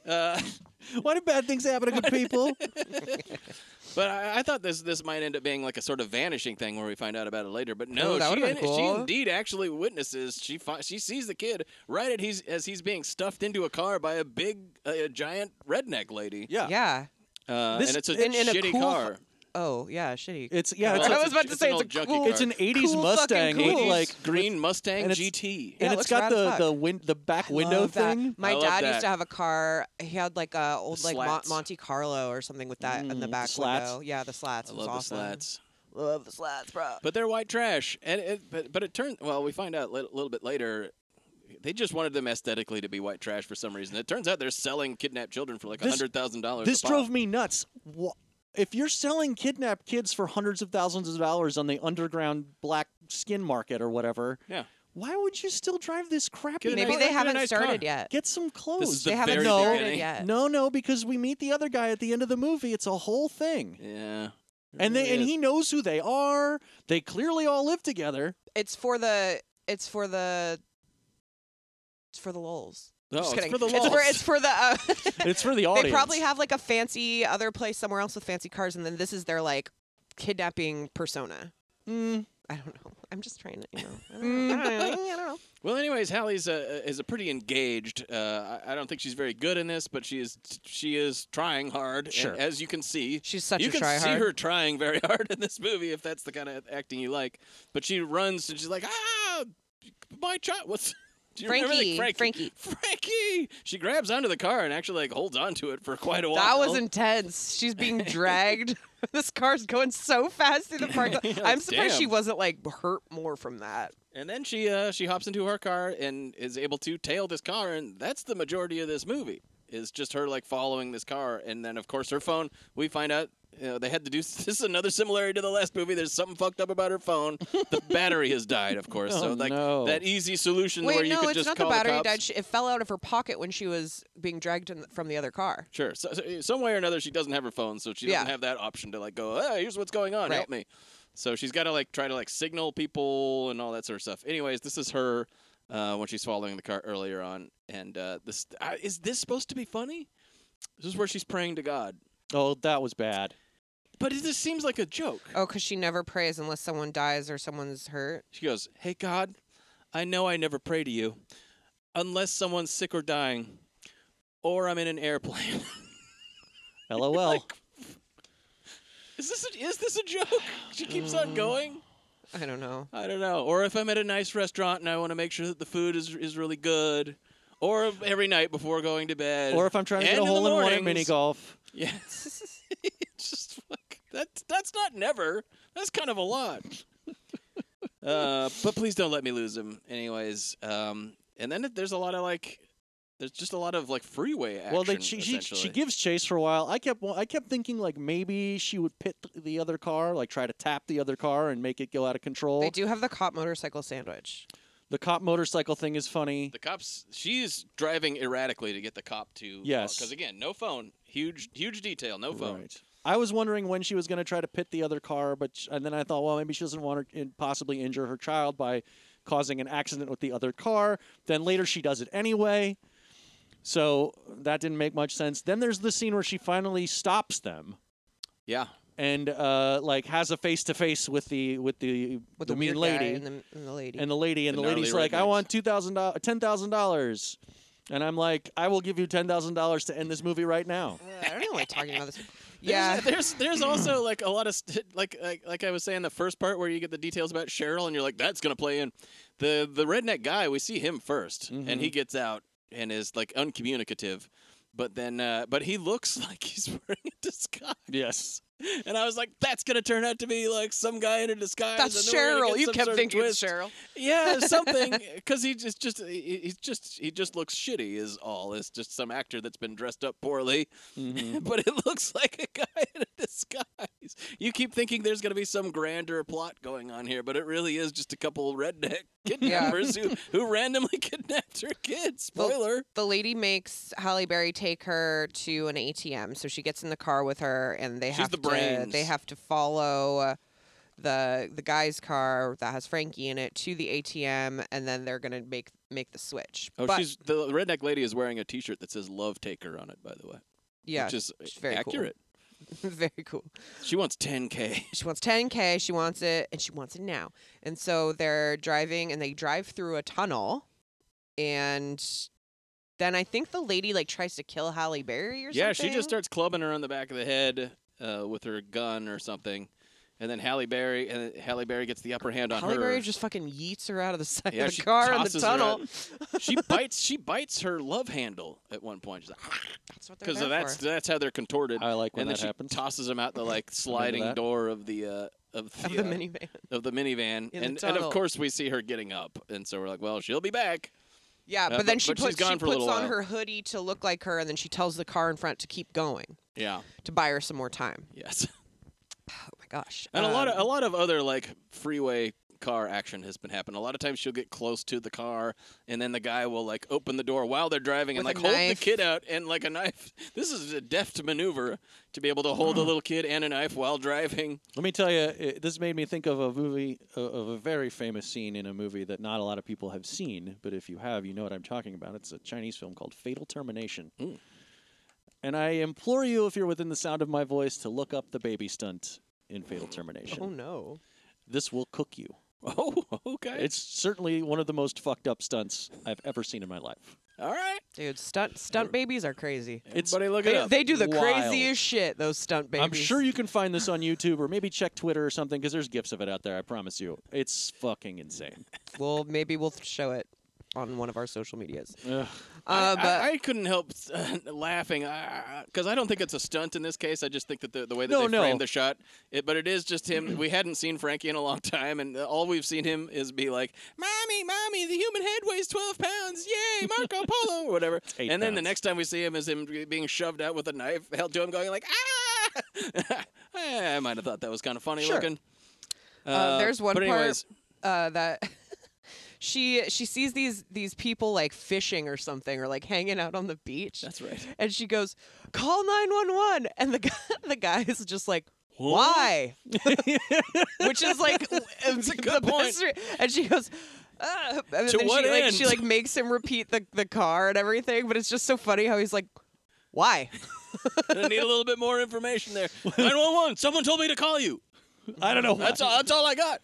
Speaker 2: Uh,
Speaker 3: Why do bad things happen to good people?
Speaker 2: but I, I thought this this might end up being like a sort of vanishing thing where we find out about it later. But no,
Speaker 1: Oh, that
Speaker 2: she,
Speaker 1: would've been
Speaker 2: in- she
Speaker 1: cool.
Speaker 2: indeed actually witnesses. She fi- she sees the kid right at he's as he's being stuffed into a car by a big uh, a giant redneck lady.
Speaker 3: yeah.
Speaker 1: yeah.
Speaker 2: uh,
Speaker 3: This-
Speaker 2: and it's a
Speaker 1: in- in a
Speaker 2: shitty
Speaker 1: cool-
Speaker 2: car.
Speaker 1: Oh yeah, shitty.
Speaker 3: It's yeah. It's,
Speaker 1: I
Speaker 3: it's
Speaker 1: was about to say it's a cool.
Speaker 3: It's an '80s
Speaker 1: cool fucking
Speaker 3: Mustang, with,
Speaker 1: cool.
Speaker 3: like
Speaker 2: green Mustang
Speaker 3: and it's-
Speaker 2: GT.
Speaker 1: Yeah,
Speaker 3: and
Speaker 1: it looks
Speaker 3: it's got
Speaker 1: rad as
Speaker 3: the
Speaker 1: fuck.
Speaker 3: the, win- the back window
Speaker 1: Love that.
Speaker 3: thing.
Speaker 1: My
Speaker 2: love
Speaker 1: dad
Speaker 2: that.
Speaker 1: used to have a car. He had like a old
Speaker 2: The
Speaker 1: like Mon-
Speaker 2: slats. Mm,
Speaker 1: Monte Carlo or something with that in the back
Speaker 3: slats.
Speaker 1: window. Yeah, the slats.
Speaker 2: I
Speaker 1: It
Speaker 2: love
Speaker 1: was awesome.
Speaker 2: the slats.
Speaker 1: Love the slats, bro.
Speaker 2: But they're white trash, and it, but but it turned. Well, we find out a little bit later. They just wanted them aesthetically to be white trash for some reason. It turns out they're selling kidnapped children for like a
Speaker 3: This-
Speaker 2: hundred thousand dollars.
Speaker 3: This drove me nuts. Wha- If you're selling kidnapped kids for hundreds of thousands of dollars on the underground black skin market or whatever,
Speaker 2: Yeah.
Speaker 3: why would you still drive this crappy?
Speaker 2: Get a
Speaker 1: Maybe
Speaker 2: nice-
Speaker 3: car?
Speaker 1: they
Speaker 2: get a
Speaker 1: haven't
Speaker 2: nice
Speaker 1: started
Speaker 2: car.
Speaker 1: yet.
Speaker 3: Get some clothes.
Speaker 2: This is the
Speaker 1: they haven't
Speaker 2: very
Speaker 3: no,
Speaker 1: started
Speaker 2: beginning.
Speaker 1: yet.
Speaker 3: no, no, because we meet the other guy at the end of the movie. It's a whole thing,
Speaker 2: Yeah.
Speaker 3: and they
Speaker 2: Really
Speaker 3: and
Speaker 2: is.
Speaker 3: he knows who they are. They clearly all live together.
Speaker 1: It's for the. It's for the. It's for the lols.
Speaker 2: No,
Speaker 1: Just
Speaker 2: Oh, it's
Speaker 1: kidding.
Speaker 2: for the
Speaker 1: It's for,
Speaker 2: lols.
Speaker 1: it's for the. Uh,
Speaker 3: It's for the audience.
Speaker 1: they probably have like a fancy other place somewhere else with fancy cars, and then this is their like kidnapping persona.
Speaker 3: Mm,
Speaker 1: I don't know. I'm just trying to, you know. I don't know. I don't know. I don't know.
Speaker 2: Well, anyways, Hallie's a, is a pretty engaged. Uh, I, I don't think she's very good in this, but she is she is trying hard. and
Speaker 3: Sure.
Speaker 2: as you can see,
Speaker 1: She's such
Speaker 2: you
Speaker 1: a
Speaker 2: can
Speaker 1: tryhard.
Speaker 2: see her trying very hard in this movie. If that's the kind of acting you like, but she runs and she's like, ah, my child. What's do you remember that-
Speaker 1: Frankie,
Speaker 2: Frankie, Frankie. She grabs onto the car and actually like holds onto it for quite a while.
Speaker 1: That was intense. She's being dragged. this car's going so fast through the park. lot. I'm surprised she
Speaker 2: damn.
Speaker 1: wasn't like hurt more from that.
Speaker 2: And then she uh, she hops into her car and is able to tail this car, and that's the majority of this movie is just her like following this car, and then of course her phone. We find out you know, they had to do this is another similarity to the last movie. There's something fucked up about her phone. the battery has died, of course. so
Speaker 3: Oh,
Speaker 2: like
Speaker 3: no.
Speaker 2: that easy solution where
Speaker 1: Wait,
Speaker 2: you
Speaker 1: no,
Speaker 2: could
Speaker 1: it's
Speaker 2: just
Speaker 1: not the
Speaker 2: call
Speaker 1: battery
Speaker 2: cops.
Speaker 1: died. She- It fell out of her pocket when she was being dragged in, from the other car.
Speaker 2: Sure. So, so some way or another, she doesn't have her phone, so she doesn't
Speaker 1: Yeah.
Speaker 2: have that option to like go. Hey, here's what's going on.
Speaker 1: Right.
Speaker 2: Help me. So she's got to like try to like signal people and all that sort of stuff. Anyways, this is her uh, when she's following the car earlier on, and uh, this uh, is this supposed to be funny? This is where she's praying to God,
Speaker 3: oh, that was bad.
Speaker 2: but it just seems like a joke.
Speaker 1: Oh, because she never prays unless someone dies or someone's hurt.
Speaker 2: She goes, "Hey God, I know I never pray to you, unless someone's sick or dying, or I'm in an airplane."
Speaker 3: LOL.
Speaker 2: is this a, is this a joke? She keeps
Speaker 1: Uh,
Speaker 2: on going.
Speaker 1: I don't know.
Speaker 2: I don't know. Or if I'm at a nice restaurant and I want to make sure that the food is is really good. Or if- every night before going to bed.
Speaker 3: or if I'm trying to get
Speaker 2: And
Speaker 3: a
Speaker 2: in the
Speaker 3: hole in one at
Speaker 2: mornings.
Speaker 3: mini golf.
Speaker 2: Yeah. It's just like that's that's not never. That's kind of a lot. uh, but please don't let me lose him. Anyways, um, and then there's a lot of like, there's just a lot of like freeway action.
Speaker 3: Well, they, she, she she
Speaker 2: essentially.
Speaker 3: gives chase for a while. I kept wa- I kept thinking like maybe she would pit the other car, like try to tap the other car and make it go out of control.
Speaker 1: They do have the cop motorcycle sandwich.
Speaker 3: The cop motorcycle thing is funny.
Speaker 2: The cops. She's driving erratically to get the cop to.
Speaker 3: Yes.
Speaker 2: Because again, no phone. Huge, huge detail. No phone.
Speaker 3: Right. I was wondering when she was going to try to pit the other car, but sh- and then I thought, well, maybe she doesn't want her in, possibly injure her child by causing an accident with the other car. Then later she does it anyway. So that didn't make much sense. Then there's the scene where she finally stops them.
Speaker 2: Yeah.
Speaker 3: and uh, like has a face to face with the with the
Speaker 1: With
Speaker 3: the,
Speaker 1: the
Speaker 3: mean
Speaker 1: weird
Speaker 3: lady
Speaker 1: guy and the, and the lady.
Speaker 3: and the lady and
Speaker 2: The
Speaker 3: the lady's
Speaker 2: gnarly
Speaker 3: like, I
Speaker 2: rednecks.
Speaker 3: want two thousand dollars, ten thousand dollars, and I'm like, I will give you ten thousand dollars to end this movie right now.
Speaker 1: I don't know why I'm talking about this.
Speaker 2: There's-
Speaker 1: Yeah.
Speaker 2: there's there's also like a lot of st- like, like like I was saying the first part where you get the details about Cheryl and you're like that's gonna play in the the redneck guy we see him 1st and
Speaker 1: Mm-hmm.
Speaker 2: he gets out and is like uncommunicative but then uh, but he looks like he's wearing a disguise
Speaker 3: Yes,
Speaker 2: and I was like that's gonna turn out to be like some guy in a disguise
Speaker 1: That's
Speaker 2: and then we're
Speaker 1: Cheryl.
Speaker 2: gonna get
Speaker 1: You
Speaker 2: some
Speaker 1: kept
Speaker 2: sort of
Speaker 1: thinking it's
Speaker 2: twist.
Speaker 1: Cheryl.
Speaker 2: yeah something because he just just he, he's just he just looks shitty is all it's just some actor that's been dressed up poorly
Speaker 3: Mm-hmm.
Speaker 2: but it looks like a guy in a disguise you keep thinking there's going to be some grander plot going on here but it really is just a couple redneck kidnappers who, who randomly kidnapped her kid spoiler
Speaker 1: the lady makes Halle Berry take her to an ATM, so she gets in the car with her, and they
Speaker 2: She's
Speaker 1: have
Speaker 2: the
Speaker 1: to
Speaker 2: brains.
Speaker 1: they have to follow uh, the the guy's car that has Frankie in it to the ATM, and then they're gonna make make the switch.
Speaker 2: oh
Speaker 1: but,
Speaker 2: she's the redneck lady is wearing a t-shirt that says love taker on it by the way
Speaker 1: yeah,
Speaker 2: which is
Speaker 1: she's very cool.
Speaker 2: accurate
Speaker 1: very cool.
Speaker 2: she wants 10k
Speaker 1: She wants 10k. She wants it, and she wants it now. And so they're driving, and they drive through a tunnel, and then I think the lady like tries to kill Halle Berry or
Speaker 2: yeah
Speaker 1: something.
Speaker 2: she just starts clubbing her on the back of the head uh, with her gun or something, and then Halle Berry and Halle Berry gets the upper hand on
Speaker 1: Halle
Speaker 2: her.
Speaker 1: Berry just fucking yeets her out of the side
Speaker 2: yeah,
Speaker 1: of the
Speaker 2: she
Speaker 1: car in the
Speaker 2: tosses her
Speaker 1: tunnel.
Speaker 2: out. she bites. She bites her love handle at one point. She's like,
Speaker 1: That's what they're
Speaker 2: because
Speaker 1: there
Speaker 2: that's
Speaker 1: for.
Speaker 2: that's how they're contorted. I
Speaker 3: like when
Speaker 2: and then
Speaker 3: that
Speaker 2: she
Speaker 3: happens.
Speaker 2: Tosses them out the like sliding
Speaker 3: that.
Speaker 2: door of the uh, of the,
Speaker 1: Of the
Speaker 2: uh,
Speaker 1: minivan.
Speaker 2: of the
Speaker 1: In
Speaker 2: minivan,
Speaker 1: the
Speaker 2: and and
Speaker 1: tunnel.
Speaker 2: of course we see her getting up, and so we're like, well, she'll be back.
Speaker 1: Yeah,
Speaker 2: Uh,
Speaker 1: but then she
Speaker 2: but she's
Speaker 1: puts,
Speaker 2: gone
Speaker 1: she
Speaker 2: for a
Speaker 1: puts
Speaker 2: little
Speaker 1: on
Speaker 2: while.
Speaker 1: her hoodie to look like her, and then she tells the car in front to keep going
Speaker 2: Yeah.
Speaker 1: to buy her some more time.
Speaker 2: Yes.
Speaker 1: Oh my gosh.
Speaker 2: And a lot
Speaker 1: Um,
Speaker 2: of a lot of other like freeway car action has been happening. A lot of times she'll get close to the car, and then the guy will like open the door while they're driving and
Speaker 1: With
Speaker 2: like
Speaker 1: a
Speaker 2: hold the
Speaker 1: knife.
Speaker 2: kid out and like a knife. This is a deft maneuver to be able to hold a little kid and a knife while driving.
Speaker 3: Let me tell you, it, this made me think of a movie, uh, of a very famous scene in a movie that not a lot of people have seen, but if you have, you know what I'm talking about. It's a Chinese film called Fatal Termination.
Speaker 1: Hmm.
Speaker 3: And I implore you, if you're within the sound of my voice, to look up the baby stunt in Fatal Termination.
Speaker 1: Oh no.
Speaker 3: This will cook you.
Speaker 2: Oh, okay.
Speaker 3: It's certainly one of the most fucked up stunts I've ever seen in my life.
Speaker 2: All right.
Speaker 1: Dude, stunt stunt babies are crazy.
Speaker 3: It's
Speaker 2: Everybody look it
Speaker 1: They,
Speaker 2: up.
Speaker 1: they do the
Speaker 3: Wild.
Speaker 1: craziest shit, those stunt babies.
Speaker 3: I'm sure you can find this on YouTube or maybe check Twitter or something because there's gifs of it out there. I promise you, it's fucking insane.
Speaker 1: Well, maybe we'll show it on one of our social medias.
Speaker 3: Ugh.
Speaker 1: Uh, but
Speaker 2: I, I couldn't help uh, laughing because I don't think it's a stunt in this case. I just think that the, the way that
Speaker 3: No,
Speaker 2: they
Speaker 3: no.
Speaker 2: framed the shot, it, but it is just him. we hadn't seen Frankie in a long time, and all we've seen him is be like, "Mommy, mommy, the human head weighs twelve pounds! Yay, Marco Polo, or whatever."
Speaker 3: eight
Speaker 2: And then the
Speaker 3: pounds.
Speaker 2: next time we see him is him being shoved out with a knife held to him, going like, "Ah!" I might have thought that was kind of funny
Speaker 1: Sure.
Speaker 2: looking.
Speaker 1: Uh, there's one
Speaker 2: but anyways,
Speaker 1: part uh, that she she sees these these people like fishing or something or like hanging out on the beach.
Speaker 2: That's right.
Speaker 1: And she goes, "Call 911." And the guy, the guy is just like, "Why?" Which is like it's
Speaker 2: a good point.
Speaker 1: And she goes, uh, and
Speaker 2: To
Speaker 1: then
Speaker 2: what
Speaker 1: she, Like, she
Speaker 2: end?
Speaker 1: like makes him repeat the, the car and everything, but it's just so funny how he's like, "Why?"
Speaker 2: I need a little bit more information there. Nine one one. Someone told me to call you.
Speaker 3: I don't know.
Speaker 2: That's all. That's all I got.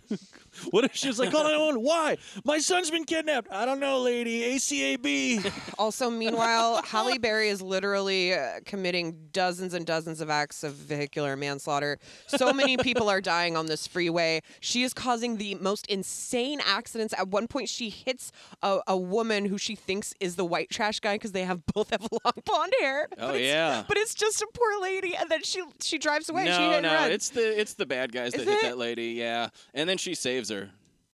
Speaker 3: What if she was like, "Call 911"? Why? My son's been kidnapped. I don't know, lady. ACAB.
Speaker 1: Also, meanwhile, Halle Berry is literally uh, committing dozens and dozens of acts of vehicular manslaughter. So many people are dying on this freeway. She is causing the most insane accidents. At one point, she hits a, a woman who she thinks is the white trash guy because they have both have long blonde hair.
Speaker 2: Oh,
Speaker 1: but it's-
Speaker 2: yeah.
Speaker 1: but it's just a poor lady, and then she she drives away.
Speaker 2: No,
Speaker 1: she hit and
Speaker 2: no,
Speaker 1: runs.
Speaker 2: it's the it's the bad guys that
Speaker 1: Is
Speaker 2: hit
Speaker 1: it?
Speaker 2: that lady. Yeah, and then she saves her.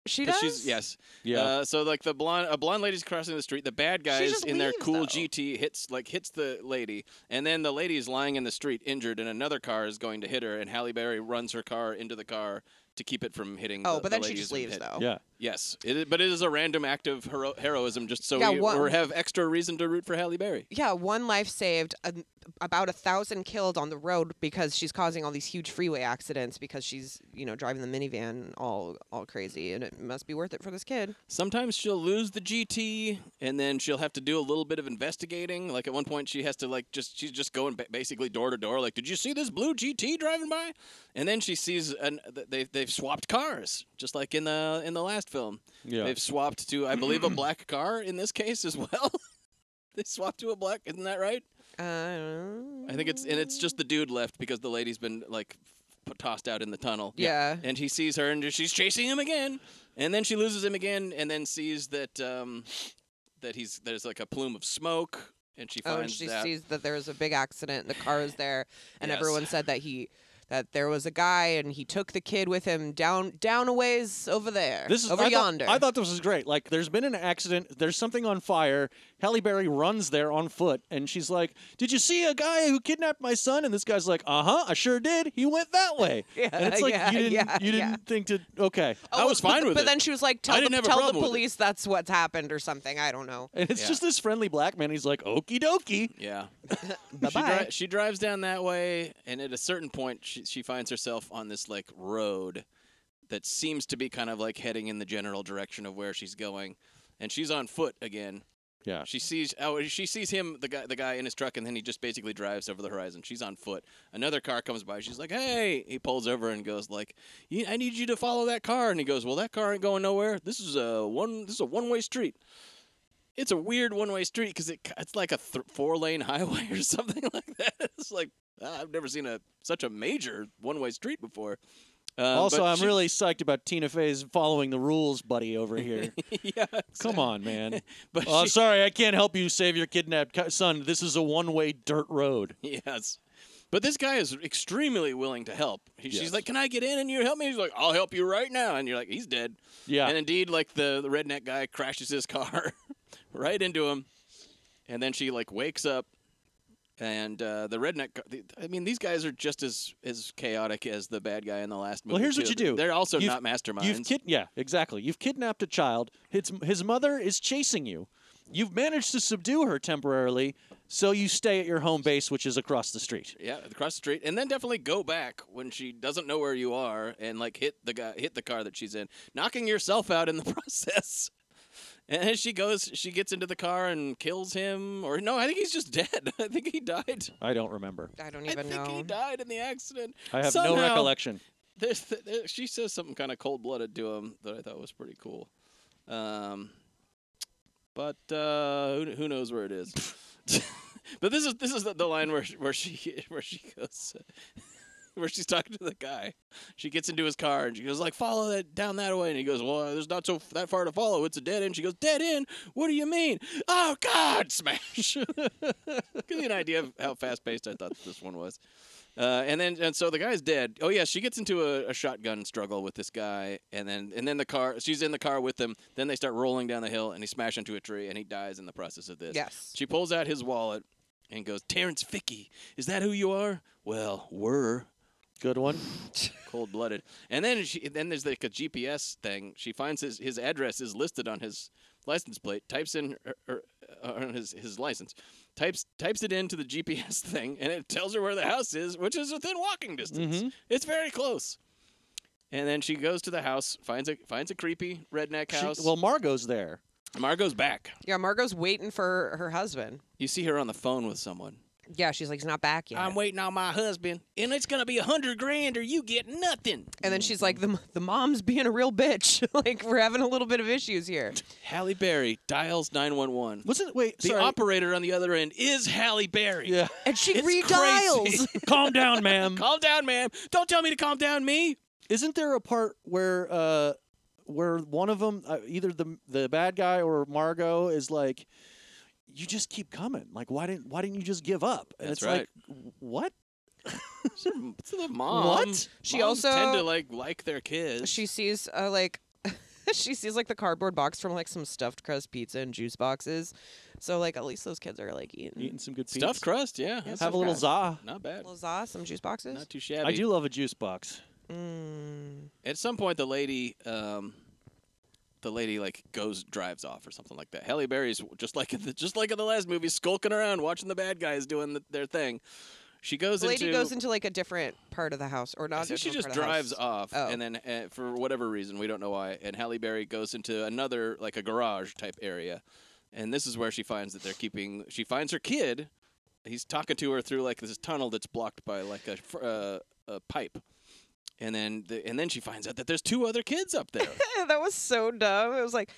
Speaker 1: she
Speaker 2: 'Cause
Speaker 1: does.
Speaker 2: She's yes.
Speaker 3: Yeah.
Speaker 2: Uh, so like the blonde, a blonde lady's crossing the street. The bad guys
Speaker 1: just
Speaker 2: in their
Speaker 1: leaves,
Speaker 2: cool
Speaker 1: though.
Speaker 2: GT hits like hits the lady, and then the lady's lying in the street injured, and another car is going to hit her, and Halle Berry runs her car into the car to keep it from hitting.
Speaker 1: Oh,
Speaker 2: the-
Speaker 1: but
Speaker 2: the
Speaker 1: then she
Speaker 2: lady
Speaker 1: just
Speaker 2: who's been
Speaker 1: leaves
Speaker 2: hit.
Speaker 1: though.
Speaker 3: yeah.
Speaker 2: Yes, it is, but it is a random act of hero- heroism, just so
Speaker 1: Yeah,
Speaker 2: we
Speaker 1: one-
Speaker 2: or have extra reason to root for Halle Berry.
Speaker 1: yeah, one life saved, an- about a thousand killed on the road because she's causing all these huge freeway accidents because she's you know driving the minivan all all crazy, and it must be worth it for this kid.
Speaker 2: Sometimes she'll lose the GT, and then she'll have to do a little bit of investigating. Like at one point, she has to like just she's just going ba- basically door to door. Like, did you see this blue GT driving by? And then she sees an, th- they they've swapped cars, just like in the in the last film.
Speaker 3: Yeah.
Speaker 2: they've swapped to I believe a black car in this case as well. they swapped to a black, isn't that right?
Speaker 1: Uh,
Speaker 2: I think it's and it's just the dude left because the lady's been like p- tossed out in the tunnel.
Speaker 1: Yeah.
Speaker 2: And he sees her and she's chasing him again, and then she loses him again, and then sees that um, that he's there's like a plume of smoke, and she
Speaker 1: oh, and
Speaker 2: finds
Speaker 1: she
Speaker 2: that.
Speaker 1: sees that there was a big accident, and the car is there, and
Speaker 2: Yes.
Speaker 1: everyone said that he that there was a guy and he took the kid with him down down a ways over there,
Speaker 3: This is
Speaker 1: over
Speaker 3: I thought-
Speaker 1: yonder.
Speaker 3: I thought this was great. Like, there's been an accident. There's something on fire. Halle Berry runs there on foot, and she's like, "Did you see a guy who kidnapped my son?" And this guy's like, "Uh huh, I sure did. He went that way."
Speaker 1: Yeah,
Speaker 3: and it's like
Speaker 1: yeah,
Speaker 3: you didn't,
Speaker 1: yeah,
Speaker 3: you didn't
Speaker 1: yeah.
Speaker 3: think to. Okay.
Speaker 2: I was fine
Speaker 1: Oh, but,
Speaker 2: with
Speaker 1: but
Speaker 2: it.
Speaker 1: then she was like, "Tell
Speaker 2: didn't
Speaker 1: the,
Speaker 2: have a
Speaker 1: tell the
Speaker 2: problem with it.
Speaker 1: police that's what's happened or something." I don't know.
Speaker 3: And it's
Speaker 2: Yeah.
Speaker 3: just this friendly black man. He's like, "Okie dokie."
Speaker 2: yeah. she,
Speaker 1: Bye-bye.
Speaker 2: dri- she drives down that way, and at a certain point, she, she finds herself on this like road that seems to be kind of like heading in the general direction of where she's going, and she's on foot again.
Speaker 3: Yeah.
Speaker 2: She sees oh she sees him the guy the guy in his truck and then he just basically drives over the horizon. She's on foot. Another car comes by. She's like, "Hey!" He pulls over and goes like, "You- "I need you to follow that car." And he goes, "Well, that car ain't going nowhere. This is a one this is a one way street." It's a weird one-way street because it it's like a th- four-lane highway or something like that. It's like ah, I've never seen a such a major one-way street before. Uh,
Speaker 3: also,
Speaker 2: but
Speaker 3: I'm
Speaker 2: she-
Speaker 3: really psyched about Tina Fey's following the rules, buddy, over here.
Speaker 2: yeah.
Speaker 3: Come on, man.
Speaker 2: But
Speaker 3: oh,
Speaker 2: she-
Speaker 3: sorry, I can't help you save your kidnapped co- son. This is a one-way dirt road.
Speaker 2: Yes. But this guy is extremely willing to help. He, She's like, "Can I get in and you help me?" He's like, "I'll help you right now." And you're like, "He's dead."
Speaker 3: Yeah.
Speaker 2: And indeed, like the, the redneck guy crashes his car right into him, and then she like wakes up, and uh, the redneck. gu- the- I mean, these guys are just as as chaotic as the bad guy in the last movie.
Speaker 3: Well, here's what
Speaker 2: too.
Speaker 3: you do.
Speaker 2: They're also
Speaker 3: You've-
Speaker 2: not masterminds.
Speaker 3: You've kid- yeah, exactly. You've kidnapped a child. His his mother is chasing you. You've managed to subdue her temporarily, so you stay at your home base, which is across the street.
Speaker 2: yeah, across the street, and then definitely go back when she doesn't know where you are, and like hit the guy, hit the car that she's in, knocking yourself out in the process. And as she goes, she gets into the car and kills him. Or no, I think he's just dead. I think he died.
Speaker 3: I don't remember.
Speaker 1: I don't even
Speaker 2: I
Speaker 1: know.
Speaker 2: think he died in the accident.
Speaker 3: I have no
Speaker 2: Somehow,
Speaker 3: recollection.
Speaker 2: There's th- there- she says something kind of cold blooded to him that I thought was pretty cool. Um, but uh, who, who knows where it is? but this is this is the, the line where she, where she where she goes. Where she's talking to the guy, she gets into his car and she goes like, "Follow that down that way." And he goes, "Well, there's not so f- that far to follow. It's a dead end." She goes, "Dead end? What do you mean?" Oh God, smash! Give you an idea of how fast paced I thought this one was. Uh, and then and so the guy's dead. Oh yeah, she gets into a, a shotgun struggle with this guy, and then and then the car. She's in the car with him. Then they start rolling down the hill, and he smashes into a tree, and he dies in the process of this.
Speaker 1: Yes.
Speaker 2: She pulls out his wallet and goes, "Terrence Fickey, is that who you are?" Well, were.
Speaker 3: Good one.
Speaker 2: Cold blooded. And then she then there's like a GPS thing. She finds his his address is listed on his license plate. Types in her, her, uh, on his his license. Types types it into the GPS thing, and it tells her where the house is, which is within walking distance.
Speaker 3: Mhm.
Speaker 2: It's very close. And then she goes to the house, finds a finds a creepy redneck
Speaker 3: She-
Speaker 2: house.
Speaker 3: well, Margot's there.
Speaker 2: Margot's back.
Speaker 1: Yeah, Margot's waiting for her husband.
Speaker 2: You see her on the phone with someone.
Speaker 1: Yeah, she's like, he's not back yet.
Speaker 2: I'm waiting on my husband, and it's gonna be a hundred grand, or you get nothing.
Speaker 1: and then she's like, the, the mom's being a real bitch. like, we're having a little bit of issues here.
Speaker 2: Halle Berry dials 911.
Speaker 3: Wasn't wait?
Speaker 2: The
Speaker 3: sorry.
Speaker 2: operator on the other end is Halle Berry.
Speaker 3: Yeah.
Speaker 1: And she
Speaker 2: It's
Speaker 1: redials.
Speaker 2: crazy.
Speaker 3: Calm down, ma'am.
Speaker 2: calm down, ma'am. Don't tell me to calm down, me.
Speaker 3: Isn't there a part where uh, where one of them, uh, either the the bad guy or Margot, is like, "You just keep coming. Like, why didn't why didn't you just give up?" And
Speaker 2: That's
Speaker 3: it's
Speaker 2: right.
Speaker 3: like, "What?
Speaker 2: It's the mom.
Speaker 3: What?
Speaker 1: She
Speaker 2: Moms
Speaker 1: also-
Speaker 2: tend to like like their kids.
Speaker 1: she sees uh, like she sees like the cardboard box from like some stuffed crust pizza and juice boxes. So like at least those kids are like eating,
Speaker 3: Eating some good
Speaker 2: stuffed
Speaker 3: pizza.
Speaker 2: crust. Yeah, that's
Speaker 3: Have a little za."
Speaker 2: Not bad.
Speaker 1: lasagna, uh, some juice boxes.
Speaker 2: Not too shabby.
Speaker 3: I do love a juice box.
Speaker 1: Mm.
Speaker 2: At some point, the lady, um, the lady like goes drives off or something like that. Halle Berry's just like in the, just like in the last movie, skulking around watching the bad guys doing the, their thing. She goes
Speaker 1: The lady
Speaker 2: into
Speaker 1: goes into like a different part of the house, or not?
Speaker 2: I
Speaker 1: a
Speaker 2: think she
Speaker 1: different part
Speaker 2: just
Speaker 1: of
Speaker 2: drives
Speaker 1: the house.
Speaker 2: off,
Speaker 1: Oh.
Speaker 2: and then uh, for whatever reason, we don't know why, and Halle Berry goes into another like a garage type area, and this is where she finds that they're keeping. She finds her kid. He's talking to her through like this tunnel that's blocked by like a fr- uh, a pipe, and then the, and then she finds out that there's two other kids up there.
Speaker 1: that was so dumb. It was like.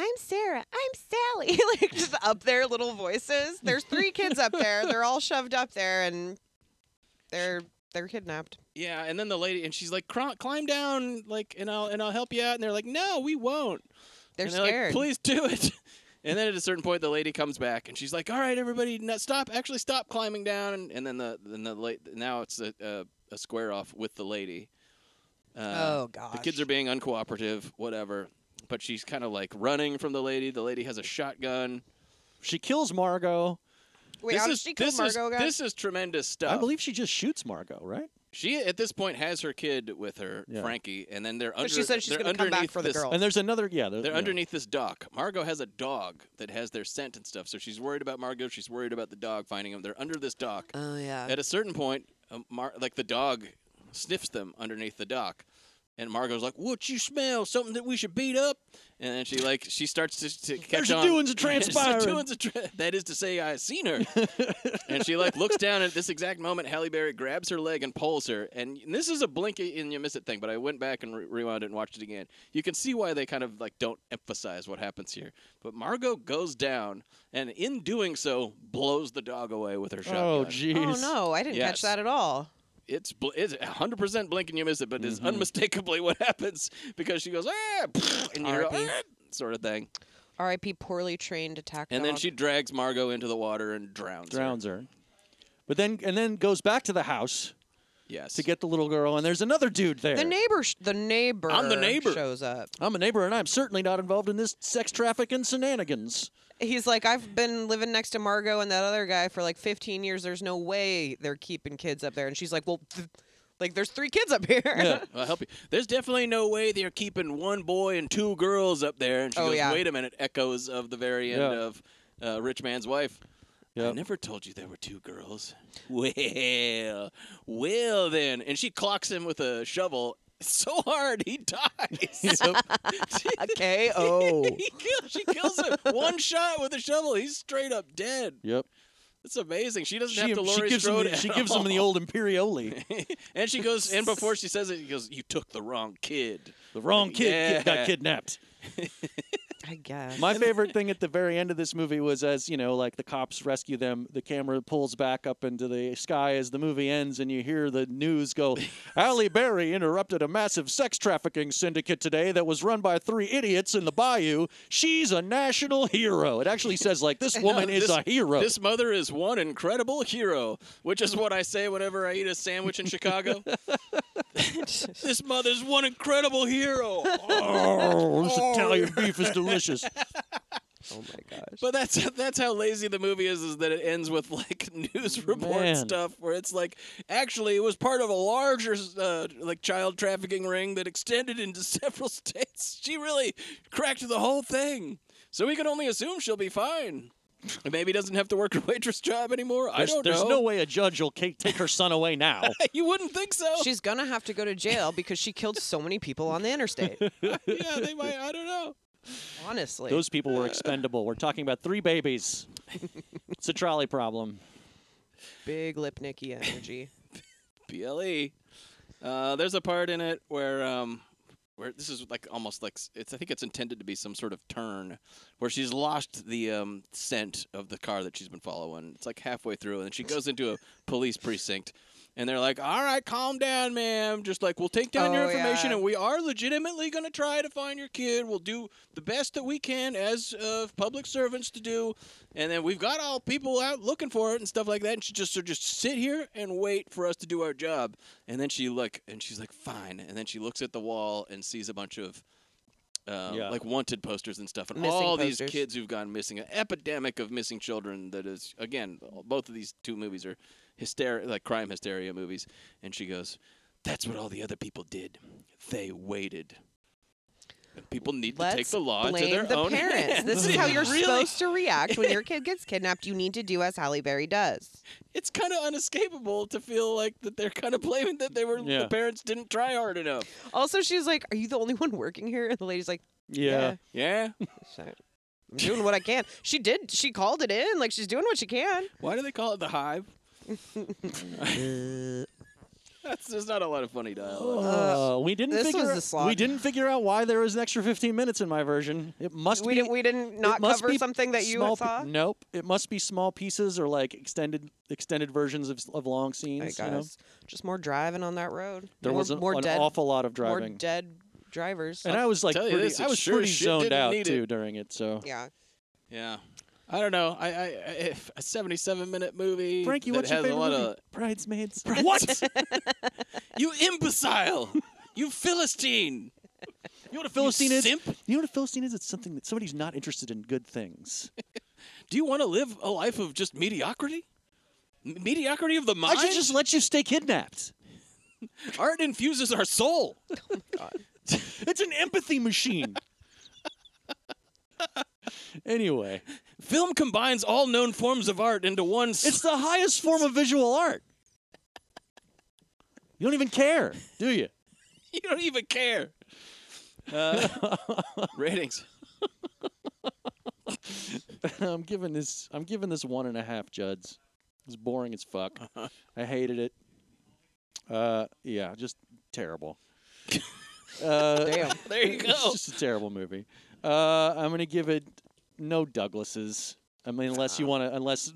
Speaker 1: I'm Sarah. I'm Sally. like just up there, little voices. There's three kids up there. They're all shoved up there, and they're they're kidnapped.
Speaker 2: yeah, and then the lady and she's like, "Cr- "Climb down, like, and I'll and I'll help you out." And they're like, "No, we won't."
Speaker 1: They're
Speaker 2: And like,
Speaker 1: scared.
Speaker 2: Please do it. And then at a certain point, the lady comes back and she's like, "All right, everybody, no, stop! Actually, stop climbing down." And, and then the then the la- now it's a, a, a square off with the lady. Uh,
Speaker 1: Oh,
Speaker 2: The kids
Speaker 1: gosh.
Speaker 2: are being uncooperative, whatever. But she's kind of like running from the lady. The lady has a shotgun.
Speaker 3: She kills Margot.
Speaker 1: Wait,
Speaker 2: this
Speaker 1: how
Speaker 2: is
Speaker 1: did she kill
Speaker 2: this is
Speaker 1: Margot? guys?
Speaker 2: this is tremendous stuff.
Speaker 3: I believe she just shoots Margot, right?
Speaker 2: she at this point has her kid with her,
Speaker 3: Yeah.
Speaker 2: Frankie, and then they're under.
Speaker 1: But she said she's
Speaker 2: they're
Speaker 1: gonna come back
Speaker 2: underneath
Speaker 1: for the
Speaker 2: this-
Speaker 1: girl.
Speaker 3: And there's another. Yeah, there-
Speaker 2: Oh. They're
Speaker 3: yeah.
Speaker 2: underneath this dock. Margot has a dog that has their scent and stuff, so she's worried about Margot. She's worried about the dog finding them. They're under this dock.
Speaker 1: Oh yeah.
Speaker 2: uh, At a certain point, um, Mar- like the dog sniffs them underneath the dock, And Margot's like, "What you smell? Something that we should beat up?" And then she like she starts to, to catch
Speaker 3: There's a
Speaker 2: on.
Speaker 3: doings a
Speaker 2: There's a
Speaker 3: transpiring.
Speaker 2: doings a tra- that is to say, I seen her. and she like looks down at this exact moment. Halle Berry grabs her leg and pulls her. And this is a blink and you miss it thing. But I went back and re- rewound it and watched it again. You can see why they kind of like don't emphasize what happens here. But Margot goes down, and in doing so, blows the dog away with her shotgun.
Speaker 3: Oh, jeez.
Speaker 1: Oh no, I didn't
Speaker 2: Yes.
Speaker 1: catch that at all.
Speaker 2: it's bl- it's 100% blink and you miss it, but
Speaker 3: Mm-hmm.
Speaker 2: it's unmistakably what happens because she goes ah, and you go,
Speaker 1: R.I.P..
Speaker 2: "Ah," sort of thing.
Speaker 1: R.I.P. Poorly trained attack.
Speaker 2: And then
Speaker 1: dog.
Speaker 2: she drags Margot into the water and drowns. her.
Speaker 3: Drowns her. But then and then goes back to the house
Speaker 2: Yes.
Speaker 3: to get the little girl, and there's another dude there.
Speaker 1: The neighbor, sh- the neighbor,
Speaker 2: I'm the neighbor.
Speaker 1: shows up.
Speaker 3: I'm a neighbor, and I'm certainly not involved in this sex trafficking shenanigans.
Speaker 1: He's like, I've been living next to Margot and that other guy for like 15 years. There's no way they're keeping kids up there. And she's like, Well, th- like there's three kids up here.
Speaker 2: I'll help you. There's definitely no way they're keeping one boy and two girls up there. And she
Speaker 1: Oh,
Speaker 2: goes,
Speaker 1: yeah.
Speaker 2: wait a minute, echoes of the very end
Speaker 3: Yeah.
Speaker 2: of uh, Rich Man's Wife. I
Speaker 3: Yep.
Speaker 2: never told you there were two girls. Well, well then. And she clocks him with a shovel so hard he dies.
Speaker 1: K.O.
Speaker 2: He kills, she kills him. One shot with a shovel. He's straight up dead.
Speaker 3: Yep.
Speaker 2: It's amazing. She doesn't
Speaker 3: She,
Speaker 2: have to
Speaker 3: she
Speaker 2: Laurie
Speaker 3: gives him
Speaker 2: Strode.
Speaker 3: the, she
Speaker 2: at
Speaker 3: gives him the
Speaker 2: all.
Speaker 3: old imperioli.
Speaker 2: and she goes, and before she says it, he goes, "You took the wrong kid."
Speaker 3: The wrong kid kid
Speaker 2: Yeah.
Speaker 3: got kidnapped.
Speaker 1: I guess.
Speaker 3: My favorite thing at the very end of this movie was as, you know, like the cops rescue them, the camera pulls back up into the sky as the movie ends and you hear the news go, "Halle Berry interrupted a massive sex trafficking syndicate today that was run by three idiots in the bayou. She's a national hero." It actually says like this woman
Speaker 2: No,
Speaker 3: is
Speaker 2: this-
Speaker 3: a hero.
Speaker 2: This mother is one incredible hero, which is what I say whenever I eat a sandwich in Chicago. this mother's one incredible hero.
Speaker 3: oh, this Italian beef is delicious.
Speaker 1: oh my gosh.
Speaker 2: But that's that's how lazy the movie is. Is that it ends with like news report
Speaker 3: Man.
Speaker 2: stuff where it's like actually it was part of a larger uh, like child trafficking ring that extended into several states. She really cracked the whole thing, so we can only assume she'll be fine. And Maybe doesn't have to work a waitress job anymore. I
Speaker 3: There's,
Speaker 2: don't
Speaker 3: there's
Speaker 2: know.
Speaker 3: no way a judge will ca- take her son away now.
Speaker 2: you wouldn't think so.
Speaker 1: She's gonna have to go to jail because she killed so many people on the interstate.
Speaker 2: yeah, they might. I don't know.
Speaker 1: Honestly,
Speaker 3: Those people were expendable. We're talking about three babies. It's a trolley problem.
Speaker 1: big lip Nikki energy.
Speaker 2: PLE. E. Uh, there's a part in it where um, where this is like almost like s- it's I think it's intended to be some sort of turn where she's lost the um, scent of the car that she's been following. It's like halfway through, and then she goes into a police precinct. And they're like, "All right, calm down, ma'am. Just like we'll take down your
Speaker 1: Oh,
Speaker 2: information,
Speaker 1: yeah.
Speaker 2: and we are legitimately going to try to find your kid. We'll do the best that we can as uh, public servants to do, and then we've got all people out looking for it and stuff like that. And she just so just sit here and wait for us to do our job. And then she look, and she's like, "Fine." And then she looks at the wall and sees a bunch of um,
Speaker 3: Yeah.
Speaker 2: like wanted posters and stuff, and
Speaker 1: Missing
Speaker 2: all these
Speaker 1: posters.
Speaker 2: kids who've gone missing, an epidemic of missing children that is again, both of these two movies are hysteria, like crime hysteria movies. And she goes, "That's what all the other people did. They waited." And People need
Speaker 1: Let's
Speaker 2: to take the law
Speaker 1: blame
Speaker 2: into their
Speaker 1: the
Speaker 2: own
Speaker 1: parents.
Speaker 2: hands.
Speaker 1: This is how you're
Speaker 2: Really?
Speaker 1: supposed to react when your kid gets kidnapped. You need to do as Halle Berry does.
Speaker 2: It's kind of unescapable to feel like that they're kind of blaming that they were
Speaker 3: Yeah.
Speaker 2: the parents didn't try hard enough.
Speaker 1: Also, she's like, "Are you the only one working here?" And the lady's like,
Speaker 3: Yeah.
Speaker 2: Yeah.
Speaker 1: So, I'm doing what I can. She did. She called it in. Like she's doing what she can.
Speaker 2: Why do they call it the hive? That's there's not a lot of funny dialogue.
Speaker 3: Uh, we didn't
Speaker 1: this
Speaker 3: figure
Speaker 1: was
Speaker 3: out,
Speaker 1: the slog.
Speaker 3: we didn't figure out why there was an extra 15 minutes in my version. It must
Speaker 1: We
Speaker 3: be
Speaker 1: didn't. We didn't
Speaker 3: it
Speaker 1: not
Speaker 3: must
Speaker 1: cover
Speaker 3: be
Speaker 1: something that you
Speaker 3: small pe-
Speaker 1: saw.
Speaker 3: nope, it must be small pieces or like extended extended versions of, of
Speaker 1: I
Speaker 3: long scenes.
Speaker 1: guess
Speaker 3: you know?
Speaker 1: just more driving on that road.
Speaker 3: There
Speaker 1: more,
Speaker 3: was an,
Speaker 1: more
Speaker 3: an
Speaker 1: dead,
Speaker 3: awful lot of
Speaker 1: More
Speaker 3: driving,
Speaker 1: dead drivers.
Speaker 3: and I was like,
Speaker 2: tell you
Speaker 3: pretty,
Speaker 2: this,
Speaker 3: I
Speaker 2: it
Speaker 3: was
Speaker 2: sure
Speaker 3: pretty
Speaker 2: as shit
Speaker 3: zoned
Speaker 2: didn't
Speaker 3: out
Speaker 2: need it.
Speaker 3: too during it. So
Speaker 1: yeah.
Speaker 2: Yeah. I don't know. I, I, I if a 77 minute movie.
Speaker 3: Frankie,
Speaker 2: that
Speaker 3: what's your
Speaker 2: has
Speaker 3: favorite
Speaker 2: a lot
Speaker 3: movie?
Speaker 2: of
Speaker 3: Bridesmaids.
Speaker 2: what? you imbecile! you philistine! You want a
Speaker 3: Philistine
Speaker 2: you
Speaker 3: is
Speaker 2: simp?
Speaker 3: you know what a Philistine is? It's something that somebody's not interested in good things.
Speaker 2: Do you want to live a life of just mediocrity? M- mediocrity of the
Speaker 3: I
Speaker 2: mind.
Speaker 3: should just let you stay kidnapped.
Speaker 2: Art infuses our soul.
Speaker 3: It's an empathy machine. anyway,
Speaker 2: Film combines all known forms of art into one. s-
Speaker 3: it's the highest form of visual art. You don't even care, do you?
Speaker 2: you don't even care. Uh, ratings.
Speaker 3: I'm giving this. I'm giving this one and a half Juds. It's boring as fuck. I hated it. Uh, yeah, just terrible. uh,
Speaker 2: Damn. There you go.
Speaker 3: It's just a terrible movie. Uh, I'm gonna give it no Douglases. I mean, unless you want to, unless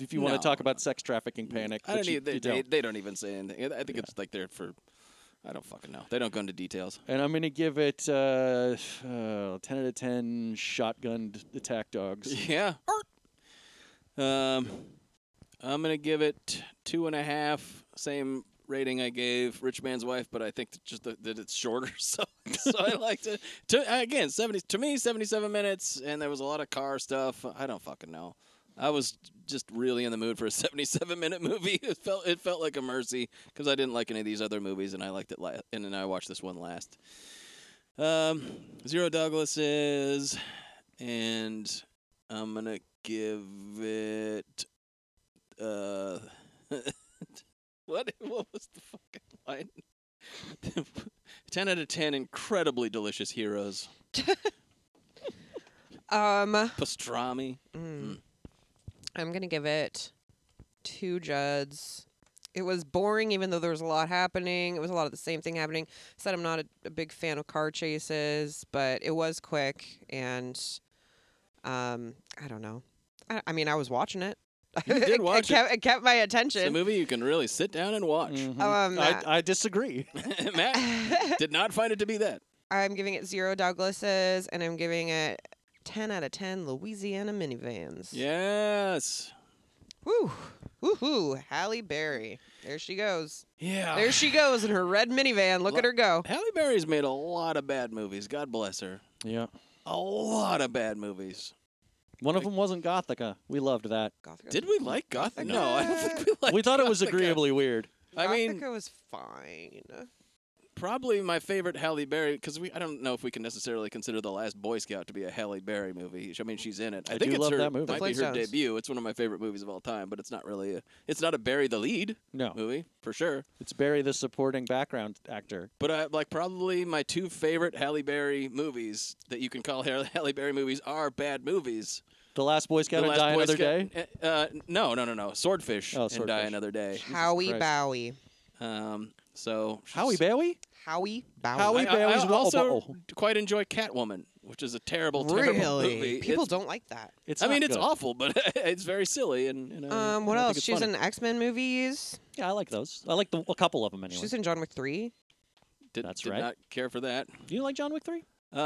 Speaker 3: if you want to
Speaker 2: Ah. No.
Speaker 3: talk about sex trafficking panic,
Speaker 2: I don't
Speaker 3: which you,
Speaker 2: even, they,
Speaker 3: you
Speaker 2: they,
Speaker 3: don't.
Speaker 2: they don't even say anything. I think it's like they're for. I don't fucking know. They don't go into details.
Speaker 3: And I'm gonna give it uh, uh, ten out of ten shotgun attack dogs.
Speaker 2: Yeah. Um, I'm gonna give it two and a half. Same rating I gave Rich Man's Wife, but I think that just the, that it's shorter, so so I liked it. To, again, seventy to me, seventy-seven minutes, and there was a lot of car stuff. I don't fucking know. I was just really in the mood for a seventy-seven minute movie. It felt it felt like a mercy because I didn't like any of these other movies, and I liked it. La- and then I watched this one last. Um, Zero Douglas is, and I'm gonna give it. Uh, what? What was the fucking line? ten out of ten. Incredibly delicious heroes.
Speaker 1: Um,
Speaker 2: Pastrami.
Speaker 1: Mm. I'm gonna give it two Juds. It was boring, even though there was a lot happening. It was a lot of the same thing happening. Said I'm not a, a big fan of car chases, but it was quick, and um, I don't know. I, I mean, I was watching it.
Speaker 2: You
Speaker 1: It-
Speaker 2: did watch
Speaker 1: it, kept,
Speaker 2: it.
Speaker 1: it kept my
Speaker 2: It's a
Speaker 1: attention.
Speaker 2: movie you can really sit down and watch.
Speaker 1: Um,
Speaker 3: I,
Speaker 1: Matt.
Speaker 3: I disagree.
Speaker 2: Matt did not find it to be that.
Speaker 1: I'm giving it zero Douglases, and I'm giving it ten out of ten Louisiana minivans.
Speaker 2: Yes.
Speaker 1: Woo. Woohoo. Halle Berry. There she goes.
Speaker 2: Yeah.
Speaker 1: There she goes in her red minivan. Look at her go.
Speaker 2: Halle Berry's made a lot of bad movies. God bless her.
Speaker 3: Yeah,
Speaker 2: A lot of bad movies.
Speaker 3: one of them wasn't Gothica. We loved that.
Speaker 2: Did we like Gothic? No, I don't think we liked
Speaker 3: we thought it was
Speaker 2: Gothica.
Speaker 3: agreeably weird.
Speaker 2: I mean,
Speaker 1: Gothica was fine.
Speaker 2: probably my favorite Halle Berry because we I don't know if we can necessarily consider the Last Boy Scout to be a Halle Berry movie. I mean, she's in it. I,
Speaker 3: I
Speaker 2: think
Speaker 3: do
Speaker 2: it's
Speaker 3: love
Speaker 2: her,
Speaker 3: that movie. The
Speaker 2: Might be her
Speaker 1: Flintstones.
Speaker 2: debut. It's one of my favorite movies of all time, but it's not really a. It's not a Barry the lead
Speaker 3: No,
Speaker 2: movie for sure.
Speaker 3: it's Barry, the supporting background actor.
Speaker 2: But I, like probably my two favorite Halle Berry movies that you can call Halle Halle Berry movies are bad movies.
Speaker 3: The Last Boy Scout
Speaker 2: The
Speaker 3: and
Speaker 2: Last
Speaker 3: Die
Speaker 2: Boy
Speaker 3: Another Day.
Speaker 2: Scout- Uh, uh, no, no, no, no. Swordfish
Speaker 3: Oh,
Speaker 2: and Die
Speaker 3: Swordfish.
Speaker 2: Another Day.
Speaker 1: Howie
Speaker 3: Christ.
Speaker 1: Bowie.
Speaker 2: Um, so
Speaker 3: Howie Bowie?
Speaker 1: Howie Bowie.
Speaker 3: Howie-
Speaker 2: I, I-
Speaker 3: Berry's
Speaker 2: I
Speaker 3: Wa-
Speaker 2: also
Speaker 3: Wa-
Speaker 2: quite enjoy Catwoman, which is a terrible, terrible movie.
Speaker 1: Really? People
Speaker 2: It's-
Speaker 1: don't like that.
Speaker 3: It's
Speaker 2: I mean,
Speaker 3: not
Speaker 2: it's
Speaker 3: good.
Speaker 2: awful, but it's very silly. And, and I-
Speaker 1: Um, what
Speaker 3: I think
Speaker 1: else?
Speaker 3: it's
Speaker 1: She's
Speaker 3: funny.
Speaker 1: in X Men movies.
Speaker 3: Yeah, I like those. I like the, a couple of them anyway.
Speaker 1: She's in John Wick 3.
Speaker 2: did,
Speaker 3: That's
Speaker 2: did
Speaker 3: right.
Speaker 2: not care for that.
Speaker 3: Do you like John Wick 3?
Speaker 2: Uh,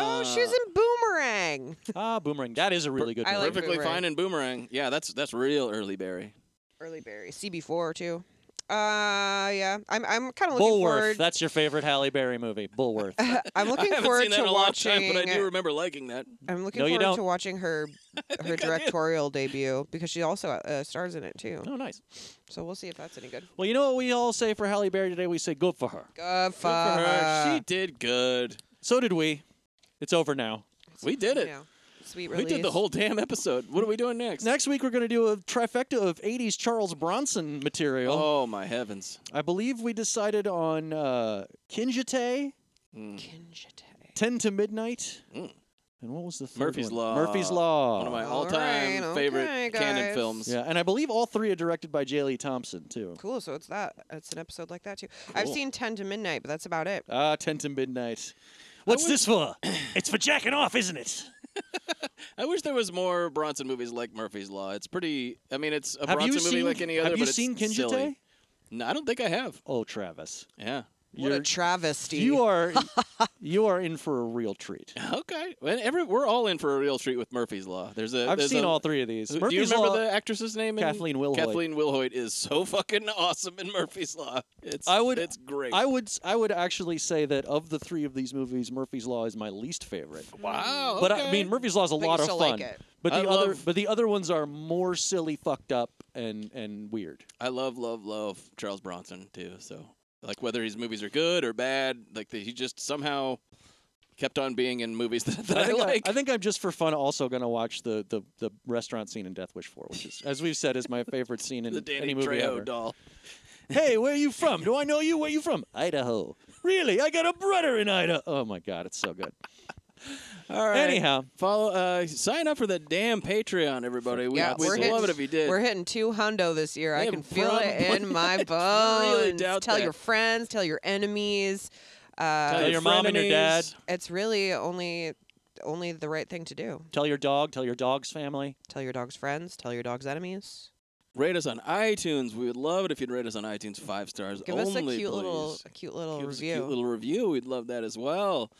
Speaker 1: oh, she's in Boomerang.
Speaker 3: ah, Boomerang. That is a really good
Speaker 1: I
Speaker 3: movie.
Speaker 1: like
Speaker 2: perfectly
Speaker 1: Boomerang.
Speaker 2: fine in Boomerang. Yeah, that's that's real early Barry.
Speaker 1: Early Berry. CB4 too. Uh, yeah. I'm I'm kind of looking
Speaker 3: Bullworth.
Speaker 1: forward.
Speaker 3: That's your favorite Halle Berry movie, Bullworth.
Speaker 1: I'm looking
Speaker 2: I haven't
Speaker 1: forward
Speaker 2: seen that
Speaker 1: to
Speaker 2: in a long time,
Speaker 1: watching. uh,
Speaker 2: but I do remember liking that.
Speaker 1: I'm looking
Speaker 3: No, you
Speaker 1: forward to
Speaker 3: don't.
Speaker 1: watching her her directorial debut because she also uh, stars in it too.
Speaker 3: oh, nice.
Speaker 1: So we'll see if that's any good.
Speaker 3: Well, you know what we all say for Halle Berry today? We say good for her.
Speaker 1: Good
Speaker 2: Good for
Speaker 1: for
Speaker 2: her.
Speaker 1: Uh,
Speaker 2: She did good.
Speaker 3: So did we. It's over now.
Speaker 2: We did it.
Speaker 1: Sweet
Speaker 2: We
Speaker 1: release.
Speaker 2: did the whole damn episode. What are we doing next?
Speaker 3: Next week we're going to do a trifecta of 80s Charles Bronson material.
Speaker 2: Oh my heavens!
Speaker 3: I believe we decided on uh, Kinjite,
Speaker 1: Mm. Kinjite.
Speaker 3: 10 to Midnight. And what was the third
Speaker 2: Mm. Murphy's
Speaker 3: one?
Speaker 2: Law.
Speaker 3: Murphy's Law.
Speaker 2: One of my
Speaker 1: All
Speaker 2: all-time
Speaker 1: right,
Speaker 2: favorite
Speaker 1: okay,
Speaker 2: canon
Speaker 1: guys.
Speaker 2: films.
Speaker 3: Yeah, and I believe all three are directed by J. Lee Thompson, too.
Speaker 1: Cool. So it's that. It's an episode like that too. I've
Speaker 2: Cool.
Speaker 1: seen Ten to Midnight, but that's about it.
Speaker 3: Ah, 10 to midnight. What's this for? it's for jacking off, isn't it?
Speaker 2: I wish there was more Bronson movies like Murphy's Law. It's pretty. I mean, it's a
Speaker 3: have
Speaker 2: Bronson
Speaker 3: you
Speaker 2: movie
Speaker 3: seen,
Speaker 2: like any other.
Speaker 3: Have you
Speaker 2: but
Speaker 3: seen
Speaker 2: it's
Speaker 3: Kinjite?
Speaker 2: silly. No, I don't think I have.
Speaker 3: Oh, Travis.
Speaker 2: Yeah.
Speaker 1: What a
Speaker 3: You're-
Speaker 1: travesty.
Speaker 3: You are you are in for a real treat.
Speaker 2: Okay. Well, every we're all in for a real treat with Murphy's Law. There's a.
Speaker 3: I've
Speaker 2: there's
Speaker 3: seen
Speaker 2: a-
Speaker 3: all three of these.
Speaker 2: Who-
Speaker 3: Murphy's
Speaker 2: Do you remember
Speaker 3: Law,
Speaker 2: the actress's name? in-
Speaker 3: Kathleen Wilhoit.
Speaker 2: Kathleen Wilhoit is so fucking awesome in Murphy's Law. It's
Speaker 3: I would
Speaker 2: It's great.
Speaker 3: I would I would actually say that of the three of these movies, Murphy's Law is my least favorite.
Speaker 2: wow.
Speaker 3: But I
Speaker 2: okay.
Speaker 3: mean, Murphy's Law is a
Speaker 1: But you
Speaker 3: lot of
Speaker 1: still
Speaker 3: fun.
Speaker 1: like it.
Speaker 3: But
Speaker 2: I
Speaker 3: the other
Speaker 2: love-
Speaker 3: but the other ones are more silly, fucked up, and and weird.
Speaker 2: I love, love, love Charles Bronson too. So like whether his movies are good or bad, like that he just somehow kept on being in movies that, that
Speaker 3: I
Speaker 2: I,
Speaker 3: think,
Speaker 2: like.
Speaker 3: I, think I'm just for fun also going to watch the, the, the restaurant scene in Death Wish 4, which is, as we've said, is my favorite scene in
Speaker 2: the Danny
Speaker 3: any movie
Speaker 2: Trejo
Speaker 3: ever.
Speaker 2: doll.
Speaker 3: Hey, where are you from? Do I know you? Where are you from? Idaho. Really? I got a brother in Ida. Oh my God, it's so good.
Speaker 2: All right.
Speaker 3: Anyhow,
Speaker 2: follow, uh, sign up for that damn Patreon, everybody. We,
Speaker 1: Yeah,
Speaker 2: we'd
Speaker 1: we're
Speaker 2: love
Speaker 1: hitting-
Speaker 2: it if you did.
Speaker 1: We're hitting two hundo this year. I
Speaker 2: Yeah,
Speaker 1: can feel it in
Speaker 2: probably.
Speaker 1: my
Speaker 2: I
Speaker 1: bones.
Speaker 2: really doubt
Speaker 1: tell
Speaker 2: that.
Speaker 1: your friends, tell your enemies, uh,
Speaker 3: Tell your your mom and your dad. frenemies.
Speaker 1: It's really only only the right thing to do.
Speaker 3: tell your dog, tell your dog's family.
Speaker 1: Tell your dog's friends, tell your dog's enemies.
Speaker 2: Rate us on iTunes. We would love it if you'd rate us on iTunes five stars
Speaker 1: Give
Speaker 2: only.
Speaker 1: us a cute
Speaker 2: please.
Speaker 1: little a cute little
Speaker 2: Give us a
Speaker 1: review.
Speaker 2: cute little review. We'd love that as well.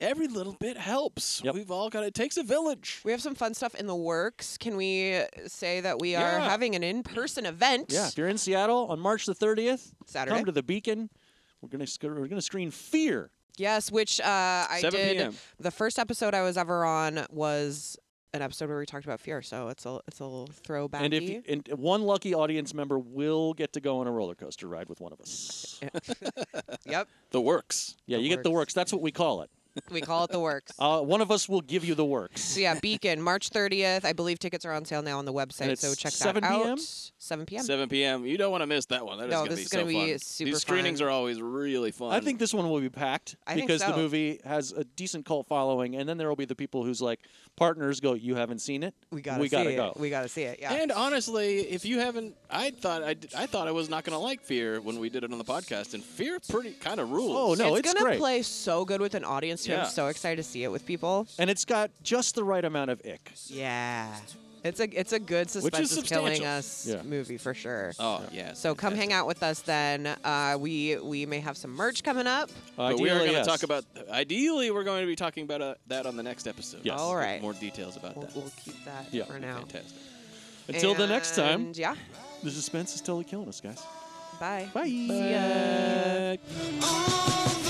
Speaker 2: Every little bit helps. We've all got it. Takes a village.
Speaker 1: we have some fun stuff in the works. Can we say that we are
Speaker 3: Yeah.
Speaker 1: having an in-person event?
Speaker 3: Yeah, if you're in Seattle on March the 30th,
Speaker 1: Saturday.
Speaker 3: come to the Beacon. We're gonna sc- we're gonna screen Fear.
Speaker 1: Yes, which uh, I
Speaker 3: 7
Speaker 1: did.
Speaker 3: p.m..
Speaker 1: The first episode I was ever on was an episode where we talked about fear, so it's a it's a little throwback.
Speaker 3: And if you- and one lucky audience member will get to go on a roller coaster ride with one of us.
Speaker 1: yep,
Speaker 2: The works.
Speaker 3: Yeah, you get the works. That's what we call it.
Speaker 1: we call it the works.
Speaker 3: Uh, one of us will give you the works.
Speaker 1: So yeah, Beacon, March 30th. I believe tickets are on sale now on the website,
Speaker 2: it's
Speaker 1: so check
Speaker 3: 7
Speaker 1: that out.
Speaker 3: p.m.?
Speaker 1: 7 p.m.
Speaker 2: 7 p.m. You don't want to miss that one. That
Speaker 1: No,
Speaker 2: gonna
Speaker 1: this
Speaker 2: be
Speaker 1: is gonna
Speaker 2: so
Speaker 1: be
Speaker 2: fun.
Speaker 1: super
Speaker 2: These screenings
Speaker 1: fun.
Speaker 2: are always really fun.
Speaker 3: I think this one will be packed
Speaker 1: I think
Speaker 3: because
Speaker 1: so.
Speaker 3: the movie has a decent cult following, and then there will be the people whose like partners go, "You haven't seen it.
Speaker 1: We gotta
Speaker 3: we gotta
Speaker 1: see it.
Speaker 3: go."
Speaker 1: We gotta see it. Yeah.
Speaker 2: And honestly, if you haven't, I thought I, d- I thought I was not going to like Fear when we did it on the podcast, and Fear pretty kind of rules.
Speaker 3: Oh, no,
Speaker 1: it's
Speaker 3: it's
Speaker 1: gonna
Speaker 3: great.
Speaker 1: play so good with an audience. Too.
Speaker 2: Yeah.
Speaker 1: I'm so excited to see it with people.
Speaker 3: And it's got just the right amount of ick.
Speaker 1: Yeah, it's a it's a good suspense
Speaker 2: is
Speaker 1: killing
Speaker 2: substantial.
Speaker 1: us
Speaker 3: Yeah.
Speaker 1: movie for sure.
Speaker 2: Oh yeah.
Speaker 1: So come hang out with us then. Uh, we we may have some merch coming up.
Speaker 2: But we are
Speaker 3: Ideally,
Speaker 2: going to
Speaker 3: yes.
Speaker 2: talk about. Ideally, we're going to be talking about uh, that on the next episode.
Speaker 3: Yes.
Speaker 1: All right.
Speaker 2: More details about
Speaker 1: We'll,
Speaker 2: that.
Speaker 1: we'll keep that
Speaker 3: Yeah.
Speaker 1: for now.
Speaker 2: Fantastic.
Speaker 3: Until the next time,
Speaker 1: And yeah.
Speaker 3: the suspense is totally killing us, guys.
Speaker 1: Bye.
Speaker 3: Bye.
Speaker 1: See ya.
Speaker 2: Bye.
Speaker 8: Oh,